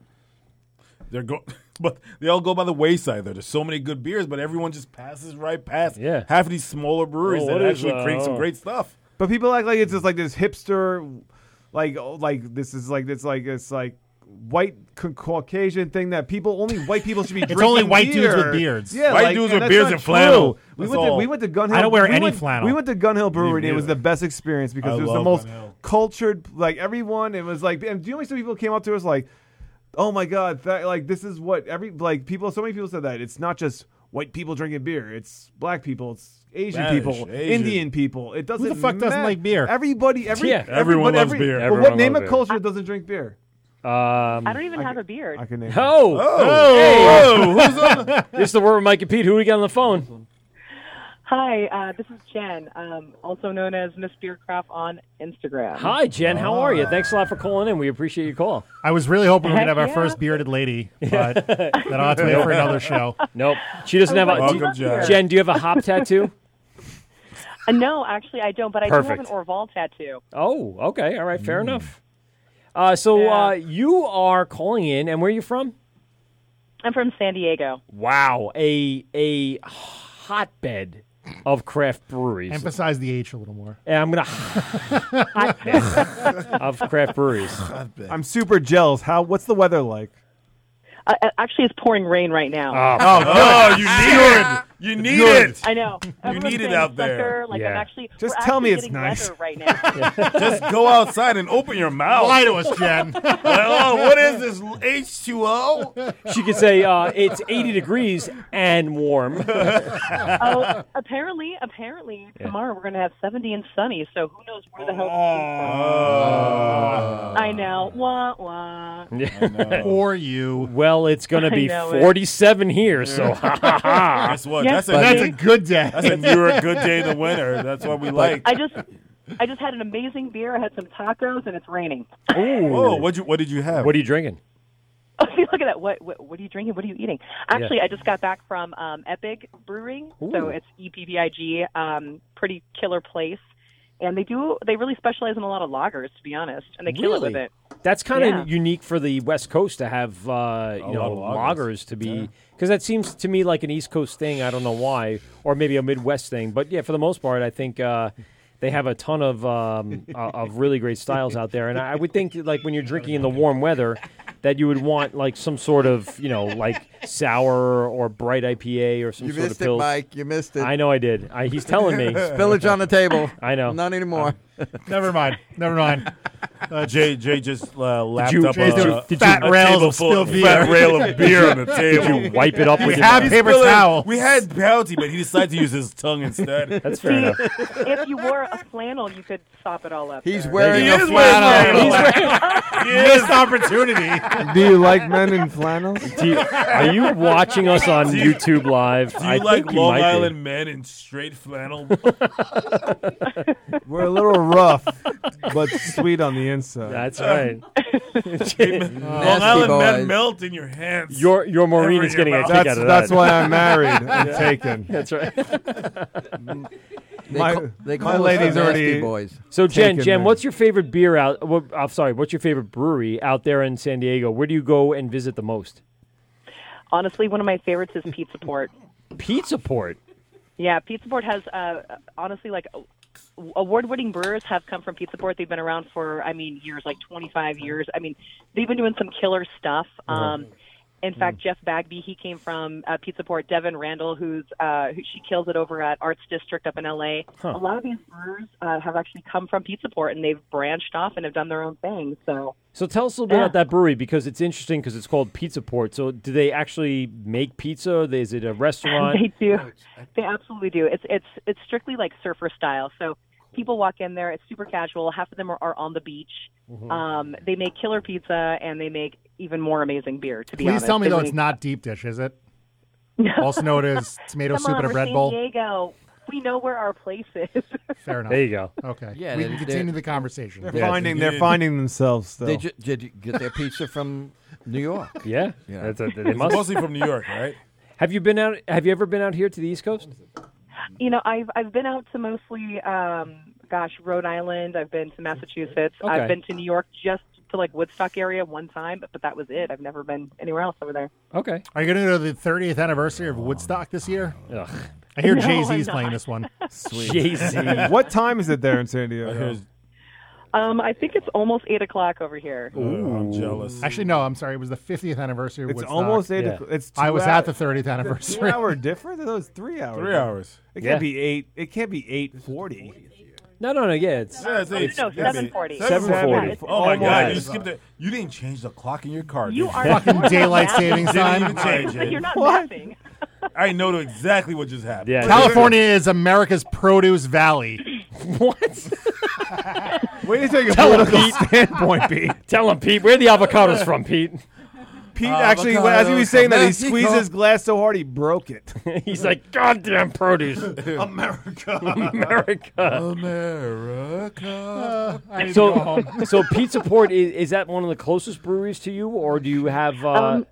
[SPEAKER 3] They're go, *laughs* but they all go by the wayside. Though there's so many good beers, but everyone just passes right past. Yeah. half of these smaller breweries
[SPEAKER 5] Oh,
[SPEAKER 3] that
[SPEAKER 5] what is,
[SPEAKER 3] actually create
[SPEAKER 5] uh,
[SPEAKER 3] some great stuff.
[SPEAKER 5] But people act like it's just like this hipster, like oh, like this is like it's like it's like white ca- Caucasian thing that people only white people should be.
[SPEAKER 25] *laughs* It's
[SPEAKER 5] drinking
[SPEAKER 25] only white dudes
[SPEAKER 5] beer.
[SPEAKER 25] with beards.
[SPEAKER 5] Yeah,
[SPEAKER 25] White
[SPEAKER 5] like,
[SPEAKER 25] dudes
[SPEAKER 5] and
[SPEAKER 25] with
[SPEAKER 5] that's
[SPEAKER 25] beards
[SPEAKER 5] not
[SPEAKER 25] and flannel.
[SPEAKER 5] true. We
[SPEAKER 25] That's
[SPEAKER 5] went, to,
[SPEAKER 25] all.
[SPEAKER 5] we went to Gun
[SPEAKER 25] I
[SPEAKER 5] Hill.
[SPEAKER 25] don't wear
[SPEAKER 5] we
[SPEAKER 25] any
[SPEAKER 5] went,
[SPEAKER 25] flannel.
[SPEAKER 5] We went to Gun Hill Brewery. and
[SPEAKER 25] Me
[SPEAKER 5] It was the
[SPEAKER 25] neither.
[SPEAKER 5] best experience because
[SPEAKER 25] I
[SPEAKER 5] it was the
[SPEAKER 25] love
[SPEAKER 5] most
[SPEAKER 25] Gun Hill.
[SPEAKER 5] cultured. Like everyone, it was like. And do you know how many people came up to us like, "Oh my god, that, like this is what every like people." So many people said that it's not just white people drinking beer. It's black people. It's Asian
[SPEAKER 25] Spanish,
[SPEAKER 5] people.
[SPEAKER 25] Asian.
[SPEAKER 5] Indian people. It doesn't.
[SPEAKER 25] Who the fuck doesn't
[SPEAKER 5] ma-
[SPEAKER 25] like beer?
[SPEAKER 5] Everybody. Every,
[SPEAKER 25] Yeah.
[SPEAKER 5] everybody-
[SPEAKER 25] Everyone loves
[SPEAKER 5] every-
[SPEAKER 25] beer.
[SPEAKER 5] but
[SPEAKER 25] Everyone
[SPEAKER 5] what name
[SPEAKER 25] loves beer.
[SPEAKER 5] of culture doesn't drink beer?
[SPEAKER 14] Um,
[SPEAKER 6] I don't even have a beard.
[SPEAKER 5] I can name.
[SPEAKER 14] Oh,
[SPEAKER 6] Oh.
[SPEAKER 14] Hey.
[SPEAKER 6] Who's on the-
[SPEAKER 14] *laughs* This is the word with Mike and Pete. Who we got on the phone?
[SPEAKER 6] Hi, uh, this is Jen, um, also known as Miss Beercraft on Instagram.
[SPEAKER 14] Hi, Jen. How are
[SPEAKER 8] Ah.
[SPEAKER 14] you? Thanks a lot for calling in. We appreciate your call.
[SPEAKER 7] I was really hoping we
[SPEAKER 14] Heck
[SPEAKER 7] could have our
[SPEAKER 14] yeah.
[SPEAKER 7] first
[SPEAKER 14] *laughs*
[SPEAKER 7] bearded lady, but that'll have to wait for another show.
[SPEAKER 14] Nope. She
[SPEAKER 6] Oh,
[SPEAKER 14] doesn't
[SPEAKER 7] I
[SPEAKER 14] have a.
[SPEAKER 7] love
[SPEAKER 14] do-
[SPEAKER 7] Welcome, Jen.
[SPEAKER 14] Jen, do you have a hop tattoo?
[SPEAKER 6] Uh, no, actually, I don't, but I do have
[SPEAKER 14] Perfect.
[SPEAKER 6] an Orval tattoo.
[SPEAKER 14] Oh, okay. All right.
[SPEAKER 7] Hmm.
[SPEAKER 14] Fair enough. Uh, so uh, you are calling in, and where are you from?
[SPEAKER 6] I'm from San Diego.
[SPEAKER 14] Wow, a a hotbed of craft breweries.
[SPEAKER 7] Emphasize the H a little more.
[SPEAKER 14] And
[SPEAKER 7] *laughs*
[SPEAKER 14] I'm gonna hotbed of craft breweries.
[SPEAKER 5] I'm super jealous. How? What's the weather like?
[SPEAKER 6] Uh, uh, actually, it's pouring rain right now.
[SPEAKER 5] Oh,
[SPEAKER 14] *laughs*
[SPEAKER 5] Oh, good. oh,
[SPEAKER 3] *laughs*
[SPEAKER 5] you need it. You need Good. it.
[SPEAKER 6] I know.
[SPEAKER 5] You
[SPEAKER 6] Everyone's
[SPEAKER 5] need it
[SPEAKER 6] saying
[SPEAKER 5] out there.
[SPEAKER 6] sucker, Like I'm
[SPEAKER 3] Yeah.
[SPEAKER 6] actually.
[SPEAKER 3] Just
[SPEAKER 6] we're
[SPEAKER 3] tell
[SPEAKER 6] actually
[SPEAKER 3] me it's
[SPEAKER 6] getting
[SPEAKER 3] nice.
[SPEAKER 6] weather right
[SPEAKER 5] *laughs*
[SPEAKER 6] now.
[SPEAKER 3] Just go outside and open your mouth.
[SPEAKER 5] Oh,
[SPEAKER 14] Lie to us,
[SPEAKER 6] *laughs*
[SPEAKER 3] *laughs*
[SPEAKER 14] Jen.
[SPEAKER 3] Like, oh, what is this H two O?
[SPEAKER 14] *laughs* She could say uh, it's 80 degrees and
[SPEAKER 7] *laughs*
[SPEAKER 14] warm.
[SPEAKER 6] *laughs*
[SPEAKER 14] *laughs*
[SPEAKER 6] oh, apparently, apparently tomorrow we're going to have 70 and sunny. So who knows where the hell?
[SPEAKER 8] Ah.
[SPEAKER 14] Oh.
[SPEAKER 6] I know. Wah wah.
[SPEAKER 7] or you.
[SPEAKER 14] Well, it's going
[SPEAKER 6] *laughs* I
[SPEAKER 14] to be
[SPEAKER 6] know it.
[SPEAKER 14] 47 here,
[SPEAKER 3] *laughs*
[SPEAKER 14] so ha ha ha.
[SPEAKER 3] Guess what?
[SPEAKER 6] Yes,
[SPEAKER 3] that's, a,
[SPEAKER 14] but-
[SPEAKER 7] That's a good day.
[SPEAKER 3] That's a newer good day than winter. That's what we like.
[SPEAKER 6] I just, I just had an amazing beer. I had some tacos, and it's raining. *laughs*
[SPEAKER 3] Oh, what you what did you have? What
[SPEAKER 14] are you drinking?
[SPEAKER 6] Oh, see, *laughs* look at that. What, what what are you drinking? What are you eating? Actually, I just got back from um, Epic Brewing, so
[SPEAKER 14] Ooh.
[SPEAKER 6] it's E EPBIG, um, pretty killer place, and they do they really specialize in a lot of lagers, to be honest, and they kill it with
[SPEAKER 14] Really?
[SPEAKER 6] it.
[SPEAKER 14] That's kind of
[SPEAKER 6] Yeah.
[SPEAKER 14] unique for the West Coast to have, uh, you know,
[SPEAKER 6] lot of
[SPEAKER 14] loggers to be, because that seems to me like an East Coast thing. I don't know why, or maybe a Midwest thing. But yeah, for the most part, I think uh, they have a ton of um, uh, of really great styles out there. And I would think, like when you're drinking in the warm weather, that you would want like some sort of, you know, like sour or bright IPA or some
[SPEAKER 8] You
[SPEAKER 14] sort
[SPEAKER 8] missed
[SPEAKER 14] of
[SPEAKER 8] it,
[SPEAKER 14] pills.
[SPEAKER 8] Mike. You missed it.
[SPEAKER 14] I know I did. I, he's telling
[SPEAKER 8] *laughs*
[SPEAKER 14] me.
[SPEAKER 8] Spillage on the table.
[SPEAKER 14] I know.
[SPEAKER 8] Not anymore.
[SPEAKER 7] Never mind. Never mind. Uh,
[SPEAKER 3] Jay Jay just uh, lapped
[SPEAKER 14] you-
[SPEAKER 3] up
[SPEAKER 14] Jay's
[SPEAKER 3] a,
[SPEAKER 14] doing
[SPEAKER 3] a
[SPEAKER 14] did you- fat rails
[SPEAKER 3] table
[SPEAKER 14] of
[SPEAKER 3] full-
[SPEAKER 14] spilled beer.
[SPEAKER 3] Fat rail
[SPEAKER 14] *laughs*
[SPEAKER 3] of beer on the
[SPEAKER 14] Did
[SPEAKER 3] table.
[SPEAKER 14] you wipe it up
[SPEAKER 3] We
[SPEAKER 14] with your
[SPEAKER 3] had
[SPEAKER 14] mouth?
[SPEAKER 3] paper
[SPEAKER 14] Spilling-
[SPEAKER 3] towel. We had bounty, but he decided to use his tongue
[SPEAKER 14] *laughs*
[SPEAKER 3] instead.
[SPEAKER 14] That's
[SPEAKER 6] See, *laughs* if you wore a flannel, you could sop it all up.
[SPEAKER 3] He's
[SPEAKER 6] there.
[SPEAKER 3] wearing He a is wearing flannel. flannel. He's *laughs*
[SPEAKER 7] Missed opportunity.
[SPEAKER 5] Do you like men in flannels?
[SPEAKER 14] *laughs* Do you, are you watching us on YouTube Live?
[SPEAKER 3] Do you
[SPEAKER 14] I
[SPEAKER 3] like
[SPEAKER 14] think you
[SPEAKER 3] Long
[SPEAKER 14] might be.
[SPEAKER 3] Island
[SPEAKER 14] *laughs*
[SPEAKER 3] men in straight flannel?
[SPEAKER 5] *laughs* We're a little rough,
[SPEAKER 3] *laughs*
[SPEAKER 5] but sweet on the inside.
[SPEAKER 14] That's right. *laughs*
[SPEAKER 3] Long Island men melt in your hands.
[SPEAKER 14] Your your Maureen
[SPEAKER 3] Ever
[SPEAKER 14] is
[SPEAKER 3] in your
[SPEAKER 14] getting a
[SPEAKER 3] mouth.
[SPEAKER 14] kick
[SPEAKER 5] That's-
[SPEAKER 14] out of
[SPEAKER 5] that's
[SPEAKER 14] that.
[SPEAKER 5] why
[SPEAKER 14] *laughs*
[SPEAKER 5] I'm married and taken.
[SPEAKER 3] *laughs*
[SPEAKER 14] That's right.
[SPEAKER 5] They My- ca- they my call us the lady's nasty already boys.
[SPEAKER 14] So Jen,
[SPEAKER 5] taken
[SPEAKER 14] Jen,
[SPEAKER 5] me.
[SPEAKER 14] what's your favorite beer out? What, I'm sorry, what's your favorite brewery out there in San Diego? Where do you go and visit the most?
[SPEAKER 6] Honestly, one of my favorites is Pizza Port.
[SPEAKER 14] Pizza Port.
[SPEAKER 6] Yeah, Pizza Port has uh, honestly like award-winning brewers have come from Pizza Port. They've been around for I mean years, like 25 years. I mean they've been doing some killer stuff. Um, in fact, Jeff Bagby he came from uh, Pizza Port. Devin Randall, who's uh, who, she kills it over at Arts District up in LA.
[SPEAKER 14] Huh.
[SPEAKER 6] A lot of these brewers uh, have actually come from Pizza Port and they've branched off and have done their own thing. So
[SPEAKER 14] So tell us a little bit
[SPEAKER 6] Yeah.
[SPEAKER 14] about that brewery because it's interesting because it's called Pizza Port. So do they actually make pizza? Is it a restaurant? Oh,
[SPEAKER 6] They do. They absolutely do. It's it's it's strictly like surfer style. So people walk in there. It's super casual. Half of them are, are on the beach.
[SPEAKER 14] Mm-hmm.
[SPEAKER 7] Mhm.
[SPEAKER 6] Um, they make killer pizza and they make even more amazing beer. To be
[SPEAKER 7] Please
[SPEAKER 6] honest,
[SPEAKER 7] tell me
[SPEAKER 6] They
[SPEAKER 7] though,
[SPEAKER 6] make-
[SPEAKER 7] it's not deep dish, is it? Also known as tomato
[SPEAKER 6] Come
[SPEAKER 7] soup
[SPEAKER 6] on,
[SPEAKER 7] and a
[SPEAKER 6] we're
[SPEAKER 7] bread
[SPEAKER 6] San
[SPEAKER 7] bowl.
[SPEAKER 6] Diego. We know where our place is.
[SPEAKER 7] *laughs* Fair enough.
[SPEAKER 14] There you go.
[SPEAKER 7] Okay.
[SPEAKER 8] Yeah,
[SPEAKER 7] we
[SPEAKER 8] they-
[SPEAKER 7] can
[SPEAKER 8] they're-
[SPEAKER 7] continue the conversation.
[SPEAKER 5] They're finding. They're finding themselves. Still.
[SPEAKER 8] Did you, did you get their pizza from New York?
[SPEAKER 14] *laughs* Yeah, that's a, they must.
[SPEAKER 3] right?
[SPEAKER 14] Have you been out? Have you ever been out here to the East Coast?
[SPEAKER 6] *laughs* You know, I've I've been out to mostly, um, gosh, Rhode Island. I've been to Massachusetts.
[SPEAKER 14] Okay.
[SPEAKER 6] I've been to New York just to like Woodstock area one time, but, but that was it. I've never been anywhere else over there.
[SPEAKER 14] Okay.
[SPEAKER 7] Are you going to go to the 30th anniversary of Woodstock this year?
[SPEAKER 14] Ugh.
[SPEAKER 7] I
[SPEAKER 6] *laughs*
[SPEAKER 7] hear
[SPEAKER 6] No,
[SPEAKER 7] Jay
[SPEAKER 6] I'm
[SPEAKER 7] Z's
[SPEAKER 6] not.
[SPEAKER 7] playing this one.
[SPEAKER 6] Sweet. Jay-Z.
[SPEAKER 5] *laughs* What time is it there in San Diego?
[SPEAKER 6] Um, I think it's almost eight o'clock over here.
[SPEAKER 5] I'm jealous.
[SPEAKER 7] Actually, no. I'm sorry. It was the 50th anniversary. Of
[SPEAKER 5] It's
[SPEAKER 7] Woodstock.
[SPEAKER 5] almost eight. o'clock. It's
[SPEAKER 7] I
[SPEAKER 5] two
[SPEAKER 7] was
[SPEAKER 5] hours-
[SPEAKER 7] at the 30th
[SPEAKER 5] It's a
[SPEAKER 7] anniversary.
[SPEAKER 5] two
[SPEAKER 14] *laughs*
[SPEAKER 5] hour difference. Those three hours.
[SPEAKER 3] Three hours.
[SPEAKER 5] It
[SPEAKER 3] Yeah.
[SPEAKER 5] can't be eight. It can't be eight forty.
[SPEAKER 14] No, no, no. Yeah, it's
[SPEAKER 3] Yeah, it's- it's-
[SPEAKER 6] no,
[SPEAKER 3] yeah,
[SPEAKER 6] 7:40.
[SPEAKER 3] it's-
[SPEAKER 14] Seven forty.
[SPEAKER 3] Yeah, it's- Oh my god! You
[SPEAKER 14] Almost.
[SPEAKER 3] skipped it. You didn't change the clock in your car.
[SPEAKER 6] You
[SPEAKER 3] did
[SPEAKER 6] are Fucking
[SPEAKER 7] daylight savings
[SPEAKER 3] Didn't
[SPEAKER 7] time.
[SPEAKER 3] even change
[SPEAKER 6] But
[SPEAKER 3] it.
[SPEAKER 6] you're not
[SPEAKER 7] What?
[SPEAKER 6] laughing.
[SPEAKER 3] *laughs* I know exactly what just happened.
[SPEAKER 7] California is America's produce valley. *laughs*
[SPEAKER 14] what?
[SPEAKER 5] Way to take a
[SPEAKER 7] Tell him,
[SPEAKER 5] political
[SPEAKER 7] Pete.
[SPEAKER 5] standpoint, Pete.
[SPEAKER 14] Tell him, Pete. Where are the avocados from, Pete? Oh,
[SPEAKER 5] Pete actually, as he was saying that, he squeezed his glass so hard he broke it.
[SPEAKER 14] *laughs* He's like,
[SPEAKER 8] *laughs*
[SPEAKER 14] goddamn produce.
[SPEAKER 5] *laughs* America.
[SPEAKER 14] *laughs* America.
[SPEAKER 23] America.
[SPEAKER 14] Uh, so, so Pizza Port is, is that one of the closest breweries to you, or do you have uh,
[SPEAKER 6] Um,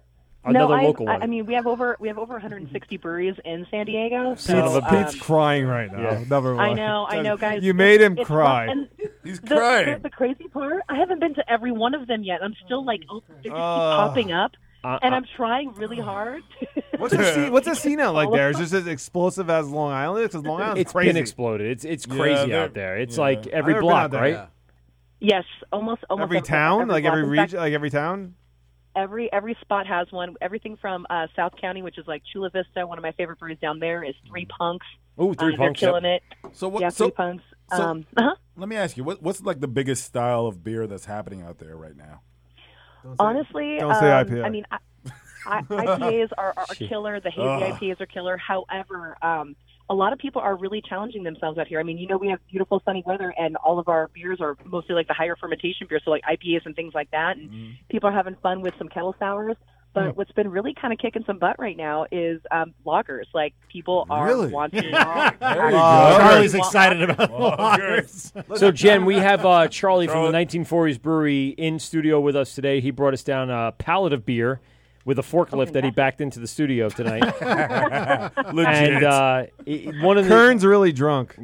[SPEAKER 14] another
[SPEAKER 6] no, I,
[SPEAKER 14] local
[SPEAKER 6] I,
[SPEAKER 14] one?
[SPEAKER 6] I mean, we have over we have over 160 breweries in San Diego.
[SPEAKER 5] Pete's,
[SPEAKER 6] So, um,
[SPEAKER 5] Pete's crying right now. Never
[SPEAKER 6] I know, I know, guys.
[SPEAKER 5] You made him
[SPEAKER 6] It's- it's
[SPEAKER 5] cry.
[SPEAKER 6] rough. And
[SPEAKER 5] He's
[SPEAKER 6] the, The, the crazy part, I haven't been to every one of them yet. I'm still like, oh, they just keep
[SPEAKER 5] Ah.
[SPEAKER 6] popping up,
[SPEAKER 5] Uh,
[SPEAKER 6] and
[SPEAKER 5] uh.
[SPEAKER 6] I'm trying really hard.
[SPEAKER 5] *laughs* What's the scene, what's the scene out like there? Is this as explosive as Long Island? Because Long Island's
[SPEAKER 14] It's been
[SPEAKER 5] crazy.
[SPEAKER 14] exploded. It's- it's Yeah, crazy they're- out there. It's like every
[SPEAKER 5] I've never been
[SPEAKER 14] block,
[SPEAKER 5] out there.
[SPEAKER 14] right?
[SPEAKER 6] Yes, almost almost
[SPEAKER 5] Every town, like
[SPEAKER 6] block.
[SPEAKER 5] every
[SPEAKER 6] In
[SPEAKER 5] region,
[SPEAKER 6] fact,
[SPEAKER 5] like every town.
[SPEAKER 6] every every spot has one. Everything from uh, South County, which is like Chula Vista, one of my favorite breweries down there, is Three Punks.
[SPEAKER 14] Ooh,
[SPEAKER 6] Uh, they're killing it.
[SPEAKER 3] So what?
[SPEAKER 6] Yeah,
[SPEAKER 3] so,
[SPEAKER 6] Three Punks.
[SPEAKER 3] so
[SPEAKER 6] um, uh-huh.
[SPEAKER 3] Let me ask you, what, what's like the biggest style of beer that's happening out there right now?
[SPEAKER 6] Honestly,
[SPEAKER 3] don't say
[SPEAKER 6] um,
[SPEAKER 3] IPA.
[SPEAKER 6] I mean, I, I, IPAs are, are
[SPEAKER 3] Shit.
[SPEAKER 6] killer. The hazy
[SPEAKER 3] Ugh.
[SPEAKER 6] IPAs are killer. However, um, a lot of people are really challenging themselves out here. I mean, you know, we have beautiful sunny weather, and all of our beers are mostly like the higher fermentation beers, so like IPAs and things like that. And people are having fun with some kettle sours. But what's been really kind of kicking some butt right now is um, lagers. Like people are
[SPEAKER 14] *laughs*
[SPEAKER 7] Really?
[SPEAKER 6] *laughs* wanting.
[SPEAKER 7] There you go. Charlie's excited about
[SPEAKER 6] Oh,
[SPEAKER 7] lagers.
[SPEAKER 14] So, Jen, we have uh, Charlie from the 1940s Brewery in studio with us today. He brought us down a pallet of beer with a forklift that he backed into the studio tonight. And uh, i- one of the
[SPEAKER 5] Kern's really drunk.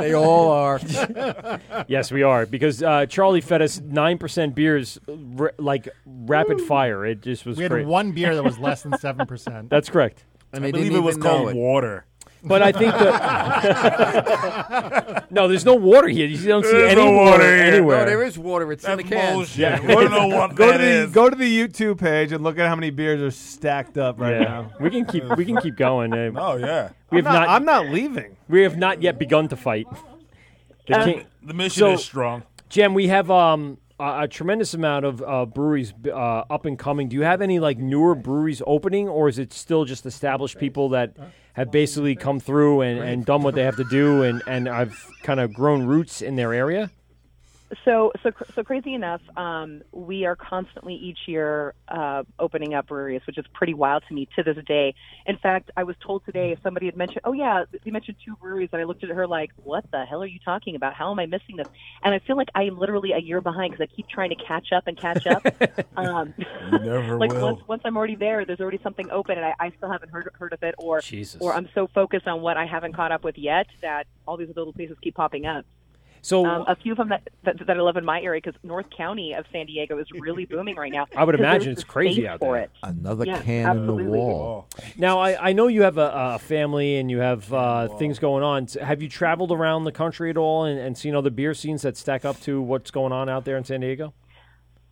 [SPEAKER 14] They
[SPEAKER 8] all are.
[SPEAKER 14] *laughs* yes, we are because uh, Charlie fed us nine percent beers r- like rapid fire. It just was.
[SPEAKER 7] We had
[SPEAKER 14] great.
[SPEAKER 7] one beer that was
[SPEAKER 14] *laughs*
[SPEAKER 7] less than 7%.
[SPEAKER 14] That's correct.
[SPEAKER 7] And they I believe didn't it was even know called it.
[SPEAKER 3] water.
[SPEAKER 14] But I think
[SPEAKER 7] *laughs*
[SPEAKER 14] the *laughs* no, there's no water here. You don't see
[SPEAKER 3] There's
[SPEAKER 14] any
[SPEAKER 3] no
[SPEAKER 14] water,
[SPEAKER 3] water here.
[SPEAKER 14] anywhere.
[SPEAKER 8] No, there is water. It's in the can.
[SPEAKER 14] Yeah. *laughs*
[SPEAKER 5] *laughs* go to the go to the YouTube page and look at how many beers are stacked up right
[SPEAKER 14] Yeah.
[SPEAKER 5] now.
[SPEAKER 14] We can keep we can keep
[SPEAKER 5] *laughs*
[SPEAKER 14] going. eh.
[SPEAKER 5] No,
[SPEAKER 3] Oh,
[SPEAKER 5] yeah.
[SPEAKER 14] we have
[SPEAKER 5] I'm not-
[SPEAKER 14] not,
[SPEAKER 5] I'm not leaving.
[SPEAKER 14] We have not yet begun to fight.
[SPEAKER 3] Uh,
[SPEAKER 14] king-
[SPEAKER 3] the mission is strong.
[SPEAKER 14] Jen, we have um, a, a tremendous amount of uh, breweries uh, up and coming. Do you have any like newer breweries opening, or is it still just established people that have basically come through and, and done what they have to do, and and I've kind of grown roots in their area?
[SPEAKER 6] So, so, cr- so crazy enough, um, we are constantly each year uh, opening up breweries, which is pretty wild to me to this day. In fact, I was told today somebody had mentioned, oh yeah, you mentioned two breweries, and I looked at her like, what the hell are you talking about? How am I missing this? And I feel like I am literally a year behind because I keep trying to catch up and catch
[SPEAKER 3] *laughs*
[SPEAKER 6] up. um,
[SPEAKER 3] Never
[SPEAKER 6] *laughs* like
[SPEAKER 3] will.
[SPEAKER 6] once once I'm already there, there's already something open, and I, I still haven't heard heard of it, or
[SPEAKER 14] Jesus.
[SPEAKER 6] or I'm so focused on what I haven't caught up with yet that all these little places keep popping up.
[SPEAKER 14] So
[SPEAKER 6] Um, a few of them that, that, that I love in my area because North County of San Diego is really booming right now.
[SPEAKER 14] *laughs* I would
[SPEAKER 6] 'cause
[SPEAKER 14] imagine
[SPEAKER 6] there's
[SPEAKER 14] it's
[SPEAKER 6] the
[SPEAKER 14] crazy
[SPEAKER 6] space
[SPEAKER 14] out
[SPEAKER 6] for
[SPEAKER 14] there.
[SPEAKER 6] it.
[SPEAKER 8] Another
[SPEAKER 6] Yeah,
[SPEAKER 8] can in the
[SPEAKER 6] absolutely.
[SPEAKER 8] wall.
[SPEAKER 7] Oh,
[SPEAKER 14] Now, I, I know you have a, a family and you have uh, things going on. S- Have you traveled around the country at all and, and seen other beer scenes that stack up to what's going on out there in San Diego?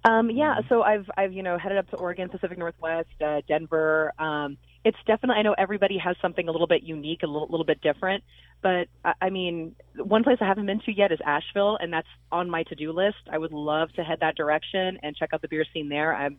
[SPEAKER 6] Um, yeah, so I've I've you know headed up to Oregon, Pacific Northwest, uh, Denver. Um, it's definitely I know everybody has something a little bit unique, a little, little bit different. But I, I mean, one place I haven't been to yet is Asheville, and that's on my to do list. I would love to head that direction and check out the beer scene there. I'm,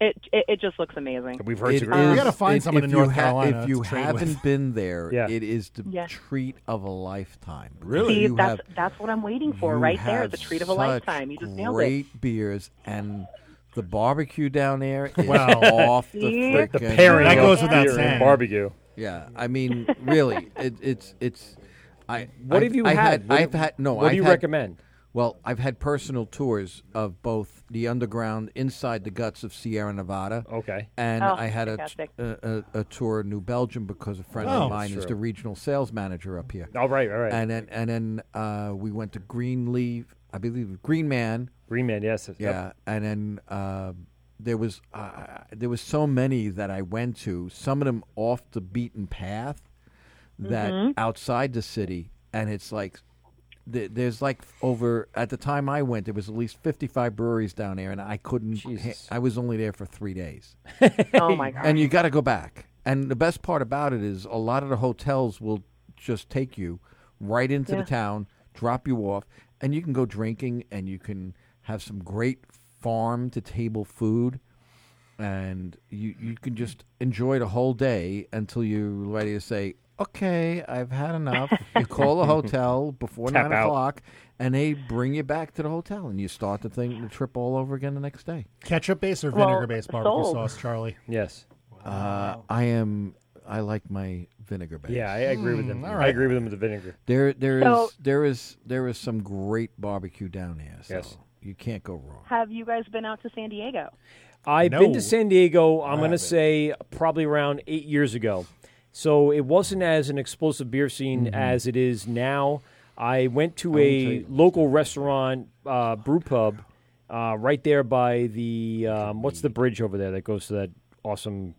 [SPEAKER 6] it, it it just looks amazing.
[SPEAKER 8] It
[SPEAKER 7] We
[SPEAKER 8] is-
[SPEAKER 7] gotta find
[SPEAKER 8] if- if
[SPEAKER 7] someone in
[SPEAKER 8] you
[SPEAKER 7] North
[SPEAKER 8] ha-
[SPEAKER 7] Carolina
[SPEAKER 8] If you
[SPEAKER 7] to trade
[SPEAKER 8] haven't
[SPEAKER 7] with.
[SPEAKER 8] been there,
[SPEAKER 7] Yeah.
[SPEAKER 8] it is the
[SPEAKER 6] Yeah.
[SPEAKER 8] treat of a lifetime.
[SPEAKER 6] See,
[SPEAKER 8] You
[SPEAKER 6] that's
[SPEAKER 8] have
[SPEAKER 6] that's what I'm waiting for
[SPEAKER 8] you
[SPEAKER 6] right there.
[SPEAKER 8] have
[SPEAKER 6] The treat of a
[SPEAKER 8] such
[SPEAKER 6] lifetime. You just nailed it.
[SPEAKER 8] Great beers and the barbecue down there is
[SPEAKER 14] Wow.
[SPEAKER 8] off the
[SPEAKER 14] Yeah. Like the
[SPEAKER 8] frickin'
[SPEAKER 14] pairing That of goes without beer and saying. barbecue.
[SPEAKER 8] Yeah, I mean, really, it, it's it's. I
[SPEAKER 14] What
[SPEAKER 8] I've-
[SPEAKER 14] have you
[SPEAKER 8] I
[SPEAKER 14] had? What
[SPEAKER 8] I've
[SPEAKER 14] do-
[SPEAKER 8] had no.
[SPEAKER 14] what do
[SPEAKER 8] I've
[SPEAKER 14] you
[SPEAKER 8] had-
[SPEAKER 14] recommend?
[SPEAKER 8] Well, I've had personal tours of both the underground, inside the guts of Sierra Nevada.
[SPEAKER 14] Okay.
[SPEAKER 8] And
[SPEAKER 14] Oh,
[SPEAKER 8] I had a, t-
[SPEAKER 14] fantastic.
[SPEAKER 8] a, a, a tour of New Belgium because a friend
[SPEAKER 14] Oh.
[SPEAKER 8] of mine is
[SPEAKER 14] Sure.
[SPEAKER 8] the regional sales manager up here.
[SPEAKER 14] All Oh, right, all right.
[SPEAKER 8] And then and then uh, we went to Greenleaf, I believe Green Man.
[SPEAKER 14] Green Man, yes. yep.
[SPEAKER 8] Yeah, and then uh, there was uh, there was so many that I went to. Some of them off the beaten path, that
[SPEAKER 23] Mhm.
[SPEAKER 8] outside the city, and it's like. th- There's like over at the time I went, there was at least 55 breweries down there, and I couldn't. I was only there for three days.
[SPEAKER 6] Oh my god.
[SPEAKER 8] And you got to go back. And the best part about it is a lot of the hotels will just take you right into
[SPEAKER 6] Yeah.
[SPEAKER 8] the town, drop you off, and you can go drinking and you can have some great farm to table food. and you you can just enjoy the whole day until you're ready to say, "Okay, I've had
[SPEAKER 14] *laughs*
[SPEAKER 8] enough." you call a hotel before
[SPEAKER 14] Tap
[SPEAKER 8] nine
[SPEAKER 14] out.
[SPEAKER 8] o'clock, and they bring you back to the hotel, and you start the thing the trip all over again the next day.
[SPEAKER 7] Ketchup based or
[SPEAKER 8] Well,
[SPEAKER 7] vinegar based barbecue
[SPEAKER 8] sold.
[SPEAKER 7] sauce, Charlie?
[SPEAKER 14] Yes.
[SPEAKER 8] Uh, I am. I like my vinegar base.
[SPEAKER 14] Yeah, I agree with them.
[SPEAKER 7] Hmm, all
[SPEAKER 14] I
[SPEAKER 7] right.
[SPEAKER 14] agree with them with the vinegar.
[SPEAKER 8] There, there is,
[SPEAKER 6] So-
[SPEAKER 8] there is, there is some great barbecue down here. So
[SPEAKER 14] Yes.
[SPEAKER 8] you can't go wrong.
[SPEAKER 6] Have you guys been out to San Diego?
[SPEAKER 14] I've
[SPEAKER 8] No.
[SPEAKER 14] been to San Diego, I'm going to say probably around eight years ago. So it wasn't as an explosive beer scene
[SPEAKER 7] Mm-hmm.
[SPEAKER 22] Mhm.
[SPEAKER 14] as it is now. I went to
[SPEAKER 22] I
[SPEAKER 14] a
[SPEAKER 22] won't tell you.
[SPEAKER 14] local restaurant, uh, brew pub, uh, right there by the, um, what's the bridge over there that goes to that awesome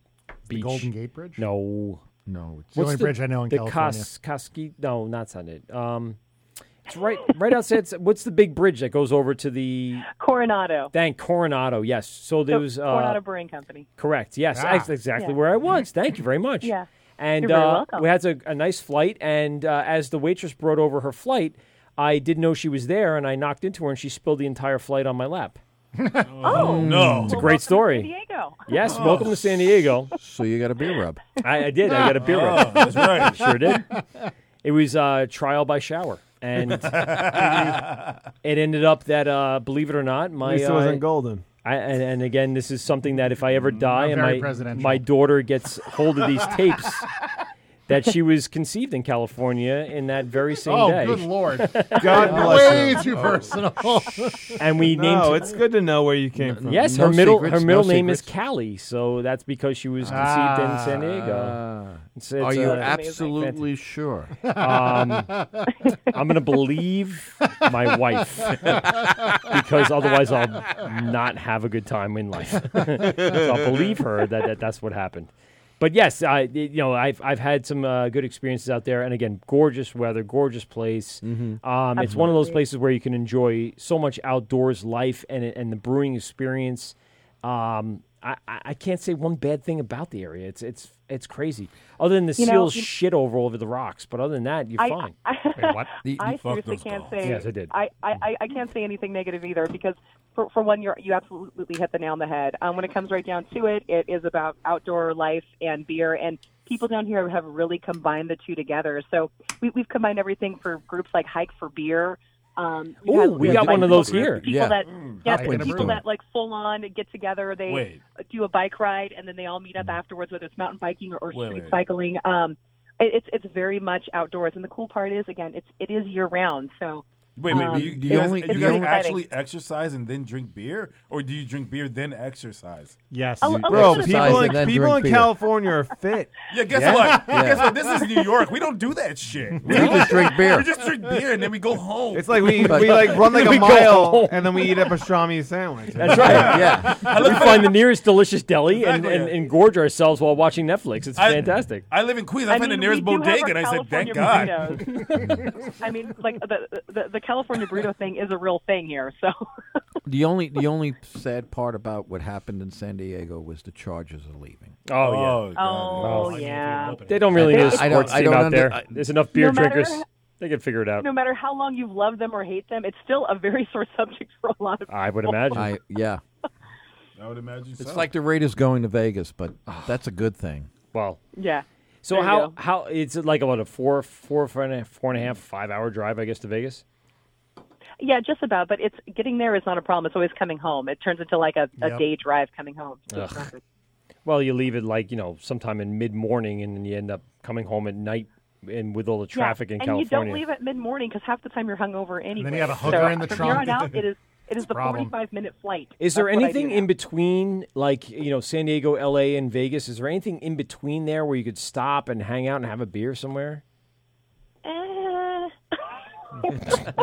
[SPEAKER 7] The
[SPEAKER 14] beach?
[SPEAKER 7] Golden Gate Bridge?
[SPEAKER 14] No.
[SPEAKER 8] No.
[SPEAKER 7] It's the only bridge I know in
[SPEAKER 14] the
[SPEAKER 7] California.
[SPEAKER 14] Cas- Casqui- no, not Sunday. Um, it's right, right outside. What's the big bridge that goes over to the
[SPEAKER 6] Coronado.
[SPEAKER 14] Thank Coronado. Yes. So there
[SPEAKER 6] So,
[SPEAKER 14] was uh,
[SPEAKER 6] Coronado Brewing Company.
[SPEAKER 14] Correct. Yes,
[SPEAKER 6] Ah.
[SPEAKER 14] that's exactly
[SPEAKER 6] Yeah.
[SPEAKER 14] where I was. Thank you very much.
[SPEAKER 6] Yeah.
[SPEAKER 14] And
[SPEAKER 6] You're very
[SPEAKER 14] uh,
[SPEAKER 6] welcome.
[SPEAKER 14] we had a, a nice flight. And uh, as the waitress brought over her flight, I didn't know she was there, and I knocked into her, and she spilled the entire flight on my lap.
[SPEAKER 6] Oh
[SPEAKER 14] no! Mm. It's a great story.
[SPEAKER 6] San Diego.
[SPEAKER 14] Yes,
[SPEAKER 8] Oh.
[SPEAKER 14] welcome to San Diego.
[SPEAKER 8] So you got a beer rub.
[SPEAKER 14] I, I did. I got a beer
[SPEAKER 8] Oh,
[SPEAKER 14] rub.
[SPEAKER 8] that's right.
[SPEAKER 14] *laughs* Sure did. It was uh, trial by shower, and it ended up that uh, believe it or not, my
[SPEAKER 5] At least it
[SPEAKER 14] uh,
[SPEAKER 5] wasn't golden.
[SPEAKER 14] I, and, and again, this is something that if I ever die and
[SPEAKER 5] very
[SPEAKER 14] my
[SPEAKER 5] presidential.
[SPEAKER 14] my daughter gets hold of these tapes, that she was conceived in California in that very same
[SPEAKER 7] Oh,
[SPEAKER 14] day.
[SPEAKER 7] good
[SPEAKER 14] *laughs*
[SPEAKER 7] lord! Way
[SPEAKER 14] bless
[SPEAKER 7] too
[SPEAKER 14] Oh.
[SPEAKER 7] personal.
[SPEAKER 14] And we
[SPEAKER 5] no,
[SPEAKER 14] named-
[SPEAKER 5] it's good to know where you came from.
[SPEAKER 14] Yes, her middle her middle name is Callie, so that's because she was conceived in San Diego.
[SPEAKER 8] Ah.
[SPEAKER 14] It's-
[SPEAKER 8] Are
[SPEAKER 14] it's,
[SPEAKER 8] you
[SPEAKER 14] uh,
[SPEAKER 8] absolutely sure?
[SPEAKER 14] Um, I'm going to believe my wife because otherwise I'll not have a good time in life. *laughs* so I'll believe her that, that that's what happened. But yes, I you know I've I've had some uh, good experiences out there, and again, gorgeous weather, gorgeous place.
[SPEAKER 5] Mm-hmm.
[SPEAKER 14] Um, it's one of those
[SPEAKER 22] Absolutely.
[SPEAKER 14] places where you can enjoy so much outdoors life and and the brewing experience. Um, I, I I can't say one bad thing about the area. It's it's it's crazy. Other than the
[SPEAKER 6] You know,
[SPEAKER 14] seals
[SPEAKER 6] you-
[SPEAKER 14] shit over all over the rocks, but other than that, you're
[SPEAKER 6] I-
[SPEAKER 14] fine.
[SPEAKER 6] I- *laughs* I seriously can't say.
[SPEAKER 14] Yes, I did.
[SPEAKER 6] I, I, I- I can't say anything negative either because, for, for one, you're, you absolutely hit the nail on the head. Um, when it comes right down to it, it is about outdoor life and beer. And people down here have really combined the two together. So we, we've combined everything for groups like Hike for Beer. Um, we've
[SPEAKER 14] Ooh,
[SPEAKER 6] had
[SPEAKER 14] we
[SPEAKER 6] groups
[SPEAKER 14] got
[SPEAKER 6] like
[SPEAKER 14] one of those
[SPEAKER 6] people-
[SPEAKER 14] here.
[SPEAKER 6] People
[SPEAKER 14] Yeah.
[SPEAKER 6] that,
[SPEAKER 14] Mm,
[SPEAKER 6] yeah,
[SPEAKER 14] Hop Wings
[SPEAKER 6] people
[SPEAKER 14] doing
[SPEAKER 6] that
[SPEAKER 14] it.
[SPEAKER 6] like full on get together. They
[SPEAKER 14] Wait. Mm.
[SPEAKER 6] do a bike ride and then they all meet up afterwards, whether it's mountain biking or, or
[SPEAKER 14] Wait,
[SPEAKER 6] street
[SPEAKER 14] wait.
[SPEAKER 6] cycling. Um, it, it's it's very much outdoors, and the cool part is again, it's it is year round. So
[SPEAKER 3] Wait, wait,
[SPEAKER 6] um,
[SPEAKER 3] you,
[SPEAKER 6] it's-
[SPEAKER 3] you guys,
[SPEAKER 6] it's
[SPEAKER 3] you guys
[SPEAKER 6] really exciting.
[SPEAKER 3] actually exercise and then drink beer, or do you drink beer then exercise?
[SPEAKER 7] Yes,
[SPEAKER 6] A- a
[SPEAKER 5] Bro, people in, people in
[SPEAKER 3] California.
[SPEAKER 5] California are fit.
[SPEAKER 3] *laughs* Yeah, guess
[SPEAKER 5] Yeah.
[SPEAKER 3] what?
[SPEAKER 5] Yeah.
[SPEAKER 3] Guess what? This is New York. We don't do that shit.
[SPEAKER 5] We just drink beer.
[SPEAKER 3] We just drink beer and then we go home.
[SPEAKER 5] It's like
[SPEAKER 3] *laughs*
[SPEAKER 5] we, we like run like a mile and then we eat a pastrami sandwich.
[SPEAKER 14] That's right. *laughs* we find the nearest delicious deli and, and, and gorge ourselves while watching Netflix. It's
[SPEAKER 3] I-
[SPEAKER 14] fantastic.
[SPEAKER 3] I live in Queens. I,
[SPEAKER 6] I
[SPEAKER 3] find
[SPEAKER 6] mean,
[SPEAKER 3] the nearest
[SPEAKER 6] we do have
[SPEAKER 3] bodega,
[SPEAKER 6] our
[SPEAKER 3] and I said, "Thank God."
[SPEAKER 6] California
[SPEAKER 3] *laughs*
[SPEAKER 6] burritos. I mean, like the, the the California burrito thing is a real thing here.
[SPEAKER 3] *laughs*
[SPEAKER 6] So
[SPEAKER 8] *laughs* The only the only sad part about what happened in San Diego was the Chargers are leaving.
[SPEAKER 14] Oh, yeah.
[SPEAKER 6] Oh, yeah.
[SPEAKER 14] They don't really need a sports
[SPEAKER 8] I don't- I
[SPEAKER 14] team
[SPEAKER 8] don't
[SPEAKER 14] out
[SPEAKER 8] under-
[SPEAKER 14] there.
[SPEAKER 8] I-
[SPEAKER 14] There's enough beer
[SPEAKER 6] No matter-
[SPEAKER 14] drinkers. They can figure it out.
[SPEAKER 6] no matter how long you've loved them or hate them, it's still a very *laughs* sore subject for a lot of.
[SPEAKER 14] I would imagine.
[SPEAKER 8] I yeah.
[SPEAKER 3] I would imagine
[SPEAKER 8] It's
[SPEAKER 3] so.
[SPEAKER 8] like the Raiders going to Vegas,
[SPEAKER 14] *sighs*
[SPEAKER 8] but that's a good
[SPEAKER 5] *laughs*
[SPEAKER 8] thing.
[SPEAKER 14] Well,
[SPEAKER 6] Yeah.
[SPEAKER 14] so
[SPEAKER 6] There you
[SPEAKER 14] how
[SPEAKER 6] go.
[SPEAKER 14] how it's like about a four four four and a four and a half five hour drive, I guess, to Vegas.
[SPEAKER 6] Yeah, just about. But it's getting there is not a problem. It's always coming home. It turns into like a, a
[SPEAKER 14] Yep.
[SPEAKER 6] day drive coming home. So it's
[SPEAKER 14] Ugh.
[SPEAKER 6] not good.
[SPEAKER 14] Well, you leave it like you know sometime in mid morning, and then you end up coming home at night, and with all the traffic
[SPEAKER 6] yeah.
[SPEAKER 14] in
[SPEAKER 6] and
[SPEAKER 14] California.
[SPEAKER 6] you don't leave at mid morning because half the time you're hungover anyway.
[SPEAKER 14] you have a
[SPEAKER 6] So
[SPEAKER 14] hooker in the
[SPEAKER 6] from
[SPEAKER 14] trunk.
[SPEAKER 6] Here on out, it
[SPEAKER 14] *laughs*
[SPEAKER 6] is it is the
[SPEAKER 14] problem.
[SPEAKER 6] 45 minute flight.
[SPEAKER 14] Is there
[SPEAKER 6] That's what I do
[SPEAKER 14] anything
[SPEAKER 6] now.
[SPEAKER 14] in between, like you know, San Diego, L.A., and Vegas? Is there anything in between there where you could stop and hang out and have a beer somewhere?
[SPEAKER 6] Uh. *laughs*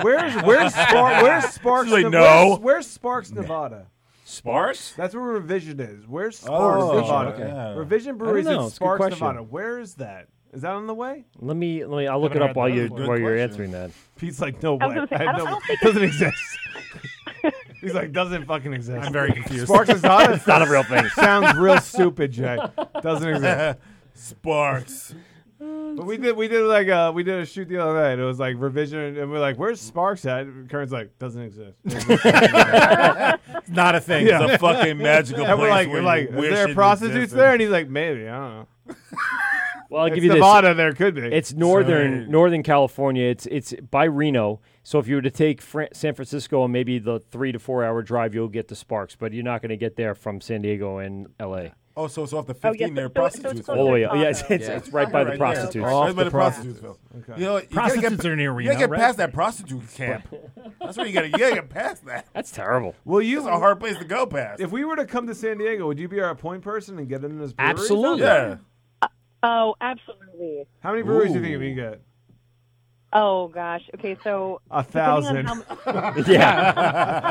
[SPEAKER 5] Where's where's Spar- where's Sparks?
[SPEAKER 14] She's like,
[SPEAKER 5] Nev-
[SPEAKER 14] "No."
[SPEAKER 5] Where's, where's Sparks, Nevada?
[SPEAKER 3] Sparks?
[SPEAKER 5] That's where Revision is. Where's
[SPEAKER 14] Oh,
[SPEAKER 5] Sparks,
[SPEAKER 14] Revision,
[SPEAKER 5] Nevada?
[SPEAKER 14] okay. Yeah.
[SPEAKER 5] Revision
[SPEAKER 14] I
[SPEAKER 5] Brewery
[SPEAKER 14] don't know.
[SPEAKER 5] is
[SPEAKER 14] It's a
[SPEAKER 5] in
[SPEAKER 14] good
[SPEAKER 5] Sparks,
[SPEAKER 14] question.
[SPEAKER 5] Nevada. Where is that? Is that on the way?
[SPEAKER 14] Let me let me. I'll look it
[SPEAKER 5] Haven't
[SPEAKER 14] up
[SPEAKER 5] heard
[SPEAKER 14] while
[SPEAKER 5] that
[SPEAKER 14] you
[SPEAKER 5] before.
[SPEAKER 14] while you're
[SPEAKER 5] Good
[SPEAKER 14] answering that.
[SPEAKER 5] Pete's like, no
[SPEAKER 14] I was
[SPEAKER 5] way.
[SPEAKER 14] gonna say, I
[SPEAKER 5] had
[SPEAKER 14] don't- I don't think *laughs*
[SPEAKER 5] doesn't exist. *laughs* He's like, doesn't fucking exist.
[SPEAKER 7] I'm very confused.
[SPEAKER 5] Sparks is not.
[SPEAKER 7] It's not a
[SPEAKER 5] *laughs*
[SPEAKER 7] real thing.
[SPEAKER 25] *laughs*
[SPEAKER 5] Sounds real stupid, Jay. Doesn't exist.
[SPEAKER 3] Sparks.
[SPEAKER 5] But we did we did like a we did a shoot the other night. It was like revision, and we're like, "Where's Sparks at?" And Kern's like,
[SPEAKER 25] *laughs*
[SPEAKER 5] "Doesn't exist." it's
[SPEAKER 25] not a thing. It's a fucking magical
[SPEAKER 5] and we're
[SPEAKER 25] place
[SPEAKER 5] like,
[SPEAKER 25] where
[SPEAKER 5] we're like,
[SPEAKER 25] you
[SPEAKER 5] "Is
[SPEAKER 25] wish
[SPEAKER 5] there
[SPEAKER 25] it
[SPEAKER 5] prostitutes
[SPEAKER 25] existed."
[SPEAKER 5] there?" And he's like, "Maybe I don't know."
[SPEAKER 14] Well, I'll
[SPEAKER 5] It's
[SPEAKER 14] give you
[SPEAKER 5] Nevada,
[SPEAKER 14] This.
[SPEAKER 5] there could be.
[SPEAKER 14] It's northern
[SPEAKER 5] Sorry.
[SPEAKER 14] Northern California. It's it's by Reno. So if you were to take Fran- San Francisco and maybe the three to four hour drive, you'll get the Sparks. But you're not going to get there from San Diego and L.A.
[SPEAKER 3] Oh, so it's off the
[SPEAKER 11] Oh, yeah,
[SPEAKER 3] 15 there,
[SPEAKER 11] so- so it's
[SPEAKER 3] prostitutes.
[SPEAKER 14] closer All the way to up. Oh, Yeah, it's- Tahoe. it's- it's right by the prostitutes.
[SPEAKER 3] Right,
[SPEAKER 14] Off
[SPEAKER 3] by
[SPEAKER 14] the
[SPEAKER 3] the
[SPEAKER 14] prostitutes.
[SPEAKER 3] prostitutes, Phil.
[SPEAKER 14] Okay.
[SPEAKER 3] You know, what? you gotta
[SPEAKER 5] Prostitutes
[SPEAKER 3] get,
[SPEAKER 5] are near
[SPEAKER 3] You
[SPEAKER 5] Reno,
[SPEAKER 3] gotta get
[SPEAKER 5] right?
[SPEAKER 3] past that prostitute camp. That's where you gotta, you gotta get past that.
[SPEAKER 14] *laughs* That's terrible.
[SPEAKER 5] Well, you
[SPEAKER 3] It's a hard place to go past.
[SPEAKER 5] If we were to come to San Diego, would you be our point person and get in this? brewery?
[SPEAKER 14] Absolutely.
[SPEAKER 5] Yeah.
[SPEAKER 6] Oh, absolutely.
[SPEAKER 5] How many breweries do you think we
[SPEAKER 3] *laughs*
[SPEAKER 5] get?
[SPEAKER 6] Oh gosh. Okay, so
[SPEAKER 5] A
[SPEAKER 6] depending
[SPEAKER 14] *laughs*
[SPEAKER 5] thousand.
[SPEAKER 6] on how-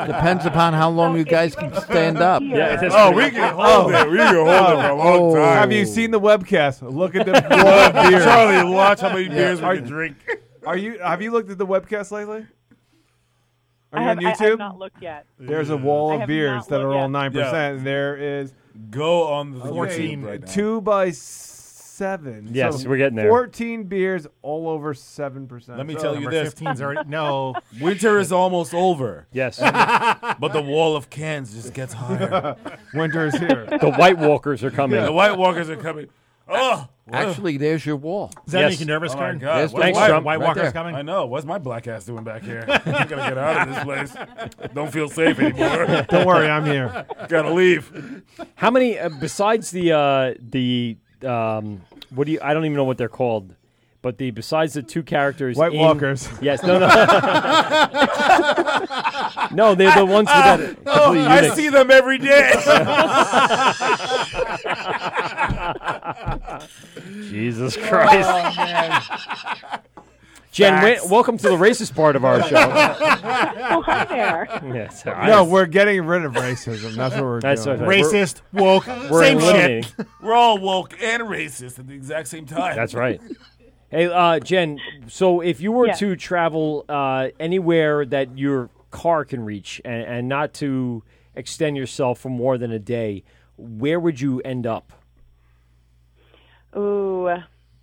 [SPEAKER 8] Depends upon how long you guys can stand up. Oh.
[SPEAKER 6] Yeah, it
[SPEAKER 5] is Oh, pretty- we can hold it. We can hold it for a long
[SPEAKER 8] time.
[SPEAKER 5] Have you seen the webcast? Look at the
[SPEAKER 3] *laughs* Whoa,
[SPEAKER 5] beers.
[SPEAKER 3] Charlie, watch how many beers we
[SPEAKER 5] Are-
[SPEAKER 3] can drink.
[SPEAKER 5] *laughs* Are you? Have you looked at the webcast lately? Are
[SPEAKER 6] I
[SPEAKER 5] you
[SPEAKER 6] have,
[SPEAKER 5] on
[SPEAKER 6] I- I have
[SPEAKER 5] YouTube?
[SPEAKER 6] not looked yet.
[SPEAKER 5] There's a
[SPEAKER 6] I
[SPEAKER 5] wall
[SPEAKER 6] have
[SPEAKER 5] of beers
[SPEAKER 6] not
[SPEAKER 5] that are
[SPEAKER 6] looked
[SPEAKER 5] all
[SPEAKER 6] yet.
[SPEAKER 5] nine percent, and there is
[SPEAKER 3] go on the
[SPEAKER 5] fourteen
[SPEAKER 3] YouTube right now.
[SPEAKER 5] two by s- seven.
[SPEAKER 14] Yes,
[SPEAKER 5] So
[SPEAKER 14] we're getting there.
[SPEAKER 5] Fourteen beers, all over seven percent.
[SPEAKER 3] Let me tell you this.
[SPEAKER 7] no.
[SPEAKER 3] *laughs* Winter is almost over.
[SPEAKER 14] Yes.
[SPEAKER 3] *laughs* but the wall of cans just gets *laughs* higher.
[SPEAKER 5] Winter is here.
[SPEAKER 14] The White Walkers are coming.
[SPEAKER 3] The White Walkers are coming. Oh,
[SPEAKER 8] Actually, there's your wall.
[SPEAKER 3] Does that Yes. make you nervous,
[SPEAKER 8] Oh my
[SPEAKER 3] Karen?
[SPEAKER 8] God.
[SPEAKER 3] There's
[SPEAKER 8] What-
[SPEAKER 3] the Thanks,
[SPEAKER 8] why-
[SPEAKER 3] Trump.
[SPEAKER 8] why
[SPEAKER 3] Right
[SPEAKER 8] Walker's
[SPEAKER 3] there.
[SPEAKER 8] coming?
[SPEAKER 3] I know. What's my black ass doing back here? *laughs* I'm gonna get out of this place. Don't feel safe anymore.
[SPEAKER 5] *laughs* Don't worry, I'm here.
[SPEAKER 3] Gotta leave.
[SPEAKER 14] How many uh, besides the uh, the um, what do you? I don't even know what they're called, but the besides the two characters,
[SPEAKER 5] White
[SPEAKER 14] in-
[SPEAKER 5] Walkers.
[SPEAKER 14] Yes, no, *laughs* no, no. They're the ones that.
[SPEAKER 3] *laughs* Oh,
[SPEAKER 14] complete
[SPEAKER 3] I
[SPEAKER 14] eunuchs.
[SPEAKER 3] see them
[SPEAKER 5] *laughs*
[SPEAKER 3] every day.
[SPEAKER 14] Jesus
[SPEAKER 5] Oh,
[SPEAKER 14] Christ. *laughs* Jen, wait, welcome to the racist part of our
[SPEAKER 5] *laughs*
[SPEAKER 14] show.
[SPEAKER 6] Oh, hi there.
[SPEAKER 14] *laughs* yes,
[SPEAKER 5] No, we're getting rid of racism. That's what we're
[SPEAKER 14] That's
[SPEAKER 5] doing.
[SPEAKER 14] what I thought. Racist, We're- woke, we're same shit. eliminating.
[SPEAKER 3] We're all woke and racist at the exact same time.
[SPEAKER 14] That's right. Hey, uh, Jen. So, if you were
[SPEAKER 3] Yeah.
[SPEAKER 14] to travel uh, anywhere that your car can reach, and, and not to extend yourself for more than a day, where would you end up?
[SPEAKER 6] *laughs* Ooh,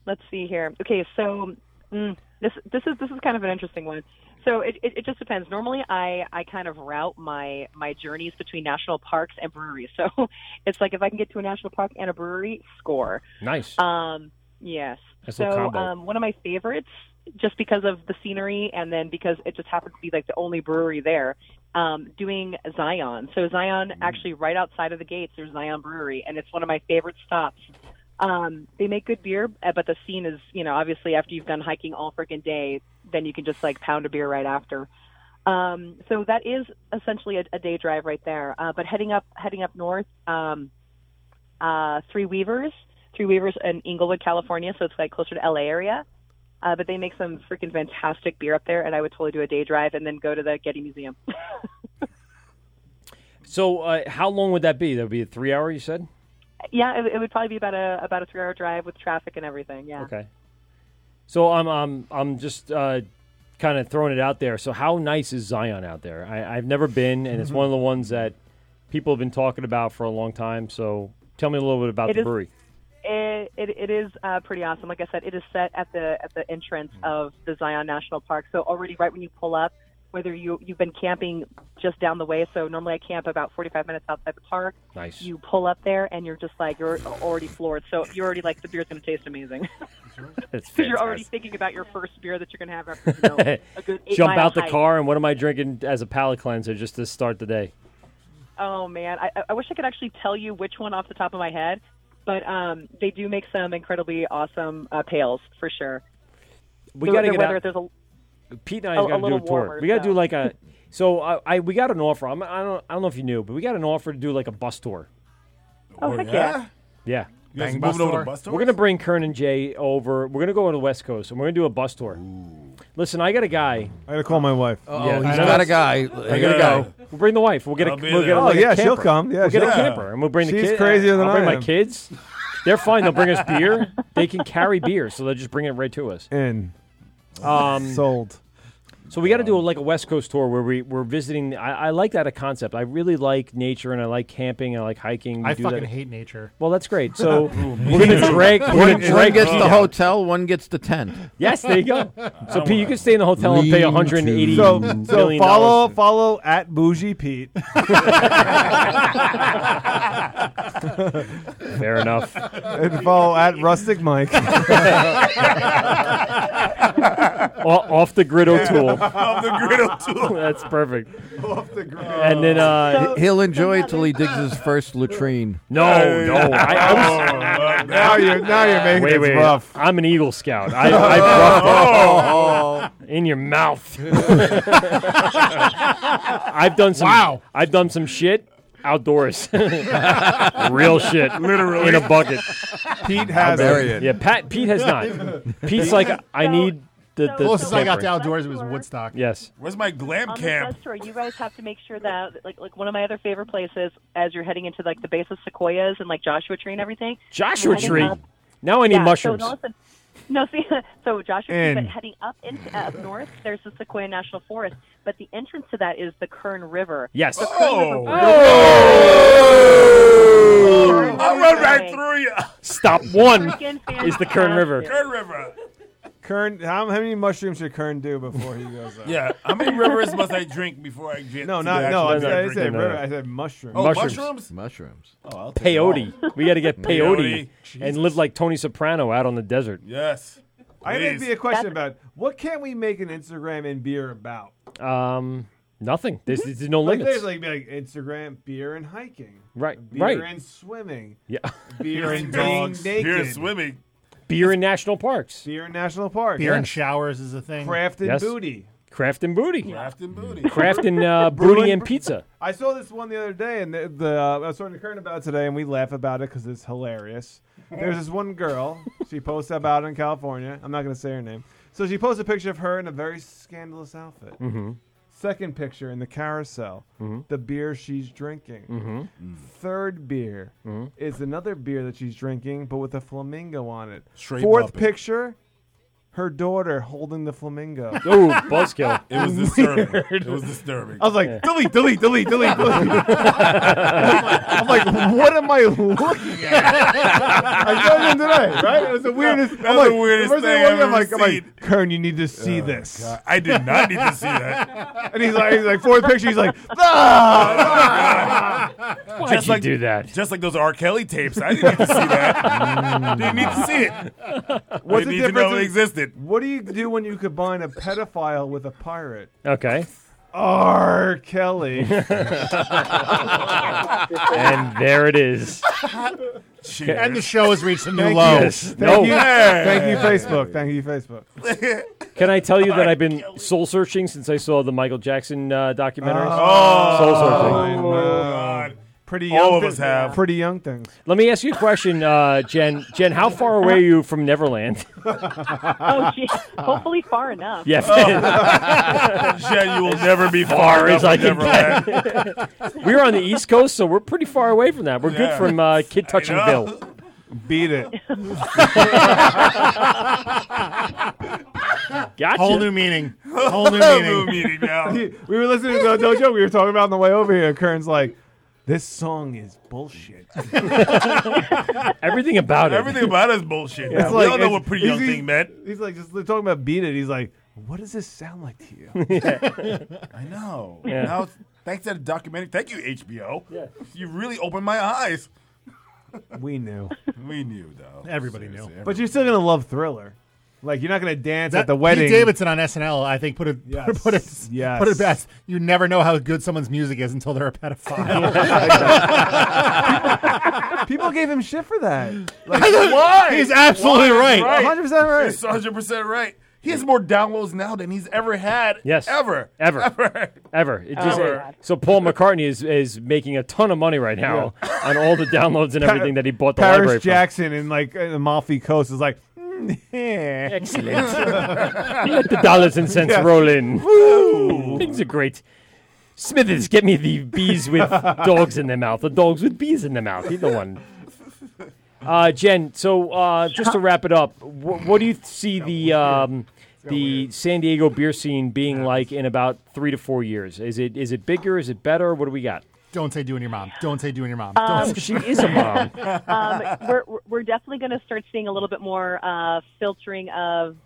[SPEAKER 6] let's see here. Okay, so mm, this this is this is kind of an interesting one. So it, it, it just depends. Normally, I, I kind of route my my journeys between national parks and breweries. *laughs* So it's like if I can get to a national park and a brewery, score.
[SPEAKER 14] Nice.
[SPEAKER 6] Um, yes.
[SPEAKER 14] Nice little
[SPEAKER 6] so
[SPEAKER 14] combo.
[SPEAKER 6] um, one of my favorites, just because of the scenery, and then because it just happened to be like the only brewery there, um, doing Zion. So Zion, actually, right outside of the gates, there's Zion Brewery, and it's one of my favorite stops. Um, they make good beer, uh, but the scene is, you know, obviously after you've done hiking all freaking day, then you can just like pound a beer right after. Um, so that is essentially a, a day drive right there. Uh, but heading up, heading up north, um, uh, Three Weavers, Three Weavers in Inglewood, California. So it's like closer to LA area. Uh, but they make some freaking fantastic beer up there, and I would totally do a day drive and then go to the Getty Museum. *laughs*
[SPEAKER 14] So, uh, how long would that be? That would be a three-hour. You said.
[SPEAKER 6] yeah, it, it would probably be about a about a three hour drive with traffic and everything. Yeah.
[SPEAKER 14] Okay. So I'm I'm I'm just uh, kind of throwing it out there. So how nice is Zion out there? I, I've never been, and it's
[SPEAKER 6] Mm-hmm.
[SPEAKER 14] one of the ones that people have been talking about for a long time. So tell me a little bit about
[SPEAKER 6] It
[SPEAKER 14] the
[SPEAKER 6] is-
[SPEAKER 14] brewery.
[SPEAKER 6] It, it, it is uh, pretty awesome. Like I said, it is set at the at the entrance
[SPEAKER 14] Mm.
[SPEAKER 6] of the Zion National Park. So already right when you pull up, whether you you've been camping just down the way. So normally I camp about 45 minutes outside the park.
[SPEAKER 14] Nice.
[SPEAKER 6] You pull up there and you're just like you're already floored. So you're already like the beer's going to taste amazing.
[SPEAKER 14] It's
[SPEAKER 6] Because *laughs* you're already thinking about your first beer that you're going to have
[SPEAKER 14] *laughs*
[SPEAKER 6] after you know, a good eight
[SPEAKER 14] Jump
[SPEAKER 6] mile
[SPEAKER 14] out the
[SPEAKER 6] hike.
[SPEAKER 14] car, and what am I drinking as a palate cleanser just to start the day?
[SPEAKER 6] Oh man, I, I- I wish I could actually tell you which one off the top of my head, but um, they do make some incredibly awesome uh, pails for sure.
[SPEAKER 14] We
[SPEAKER 6] The-
[SPEAKER 14] gotta
[SPEAKER 6] the
[SPEAKER 14] get
[SPEAKER 6] weather,
[SPEAKER 14] out-
[SPEAKER 6] There's a
[SPEAKER 14] Pete and I
[SPEAKER 6] A- a
[SPEAKER 14] got to do a
[SPEAKER 6] little
[SPEAKER 14] tour.
[SPEAKER 6] warmer,
[SPEAKER 14] we got to
[SPEAKER 6] so.
[SPEAKER 14] do
[SPEAKER 6] *laughs*
[SPEAKER 14] like a. So I, I we got an offer. I'm, I don't I don't know if you knew, but we got an offer to do like a bus tour.
[SPEAKER 6] Oh, heck yeah.
[SPEAKER 14] Yeah.
[SPEAKER 3] You guys Bang moving bus over to tour? bus tours?
[SPEAKER 14] We're gonna bring Kern and Jay over. We're gonna go to the West Coast and we're gonna do a bus tour. Listen, I got a guy.
[SPEAKER 5] I gotta call my wife.
[SPEAKER 14] Oh,
[SPEAKER 5] Yeah.
[SPEAKER 14] he's
[SPEAKER 5] I
[SPEAKER 14] got
[SPEAKER 5] know.
[SPEAKER 14] a guy.
[SPEAKER 5] I
[SPEAKER 14] I
[SPEAKER 5] gotta
[SPEAKER 14] got a
[SPEAKER 5] go.
[SPEAKER 14] guy. We'll bring the wife. We'll get a.
[SPEAKER 5] I'll be
[SPEAKER 14] We'll get
[SPEAKER 5] there.
[SPEAKER 14] a like
[SPEAKER 5] Oh,
[SPEAKER 14] a
[SPEAKER 5] yeah, she'll
[SPEAKER 14] camper.
[SPEAKER 5] come. Yeah,
[SPEAKER 14] we'll get a
[SPEAKER 5] she'll come.
[SPEAKER 14] camper and we'll bring the
[SPEAKER 5] She's
[SPEAKER 14] kids.
[SPEAKER 5] crazier than
[SPEAKER 14] I'll bring
[SPEAKER 5] I
[SPEAKER 14] my
[SPEAKER 5] am.
[SPEAKER 14] kids. They're fine. They'll bring us beer. They can carry beer, so they'll just bring it right to us.
[SPEAKER 5] In.
[SPEAKER 14] Um,
[SPEAKER 5] Sold.
[SPEAKER 14] So we got to do a, like a West Coast tour where we we're visiting. I, I like that a concept. I really like nature and I like camping. I like hiking. We
[SPEAKER 7] I
[SPEAKER 14] do
[SPEAKER 7] fucking
[SPEAKER 14] that.
[SPEAKER 7] hate nature.
[SPEAKER 14] Well, that's great. So
[SPEAKER 7] Ooh, me
[SPEAKER 14] we're gonna
[SPEAKER 7] too.
[SPEAKER 14] drag. We're
[SPEAKER 8] One,
[SPEAKER 14] gonna drag
[SPEAKER 8] gets
[SPEAKER 14] Pete
[SPEAKER 8] the
[SPEAKER 14] out.
[SPEAKER 8] hotel, one gets the tent.
[SPEAKER 14] Yes, there
[SPEAKER 8] *laughs*
[SPEAKER 14] you go. So Pete, you can stay in the hotel and pay *laughs*
[SPEAKER 8] Lean
[SPEAKER 14] 180
[SPEAKER 8] to-
[SPEAKER 5] So,
[SPEAKER 14] million
[SPEAKER 5] so follow follow at
[SPEAKER 14] *laughs*
[SPEAKER 5] bougie Pete.
[SPEAKER 14] Fair enough.
[SPEAKER 5] And follow at rustic Mike.
[SPEAKER 14] *laughs* O- off the grid
[SPEAKER 3] *laughs*
[SPEAKER 14] O'Toole.
[SPEAKER 5] Off the grid
[SPEAKER 14] O'Toole. That's perfect.
[SPEAKER 5] Off the grid.
[SPEAKER 14] And then uh,
[SPEAKER 8] He- He'll enjoy it till he digs his first latrine.
[SPEAKER 14] No, no. I, I
[SPEAKER 5] Oh,
[SPEAKER 3] Oh,
[SPEAKER 14] was,
[SPEAKER 5] *laughs* now you're now you're making
[SPEAKER 14] wait,
[SPEAKER 5] it
[SPEAKER 14] wait.
[SPEAKER 5] rough.
[SPEAKER 14] I'm an Eagle Scout.
[SPEAKER 3] *laughs*
[SPEAKER 14] I, I
[SPEAKER 3] Oh.
[SPEAKER 14] roughed it. in your
[SPEAKER 3] *laughs*
[SPEAKER 14] mouth. I've done some. Wow. I've done some shit outdoors. *laughs* Real shit.
[SPEAKER 5] Literally.
[SPEAKER 14] in a bucket.
[SPEAKER 5] Pete has I'll bury it. it.
[SPEAKER 14] Yeah, Pat. Pete has not. Pete's like I need the, the
[SPEAKER 7] closest I got
[SPEAKER 14] tampering.
[SPEAKER 7] to outdoors was Woodstock.
[SPEAKER 14] Yes.
[SPEAKER 3] Where's my glam
[SPEAKER 6] on
[SPEAKER 3] camp?
[SPEAKER 6] this bus tour, you guys have to make sure that like like one of my other favorite places as you're heading into like the base of sequoias and like Joshua Tree and everything.
[SPEAKER 14] Joshua
[SPEAKER 6] and heading
[SPEAKER 14] tree.
[SPEAKER 6] up-
[SPEAKER 14] Now I need
[SPEAKER 6] yeah, so
[SPEAKER 14] mushrooms.
[SPEAKER 6] no, listen. no, see, *laughs* so Joshua Tree,
[SPEAKER 14] And-
[SPEAKER 6] but heading up into uh, up north, there's the Sequoia National Forest, but the entrance to that is the Kern River.
[SPEAKER 14] Yes. Oh.
[SPEAKER 6] The Kern River-
[SPEAKER 3] I'll run right through you.
[SPEAKER 14] Stop one
[SPEAKER 3] Freaking
[SPEAKER 14] is the Kern River.
[SPEAKER 3] Kern River.
[SPEAKER 5] Kern, how, how many mushrooms should Kern do before he goes up?
[SPEAKER 3] Yeah. How many rivers must I drink before I get?
[SPEAKER 5] No,
[SPEAKER 3] to
[SPEAKER 5] not
[SPEAKER 3] the
[SPEAKER 5] no. I
[SPEAKER 3] actual
[SPEAKER 5] said, I
[SPEAKER 3] drinking?
[SPEAKER 5] said river. I said mushrooms.
[SPEAKER 3] Oh, mushrooms.
[SPEAKER 8] Mushrooms.
[SPEAKER 3] Oh, I'll take
[SPEAKER 14] Peyote.
[SPEAKER 3] them all.
[SPEAKER 14] We got to get peyote
[SPEAKER 3] *laughs* Peyote.
[SPEAKER 14] and live like Tony Soprano out on the desert.
[SPEAKER 3] Yes.
[SPEAKER 5] I think
[SPEAKER 3] Please.
[SPEAKER 5] be a question about what can we make an Instagram and beer about?
[SPEAKER 14] Um, nothing. There's, there's no
[SPEAKER 5] Mm-hmm. like,
[SPEAKER 14] limits.
[SPEAKER 5] There's like, be like Instagram beer and hiking,
[SPEAKER 14] Right,
[SPEAKER 5] Beer
[SPEAKER 14] right.
[SPEAKER 5] and swimming,
[SPEAKER 14] Yeah.
[SPEAKER 5] *laughs*
[SPEAKER 3] *laughs*
[SPEAKER 5] Beer and being
[SPEAKER 3] dogs.
[SPEAKER 5] naked,
[SPEAKER 3] Beer and swimming.
[SPEAKER 14] Beer in national parks.
[SPEAKER 5] beer in national parks,
[SPEAKER 7] Beer and showers is
[SPEAKER 14] *laughs*
[SPEAKER 7] a thing.
[SPEAKER 5] craft and
[SPEAKER 14] Yes.
[SPEAKER 5] booty.
[SPEAKER 14] Craft and booty.
[SPEAKER 3] Craft and booty.
[SPEAKER 14] *laughs* Craft and
[SPEAKER 5] *laughs*
[SPEAKER 14] uh,
[SPEAKER 5] Brewing-
[SPEAKER 14] booty and pizza.
[SPEAKER 5] I saw this one the other day, and the, the uh, I was talking to Karen about it today, and we laugh about it because it's hilarious. There's this
[SPEAKER 14] *laughs*
[SPEAKER 5] one girl. She posts about it in California. I'm not going to say her name. So she posts a picture of her in a very scandalous outfit.
[SPEAKER 14] Mhm.
[SPEAKER 5] Second picture in the carousel,
[SPEAKER 14] Mhm.
[SPEAKER 5] the beer she's drinking.
[SPEAKER 14] Mhm.
[SPEAKER 5] Third beer
[SPEAKER 14] Mhm.
[SPEAKER 5] is another beer that she's drinking, but with a flamingo on it.
[SPEAKER 3] Straight
[SPEAKER 5] Fourth
[SPEAKER 3] Muppet.
[SPEAKER 5] picture, her daughter holding the flamingo.
[SPEAKER 14] Oh, buzzkill.
[SPEAKER 3] It was disturbing. It was disturbing.
[SPEAKER 5] I was like,
[SPEAKER 3] Yeah.
[SPEAKER 5] delete, delete, delete, delete, delete. *laughs* I'm
[SPEAKER 3] *laughs*
[SPEAKER 5] like, what am I looking
[SPEAKER 3] *laughs*
[SPEAKER 5] at? I saw them today, right? It was the weirdest.
[SPEAKER 3] That's
[SPEAKER 5] I'm like,
[SPEAKER 3] the weirdest
[SPEAKER 5] first
[SPEAKER 3] thing
[SPEAKER 5] I
[SPEAKER 3] I've
[SPEAKER 5] am
[SPEAKER 3] ever
[SPEAKER 5] like, I'm
[SPEAKER 3] seen. Oh,
[SPEAKER 5] like, Kern, you need to see this.
[SPEAKER 3] I did not need to see that.
[SPEAKER 5] *laughs* And he's like, he's like, fourth picture, he's like,
[SPEAKER 3] Why'd you do
[SPEAKER 14] that?
[SPEAKER 3] Oh, Just like those R. Kelly tapes. I didn't need to see
[SPEAKER 5] Mm.
[SPEAKER 3] that. didn't need to see it.
[SPEAKER 5] What's the
[SPEAKER 3] didn't need to
[SPEAKER 5] difference?
[SPEAKER 3] know it
[SPEAKER 5] in-
[SPEAKER 3] existed.
[SPEAKER 5] What do you do when you combine a pedophile with a pirate?
[SPEAKER 14] Okay.
[SPEAKER 5] R. Kelly.
[SPEAKER 3] *laughs*
[SPEAKER 14] And there it is.
[SPEAKER 7] And the show has reached a new
[SPEAKER 5] Thank
[SPEAKER 7] low.
[SPEAKER 5] you. *laughs* Thank you. Thank you, Facebook. Thank you, Facebook.
[SPEAKER 14] *laughs* Can I tell you that I've been soul searching since I saw the Michael Jackson uh, documentary?
[SPEAKER 5] Oh.
[SPEAKER 14] soul searching.
[SPEAKER 5] God. Pretty young
[SPEAKER 14] All of
[SPEAKER 5] thing-
[SPEAKER 14] us have.
[SPEAKER 5] Pretty young things.
[SPEAKER 14] Let me ask you a question, uh, Jen. Jen, how far away are you from Neverland?
[SPEAKER 6] *laughs*
[SPEAKER 14] *laughs*
[SPEAKER 6] oh, gee. Hopefully far enough.
[SPEAKER 14] Yes.
[SPEAKER 3] Oh. *laughs* Jen, you will never be
[SPEAKER 14] far
[SPEAKER 3] far
[SPEAKER 14] as
[SPEAKER 3] enough
[SPEAKER 14] I
[SPEAKER 3] with
[SPEAKER 14] can *laughs* get. we're on the East Coast, so we're pretty far away from that. We're
[SPEAKER 3] Yeah.
[SPEAKER 14] good from uh, Kid Touching
[SPEAKER 3] know.
[SPEAKER 14] Bill.
[SPEAKER 5] Beat it.
[SPEAKER 14] *laughs* Gotcha.
[SPEAKER 5] Whole new
[SPEAKER 7] meaning.
[SPEAKER 5] *laughs*
[SPEAKER 3] Whole *laughs* new Whole new meaning. meaning now.
[SPEAKER 5] we were listening to No Joke. We were talking about on the way over here. Kern's like, this song is bullshit.
[SPEAKER 14] *laughs* Everything about it.
[SPEAKER 3] Everything about it is bullshit.
[SPEAKER 5] It's
[SPEAKER 3] we
[SPEAKER 5] like-
[SPEAKER 3] all know
[SPEAKER 5] it's-
[SPEAKER 3] what pretty young
[SPEAKER 5] he's-
[SPEAKER 3] thing meant.
[SPEAKER 5] He's like, just talking about Beat It. He's like, what does this sound like to you? *laughs*
[SPEAKER 3] I know.
[SPEAKER 5] Yeah.
[SPEAKER 3] Now, thanks to the documentary. Thank you, HBO. You really opened my eyes.
[SPEAKER 5] We knew.
[SPEAKER 3] We knew, though.
[SPEAKER 7] Everybody knew.
[SPEAKER 3] Seriously,
[SPEAKER 5] But you're still going to love Thriller. Like, you're not going to dance
[SPEAKER 7] That-
[SPEAKER 5] at the wedding.
[SPEAKER 7] Pete Davidson on SNL, I think, put it *laughs*
[SPEAKER 5] Yes.
[SPEAKER 7] put it
[SPEAKER 5] Yes.
[SPEAKER 7] put it best. You never know how good someone's music is until they're a
[SPEAKER 5] *laughs* pedophile. *laughs* People gave him shit for
[SPEAKER 3] *laughs*
[SPEAKER 5] that. Like, why?
[SPEAKER 7] He's absolutely
[SPEAKER 3] Why?
[SPEAKER 7] right.
[SPEAKER 3] He's
[SPEAKER 5] 100% right.
[SPEAKER 3] He's 100% right. He has more downloads now than he's ever had.
[SPEAKER 14] Yes.
[SPEAKER 3] Ever.
[SPEAKER 14] Ever. Ever. It just, uh,
[SPEAKER 3] *laughs* Ever.
[SPEAKER 14] so Paul McCartney is, is making a ton of money right now on *laughs* all the downloads and
[SPEAKER 5] Pa-
[SPEAKER 14] everything that he bought the
[SPEAKER 5] Paris
[SPEAKER 14] library from.
[SPEAKER 5] Jackson and like uh, Amalfi Coast is like,
[SPEAKER 14] Excellent.
[SPEAKER 2] Oh,
[SPEAKER 14] Let *laughs* the dollars and cents
[SPEAKER 5] *laughs* Yeah.
[SPEAKER 14] roll in. Things are great. Smithers, get me the bees with dogs in their mouth. The dogs with bees in their mouth. Either one. Uh, Jen, so uh, just to wrap it up, wh- what do you see the um, the San Diego beer scene being like in about three to four years? Is it is it bigger? Is it better? What do we got?
[SPEAKER 7] *laughs* Don't say doing your mom. Don't say doing your mom.
[SPEAKER 6] Um,
[SPEAKER 7] Don't-
[SPEAKER 14] she is Oh, a
[SPEAKER 7] *laughs*
[SPEAKER 14] mom.
[SPEAKER 6] *laughs* um, we're we're- we're definitely going to start seeing a little bit more uh, filtering of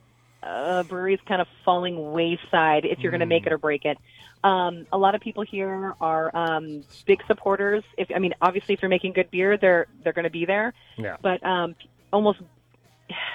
[SPEAKER 6] uh, breweries kind of falling wayside if you're going to make it or break it. Um, a lot of people here are um, big supporters. If I mean, obviously, if you're making good beer, they're they're going to be there.
[SPEAKER 14] Yeah.
[SPEAKER 6] But um, almost *sighs*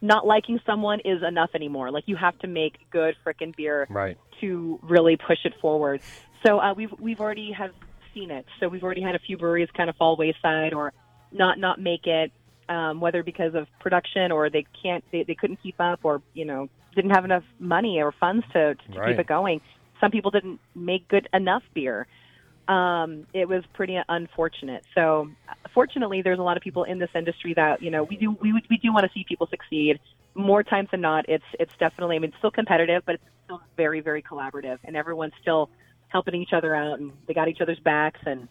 [SPEAKER 6] not liking someone is enough anymore. Like you have to make good frickin' beer
[SPEAKER 14] Right.
[SPEAKER 6] to really push it forward. So uh, we've we've already have seen it. So we've already had a few breweries kind of fall wayside or not not make it, um, whether because of production or they can't they, they couldn't keep up or you know didn't have enough money or funds to, to
[SPEAKER 11] Right.
[SPEAKER 6] keep it going. Some people didn't make good enough beer. Um, it was pretty unfortunate. So uh, fortunately, there's a lot of people in this industry that you know we do we, we do want to see people succeed more times than not. It's it's definitely I mean it's still competitive, but it's still very very collaborative, and everyone's still helping each other out, and they got each other's backs, and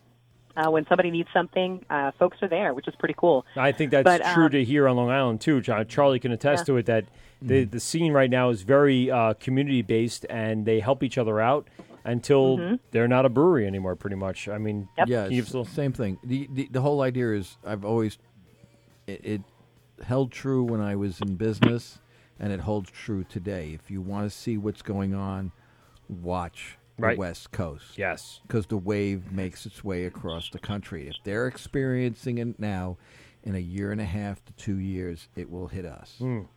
[SPEAKER 6] uh, when somebody needs something, uh, folks are there, which is pretty cool.
[SPEAKER 14] I think that's
[SPEAKER 6] But, um,
[SPEAKER 14] true to here on Long Island too. Char- Charlie can attest
[SPEAKER 6] Yeah.
[SPEAKER 14] to it that the
[SPEAKER 8] Mm-hmm.
[SPEAKER 14] the scene right now is very uh, community based, and they help each other out until
[SPEAKER 6] Mm-hmm.
[SPEAKER 8] Mhm.
[SPEAKER 14] they're not a brewery anymore. Pretty much. I mean,
[SPEAKER 8] Yeah,
[SPEAKER 14] can you *laughs*
[SPEAKER 8] it's the same thing. The, the the whole idea is I've always it, it held true when I was in business, and it holds true today. If you want to see what's going on, watch
[SPEAKER 14] Right.
[SPEAKER 8] the West Coast.
[SPEAKER 14] Yes,
[SPEAKER 8] because the wave makes its way across the country. If they're experiencing it now, in a year and a half to two years, it will hit us.
[SPEAKER 14] Mm.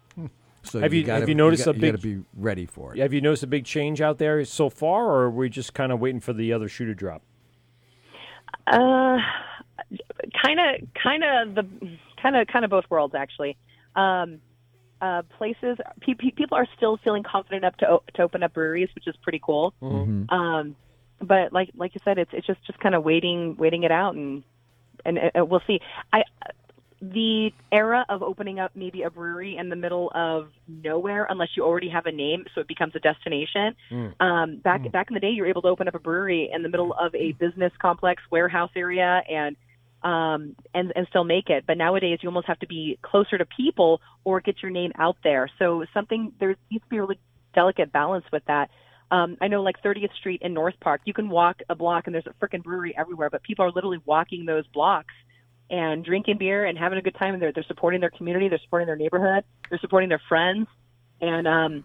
[SPEAKER 8] So
[SPEAKER 14] have you,
[SPEAKER 8] gotta,
[SPEAKER 14] have you noticed
[SPEAKER 8] got,
[SPEAKER 14] a big?
[SPEAKER 8] to be ready for it.
[SPEAKER 14] Have you noticed a big change out there so far, or are we just kind of waiting for the other shoe to drop?
[SPEAKER 6] Uh, kind of, kind of the, kind of, kind of both worlds actually. Um, uh, places pe- pe- people are still feeling confident enough to o- to open up breweries, which is pretty cool.
[SPEAKER 18] Mhm.
[SPEAKER 5] Mm-hmm.
[SPEAKER 6] Um, but like like you said, it's it's just just kind of waiting waiting it out and and uh, we'll see. I the era of opening up maybe a brewery in the middle of nowhere, unless you already have a name, so it becomes a destination.
[SPEAKER 20] Mm.
[SPEAKER 14] Mm.
[SPEAKER 6] Um, back back in the day, you were able to open up a brewery in the middle of a business complex, warehouse area, and um, and and still make it. But nowadays, you almost have to be closer to people or get your name out there. So something there needs to be a really delicate balance with that. Um, I know, like 30th Street in North Park, you can walk a block and there's a freaking brewery everywhere, but people are literally walking those blocks and drinking beer and having a good time. And they're they're supporting their community, they're supporting their neighborhood, they're supporting their friends, and um,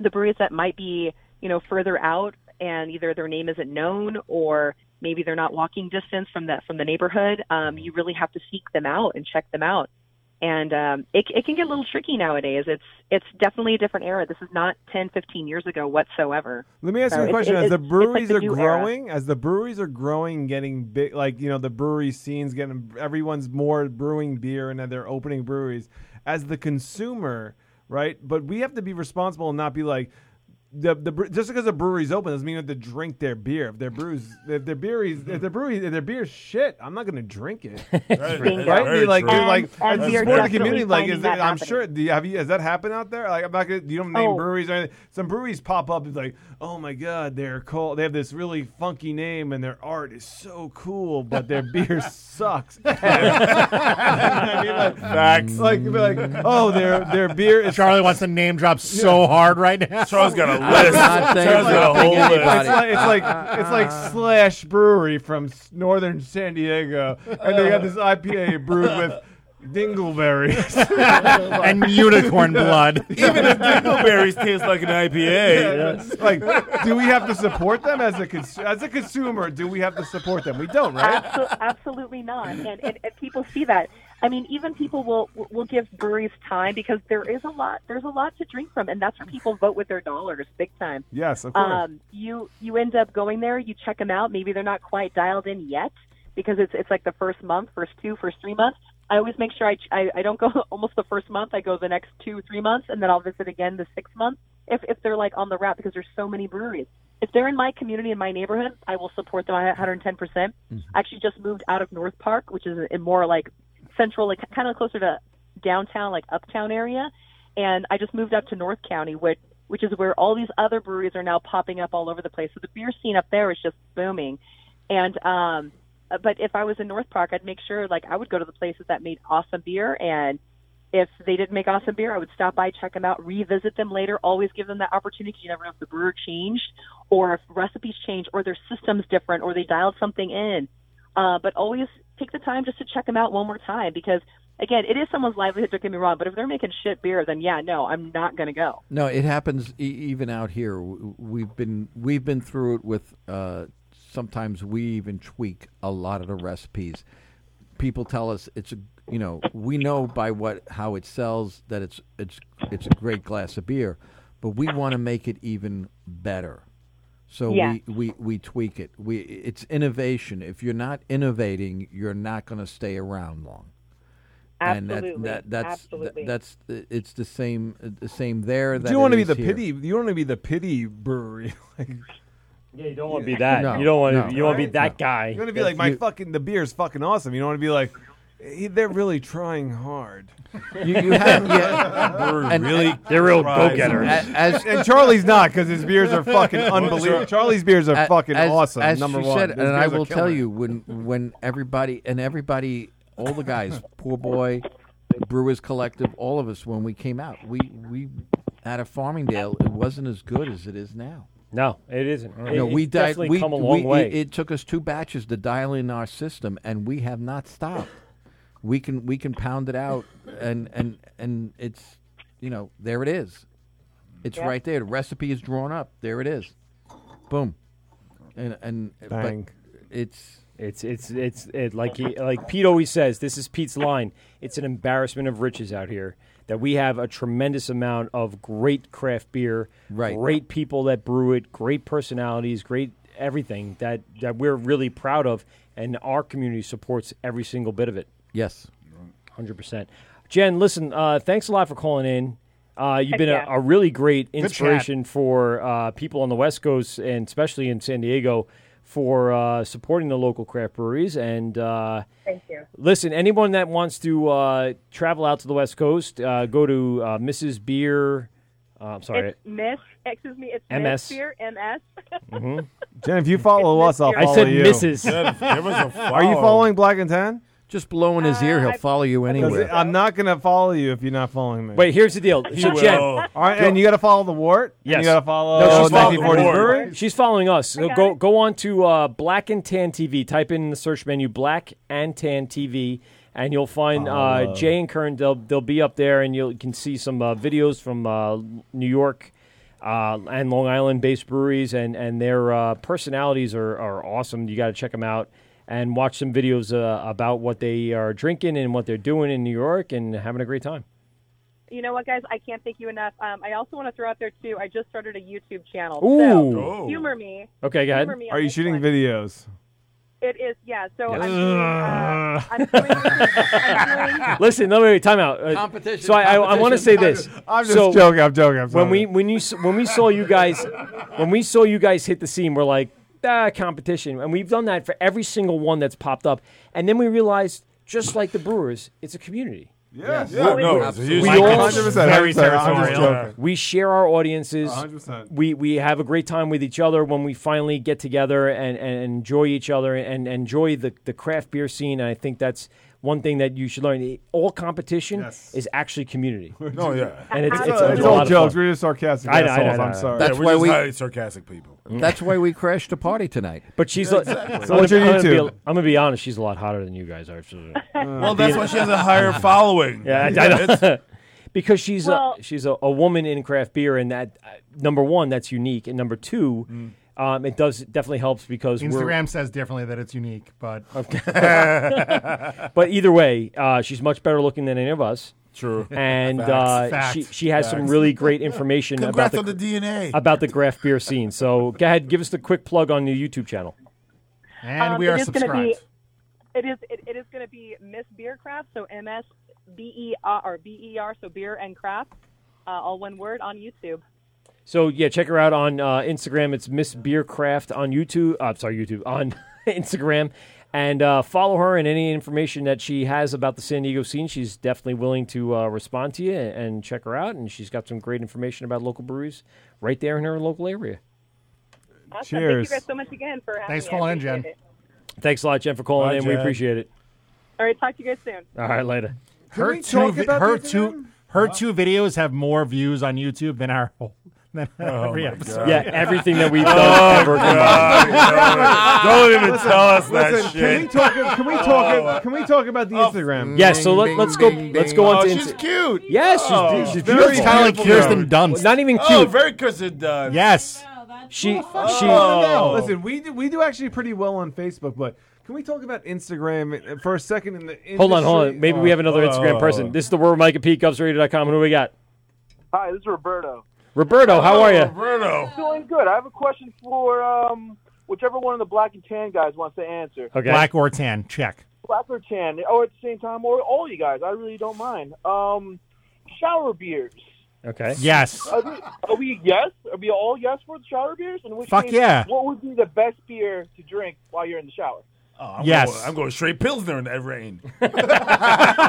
[SPEAKER 6] the breweries that might be you know further out and either their name isn't known or maybe they're not walking distance from the from the neighborhood um, you really have to seek them out and check them out and um, it, it can get a little tricky nowadays it's it's definitely a different era this is not 10 15 years ago whatsoever
[SPEAKER 5] Let me ask
[SPEAKER 6] So
[SPEAKER 5] you a
[SPEAKER 6] it's-
[SPEAKER 5] question:
[SPEAKER 6] it's-
[SPEAKER 5] As the
[SPEAKER 6] it's- it's like
[SPEAKER 5] breweries
[SPEAKER 6] the
[SPEAKER 5] are
[SPEAKER 6] new era.
[SPEAKER 5] growing, as the breweries are growing, and getting big, like you know, the brewery scenes getting everyone's more brewing beer and they're opening breweries. As the consumer, right? But we have to be responsible and not be like the the bre- just because a brewery's open doesn't mean you have to drink their beer. If their brews, if their breweries, if their brewery, if their beer's shit, I'm not going to
[SPEAKER 18] *laughs*
[SPEAKER 5] drink it. right?
[SPEAKER 18] Bingo.
[SPEAKER 5] Be Like,
[SPEAKER 18] Very
[SPEAKER 5] dude, like
[SPEAKER 18] true. And- and
[SPEAKER 5] as
[SPEAKER 18] we are
[SPEAKER 5] part of
[SPEAKER 18] definitely
[SPEAKER 5] the community, like is
[SPEAKER 18] finding
[SPEAKER 5] it,
[SPEAKER 18] that
[SPEAKER 5] I'm
[SPEAKER 18] happening.
[SPEAKER 5] sure. Do you, have you, has that happened out there? Like I'm not gonna, you don't name
[SPEAKER 18] Oh.
[SPEAKER 5] breweries or anything. Some breweries pop up it's like, oh my god, they're cool. They have this really funky name and their art is so cool, but their beer *laughs* sucks. I mean, like,
[SPEAKER 3] Facts.
[SPEAKER 5] Like, you'd be like, oh, their their beer is.
[SPEAKER 7] Charlie wants to name drop so hard right *laughs* now.
[SPEAKER 5] Charles
[SPEAKER 3] got a list. Charles got a whole list.
[SPEAKER 5] It's like it's like, it's like
[SPEAKER 7] Uh-uh. Uh,
[SPEAKER 5] Slash Brewery from s- Northern San Diego, and they got this IPA brewed with dingleberries
[SPEAKER 7] And unicorn
[SPEAKER 3] *laughs*
[SPEAKER 7] blood.
[SPEAKER 5] Even if
[SPEAKER 3] dingleberries taste like an IPA.
[SPEAKER 5] like, do we have to support them as a cons- as a consumer? Do we have to support them? We don't, right?
[SPEAKER 6] Absol- absolutely not. And, and, and people see that. I mean, even people will will give breweries time because there is a lot there's a lot to drink from, and that's where people vote with their dollars big time.
[SPEAKER 5] Yes, of course.
[SPEAKER 6] Um, you you end up going there, you check them out. Maybe they're not quite dialed in yet because it's it's like the first month, first two, first three months. I always make sure I I, I don't go *laughs* almost the first month. I go the next two, three months, and then I'll visit again the sixth month if if they're like on the route because there's so many breweries. If they're in my community in my neighborhood, I will support them 110. percent
[SPEAKER 5] Mm-hmm.
[SPEAKER 6] I actually just moved out of North Park, which is in more like central, like kind of closer to downtown, like uptown area, and I just moved up to North County, which which is where all these other breweries are now popping up all over the place. So the beer scene up there is just booming, and um, uh, but if I was in North Park, I'd make sure like I would go to the places that made awesome beer and If they did make awesome beer, I would stop by, check them out, revisit them later. Always give them that opportunity 'cause you never know if the brewer changed or if recipes changed or their system's different or they dialed something in. Uh, but always take the time just to check them out one more time because, again, it is someone's livelihood, don't get me wrong. But if they're making shit beer, then yeah, no, I'm not going to go.
[SPEAKER 8] No, it happens e- even out here. W- We've been we've been through it with. Uh, sometimes we even tweak a lot of the recipes. People tell us it's a you know we know by what how it sells that it's it's it's a great glass of beer, but we want to make it even better. So
[SPEAKER 11] Yeah.
[SPEAKER 8] we, we we tweak it. We it's innovation. If you're not innovating, you're not going to stay around long.
[SPEAKER 11] Absolutely.
[SPEAKER 8] And that, that, that's
[SPEAKER 11] Absolutely.
[SPEAKER 8] That, that's it's the same the same there.
[SPEAKER 5] But
[SPEAKER 8] that
[SPEAKER 5] you want to
[SPEAKER 8] it
[SPEAKER 5] be
[SPEAKER 8] is
[SPEAKER 5] the
[SPEAKER 8] here.
[SPEAKER 5] pity. *laughs* You want to be the pity brewery. *laughs* like, yeah, you don't
[SPEAKER 14] wanna be that. No, You don't wanna- no. you don't wanna be that guy.
[SPEAKER 5] You want to be like my
[SPEAKER 14] You-
[SPEAKER 5] fucking. The beer's fucking awesome. You don't want to be like. "Eh, They're really trying hard.
[SPEAKER 8] You, you
[SPEAKER 5] *laughs*
[SPEAKER 8] have- yeah.
[SPEAKER 5] Brewery
[SPEAKER 8] And-
[SPEAKER 5] really.
[SPEAKER 8] and- *laughs* They're real
[SPEAKER 5] tries.
[SPEAKER 8] go-getters.
[SPEAKER 5] And-
[SPEAKER 8] As-
[SPEAKER 5] and Charlie's not because his beers
[SPEAKER 14] *laughs*
[SPEAKER 5] are fucking unbelievable. Charlie's beers
[SPEAKER 8] A-
[SPEAKER 5] are fucking
[SPEAKER 8] as-
[SPEAKER 5] awesome.
[SPEAKER 8] as
[SPEAKER 5] number
[SPEAKER 8] she
[SPEAKER 5] one,
[SPEAKER 8] said,
[SPEAKER 5] His
[SPEAKER 8] and I
[SPEAKER 5] beers are
[SPEAKER 8] will
[SPEAKER 5] killer.
[SPEAKER 8] tell you when when everybody and everybody, all the
[SPEAKER 5] *laughs*
[SPEAKER 8] guys, poor boy, Brewers Collective, all of us, when we came out, we we out of Farmingdale, it wasn't as good as it is now.
[SPEAKER 14] No, it isn't.
[SPEAKER 8] No,
[SPEAKER 14] It-
[SPEAKER 8] we
[SPEAKER 14] it's
[SPEAKER 8] died.
[SPEAKER 14] definitely
[SPEAKER 8] we,
[SPEAKER 14] come a
[SPEAKER 8] we-
[SPEAKER 14] long way.
[SPEAKER 8] It, it took us two batches to dial in our system, and we have not stopped. We can we can pound it out, and and and it's you know there it is. It's
[SPEAKER 14] Yeah.
[SPEAKER 8] right there. The recipe is drawn up. There it is. Boom. And and but
[SPEAKER 14] Bang.
[SPEAKER 8] it's
[SPEAKER 14] it's it's it's it, like he, like Pete always says. This is Pete's line. It's an embarrassment of riches out here that we have a tremendous amount of great craft beer,
[SPEAKER 8] Right.
[SPEAKER 14] great people that brew it, great personalities, great everything that that we're really proud of, and our community supports every single bit of it.
[SPEAKER 8] Yes,
[SPEAKER 14] hundred percent. Jen, listen, uh, thanks a lot for calling in. Uh, you've
[SPEAKER 22] Heck
[SPEAKER 14] been
[SPEAKER 22] yeah.
[SPEAKER 14] a, a really great
[SPEAKER 22] Good chat.
[SPEAKER 14] inspiration for uh, people on the West Coast and especially in San Diego for uh, supporting the local craft breweries. And uh,
[SPEAKER 13] Thank you.
[SPEAKER 14] Listen, anyone that wants to uh, travel out to the West Coast, uh, go to uh, Mrs. Beer. Uh, I'm sorry.
[SPEAKER 6] It's Miss, excuse me, it's
[SPEAKER 14] MS.
[SPEAKER 6] Miss Beer, MS.
[SPEAKER 14] Mhm.
[SPEAKER 5] Jen, if
[SPEAKER 8] *laughs*
[SPEAKER 5] you follow us, I'll
[SPEAKER 14] I
[SPEAKER 5] follow
[SPEAKER 14] said
[SPEAKER 5] you.
[SPEAKER 14] Mrs.. Jen,
[SPEAKER 8] give us a
[SPEAKER 5] *laughs* Are you
[SPEAKER 8] follow.
[SPEAKER 5] following Black and Tan?
[SPEAKER 8] Just blow in his ear, he'll follow you anywhere.
[SPEAKER 5] I'm not going to follow you if you're not following me.
[SPEAKER 14] Wait, here's the deal.
[SPEAKER 5] He
[SPEAKER 14] So,
[SPEAKER 5] will.
[SPEAKER 14] Jen-
[SPEAKER 5] all right, and you got to follow the Wart. and
[SPEAKER 14] Yes.
[SPEAKER 5] you got to follow.
[SPEAKER 14] No, she's following
[SPEAKER 5] 1940s
[SPEAKER 14] the board.
[SPEAKER 5] Brewery.
[SPEAKER 14] She's following us. So go go on to uh, Black and Tan TV. Type in the search menu Black and Tan TV, and you'll find uh,
[SPEAKER 22] Follow.
[SPEAKER 14] Jay and Kern. They'll they'll be up there, and you'll, you can see some uh, videos from uh, New York. Uh, and Long Island based breweries and, and their uh, personalities are, are awesome. You got to check them out and watch some videos uh, about what they are drinking and what they're doing in New York and having a great time.
[SPEAKER 6] *laughs* You know what, guys? I can't thank you enough. Um, I also want to throw out there too. I just started a YouTube channel.
[SPEAKER 5] Ooh.
[SPEAKER 6] So
[SPEAKER 5] Oh.
[SPEAKER 6] humor me.
[SPEAKER 14] Okay, go ahead.
[SPEAKER 6] Humor me on
[SPEAKER 5] Are you
[SPEAKER 6] this
[SPEAKER 5] shooting
[SPEAKER 6] one.
[SPEAKER 5] videos?
[SPEAKER 6] It is, yeah. So
[SPEAKER 5] Yes.
[SPEAKER 6] I'm
[SPEAKER 5] *laughs*
[SPEAKER 6] doing. Uh, I'm doing, I'm doing
[SPEAKER 14] Listen, no, wait, wait, time out. Uh,
[SPEAKER 8] Competition,
[SPEAKER 14] So I, I, I want to say this.
[SPEAKER 5] competition. *laughs* I'm just joking, I'm joking, I'm
[SPEAKER 14] When we when you s- when we saw you guys when we saw you guys hit the scene, we're like ah, competition, and we've done that for every single one that's popped up, and then we realized just like the Brewers, it's a community.
[SPEAKER 5] Yes. Yeah,
[SPEAKER 14] We-
[SPEAKER 5] no,
[SPEAKER 14] we-
[SPEAKER 5] it's a huge
[SPEAKER 14] we
[SPEAKER 5] community.
[SPEAKER 14] all
[SPEAKER 5] 100%, Very 100%, I'm just territorial. joking.
[SPEAKER 14] We share our audiences.
[SPEAKER 5] 100%.
[SPEAKER 14] We we have a great time with each other when we finally get together and, and enjoy each other and, and enjoy the, the craft beer scene. And I think that's one thing that you should learn. All competition is actually community.
[SPEAKER 3] *laughs* No, yeah.
[SPEAKER 14] and it's,
[SPEAKER 3] It's
[SPEAKER 14] it's,
[SPEAKER 3] all-
[SPEAKER 14] a
[SPEAKER 3] it's
[SPEAKER 14] lot
[SPEAKER 3] all
[SPEAKER 14] of
[SPEAKER 3] jokes.
[SPEAKER 14] fun.
[SPEAKER 5] We're just sarcastic
[SPEAKER 14] I know, I know,
[SPEAKER 5] assholes,
[SPEAKER 14] I know,
[SPEAKER 5] I'm
[SPEAKER 14] I know.
[SPEAKER 5] sorry.
[SPEAKER 8] That's
[SPEAKER 5] Yeah, we're
[SPEAKER 8] why
[SPEAKER 5] just
[SPEAKER 8] we
[SPEAKER 5] highly sarcastic people.
[SPEAKER 8] *laughs* That's why we crashed the party tonight.
[SPEAKER 14] But she's
[SPEAKER 8] Yeah,
[SPEAKER 14] like,
[SPEAKER 8] exactly.
[SPEAKER 14] I'm,
[SPEAKER 8] What's your
[SPEAKER 14] gonna, I'm gonna
[SPEAKER 8] YouTube?
[SPEAKER 14] be, I'm gonna be honest. She's a lot hotter than you guys are. well,
[SPEAKER 3] *laughs* Well, that's why she has a higher following.
[SPEAKER 14] Yeah, I, I know. *laughs* because she's a she's a, a woman in craft beer, and that uh, number one, that's unique, and number two,
[SPEAKER 3] Mm.
[SPEAKER 14] um, it does it definitely helps because we're
[SPEAKER 7] Instagram says differently that it's unique, but *laughs*
[SPEAKER 14] *laughs* but either way, uh, she's much better looking than any of us.
[SPEAKER 3] True.
[SPEAKER 14] *laughs* And
[SPEAKER 3] *laughs* Facts.
[SPEAKER 14] uh,
[SPEAKER 3] Facts.
[SPEAKER 14] she she has some
[SPEAKER 3] Facts.
[SPEAKER 14] really great information about
[SPEAKER 3] Congrats
[SPEAKER 14] the,
[SPEAKER 3] on the DNA.
[SPEAKER 14] about the craft beer scene. So go ahead, give us the quick plug on your YouTube channel.
[SPEAKER 7] and
[SPEAKER 6] um,
[SPEAKER 7] we are
[SPEAKER 6] it is gonna
[SPEAKER 7] subscribed.
[SPEAKER 6] Be, it is it, it is going to be Miss Beer Craft, so M S B E R or B E R, so beer and craft, uh, all one word on YouTube.
[SPEAKER 14] So yeah, check her out on uh, Instagram. It's Miss Beercraft on YouTube. Uh, sorry, YouTube on *laughs* Instagram, and uh, follow her and any information that she has about the San Diego scene. She's definitely willing to uh, respond to you and, and check her out. And she's got some great information about local breweries right there in her local area.
[SPEAKER 6] Awesome. Thank
[SPEAKER 14] Cheers.
[SPEAKER 6] you guys so much again for having
[SPEAKER 7] Thanks
[SPEAKER 6] me.
[SPEAKER 7] for calling in,
[SPEAKER 6] I appreciate
[SPEAKER 7] Jen.
[SPEAKER 6] it.
[SPEAKER 14] Thanks a lot, Jen, for calling
[SPEAKER 7] Bye,
[SPEAKER 14] in. We
[SPEAKER 7] Jen.
[SPEAKER 14] appreciate it.
[SPEAKER 6] All right, talk to you guys soon.
[SPEAKER 14] All right, later.
[SPEAKER 7] her
[SPEAKER 5] we
[SPEAKER 7] two,
[SPEAKER 5] talk
[SPEAKER 7] vi-
[SPEAKER 5] about
[SPEAKER 7] her
[SPEAKER 5] this
[SPEAKER 7] two, her two videos have more views on YouTube than our whole. Than
[SPEAKER 5] Oh
[SPEAKER 7] every
[SPEAKER 5] my
[SPEAKER 7] episode. *laughs*
[SPEAKER 5] God. Yeah,
[SPEAKER 14] everything that we've
[SPEAKER 5] Oh, done ever God. combined.
[SPEAKER 3] Don't even tell us that
[SPEAKER 5] Listen, can we
[SPEAKER 3] shit.
[SPEAKER 5] talk? Can we talk? Can we talk about the Instagram?
[SPEAKER 14] Yes, so let, us go. Let's go on to. Insta-
[SPEAKER 3] cute.
[SPEAKER 14] Yes, she's,
[SPEAKER 5] Oh,
[SPEAKER 14] she's, she's
[SPEAKER 5] very
[SPEAKER 14] beautiful.
[SPEAKER 5] Kinda like beautiful. Kirsten
[SPEAKER 14] Dunst. Not even cute.
[SPEAKER 3] Oh, very Kirsten Dunst.
[SPEAKER 14] Yes.
[SPEAKER 6] Um,
[SPEAKER 14] She. she.
[SPEAKER 5] Oh. Listen, we do, we do actually pretty well on Facebook, but can we talk about Instagram for a second? In the industry? Oh.
[SPEAKER 14] Hold on, hold on. Maybe we have another
[SPEAKER 5] Hold on,
[SPEAKER 14] Instagram
[SPEAKER 5] hold on,
[SPEAKER 14] person.
[SPEAKER 5] hold
[SPEAKER 14] This is the word Mike at PeteGubsRadio.com. Who do we got?
[SPEAKER 2] Hi, this is Roberto.
[SPEAKER 14] Roberto, how are you?
[SPEAKER 3] Roberto.
[SPEAKER 2] Doing good. I have a question for um, whichever one of the black and tan guys wants to answer.
[SPEAKER 7] Black or tan, check.
[SPEAKER 2] Black or tan, or at the same time, or all you guys. I really don't mind. Um, shower beers.
[SPEAKER 14] Okay.
[SPEAKER 7] Yes.
[SPEAKER 2] Are we, are we yes? Are we all yes for the shower beers? In which
[SPEAKER 7] Fuck
[SPEAKER 2] case,
[SPEAKER 7] yeah.
[SPEAKER 2] What would be the best beer to drink while you're in the shower?
[SPEAKER 3] Oh, I'm
[SPEAKER 7] Yes.
[SPEAKER 3] Going, I'm going straight Pilsner in
[SPEAKER 14] *laughs*
[SPEAKER 3] that rain. *laughs*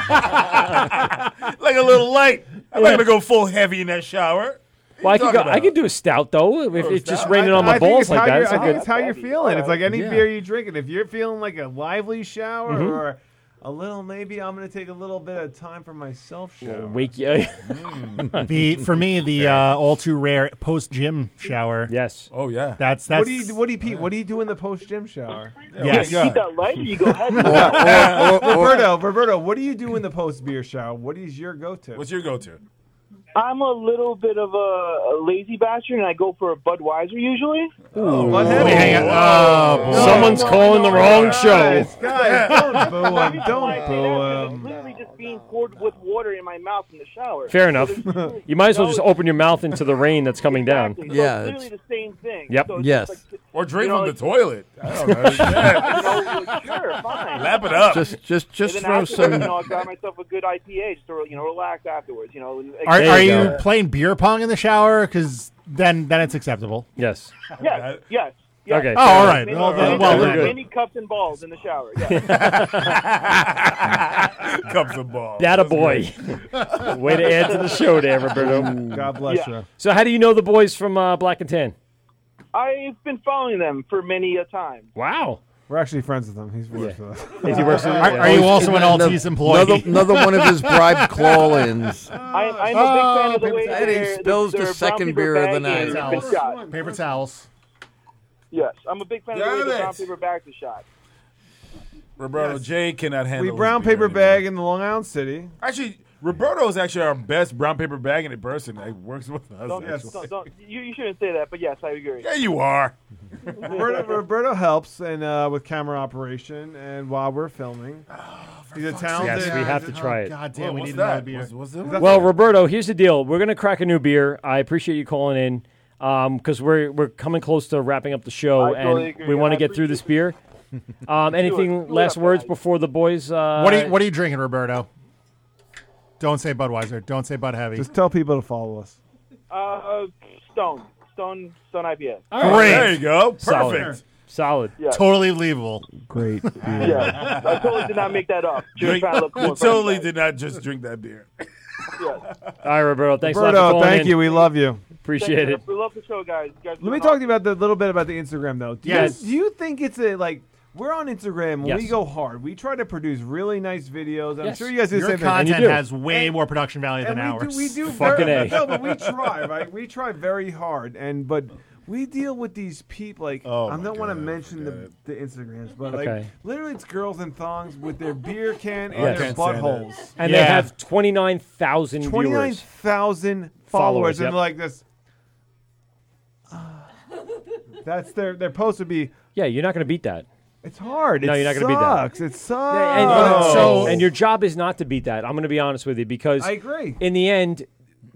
[SPEAKER 3] like a little light. I'm not
[SPEAKER 14] Yeah.
[SPEAKER 3] going to go full heavy in that shower.
[SPEAKER 14] Well, I
[SPEAKER 3] What are
[SPEAKER 14] could
[SPEAKER 3] you
[SPEAKER 14] go.
[SPEAKER 3] talking
[SPEAKER 14] I
[SPEAKER 3] about?
[SPEAKER 14] could do a stout though. If
[SPEAKER 3] Oh,
[SPEAKER 14] it's just
[SPEAKER 3] stout?
[SPEAKER 14] raining on
[SPEAKER 5] I
[SPEAKER 14] my
[SPEAKER 5] think
[SPEAKER 14] balls
[SPEAKER 5] it's
[SPEAKER 14] like
[SPEAKER 5] how
[SPEAKER 14] that,
[SPEAKER 5] you're-
[SPEAKER 14] it's
[SPEAKER 5] I
[SPEAKER 14] not
[SPEAKER 5] think
[SPEAKER 14] good.
[SPEAKER 5] it's how you're feeling. It's like any
[SPEAKER 14] Yeah.
[SPEAKER 5] beer you drink, and if you're feeling like a lively shower
[SPEAKER 14] Mhm.
[SPEAKER 5] or a little, maybe I'm going to take a little bit of time for myself. Shower. Hmm.
[SPEAKER 14] Wake *laughs* you.
[SPEAKER 7] *laughs* the for me the uh, all too rare post gym shower.
[SPEAKER 14] Yes.
[SPEAKER 3] Oh yeah.
[SPEAKER 7] That's that's
[SPEAKER 5] what do you what do you Pete, what do you do in the post gym shower?
[SPEAKER 7] Yes. You keep
[SPEAKER 2] that light, or
[SPEAKER 5] *laughs*
[SPEAKER 2] you go heavy.
[SPEAKER 5] Roberto, Roberto, what do you do in the post beer shower? What is your go to?
[SPEAKER 3] What's your go to?
[SPEAKER 2] I'm a little bit of a, a lazy bastard, and I go for a Budweiser usually.
[SPEAKER 5] Oh, what happened?
[SPEAKER 14] Oh, someone's calling the wrong show.
[SPEAKER 5] Guys,
[SPEAKER 2] *laughs*
[SPEAKER 5] guys, don't boo him. Don't
[SPEAKER 2] It's
[SPEAKER 5] boo him.
[SPEAKER 2] literally just being poured with water in my mouth in the shower.
[SPEAKER 14] Fair
[SPEAKER 5] *laughs*
[SPEAKER 14] enough. *laughs* You might as well just open your mouth into the rain that's coming down.
[SPEAKER 2] Exactly. So it's literally the same thing.
[SPEAKER 14] Yep.
[SPEAKER 2] So it's
[SPEAKER 14] Yes.
[SPEAKER 2] just like-
[SPEAKER 3] Or drink
[SPEAKER 2] you know,
[SPEAKER 3] from the
[SPEAKER 2] it's- *laughs*
[SPEAKER 3] toilet. I
[SPEAKER 14] *laughs*
[SPEAKER 3] don't know. Yeah.
[SPEAKER 2] You know, Oh, sure, fine.
[SPEAKER 3] Lap it up. Just- just-
[SPEAKER 2] And
[SPEAKER 3] just
[SPEAKER 2] then
[SPEAKER 3] throw
[SPEAKER 2] afterwards,
[SPEAKER 3] some-
[SPEAKER 2] You know, I got myself a good IPA just to you know relax afterwards. You know. and-
[SPEAKER 7] Are,
[SPEAKER 2] Yeah.
[SPEAKER 7] are you playing beer pong in the shower? Because then then it's acceptable.
[SPEAKER 14] Yes.
[SPEAKER 2] Yes. Yes. yes.
[SPEAKER 7] Okay, Oh, fair all right.
[SPEAKER 2] Mini-
[SPEAKER 7] Well, then-
[SPEAKER 2] mini-
[SPEAKER 7] well, we're good.
[SPEAKER 2] mini cups and balls in the shower.
[SPEAKER 7] *laughs*
[SPEAKER 2] yes.
[SPEAKER 3] Cups and balls.
[SPEAKER 14] That a boy. *laughs*
[SPEAKER 2] great.
[SPEAKER 14] Way to add to the show there, Roberto.
[SPEAKER 5] God bless you.
[SPEAKER 14] So, how do you know the boys from uh, Black and Tan?
[SPEAKER 2] I've been following them for many a time.
[SPEAKER 14] Wow.
[SPEAKER 5] We're actually friends with him. He's worse with us.
[SPEAKER 14] Is he worse with Oh,
[SPEAKER 7] Are- are you also an Altice employee?
[SPEAKER 5] *laughs*
[SPEAKER 8] bribed call-ins.
[SPEAKER 2] I, I'm a big fan of the
[SPEAKER 7] Oh,
[SPEAKER 2] way
[SPEAKER 7] paper
[SPEAKER 2] that
[SPEAKER 7] towels.
[SPEAKER 2] they're-
[SPEAKER 8] spills
[SPEAKER 2] they're
[SPEAKER 8] the second
[SPEAKER 2] brown paper
[SPEAKER 8] beer of the
[SPEAKER 2] bagged and
[SPEAKER 8] night.
[SPEAKER 2] it's been shot.
[SPEAKER 7] Paper towels.
[SPEAKER 2] Yes, I'm a big fan of the way
[SPEAKER 3] Damn
[SPEAKER 2] the brown
[SPEAKER 3] it.
[SPEAKER 2] paper bags are shot.
[SPEAKER 3] Roberto
[SPEAKER 2] Yes.
[SPEAKER 3] J cannot handle
[SPEAKER 5] We
[SPEAKER 3] his
[SPEAKER 5] brown
[SPEAKER 3] beer
[SPEAKER 5] paper
[SPEAKER 3] anymore.
[SPEAKER 5] bag in the Long Island City.
[SPEAKER 3] Actually, Roberto is actually our best brown paper bag in a person that works with us.
[SPEAKER 2] Don't,
[SPEAKER 3] actually.
[SPEAKER 2] don't, don't, you, you shouldn't say that, but yes, I agree.
[SPEAKER 3] Yeah, you are.
[SPEAKER 5] Roberto, Roberto helps and uh, with camera operation and while we're filming.
[SPEAKER 3] Oh,
[SPEAKER 5] He's a talented. Oh,
[SPEAKER 14] Yes, we have to try it.
[SPEAKER 7] God damn, we
[SPEAKER 5] what's
[SPEAKER 7] need
[SPEAKER 5] that?
[SPEAKER 7] another beer.
[SPEAKER 5] What's- what's that?
[SPEAKER 14] Well, Roberto, here's the deal. We're gonna crack a new beer. I appreciate you calling in because we're we're coming close to wrapping up the show,
[SPEAKER 26] I totally
[SPEAKER 14] and
[SPEAKER 26] agree.
[SPEAKER 14] we want
[SPEAKER 26] I
[SPEAKER 14] to get through this beer.
[SPEAKER 26] *laughs*
[SPEAKER 14] Um, anything last words before the boys? Uh,
[SPEAKER 7] What are you, what are you drinking, Roberto? Don't say Budweiser. Don't say Bud Heavy.
[SPEAKER 5] Just tell people to follow us.
[SPEAKER 2] Uh, Stone, Stone, Stone IPA.
[SPEAKER 7] Great.
[SPEAKER 14] Solid. Solid.
[SPEAKER 2] Yeah.
[SPEAKER 7] Totally believable.
[SPEAKER 5] Great.
[SPEAKER 2] *laughs* Yeah, I totally did not make that up. Just
[SPEAKER 3] Drink- *laughs*
[SPEAKER 2] trying to look cool
[SPEAKER 3] you
[SPEAKER 2] in front of
[SPEAKER 3] totally
[SPEAKER 2] you guys.
[SPEAKER 3] did not just drink that beer.
[SPEAKER 14] All right, Roberto. Thanks a lot for
[SPEAKER 5] Roberto,
[SPEAKER 14] calling
[SPEAKER 5] thank
[SPEAKER 14] in.
[SPEAKER 5] you. We love you.
[SPEAKER 14] Appreciate
[SPEAKER 2] Thank you.
[SPEAKER 14] it.
[SPEAKER 2] We love the show, guys. You guys
[SPEAKER 5] Let me
[SPEAKER 2] doing
[SPEAKER 5] talk to you about the little bit about the Instagram though. Do
[SPEAKER 14] Yes.
[SPEAKER 5] You, do you think it's a like we're on Instagram? when
[SPEAKER 7] Yes.
[SPEAKER 5] We go hard. We try to produce really nice videos. I'm
[SPEAKER 7] Yes.
[SPEAKER 5] sure you guys do the
[SPEAKER 7] Your
[SPEAKER 5] same thing.
[SPEAKER 7] content has way more production value than
[SPEAKER 5] and we
[SPEAKER 7] ours.
[SPEAKER 5] Do, we do
[SPEAKER 7] Fucking
[SPEAKER 5] very,
[SPEAKER 7] A.
[SPEAKER 5] No,
[SPEAKER 7] *laughs*
[SPEAKER 5] but we try, right? We try very hard, and but we deal with these people. Like Oh I don't want to mention the, the Instagrams, but like
[SPEAKER 14] Okay.
[SPEAKER 5] literally, it's girls in thongs with their beer can and
[SPEAKER 14] Yes.
[SPEAKER 5] their buttholes,
[SPEAKER 14] And they have twenty nine thousand
[SPEAKER 5] twenty nine
[SPEAKER 14] viewers.
[SPEAKER 5] thousand
[SPEAKER 14] Followers,
[SPEAKER 5] followers,
[SPEAKER 14] yep.
[SPEAKER 5] and like this. ah. That's their their post would be.
[SPEAKER 14] Yeah, you're not gonna beat that.
[SPEAKER 5] It's hard.
[SPEAKER 14] No,
[SPEAKER 5] it
[SPEAKER 14] you're not going to beat that.
[SPEAKER 5] sucks. It sucks.
[SPEAKER 14] Yeah, and, and
[SPEAKER 7] Oh.
[SPEAKER 14] so, and your job is not to beat that. I'm going to be honest with you because
[SPEAKER 5] I agree.
[SPEAKER 14] In the end,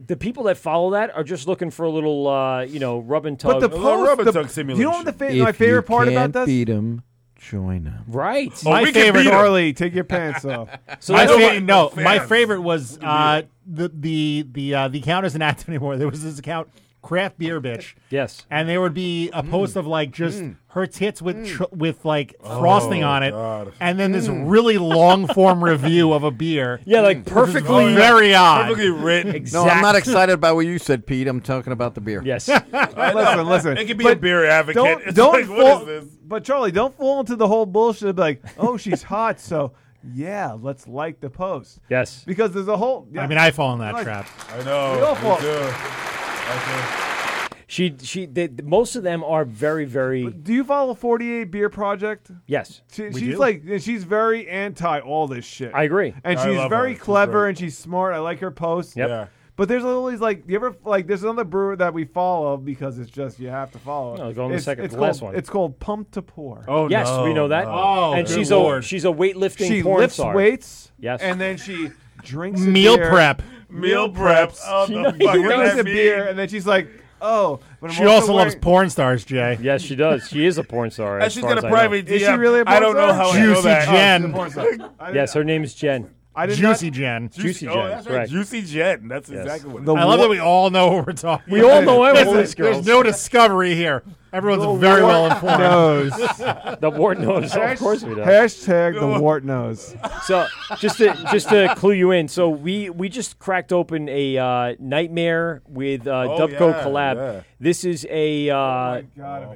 [SPEAKER 14] the people that follow that are just looking for a little, uh, you know, rub and tug.
[SPEAKER 5] But the post, the, you know what the fa- my
[SPEAKER 8] If
[SPEAKER 5] favorite
[SPEAKER 8] you
[SPEAKER 5] part about
[SPEAKER 8] can't
[SPEAKER 5] this?
[SPEAKER 8] beat 'em, join 'em.
[SPEAKER 14] Right.
[SPEAKER 5] my favorite, Arlie, take your
[SPEAKER 3] *laughs*
[SPEAKER 5] pants off.
[SPEAKER 7] my favorite, no, my favorite was uh, the the the uh, the account isn't *laughs* active anymore. There was this account, craft beer bitch.
[SPEAKER 14] Yes,
[SPEAKER 7] and there would be
[SPEAKER 5] Mm.
[SPEAKER 7] a post of like just her tits with ch- with like
[SPEAKER 5] Oh,
[SPEAKER 7] frosting on it, and then this
[SPEAKER 5] Mm.
[SPEAKER 7] really long
[SPEAKER 5] *laughs*
[SPEAKER 7] form review of a beer.
[SPEAKER 14] Yeah, like
[SPEAKER 7] which was very odd,
[SPEAKER 8] No, I'm not excited about what you said, Pete. I'm talking about the beer.
[SPEAKER 5] *laughs*
[SPEAKER 14] Yes.
[SPEAKER 5] listen, listen.
[SPEAKER 3] It could be
[SPEAKER 5] But
[SPEAKER 3] a beer advocate.
[SPEAKER 5] Don't,
[SPEAKER 3] It's
[SPEAKER 5] don't
[SPEAKER 3] like, what is
[SPEAKER 5] fall, But Charlie, don't fall into the whole bullshit of like, oh, she's hot, so yeah, let's like the post.
[SPEAKER 14] Yes.
[SPEAKER 5] Because there's a whole.
[SPEAKER 7] I mean, I fall in that
[SPEAKER 5] Like-
[SPEAKER 7] trap.
[SPEAKER 3] I know.
[SPEAKER 5] We all
[SPEAKER 3] me
[SPEAKER 5] fall.
[SPEAKER 3] too.
[SPEAKER 14] She she they, most of them are very very.
[SPEAKER 5] Do you follow 48 Beer Project?
[SPEAKER 14] Yes.
[SPEAKER 5] She,
[SPEAKER 14] We
[SPEAKER 5] she's
[SPEAKER 14] do.
[SPEAKER 5] like, and she's very anti all this shit.
[SPEAKER 14] I agree.
[SPEAKER 5] and
[SPEAKER 14] I
[SPEAKER 5] she's
[SPEAKER 14] love her.
[SPEAKER 5] very
[SPEAKER 14] She's
[SPEAKER 5] clever
[SPEAKER 14] great.
[SPEAKER 5] and she's smart. I like her posts.
[SPEAKER 14] Yep. Yeah.
[SPEAKER 5] But there's always like, you ever like? There's another brewer that we follow because it's just you have to follow. it.
[SPEAKER 14] No, go on the
[SPEAKER 5] it's,
[SPEAKER 14] second-
[SPEAKER 5] it's
[SPEAKER 14] the
[SPEAKER 5] called,
[SPEAKER 14] last one.
[SPEAKER 5] It's called Pump to Pour.
[SPEAKER 14] Oh, Yes, no, we know that. no. Oh, And good she's a- lord. she's a weightlifting
[SPEAKER 5] She
[SPEAKER 14] porn
[SPEAKER 5] lifts
[SPEAKER 14] star.
[SPEAKER 5] weights.
[SPEAKER 14] Yes.
[SPEAKER 5] and then she drinks a
[SPEAKER 7] Meal
[SPEAKER 5] beer.
[SPEAKER 7] prep.
[SPEAKER 5] Meal
[SPEAKER 7] Meal
[SPEAKER 5] prep.
[SPEAKER 7] preps.
[SPEAKER 5] Oh,
[SPEAKER 7] She
[SPEAKER 5] the
[SPEAKER 7] knows-
[SPEAKER 5] fuck
[SPEAKER 7] she knows
[SPEAKER 5] drinks a
[SPEAKER 7] that
[SPEAKER 5] beer, and then she's like, oh. But I'm
[SPEAKER 7] She also
[SPEAKER 5] wearing-
[SPEAKER 7] loves porn stars, Jay.
[SPEAKER 14] Yes, she does. She is a porn star.
[SPEAKER 5] And
[SPEAKER 14] as
[SPEAKER 5] she's
[SPEAKER 14] far
[SPEAKER 5] got a
[SPEAKER 14] as I know.
[SPEAKER 5] private Is she DM. really a porn I don't know star? how I know
[SPEAKER 7] Juicy
[SPEAKER 5] that. Oh,
[SPEAKER 7] Jen.
[SPEAKER 5] she's a porn star.
[SPEAKER 14] yes, her name's Jen.
[SPEAKER 5] I did
[SPEAKER 7] Juicy Jen.
[SPEAKER 14] Juicy Jen.
[SPEAKER 3] Oh, that's right.
[SPEAKER 14] correct.
[SPEAKER 3] Juicy Jen. That's
[SPEAKER 14] Yes.
[SPEAKER 3] exactly what. it
[SPEAKER 7] I
[SPEAKER 3] is.
[SPEAKER 7] love that we all know what we're talking.
[SPEAKER 3] We
[SPEAKER 7] about.
[SPEAKER 3] all know everyone.
[SPEAKER 7] There's, there's no discovery here. Everyone's
[SPEAKER 3] The
[SPEAKER 7] very
[SPEAKER 3] wart
[SPEAKER 7] well informed.
[SPEAKER 5] knows.
[SPEAKER 14] The *laughs* wart knows. Of course we do.
[SPEAKER 5] Hashtag *laughs* the wart knows.
[SPEAKER 14] So just to just to clue you in, so we we just cracked open a uh, nightmare with uh,
[SPEAKER 5] Oh,
[SPEAKER 14] Dubco
[SPEAKER 5] yeah,
[SPEAKER 14] collab.
[SPEAKER 5] yeah.
[SPEAKER 14] This is a. Uh, oh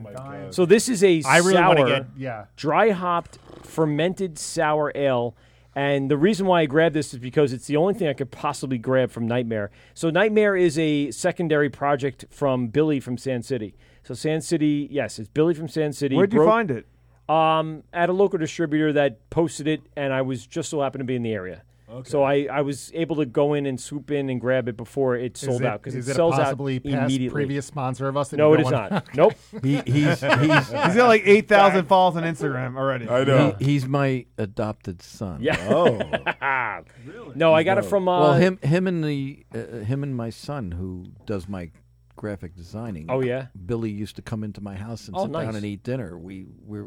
[SPEAKER 14] my
[SPEAKER 5] god!
[SPEAKER 14] So this is a
[SPEAKER 7] I really wanna
[SPEAKER 14] sour,
[SPEAKER 7] get- yeah.
[SPEAKER 14] dry hopped, fermented sour ale. And the reason why I grabbed this is because it's the only thing I could possibly grab from Nightmare. So Nightmare is a secondary project from Billy from Sand City. So Sand City, yes, it's Billy from Sand City.
[SPEAKER 5] Where'd you
[SPEAKER 14] broke-
[SPEAKER 5] find it?
[SPEAKER 14] um, at a local distributor that posted it, and I was just so happened to be in the area.
[SPEAKER 5] Okay.
[SPEAKER 14] So I, I was able to go in and swoop in and grab it before it sold
[SPEAKER 7] it-
[SPEAKER 14] out because it
[SPEAKER 7] is it a
[SPEAKER 14] sells
[SPEAKER 7] possibly
[SPEAKER 14] out
[SPEAKER 7] past
[SPEAKER 14] immediately.
[SPEAKER 7] previous sponsor of us that
[SPEAKER 14] no,
[SPEAKER 7] you
[SPEAKER 14] it
[SPEAKER 7] don't
[SPEAKER 14] is
[SPEAKER 7] wanna- *laughs*
[SPEAKER 14] not. Nope.
[SPEAKER 8] He-
[SPEAKER 5] *laughs*
[SPEAKER 8] he's- he's-
[SPEAKER 5] He's got like eight thousand followers on Instagram already.
[SPEAKER 8] He- he's my adopted son.
[SPEAKER 14] Yeah.
[SPEAKER 7] Oh.
[SPEAKER 14] *laughs* really? No, I got it from. Uh,
[SPEAKER 8] well, him, him and the, uh, him and my son who does my graphic designing.
[SPEAKER 14] Oh, yeah?
[SPEAKER 8] Billy used to come into my house and
[SPEAKER 14] Oh,
[SPEAKER 8] sit
[SPEAKER 14] nice.
[SPEAKER 8] down and eat dinner. We we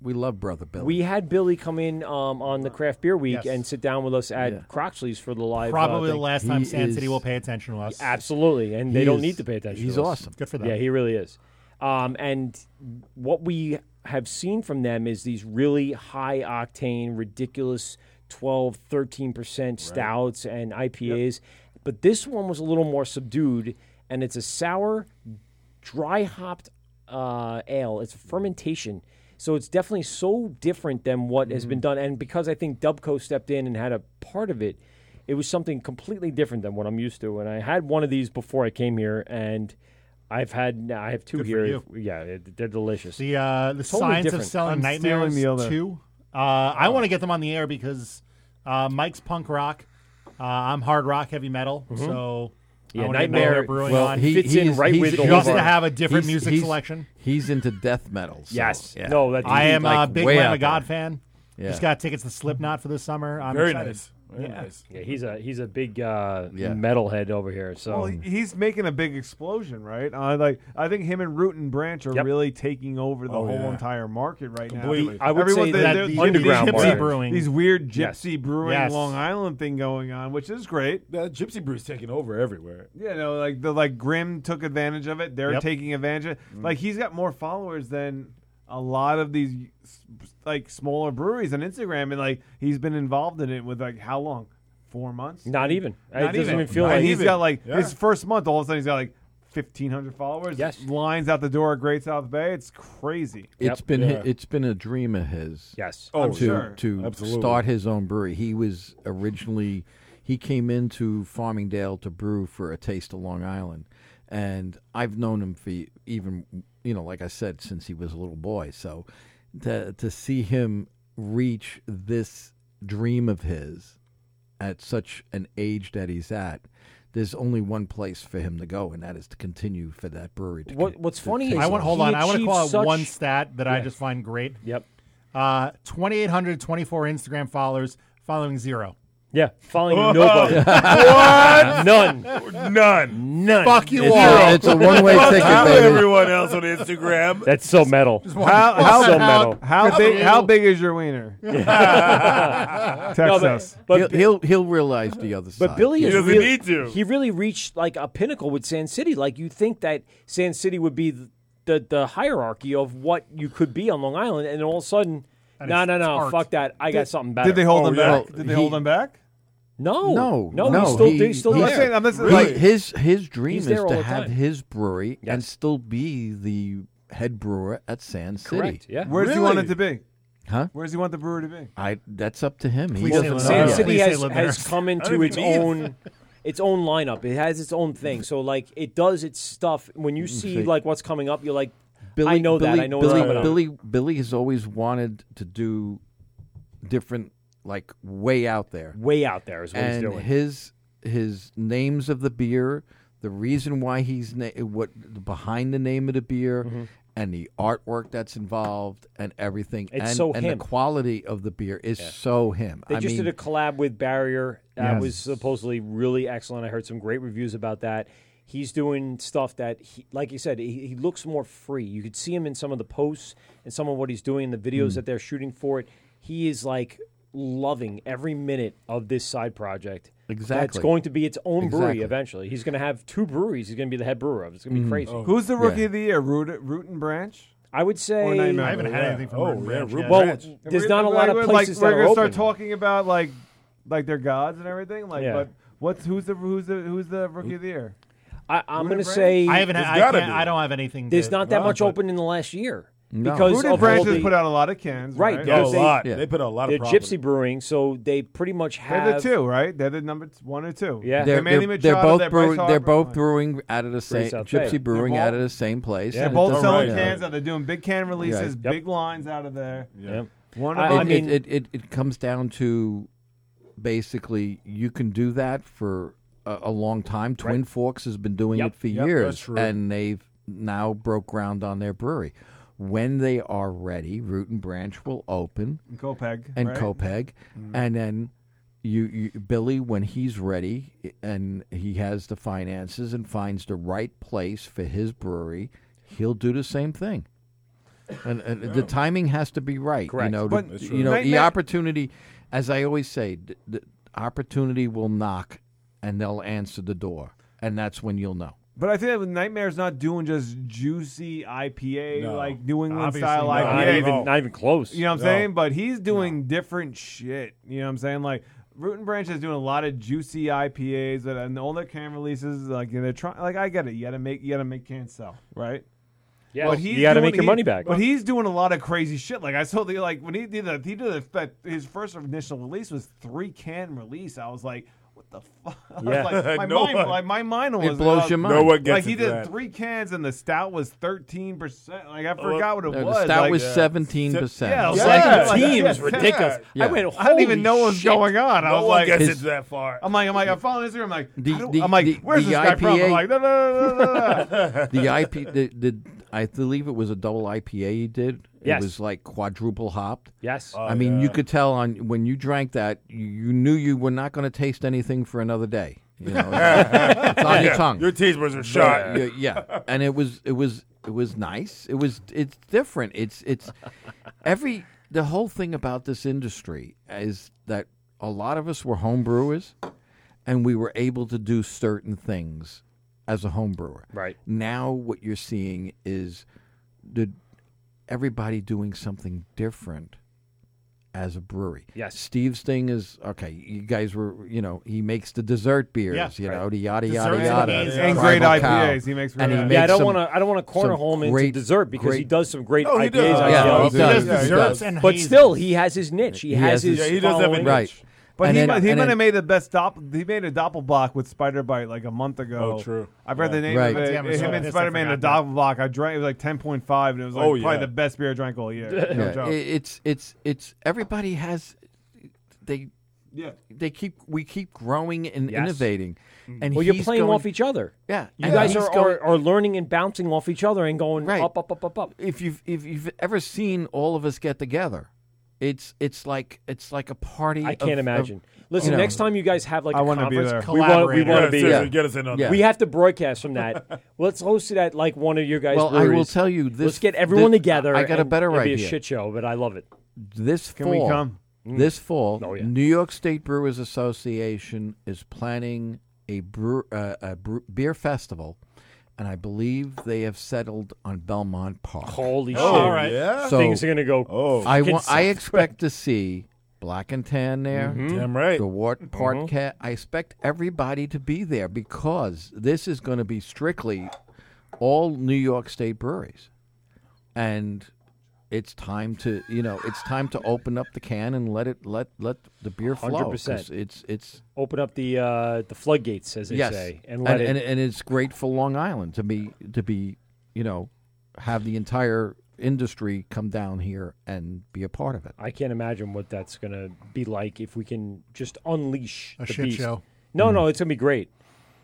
[SPEAKER 8] we love brother Billy.
[SPEAKER 14] We had Billy come in um, on the craft beer week
[SPEAKER 7] Yes.
[SPEAKER 14] and sit down with us at Croxley's for the live. uh,
[SPEAKER 7] Probably the
[SPEAKER 14] thing.
[SPEAKER 7] last time Sand City will pay attention to us.
[SPEAKER 14] Absolutely, and they
[SPEAKER 7] He
[SPEAKER 14] don't
[SPEAKER 7] is-
[SPEAKER 14] need to pay attention.
[SPEAKER 7] he's
[SPEAKER 14] to us.
[SPEAKER 7] awesome. Good for them.
[SPEAKER 14] Yeah, he really is. Um, and what we have seen from them is these really high octane, ridiculous 12, 13 percent stouts and IPAs. But this one was a little more subdued, and it's a sour, dry hopped uh, ale. It's fermentation. So it's definitely so different than what has
[SPEAKER 7] Mm-hmm.
[SPEAKER 14] been done. And because I think Dubco stepped in and had a part of it, it was something completely different than what I'm used to. And I had one of these before I came here, and I've had I have two
[SPEAKER 7] Good for
[SPEAKER 14] here.
[SPEAKER 7] you.
[SPEAKER 14] Yeah, it- they're delicious.
[SPEAKER 7] The uh, the
[SPEAKER 14] Totally
[SPEAKER 7] science
[SPEAKER 14] different.
[SPEAKER 7] of selling
[SPEAKER 14] I'm stealing
[SPEAKER 7] nightmares
[SPEAKER 14] the other.
[SPEAKER 7] too. Uh, I want to get them on the air because uh, Mike's punk rock. Uh, I'm hard rock, heavy metal.
[SPEAKER 14] Mhm.
[SPEAKER 7] So
[SPEAKER 14] Yeah,
[SPEAKER 7] I wanna get
[SPEAKER 14] Nightmare-
[SPEAKER 7] Nightmare brewing
[SPEAKER 14] well,
[SPEAKER 7] on.
[SPEAKER 14] he- Fits in
[SPEAKER 8] he's-
[SPEAKER 14] right
[SPEAKER 8] he's
[SPEAKER 14] with the
[SPEAKER 7] just
[SPEAKER 14] whole
[SPEAKER 7] to
[SPEAKER 14] bar.
[SPEAKER 7] have a different
[SPEAKER 8] He's-
[SPEAKER 7] music
[SPEAKER 8] he's-
[SPEAKER 7] selection.
[SPEAKER 8] He's into death metal. so,
[SPEAKER 14] Yes.
[SPEAKER 8] yeah.
[SPEAKER 14] No, that's-
[SPEAKER 7] I
[SPEAKER 8] He's
[SPEAKER 7] am
[SPEAKER 8] like
[SPEAKER 7] a big
[SPEAKER 8] way
[SPEAKER 7] Lamb
[SPEAKER 8] out
[SPEAKER 7] of God
[SPEAKER 8] there.
[SPEAKER 7] fan.
[SPEAKER 8] Yeah.
[SPEAKER 7] Just got tickets to Slipknot for this summer. I'm
[SPEAKER 3] Very
[SPEAKER 7] excited.
[SPEAKER 3] nice. Very nice.
[SPEAKER 14] Yeah, he's a he's a big uh, metalhead over here. So
[SPEAKER 5] Well, he's making a big explosion, right? Uh, like I think him and Root and Branch are really taking over the
[SPEAKER 14] Oh,
[SPEAKER 5] whole
[SPEAKER 14] yeah.
[SPEAKER 5] entire market right now.
[SPEAKER 14] Completely. I would say
[SPEAKER 5] they're-
[SPEAKER 14] that
[SPEAKER 5] they're-
[SPEAKER 14] the
[SPEAKER 5] they're-
[SPEAKER 14] underground
[SPEAKER 5] these,
[SPEAKER 14] market.
[SPEAKER 5] brewing,
[SPEAKER 14] brewing.
[SPEAKER 5] these weird
[SPEAKER 14] Yes.
[SPEAKER 5] gypsy brewing
[SPEAKER 14] Yes.
[SPEAKER 5] Long Island thing going on, which is great.
[SPEAKER 3] The gypsy brew's taking over everywhere.
[SPEAKER 5] Yeah, no, like the like Grimm took advantage of it. They're
[SPEAKER 3] Yep.
[SPEAKER 5] taking advantage. of
[SPEAKER 8] Mm-hmm.
[SPEAKER 5] it. Like he's got more followers than a lot of these s- like smaller breweries on Instagram, and like he's been involved in it with like how long? Four months?
[SPEAKER 14] Not even. It doesn't even feel
[SPEAKER 5] and
[SPEAKER 14] like-
[SPEAKER 5] he's got like
[SPEAKER 14] Yeah.
[SPEAKER 5] his first month. All of a sudden, he's got like fifteen hundred followers. Yes, lines out the door at Great South Bay. It's crazy.
[SPEAKER 8] It's been hi- it's been a dream of his.
[SPEAKER 14] Yes.
[SPEAKER 5] Oh,
[SPEAKER 8] to
[SPEAKER 5] sure.
[SPEAKER 8] to
[SPEAKER 5] Absolutely.
[SPEAKER 8] start his own brewery. He was originally he came into Farmingdale to brew for a taste of Long Island, and I've known him for y- even you know like I said since he was a little boy. So to to see him reach this dream of his at such an age that he's at. There's only one place for him to go, and that is to continue for that brewery. To
[SPEAKER 14] What-
[SPEAKER 8] con-
[SPEAKER 14] what's
[SPEAKER 8] to
[SPEAKER 14] funny
[SPEAKER 8] take
[SPEAKER 14] is
[SPEAKER 7] I want hold
[SPEAKER 14] He
[SPEAKER 7] on. I want to
[SPEAKER 14] achieved
[SPEAKER 7] call out
[SPEAKER 14] such-
[SPEAKER 7] one stat that I
[SPEAKER 14] Yeah.
[SPEAKER 7] just find great.
[SPEAKER 14] Yep.
[SPEAKER 7] Uh, 2,824 Instagram followers following zero.
[SPEAKER 14] Yeah, following
[SPEAKER 25] Oh. *laughs*
[SPEAKER 14] nobody.
[SPEAKER 7] What?
[SPEAKER 14] None.
[SPEAKER 3] None.
[SPEAKER 14] None.
[SPEAKER 7] Fuck you
[SPEAKER 14] It's
[SPEAKER 7] all.
[SPEAKER 14] zero.
[SPEAKER 7] It's
[SPEAKER 25] *laughs*
[SPEAKER 7] a one-way
[SPEAKER 3] Fuck
[SPEAKER 7] ticket,
[SPEAKER 3] you,
[SPEAKER 7] baby.
[SPEAKER 3] everyone else
[SPEAKER 14] *laughs*
[SPEAKER 3] on Instagram.
[SPEAKER 14] That's so metal.
[SPEAKER 5] How how,
[SPEAKER 14] so
[SPEAKER 5] how,
[SPEAKER 14] metal.
[SPEAKER 5] big how big is
[SPEAKER 8] *laughs*
[SPEAKER 14] *laughs*
[SPEAKER 5] your wiener? Text
[SPEAKER 14] No, but-
[SPEAKER 5] us.
[SPEAKER 14] but-
[SPEAKER 8] he'll, he'll he'll realize the other side.
[SPEAKER 14] But Billy is
[SPEAKER 8] doesn't
[SPEAKER 14] really,
[SPEAKER 8] need to.
[SPEAKER 14] He really reached like a pinnacle with Sand City. Like you think that Sand City would be the the, the hierarchy of what you could be on Long Island, and all of a sudden,
[SPEAKER 5] And
[SPEAKER 14] no,
[SPEAKER 5] it's
[SPEAKER 14] no, no,
[SPEAKER 5] tart.
[SPEAKER 14] fuck that. I
[SPEAKER 5] Did-
[SPEAKER 14] got something better. Oh,
[SPEAKER 5] Did they hold him back? Did they hold him back?
[SPEAKER 14] No,
[SPEAKER 8] No,
[SPEAKER 14] no,
[SPEAKER 8] no.
[SPEAKER 14] he's still,
[SPEAKER 8] he-
[SPEAKER 14] he's still
[SPEAKER 8] he-
[SPEAKER 14] there.
[SPEAKER 5] saying- I'm just-
[SPEAKER 8] he-
[SPEAKER 5] like-
[SPEAKER 8] his his dream
[SPEAKER 14] He's
[SPEAKER 8] is
[SPEAKER 14] there all
[SPEAKER 8] to
[SPEAKER 14] the
[SPEAKER 8] have
[SPEAKER 14] time.
[SPEAKER 8] his brewery and still be the head brewer at Sand City.
[SPEAKER 14] Correct, yeah.
[SPEAKER 5] Where do you want it to be?
[SPEAKER 8] Huh?
[SPEAKER 5] Where does he want the brewery to be?
[SPEAKER 8] I that's up to him. He
[SPEAKER 5] Please
[SPEAKER 8] doesn't
[SPEAKER 5] say
[SPEAKER 8] know
[SPEAKER 5] Lebanon.
[SPEAKER 8] yet.
[SPEAKER 14] City
[SPEAKER 5] Please say
[SPEAKER 14] has,
[SPEAKER 5] Lebanon.
[SPEAKER 14] has come
[SPEAKER 5] I
[SPEAKER 14] into
[SPEAKER 5] don't
[SPEAKER 14] its
[SPEAKER 5] even
[SPEAKER 14] own its own lineup. It has its own thing. So like it does its stuff. When
[SPEAKER 5] Mm,
[SPEAKER 14] you see
[SPEAKER 8] see.
[SPEAKER 14] like what's coming up, you're like,
[SPEAKER 8] Billy,
[SPEAKER 14] I know that.
[SPEAKER 8] Billy-
[SPEAKER 14] I know
[SPEAKER 8] Billy,
[SPEAKER 14] what's coming
[SPEAKER 8] Billy, Billy has always wanted to do different, like way out there.
[SPEAKER 14] Way out there is what he's
[SPEAKER 8] and
[SPEAKER 14] doing.
[SPEAKER 8] His his names of the beer, the reason why he's na- what behind the name of the beer,
[SPEAKER 14] Mm-hmm.
[SPEAKER 8] and the artwork that's involved, and everything.
[SPEAKER 14] It's
[SPEAKER 8] and,
[SPEAKER 14] so
[SPEAKER 8] and
[SPEAKER 14] him.
[SPEAKER 8] the quality of the beer is
[SPEAKER 14] Yeah.
[SPEAKER 8] so him.
[SPEAKER 14] They
[SPEAKER 8] I
[SPEAKER 14] just
[SPEAKER 8] mean,
[SPEAKER 14] did a collab with Barrier that
[SPEAKER 8] Yes.
[SPEAKER 14] was supposedly really excellent. I heard some great reviews about that. He's doing stuff that, he, like you said, he, he looks more free. You could see him in some of the posts and some of what he's doing in the videos
[SPEAKER 8] Mm.
[SPEAKER 14] that they're shooting for it. He is like loving every minute of this side project. That's
[SPEAKER 8] Exactly.
[SPEAKER 14] going to be its own brewery
[SPEAKER 8] Exactly.
[SPEAKER 14] eventually. He's going to have two breweries. He's going to be the head brewer of. It's going to be
[SPEAKER 8] Mm.
[SPEAKER 14] crazy.
[SPEAKER 8] Oh.
[SPEAKER 5] Who's the rookie of the year? Root, Root and Branch?
[SPEAKER 14] I would say
[SPEAKER 5] Or Nightmare
[SPEAKER 14] I haven't
[SPEAKER 5] Alley,
[SPEAKER 14] had
[SPEAKER 5] yeah.
[SPEAKER 14] anything from
[SPEAKER 8] Oh,
[SPEAKER 14] Root and Branch yet.
[SPEAKER 5] Root
[SPEAKER 14] Well,
[SPEAKER 5] Branch.
[SPEAKER 14] there's
[SPEAKER 5] And we're-
[SPEAKER 14] not a lot of
[SPEAKER 5] we're-
[SPEAKER 14] places
[SPEAKER 5] like, we're
[SPEAKER 14] that are
[SPEAKER 5] gonna start
[SPEAKER 14] open.
[SPEAKER 5] talking about like like their gods and everything. Like,
[SPEAKER 14] Yeah.
[SPEAKER 5] but what's who's the who's the who's the rookie of the year?
[SPEAKER 14] I, I'm going
[SPEAKER 5] Root
[SPEAKER 14] to
[SPEAKER 5] and Branch?
[SPEAKER 14] say
[SPEAKER 5] I haven't- There's I gotta can't- be. I
[SPEAKER 27] don't have anything
[SPEAKER 14] There's
[SPEAKER 27] to-
[SPEAKER 14] not that
[SPEAKER 27] Wow,
[SPEAKER 14] much
[SPEAKER 27] but-
[SPEAKER 14] open in the last year
[SPEAKER 5] No.
[SPEAKER 14] because
[SPEAKER 5] Root and
[SPEAKER 14] of
[SPEAKER 5] Branch
[SPEAKER 14] all
[SPEAKER 5] has
[SPEAKER 14] the-
[SPEAKER 5] put out a lot of cans,
[SPEAKER 14] right?
[SPEAKER 5] right?
[SPEAKER 8] Oh,
[SPEAKER 14] because
[SPEAKER 5] A lot.
[SPEAKER 3] They put out a lot of
[SPEAKER 14] They're
[SPEAKER 3] property.
[SPEAKER 14] Gypsy Brewing, so they pretty much have
[SPEAKER 5] They're the two, right? They're the number t- one or two.
[SPEAKER 14] Yeah.
[SPEAKER 8] They're,
[SPEAKER 5] They're Manny
[SPEAKER 8] they're-
[SPEAKER 5] Machado,
[SPEAKER 8] they're both
[SPEAKER 5] they're Bryce
[SPEAKER 8] brewing.
[SPEAKER 5] Harper.
[SPEAKER 8] They're both brewing out of the same.
[SPEAKER 5] South Bay.
[SPEAKER 8] Gypsy
[SPEAKER 5] They're
[SPEAKER 8] Brewing
[SPEAKER 5] both-
[SPEAKER 8] out of the same place.
[SPEAKER 5] They're
[SPEAKER 8] and it
[SPEAKER 5] both
[SPEAKER 8] doesn't
[SPEAKER 5] selling
[SPEAKER 8] matter.
[SPEAKER 5] cans out. They're doing big can releases,
[SPEAKER 8] Yep.
[SPEAKER 5] big lines out of there.
[SPEAKER 8] Yeah.
[SPEAKER 5] One
[SPEAKER 8] I,
[SPEAKER 5] of
[SPEAKER 8] it,
[SPEAKER 5] them-
[SPEAKER 8] it, it, it comes down to basically you can do that for a, a long time. Twin Forks has been doing
[SPEAKER 3] Yep.
[SPEAKER 8] it for
[SPEAKER 3] Yep, that's
[SPEAKER 8] years,
[SPEAKER 3] true.
[SPEAKER 8] and they've now broke ground on their brewery. When they are ready, Root and Branch will open
[SPEAKER 5] And Copeg,
[SPEAKER 8] and
[SPEAKER 5] right?
[SPEAKER 8] Copeg,
[SPEAKER 5] Mhm.
[SPEAKER 8] and then you, you Billy when he's ready i- and he has the finances and finds the right place for his brewery, he'll do the same thing. And, and the timing has to be right. You know, to-
[SPEAKER 5] But- That's
[SPEAKER 8] you know
[SPEAKER 5] right.
[SPEAKER 8] the
[SPEAKER 5] Nightmare-
[SPEAKER 8] opportunity, as I always say, the, the opportunity will knock, and they'll answer the door, and that's when you'll know.
[SPEAKER 5] But I think that Nightmare's not doing just juicy IPA
[SPEAKER 8] No.
[SPEAKER 5] like New England
[SPEAKER 8] Obviously
[SPEAKER 5] style
[SPEAKER 8] not.
[SPEAKER 5] IPA.
[SPEAKER 8] Not even- not even close.
[SPEAKER 5] You know what I'm
[SPEAKER 8] No.
[SPEAKER 5] saying? But he's doing different shit. You know what I'm saying? Like Root and Branch is doing a lot of juicy IPAs that- and all their can releases. Like and they're trying. Like I get it. You got to make. You got to make cans sell, right?
[SPEAKER 14] Yeah.
[SPEAKER 5] But
[SPEAKER 14] You
[SPEAKER 5] he's
[SPEAKER 14] gotta
[SPEAKER 5] doing-
[SPEAKER 14] make your
[SPEAKER 5] he-
[SPEAKER 14] money back.
[SPEAKER 5] But he's doing a lot of crazy shit. Like I saw the like when he did that. He did that. His first initial release was three can release. I was like. What the fuck? I was
[SPEAKER 3] Yeah.
[SPEAKER 5] like, my,
[SPEAKER 3] No
[SPEAKER 5] mind,
[SPEAKER 3] one-
[SPEAKER 5] like, my mind
[SPEAKER 3] It
[SPEAKER 5] was
[SPEAKER 3] blows
[SPEAKER 5] uh,
[SPEAKER 3] your mind. No one gets
[SPEAKER 5] like he
[SPEAKER 3] into
[SPEAKER 5] did
[SPEAKER 3] that.
[SPEAKER 5] three cans and the stout was thirteen percent. Like I forgot what it
[SPEAKER 8] No, the
[SPEAKER 5] was.
[SPEAKER 8] stout
[SPEAKER 5] like,
[SPEAKER 8] was 17%.
[SPEAKER 5] Yeah, I was
[SPEAKER 8] Yeah.
[SPEAKER 5] like,
[SPEAKER 8] Yeah.
[SPEAKER 5] I was like,
[SPEAKER 8] 17 was
[SPEAKER 5] yeah,
[SPEAKER 8] ridiculous.
[SPEAKER 5] yeah.
[SPEAKER 8] I went,
[SPEAKER 5] I didn't even
[SPEAKER 8] "Holy
[SPEAKER 5] know what was
[SPEAKER 8] shit."
[SPEAKER 5] going on. I
[SPEAKER 8] No
[SPEAKER 5] was
[SPEAKER 8] one
[SPEAKER 5] like,
[SPEAKER 8] gets into that far.
[SPEAKER 5] I'm like, I'm like, I'm following Instagram. I'm like,
[SPEAKER 8] The-
[SPEAKER 5] I don't-
[SPEAKER 8] the-
[SPEAKER 5] I'm like,
[SPEAKER 8] the-
[SPEAKER 5] where's
[SPEAKER 8] the
[SPEAKER 5] this guy from? I'm
[SPEAKER 8] IPA
[SPEAKER 5] like, no, no, no, no, no, no.
[SPEAKER 8] *laughs* the IP, the, the, I believe it was a double IPA you did.
[SPEAKER 5] Yes.
[SPEAKER 8] It was like quadruple hopped.
[SPEAKER 14] Yes. Oh,
[SPEAKER 8] I mean, you
[SPEAKER 14] yeah.
[SPEAKER 8] could tell on when you drank that, you, you knew you were not going to taste anything for another day. You know, it's, it's on
[SPEAKER 3] Yeah,
[SPEAKER 8] your tongue.
[SPEAKER 3] your teeth was a
[SPEAKER 8] But-
[SPEAKER 3] shot.
[SPEAKER 8] Yeah, yeah. and it was, it was, it was nice. It was, it's different. It's, it's every the whole thing about this industry is that a lot of us were home brewers, and we were able to do certain things as a home brewer.
[SPEAKER 14] Right.
[SPEAKER 8] Now what you're seeing is the everybody doing something different as a brewery.
[SPEAKER 14] Yes.
[SPEAKER 8] Steve's thing is okay, you guys were you know, he makes the dessert beers,
[SPEAKER 14] Yeah.
[SPEAKER 8] you know,
[SPEAKER 14] Right.
[SPEAKER 8] the yada
[SPEAKER 14] Desserts
[SPEAKER 8] yada
[SPEAKER 14] and
[SPEAKER 8] yada.
[SPEAKER 14] beers.
[SPEAKER 8] Tribal
[SPEAKER 14] And great
[SPEAKER 8] Cow.
[SPEAKER 14] IPAs. He makes
[SPEAKER 8] and
[SPEAKER 14] really
[SPEAKER 8] he
[SPEAKER 14] nice-
[SPEAKER 8] makes
[SPEAKER 14] Yeah, I don't
[SPEAKER 8] some-
[SPEAKER 14] wanna- I don't wanna corner
[SPEAKER 8] some
[SPEAKER 14] home into
[SPEAKER 8] great-
[SPEAKER 14] dessert because he
[SPEAKER 8] great-
[SPEAKER 14] does some great
[SPEAKER 8] Oh, he
[SPEAKER 14] IPAs.
[SPEAKER 8] does.
[SPEAKER 14] I
[SPEAKER 8] Yeah,
[SPEAKER 14] love.
[SPEAKER 8] he does. He does desserts and
[SPEAKER 14] But
[SPEAKER 8] hazes.
[SPEAKER 14] still, he has his niche. He, has, his following.
[SPEAKER 5] But
[SPEAKER 8] And
[SPEAKER 5] he
[SPEAKER 8] then-
[SPEAKER 5] might, he
[SPEAKER 8] and
[SPEAKER 5] might
[SPEAKER 8] then-
[SPEAKER 5] have made the best doppel. He made a doppelblock with Spider Bite like a month ago.
[SPEAKER 3] Oh, true.
[SPEAKER 5] I read the
[SPEAKER 3] Yeah.
[SPEAKER 5] name of
[SPEAKER 3] Right.
[SPEAKER 5] it.
[SPEAKER 3] Damn, I
[SPEAKER 5] him
[SPEAKER 3] saw
[SPEAKER 5] and
[SPEAKER 3] this, I
[SPEAKER 5] Spider Man a
[SPEAKER 3] forgot
[SPEAKER 5] doppelblock. I drank. It was like ten point five, and it was like
[SPEAKER 3] Oh,
[SPEAKER 5] probably
[SPEAKER 3] yeah.
[SPEAKER 5] the best beer I drank all year.
[SPEAKER 8] *laughs* Yeah.
[SPEAKER 5] No joke.
[SPEAKER 8] It- It's it's it's everybody has they
[SPEAKER 5] Yeah.
[SPEAKER 8] they keep we keep growing and
[SPEAKER 14] Yes. Mm.
[SPEAKER 8] innovating. And
[SPEAKER 14] well, you're
[SPEAKER 8] he's
[SPEAKER 14] playing
[SPEAKER 8] going-
[SPEAKER 14] off each other.
[SPEAKER 8] Yeah,
[SPEAKER 14] you
[SPEAKER 8] and
[SPEAKER 14] guys
[SPEAKER 8] he's
[SPEAKER 14] are,
[SPEAKER 8] going-
[SPEAKER 14] are are learning and bouncing off each other and going up, up, up, up, up.
[SPEAKER 8] If you've if you've ever seen all of us get together, it's it's like it's like a party.
[SPEAKER 14] I can't
[SPEAKER 8] of-
[SPEAKER 14] imagine.
[SPEAKER 8] of-
[SPEAKER 14] Listen,
[SPEAKER 8] you know.
[SPEAKER 14] next time you guys have like
[SPEAKER 8] I
[SPEAKER 14] a
[SPEAKER 8] wanna be
[SPEAKER 14] conference,
[SPEAKER 8] there.
[SPEAKER 14] we want we
[SPEAKER 8] Collaborate.
[SPEAKER 14] want
[SPEAKER 8] Yeah,
[SPEAKER 14] to be
[SPEAKER 8] seriously,
[SPEAKER 14] there.
[SPEAKER 8] get us in on that.
[SPEAKER 14] We have to broadcast
[SPEAKER 8] *laughs*
[SPEAKER 14] from that. Let's host it at like one of your guys.
[SPEAKER 8] Well, I will
[SPEAKER 14] breweries.
[SPEAKER 8] tell you this-
[SPEAKER 14] Let's get everyone
[SPEAKER 8] this-
[SPEAKER 14] together.
[SPEAKER 8] I got a
[SPEAKER 14] and
[SPEAKER 8] better
[SPEAKER 14] it'll Be a
[SPEAKER 8] idea.
[SPEAKER 14] shit show, but I love it.
[SPEAKER 8] This
[SPEAKER 14] Can we
[SPEAKER 8] fall, Mm.
[SPEAKER 14] come?
[SPEAKER 8] This fall,
[SPEAKER 14] Oh, yeah.
[SPEAKER 8] New York State Brewers Association is planning a, brew, uh, a brew, beer festival, and I believe they have settled on Belmont Park.
[SPEAKER 14] Holy Oh, shit. all right. yeah? Things are gonna go Oh.
[SPEAKER 8] I
[SPEAKER 14] fucking
[SPEAKER 8] want. I
[SPEAKER 14] south.
[SPEAKER 8] expect to see Black and Tan there.
[SPEAKER 14] Mm-hmm.
[SPEAKER 3] Mhm. Damn right.
[SPEAKER 8] The Wart Podcast. I expect everybody to be there because this is going to be strictly all New York State breweries, and it's time to you know it's time to open up the can and let it let let the beer flow.
[SPEAKER 14] 100%.
[SPEAKER 8] 'cause It's it's
[SPEAKER 14] Open up the uh, the floodgates, as they
[SPEAKER 8] yes,
[SPEAKER 14] say,
[SPEAKER 8] and
[SPEAKER 14] and let
[SPEAKER 8] and,
[SPEAKER 14] it.
[SPEAKER 8] and it's great for Long Island to be to be you know have the entire industry come down here and be a part of it.
[SPEAKER 14] I can't imagine what that's going to be like if we can just unleash
[SPEAKER 8] A
[SPEAKER 14] the
[SPEAKER 8] shit
[SPEAKER 14] beast.
[SPEAKER 8] show. Mm-hmm.
[SPEAKER 14] No, no, it's going to be great.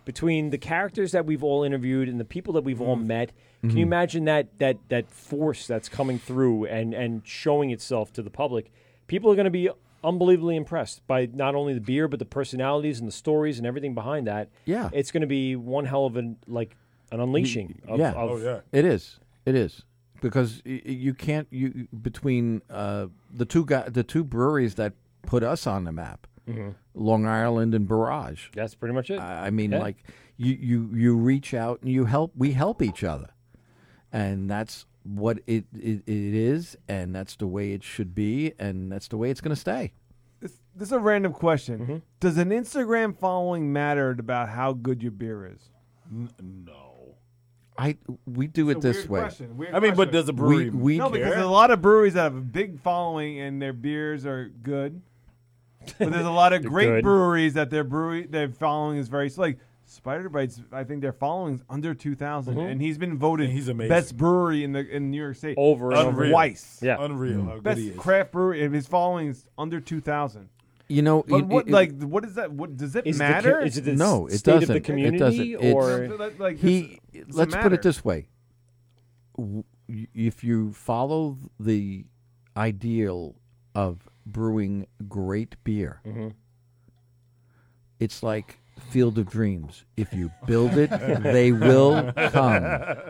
[SPEAKER 14] Between the characters that we've all interviewed and the people that we've
[SPEAKER 8] Mm-hmm.
[SPEAKER 14] all met, can
[SPEAKER 13] Mhm.
[SPEAKER 14] you imagine that that that force that's coming through and and showing itself to the public? People are going to be unbelievably impressed by not only the beer but the personalities and the stories and everything behind that.
[SPEAKER 8] Yeah.
[SPEAKER 14] it's going to be one hell of an like an unleashing. Of,
[SPEAKER 8] Oh, yeah.
[SPEAKER 14] of,
[SPEAKER 8] It is. It is because y- y- you can't you between uh, the two guy, the two breweries that put us on the map,
[SPEAKER 14] Mhm.
[SPEAKER 8] Long Island and Barrage.
[SPEAKER 14] That's pretty much it.
[SPEAKER 8] I I mean,
[SPEAKER 14] Yeah.
[SPEAKER 8] like you you you reach out and you help. We help each other, and that's what it it, it is, and that's the way it should be, and that's the way it's going to stay.
[SPEAKER 5] This is a random question. Does an Instagram following matter about how good your beer is?
[SPEAKER 3] no.
[SPEAKER 8] I we do
[SPEAKER 5] It's
[SPEAKER 8] it
[SPEAKER 5] a
[SPEAKER 8] this
[SPEAKER 5] weird
[SPEAKER 8] way.
[SPEAKER 5] question, weird
[SPEAKER 3] I mean, but
[SPEAKER 5] question.
[SPEAKER 3] does a brewery
[SPEAKER 8] We- we
[SPEAKER 5] no, because
[SPEAKER 8] care?
[SPEAKER 5] there's a lot of breweries that have a big following and their beers are good. But there's a lot
[SPEAKER 8] *laughs*
[SPEAKER 5] of
[SPEAKER 3] They're
[SPEAKER 5] great
[SPEAKER 3] good.
[SPEAKER 5] breweries that their brewery their following is very like Spider Bites. I think their following's under two
[SPEAKER 8] Mm-hmm.
[SPEAKER 3] Mhm.
[SPEAKER 5] and he's been voted
[SPEAKER 3] And he's amazing.
[SPEAKER 5] best brewery in the in New York State
[SPEAKER 3] Over and over.
[SPEAKER 5] twice. Mm-hmm.
[SPEAKER 3] Unreal. Yeah. Unreal how good
[SPEAKER 5] Best
[SPEAKER 3] he is.
[SPEAKER 5] craft brewery. And his following is under two thousand.
[SPEAKER 8] You know,
[SPEAKER 5] but
[SPEAKER 8] it-
[SPEAKER 5] what
[SPEAKER 8] it-
[SPEAKER 5] like what is that? What does it
[SPEAKER 8] Is it the co-
[SPEAKER 5] matter?
[SPEAKER 8] is it the No, s- it state of the doesn't. It community doesn't. It's- or-
[SPEAKER 5] Like, like,
[SPEAKER 8] he-
[SPEAKER 5] does it
[SPEAKER 8] let's put
[SPEAKER 5] matter?
[SPEAKER 8] it this way W- y- if you follow the ideal of brewing great beer
[SPEAKER 14] Mhm.
[SPEAKER 8] it's like field of dreams if you build *laughs*
[SPEAKER 5] *laughs*
[SPEAKER 8] it they will come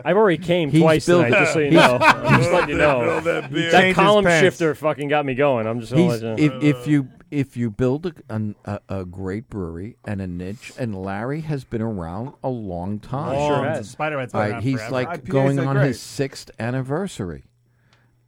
[SPEAKER 14] I've already came
[SPEAKER 8] He's
[SPEAKER 14] twice
[SPEAKER 8] built
[SPEAKER 14] tonight,
[SPEAKER 8] it.
[SPEAKER 14] just so you
[SPEAKER 8] He's- *laughs*
[SPEAKER 14] know. I'm just letting you know.
[SPEAKER 8] That
[SPEAKER 14] That,
[SPEAKER 8] beer. Change his
[SPEAKER 14] column
[SPEAKER 8] pants.
[SPEAKER 14] shifter fucking got me going. I'm just gonna
[SPEAKER 8] He's-
[SPEAKER 14] let you know.
[SPEAKER 8] if, if you if you build a, an, a, a great brewery and a niche, and Larry has been around a long time.
[SPEAKER 25] He sure has. Spider-Man's been
[SPEAKER 8] Uh,
[SPEAKER 25] around
[SPEAKER 8] He's
[SPEAKER 25] forever.
[SPEAKER 8] like
[SPEAKER 25] IPAs
[SPEAKER 8] going
[SPEAKER 25] are
[SPEAKER 8] on
[SPEAKER 25] great.
[SPEAKER 8] his sixth anniversary,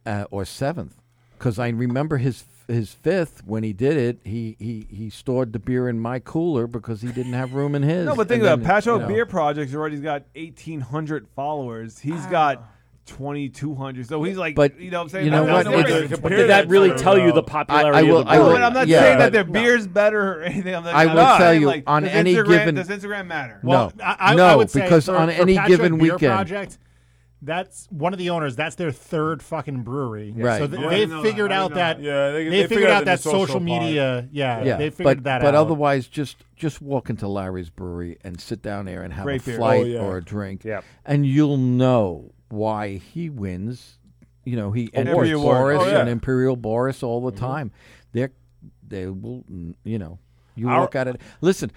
[SPEAKER 8] uh, or seventh, because I remember his his fifth when he did it. He, he he stored the beer in my cooler because he didn't have room in his.
[SPEAKER 5] No, but think
[SPEAKER 8] And
[SPEAKER 5] about it.
[SPEAKER 8] then,
[SPEAKER 5] Pacho
[SPEAKER 8] you know,
[SPEAKER 5] Beer Project's already got eighteen hundred followers. He's got twenty two hundred. So he's like,
[SPEAKER 8] But
[SPEAKER 5] you know, what I'm saying,
[SPEAKER 8] you know what?
[SPEAKER 5] That's not the
[SPEAKER 8] It's-
[SPEAKER 5] reason.
[SPEAKER 8] But compare did that that really to, tell you uh, the popularity
[SPEAKER 5] I,
[SPEAKER 8] of
[SPEAKER 5] will,
[SPEAKER 8] the brewery?
[SPEAKER 5] No, I'm not
[SPEAKER 8] Yeah.
[SPEAKER 5] saying that their
[SPEAKER 8] No.
[SPEAKER 5] beer's better or anything. I'm not,
[SPEAKER 8] I
[SPEAKER 5] I'm
[SPEAKER 8] will
[SPEAKER 5] not
[SPEAKER 8] tell
[SPEAKER 5] saying,
[SPEAKER 8] you
[SPEAKER 5] like,
[SPEAKER 8] on
[SPEAKER 5] does
[SPEAKER 8] any
[SPEAKER 5] Instagram,
[SPEAKER 8] given.
[SPEAKER 5] Does Instagram matter?
[SPEAKER 8] No,
[SPEAKER 25] I, I,
[SPEAKER 8] no,
[SPEAKER 25] I would say
[SPEAKER 8] because
[SPEAKER 25] for-
[SPEAKER 8] on
[SPEAKER 25] for
[SPEAKER 8] any
[SPEAKER 25] Patchogue
[SPEAKER 8] given
[SPEAKER 25] Beer
[SPEAKER 8] weekend,
[SPEAKER 25] project, that's one of the owners. That's their third fucking brewery.
[SPEAKER 8] Right.
[SPEAKER 25] So th-
[SPEAKER 8] Yeah, I
[SPEAKER 25] they've
[SPEAKER 8] know
[SPEAKER 25] figured
[SPEAKER 8] that. I
[SPEAKER 25] out
[SPEAKER 8] know
[SPEAKER 25] that.
[SPEAKER 8] that. Yeah,
[SPEAKER 25] they,
[SPEAKER 8] they- they
[SPEAKER 25] figured,
[SPEAKER 8] figured
[SPEAKER 25] out
[SPEAKER 8] it
[SPEAKER 25] that
[SPEAKER 8] in the social
[SPEAKER 25] social, media.
[SPEAKER 8] part.
[SPEAKER 25] Yeah,
[SPEAKER 8] yeah.
[SPEAKER 25] They figured
[SPEAKER 8] but,
[SPEAKER 25] that
[SPEAKER 8] but
[SPEAKER 25] out.
[SPEAKER 8] otherwise, just just walk into Larry's brewery and sit down there and have
[SPEAKER 25] Great
[SPEAKER 8] a
[SPEAKER 25] beer.
[SPEAKER 8] flight
[SPEAKER 25] Oh, yeah.
[SPEAKER 8] or a drink,
[SPEAKER 25] Yep.
[SPEAKER 8] and you'll know why he wins. You know, he
[SPEAKER 25] Every
[SPEAKER 8] enters
[SPEAKER 25] award.
[SPEAKER 8] Boris
[SPEAKER 25] Oh, yeah. Mm-hmm.
[SPEAKER 8] and Imperial Boris all the time. They're they will, mm, you know, you
[SPEAKER 3] Our-
[SPEAKER 8] look at it. Listen.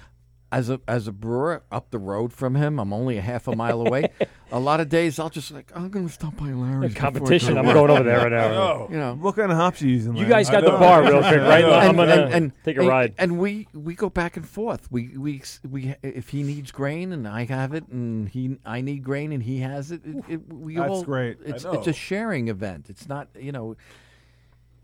[SPEAKER 8] As a as a brewer up the road from him, I'm only a half a mile
[SPEAKER 25] *laughs*
[SPEAKER 8] away. a lot of days I'll just like I'm going to stop by Larry's. before I go
[SPEAKER 14] competition.
[SPEAKER 8] to
[SPEAKER 14] I'm
[SPEAKER 8] work."
[SPEAKER 14] going over there right now.
[SPEAKER 8] You know,
[SPEAKER 5] What kind of hops you using?
[SPEAKER 14] You
[SPEAKER 5] Larry?
[SPEAKER 14] guys
[SPEAKER 5] I
[SPEAKER 14] got the
[SPEAKER 5] know.
[SPEAKER 14] bar *laughs* real quick,
[SPEAKER 5] *laughs*
[SPEAKER 14] right?
[SPEAKER 5] I
[SPEAKER 14] I'm
[SPEAKER 5] know.
[SPEAKER 14] gonna take a
[SPEAKER 8] and-
[SPEAKER 14] ride.
[SPEAKER 8] And we we go back and forth. We we we if he needs grain and I have it, and he I need grain and he has it. it, it we
[SPEAKER 5] That's
[SPEAKER 8] all,
[SPEAKER 5] great. I
[SPEAKER 8] It's
[SPEAKER 5] know.
[SPEAKER 8] it's a sharing event. It's not you know.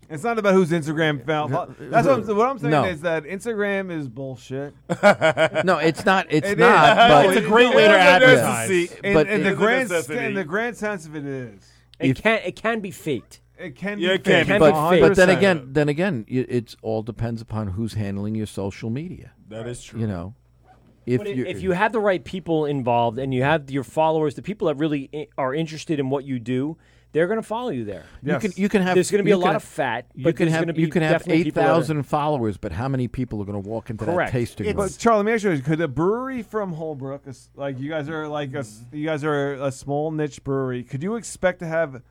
[SPEAKER 5] It's not about whose Instagram fell. That's what I'm, what I'm saying
[SPEAKER 8] No.
[SPEAKER 5] is that Instagram
[SPEAKER 14] *laughs*
[SPEAKER 5] is bullshit.
[SPEAKER 8] No, it's not- it's
[SPEAKER 5] It is.
[SPEAKER 8] not,
[SPEAKER 5] No,
[SPEAKER 8] but-
[SPEAKER 5] it
[SPEAKER 8] It's a
[SPEAKER 5] is.
[SPEAKER 8] great way to
[SPEAKER 5] It's a
[SPEAKER 8] advertise.
[SPEAKER 5] necessity. In,
[SPEAKER 8] But
[SPEAKER 5] in the
[SPEAKER 8] it-
[SPEAKER 5] grand,
[SPEAKER 8] It's a necessity.
[SPEAKER 5] in the grand sense of it is.
[SPEAKER 14] It can it can be faked.
[SPEAKER 5] It can
[SPEAKER 14] Yeah,
[SPEAKER 5] be
[SPEAKER 14] it can
[SPEAKER 5] fake.
[SPEAKER 14] be
[SPEAKER 8] but,
[SPEAKER 14] fake.
[SPEAKER 8] but then
[SPEAKER 14] 100%.
[SPEAKER 8] again, then again, y- it's all depends upon who's handling your social media.
[SPEAKER 3] That is true.
[SPEAKER 8] You know, if
[SPEAKER 14] But
[SPEAKER 8] you
[SPEAKER 14] if you have the right people involved and you have your followers, the people that really i- are interested in what you do, they're going to follow you there.
[SPEAKER 8] You can you can have
[SPEAKER 14] there's going to be
[SPEAKER 8] you
[SPEAKER 14] a lot
[SPEAKER 8] can-
[SPEAKER 14] of fat.
[SPEAKER 8] You
[SPEAKER 14] but
[SPEAKER 8] can
[SPEAKER 14] there's
[SPEAKER 8] have
[SPEAKER 14] gonna be
[SPEAKER 8] you can have
[SPEAKER 14] definitely
[SPEAKER 8] eight
[SPEAKER 14] people that are-
[SPEAKER 8] thousand followers, but how many people are going to walk into
[SPEAKER 14] Correct.
[SPEAKER 8] that tasting room?
[SPEAKER 5] But Charlie, let me ask you: this. Could a brewery from Holbrook, a s- like you guys are like a, s- you guys are a small niche brewery, could you expect to have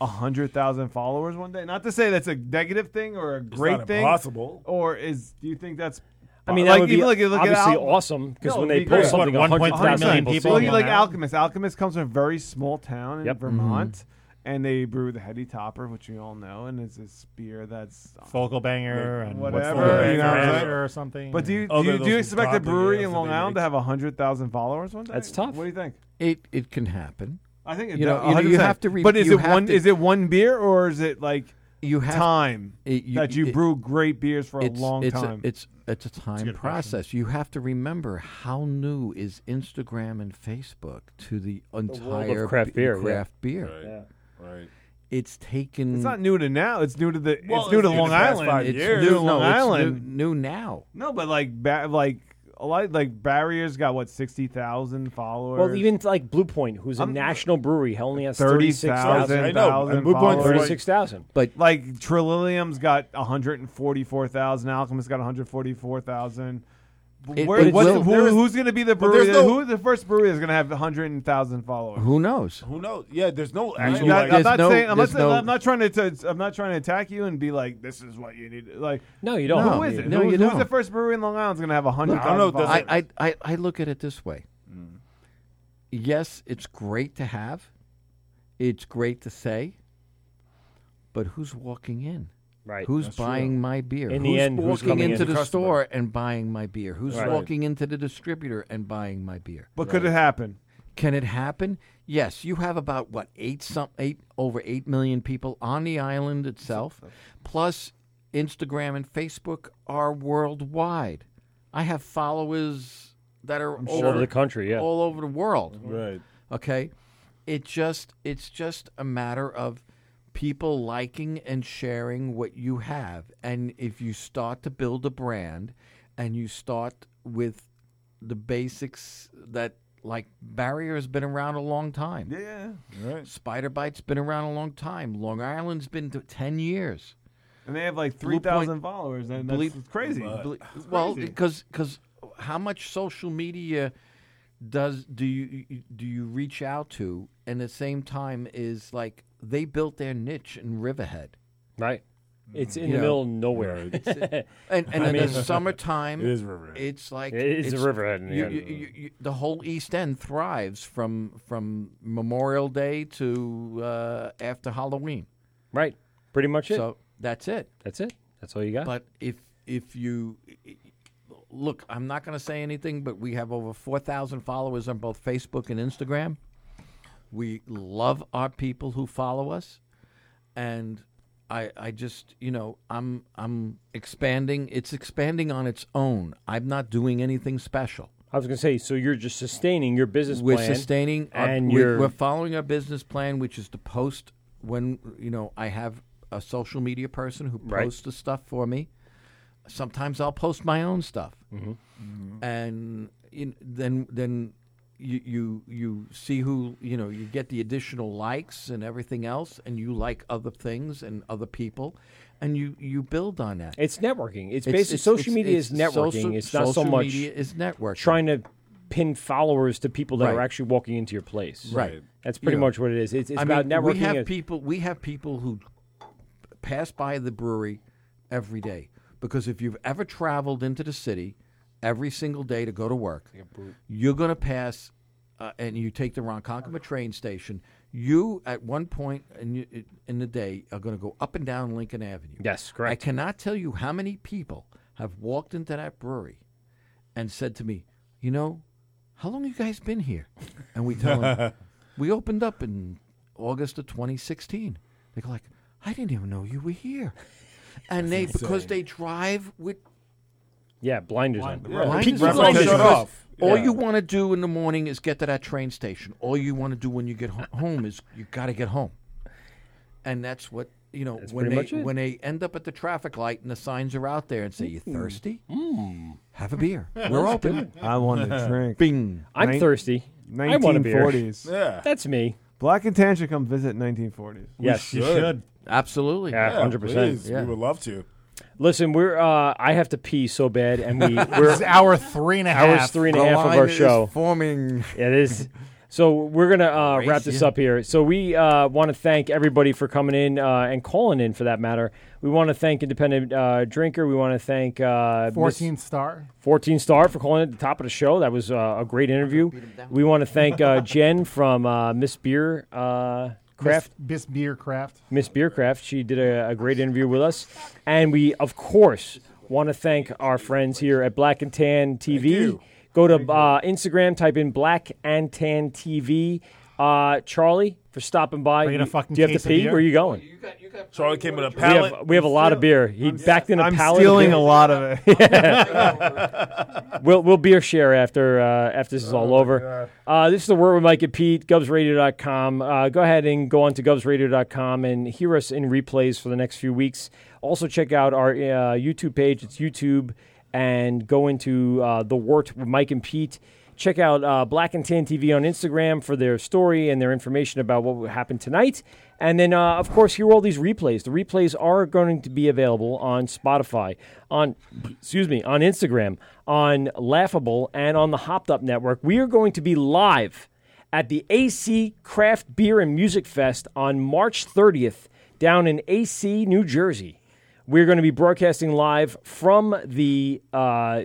[SPEAKER 5] a hundred thousand followers one day? Not to say that's a negative thing or a great
[SPEAKER 3] not
[SPEAKER 5] thing,
[SPEAKER 3] impossible.
[SPEAKER 5] Or is do you think that's?
[SPEAKER 14] I mean, that
[SPEAKER 5] Uh, like,
[SPEAKER 14] would be
[SPEAKER 5] even like, you look at
[SPEAKER 14] obviously
[SPEAKER 5] Al-
[SPEAKER 14] awesome, 'cause
[SPEAKER 5] No,
[SPEAKER 14] when
[SPEAKER 5] it'd
[SPEAKER 14] they
[SPEAKER 5] be
[SPEAKER 14] post
[SPEAKER 5] great.
[SPEAKER 14] something What, 100,000 1.3 people
[SPEAKER 5] Look at,
[SPEAKER 14] see
[SPEAKER 5] like
[SPEAKER 14] it.
[SPEAKER 5] Alchemist. Alchemist comes from a very small town in
[SPEAKER 14] Yep.
[SPEAKER 25] Mm-hmm.
[SPEAKER 5] Vermont. And they brew the Heady Topper, which we all know, and it's this beer that's uh,
[SPEAKER 25] Focal Banger and what's
[SPEAKER 5] whatever,
[SPEAKER 25] the name,
[SPEAKER 5] you know, what I'm
[SPEAKER 25] Thrasher
[SPEAKER 5] saying?
[SPEAKER 25] or something.
[SPEAKER 5] But do you,
[SPEAKER 25] Oh,
[SPEAKER 5] do you,
[SPEAKER 25] they're
[SPEAKER 5] do you
[SPEAKER 25] those
[SPEAKER 5] expect a
[SPEAKER 25] dropping
[SPEAKER 5] brewery
[SPEAKER 25] ads
[SPEAKER 5] in
[SPEAKER 25] that
[SPEAKER 5] Long
[SPEAKER 25] they
[SPEAKER 5] Island to have hundred thousand followers one day? That's tough. What do you think?
[SPEAKER 8] It it can happen.
[SPEAKER 5] I think it
[SPEAKER 8] you know,
[SPEAKER 5] does,
[SPEAKER 8] you, know, you
[SPEAKER 5] 100%.
[SPEAKER 8] have to. Re-
[SPEAKER 5] But is
[SPEAKER 8] you
[SPEAKER 5] it
[SPEAKER 8] have
[SPEAKER 5] one?
[SPEAKER 8] to-
[SPEAKER 5] is it one beer or is it like
[SPEAKER 8] you have
[SPEAKER 5] time
[SPEAKER 8] it- you-
[SPEAKER 5] that you
[SPEAKER 8] it-
[SPEAKER 5] brew great beers for a
[SPEAKER 8] it's-
[SPEAKER 5] long
[SPEAKER 8] it's
[SPEAKER 5] time?
[SPEAKER 8] it's it's a time process. You have to remember how new is Instagram and Facebook to the
[SPEAKER 14] world of
[SPEAKER 8] entire
[SPEAKER 14] craft
[SPEAKER 8] be-
[SPEAKER 14] beer, yeah.
[SPEAKER 8] Craft beer.
[SPEAKER 3] Right. Right.
[SPEAKER 8] it's taken.
[SPEAKER 5] It's not new to now. It's new to the.
[SPEAKER 8] Well,
[SPEAKER 5] it's new to
[SPEAKER 8] Mm. it's
[SPEAKER 5] Long
[SPEAKER 8] been the past
[SPEAKER 5] Island.
[SPEAKER 8] five
[SPEAKER 5] It's
[SPEAKER 8] years.
[SPEAKER 5] new to
[SPEAKER 8] No,
[SPEAKER 5] Long
[SPEAKER 8] it's
[SPEAKER 5] Island.
[SPEAKER 8] new- new now.
[SPEAKER 5] No, but like ba- like a lot like Barrier's got what sixty thousand followers.
[SPEAKER 14] Well, even like Blue Point, who's a national brewery, only has
[SPEAKER 5] 30,000.
[SPEAKER 14] 36,000.
[SPEAKER 5] I know, and Blue Point's like-
[SPEAKER 14] 36,000.
[SPEAKER 8] But
[SPEAKER 5] like Trillium's got one hundred and forty four thousand. Alchemist got one hundred forty four thousand.
[SPEAKER 8] It-
[SPEAKER 5] Where,
[SPEAKER 8] it
[SPEAKER 5] what's-
[SPEAKER 8] will-
[SPEAKER 5] who,
[SPEAKER 8] there is-
[SPEAKER 5] who's going to be the
[SPEAKER 3] but
[SPEAKER 5] brewery?
[SPEAKER 3] there's
[SPEAKER 5] that-
[SPEAKER 3] no-
[SPEAKER 5] who the first brewery is going to have one hundred thousand followers?
[SPEAKER 8] Who knows?
[SPEAKER 3] Who knows? Yeah, there's no
[SPEAKER 5] I'm
[SPEAKER 3] actual.
[SPEAKER 5] not-
[SPEAKER 3] like,
[SPEAKER 5] I'm not saying. I'm not,
[SPEAKER 3] there's
[SPEAKER 5] saying-
[SPEAKER 3] no-
[SPEAKER 5] I'm not trying to. t- I'm not trying to attack you and be like, "This is what you need." Like,
[SPEAKER 14] no, you
[SPEAKER 8] don't.
[SPEAKER 5] Who
[SPEAKER 8] No,
[SPEAKER 5] is it?
[SPEAKER 8] no,
[SPEAKER 5] Who-
[SPEAKER 8] you
[SPEAKER 5] who's
[SPEAKER 8] don't.
[SPEAKER 5] the first brewery in Long Island that's going to have a hundred?
[SPEAKER 8] I, I, I, I look at it this way.
[SPEAKER 14] Mm.
[SPEAKER 8] Yes, it's great to have. It's great to say. But who's walking in?
[SPEAKER 14] Right.
[SPEAKER 8] Who's
[SPEAKER 14] That's true.
[SPEAKER 8] buying my beer?
[SPEAKER 14] In the
[SPEAKER 8] who's
[SPEAKER 14] end, who's
[SPEAKER 8] walking
[SPEAKER 14] coming
[SPEAKER 8] into
[SPEAKER 14] in?
[SPEAKER 8] the
[SPEAKER 14] Customer.
[SPEAKER 8] store and buying my beer? Who's
[SPEAKER 14] Right.
[SPEAKER 8] walking into the distributor and buying my beer?
[SPEAKER 5] But could it happen?
[SPEAKER 8] Can it
[SPEAKER 5] *laughs*
[SPEAKER 8] happen? Yes, you have about what eight some eight over eight million people on the island itself, plus Instagram and Facebook are worldwide. I have followers that are
[SPEAKER 14] I'm
[SPEAKER 8] all
[SPEAKER 14] sure.
[SPEAKER 8] over
[SPEAKER 14] The country, yeah.
[SPEAKER 8] all over the world.
[SPEAKER 5] Mm-hmm.
[SPEAKER 3] Right.
[SPEAKER 8] Okay. It just it's just a matter of people liking and sharing what you have, and if you start to build a brand, and you start with the basics that like Barrier has been around a long time.
[SPEAKER 5] Yeah.
[SPEAKER 3] Right.
[SPEAKER 8] Spider Bite's been around a long time. Long Island's been to ten years.
[SPEAKER 5] And they have like
[SPEAKER 8] Blue
[SPEAKER 5] three
[SPEAKER 8] Point-
[SPEAKER 5] thousand followers, and that's
[SPEAKER 8] Believe-
[SPEAKER 5] it's crazy.
[SPEAKER 8] Ble-
[SPEAKER 5] It's
[SPEAKER 8] well,
[SPEAKER 5] crazy.
[SPEAKER 8] because because how much social media does do you do you reach out to, and at the same time is like they built their niche in Riverhead,
[SPEAKER 14] right? It's in the middle of nowhere. *laughs*
[SPEAKER 8] and and
[SPEAKER 14] I
[SPEAKER 8] in
[SPEAKER 14] mean-
[SPEAKER 8] the summertime,
[SPEAKER 14] It is Riverhead.
[SPEAKER 8] It's like
[SPEAKER 14] It is
[SPEAKER 8] it's,
[SPEAKER 14] Riverhead in the
[SPEAKER 8] you-
[SPEAKER 14] end.
[SPEAKER 8] you- you- you- the whole East End thrives from from Memorial Day to uh, after Halloween.
[SPEAKER 14] Right. Pretty much it.
[SPEAKER 8] So that's it.
[SPEAKER 14] That's it. That's all you got.
[SPEAKER 8] But if if you look, I'm not going to say anything, but we have over 4,000 followers on both Facebook and Instagram. We love our people who follow us, and I I just you know I'm I'm expanding. It's expanding on its own. I'm not doing anything special.
[SPEAKER 14] I was going to say, so you're just sustaining your business
[SPEAKER 8] We're
[SPEAKER 14] plan.
[SPEAKER 8] sustaining our,
[SPEAKER 14] and
[SPEAKER 8] we-
[SPEAKER 14] you're
[SPEAKER 8] we're following our business plan, which is to post when you know I have a social media person who
[SPEAKER 14] Right.
[SPEAKER 8] posts the stuff for me. Sometimes I'll post my own stuff,
[SPEAKER 14] Mhm.
[SPEAKER 8] and you kn- then then you, you you see who you know you get the additional likes and everything else, and you like other things and other people, and you you build on that.
[SPEAKER 14] It's networking. It's, basically social media is networking.
[SPEAKER 8] social-
[SPEAKER 14] it's not so
[SPEAKER 8] social
[SPEAKER 14] much
[SPEAKER 8] media is networking.
[SPEAKER 14] Trying to pin followers to people that are
[SPEAKER 8] Right.
[SPEAKER 14] actually walking into your place.
[SPEAKER 8] Right.
[SPEAKER 14] That's pretty
[SPEAKER 8] You know,
[SPEAKER 14] much what it is. It's, it's
[SPEAKER 8] I
[SPEAKER 14] about
[SPEAKER 8] mean,
[SPEAKER 14] networking.
[SPEAKER 8] We have
[SPEAKER 14] It's-
[SPEAKER 8] people. We have people who pass by the brewery every day because if you've ever traveled into the city every single day to go to work, you're going to pass, uh, and you take the Ronkonkoma train station. You at one point in, y- in the day are going to go up and down Lincoln Avenue.
[SPEAKER 14] Yes, correct.
[SPEAKER 8] I cannot tell you how many people have walked into that brewery and said to me, "You know, how long you guys been here?" And we tell *laughs* them, "We opened up in August of 2016." They go like, "I didn't even know you were here," and they
[SPEAKER 14] That's
[SPEAKER 8] because
[SPEAKER 14] insane.
[SPEAKER 8] they drive with
[SPEAKER 14] yeah, blinders on.
[SPEAKER 8] blinders
[SPEAKER 14] Peak
[SPEAKER 8] on
[SPEAKER 14] blinders
[SPEAKER 8] because
[SPEAKER 14] on.
[SPEAKER 8] All
[SPEAKER 14] Yeah.
[SPEAKER 8] you want to do in the morning is get to that train station. All you want to do when you get ho- home is you got to get home, and that's what you know when
[SPEAKER 14] pretty
[SPEAKER 8] they
[SPEAKER 14] much it.
[SPEAKER 8] when they end up at the traffic light and the signs are out there and say, "You
[SPEAKER 14] Mm-hmm.
[SPEAKER 8] thirsty?
[SPEAKER 14] Mm.
[SPEAKER 8] hmm, Have a
[SPEAKER 14] *laughs*
[SPEAKER 8] beer.
[SPEAKER 14] Yeah,
[SPEAKER 8] We're
[SPEAKER 14] let's do
[SPEAKER 8] open.
[SPEAKER 14] it. I want *laughs*
[SPEAKER 5] a drink.
[SPEAKER 8] Bing.
[SPEAKER 14] I'm
[SPEAKER 5] Nin-
[SPEAKER 14] thirsty. I want a beer.
[SPEAKER 5] 1940s.
[SPEAKER 14] Yeah. That's me.
[SPEAKER 5] Black and Tantra come visit 1940s.
[SPEAKER 14] Yes,
[SPEAKER 8] Absolutely.
[SPEAKER 14] Yeah,
[SPEAKER 5] Yeah,
[SPEAKER 14] hundred percent.
[SPEAKER 5] please. We Yeah. would
[SPEAKER 3] love to.
[SPEAKER 14] Listen, we're. Uh, I have to pee so bad, and
[SPEAKER 7] *laughs*
[SPEAKER 14] we
[SPEAKER 7] This
[SPEAKER 14] we're
[SPEAKER 7] is hour three and a
[SPEAKER 14] Hours
[SPEAKER 7] half.
[SPEAKER 14] three and a
[SPEAKER 7] The
[SPEAKER 14] half of
[SPEAKER 7] line
[SPEAKER 14] our
[SPEAKER 7] is
[SPEAKER 14] show
[SPEAKER 8] forming.
[SPEAKER 14] It is. So we're gonna uh, wrap this
[SPEAKER 7] yeah.
[SPEAKER 14] up here. So we uh, want to thank everybody for coming in uh, and calling in, for that matter. We want to thank Independent uh, Drinker. We want to thank uh, Miss-
[SPEAKER 7] 14 star.
[SPEAKER 14] 14 star for calling at the top of the show. That was uh, a great interview. We want to thank uh, Jen from uh, Miss Beer uh, Craft.
[SPEAKER 7] Miss, Miss Beer Craft.
[SPEAKER 14] Miss Beercraft. She did a, a great interview with us, and we of course want to thank our friends here at Black and Tan TV. Go to uh, Instagram, type in Black and Tan TV. Uh, Charlie, for stopping by.
[SPEAKER 3] Bringing a
[SPEAKER 14] You-
[SPEAKER 3] fucking
[SPEAKER 14] do you have
[SPEAKER 3] case
[SPEAKER 14] to
[SPEAKER 3] of
[SPEAKER 14] pee?
[SPEAKER 3] beer?
[SPEAKER 14] Where are you going?
[SPEAKER 3] Charlie came with a
[SPEAKER 14] we have,
[SPEAKER 3] pallet.
[SPEAKER 14] we have a lot of beer. He backed in a
[SPEAKER 5] I'm
[SPEAKER 14] pallet.
[SPEAKER 5] stealing
[SPEAKER 14] of beer.
[SPEAKER 5] a lot of
[SPEAKER 14] *laughs*
[SPEAKER 5] it. *laughs*
[SPEAKER 14] Yeah. we'll we'll beer share after uh, after this is all over. Uh, this is the word with Mike and Pete. Gubsradio.com. Uh, go ahead and go on to Gubsradio.com and hear us in replays for the next few weeks. Also check out our uh, YouTube page. It's YouTube and go into uh, the Wart with Mike and Pete. Check out uh, Black and Tan TV on Instagram for their story and their information about what happened tonight. And then, uh, of course, hear all these replays. The replays are going to be available on Spotify, on excuse me, on Instagram, on Laughable, and on the Hopped Up Network. We are going to be live at the AC Craft Beer and Music Fest on March 30th down in AC, New Jersey. We're going to be broadcasting live from the, uh,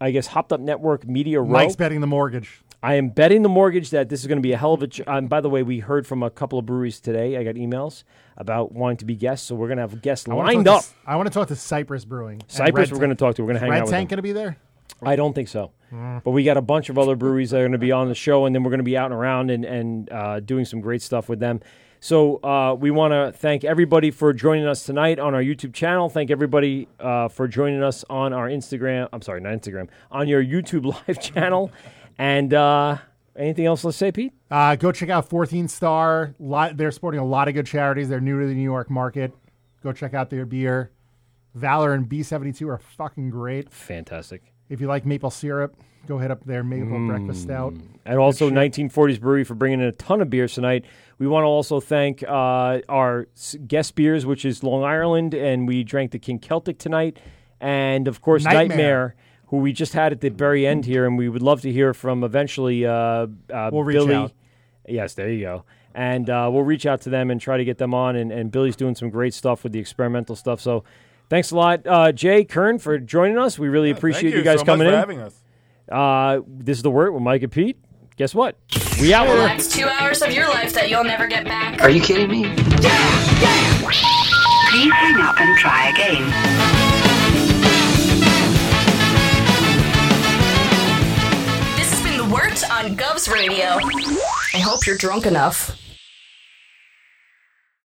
[SPEAKER 14] I guess, Hopped Up Network Media Row.
[SPEAKER 7] Mike's betting the mortgage.
[SPEAKER 14] I am betting the mortgage that this is going to be a hell of a. Ch- um, by the way, we heard from a couple of breweries today. I got emails about wanting to be guests, so we're going to have guests
[SPEAKER 7] I wanna
[SPEAKER 14] lined
[SPEAKER 7] talk
[SPEAKER 14] up.
[SPEAKER 7] to- I want to talk to Cypress Brewing. and
[SPEAKER 14] Cypress,
[SPEAKER 7] Red
[SPEAKER 14] we're going to
[SPEAKER 7] Tank.
[SPEAKER 14] talk to. We're going to hang
[SPEAKER 7] Red
[SPEAKER 14] out with
[SPEAKER 7] Tank
[SPEAKER 14] them.
[SPEAKER 7] going to be there?
[SPEAKER 14] I don't think so,
[SPEAKER 7] Mm.
[SPEAKER 14] but we got a bunch of other breweries that are going to be on the show, and then we're going to be out and around and and uh, doing some great stuff with them. So uh, we want to thank everybody for joining us tonight on our YouTube channel. Thank everybody uh, for joining us on our Instagram. I'm sorry, not Instagram, on your YouTube *laughs* live channel. And uh, anything else? Let's say, Pete.
[SPEAKER 7] Uh, go check out 14 Star. Lot, they're supporting a lot of good charities. They're new to the New York market. Go check out their beer. Valor and B72 are fucking great.
[SPEAKER 14] Fantastic. Mm.
[SPEAKER 7] If you like maple syrup, go hit up their maple breakfast stout.
[SPEAKER 14] And also 1940s Brewery for bringing in a ton of beers tonight. We want to also thank uh, our s- guest beers, which is Long Island, and we drank the King Celtic tonight. And of course, Nightmare,
[SPEAKER 7] Nightmare.
[SPEAKER 14] who we just had at the very end here, and we would love to hear from eventually uh, uh,
[SPEAKER 7] We'll reach
[SPEAKER 14] Billy.
[SPEAKER 7] out.
[SPEAKER 14] Yes, there you go. And uh, we'll reach out to them and try to get them on. And, and Billy's doing some great stuff with the experimental stuff. So thanks a lot, uh, Jay Kern, for joining us. We really appreciate
[SPEAKER 3] you
[SPEAKER 14] you guys
[SPEAKER 3] so much
[SPEAKER 14] coming
[SPEAKER 3] for
[SPEAKER 14] in.
[SPEAKER 3] having us.
[SPEAKER 14] Uh, this is the word with Mike and Pete. Guess what? We out.
[SPEAKER 19] That's two hours of your life that you'll never get back.
[SPEAKER 14] you kidding me?
[SPEAKER 19] Please hang up and try again. This has been The Wort on Govs Radio. I hope you're drunk enough.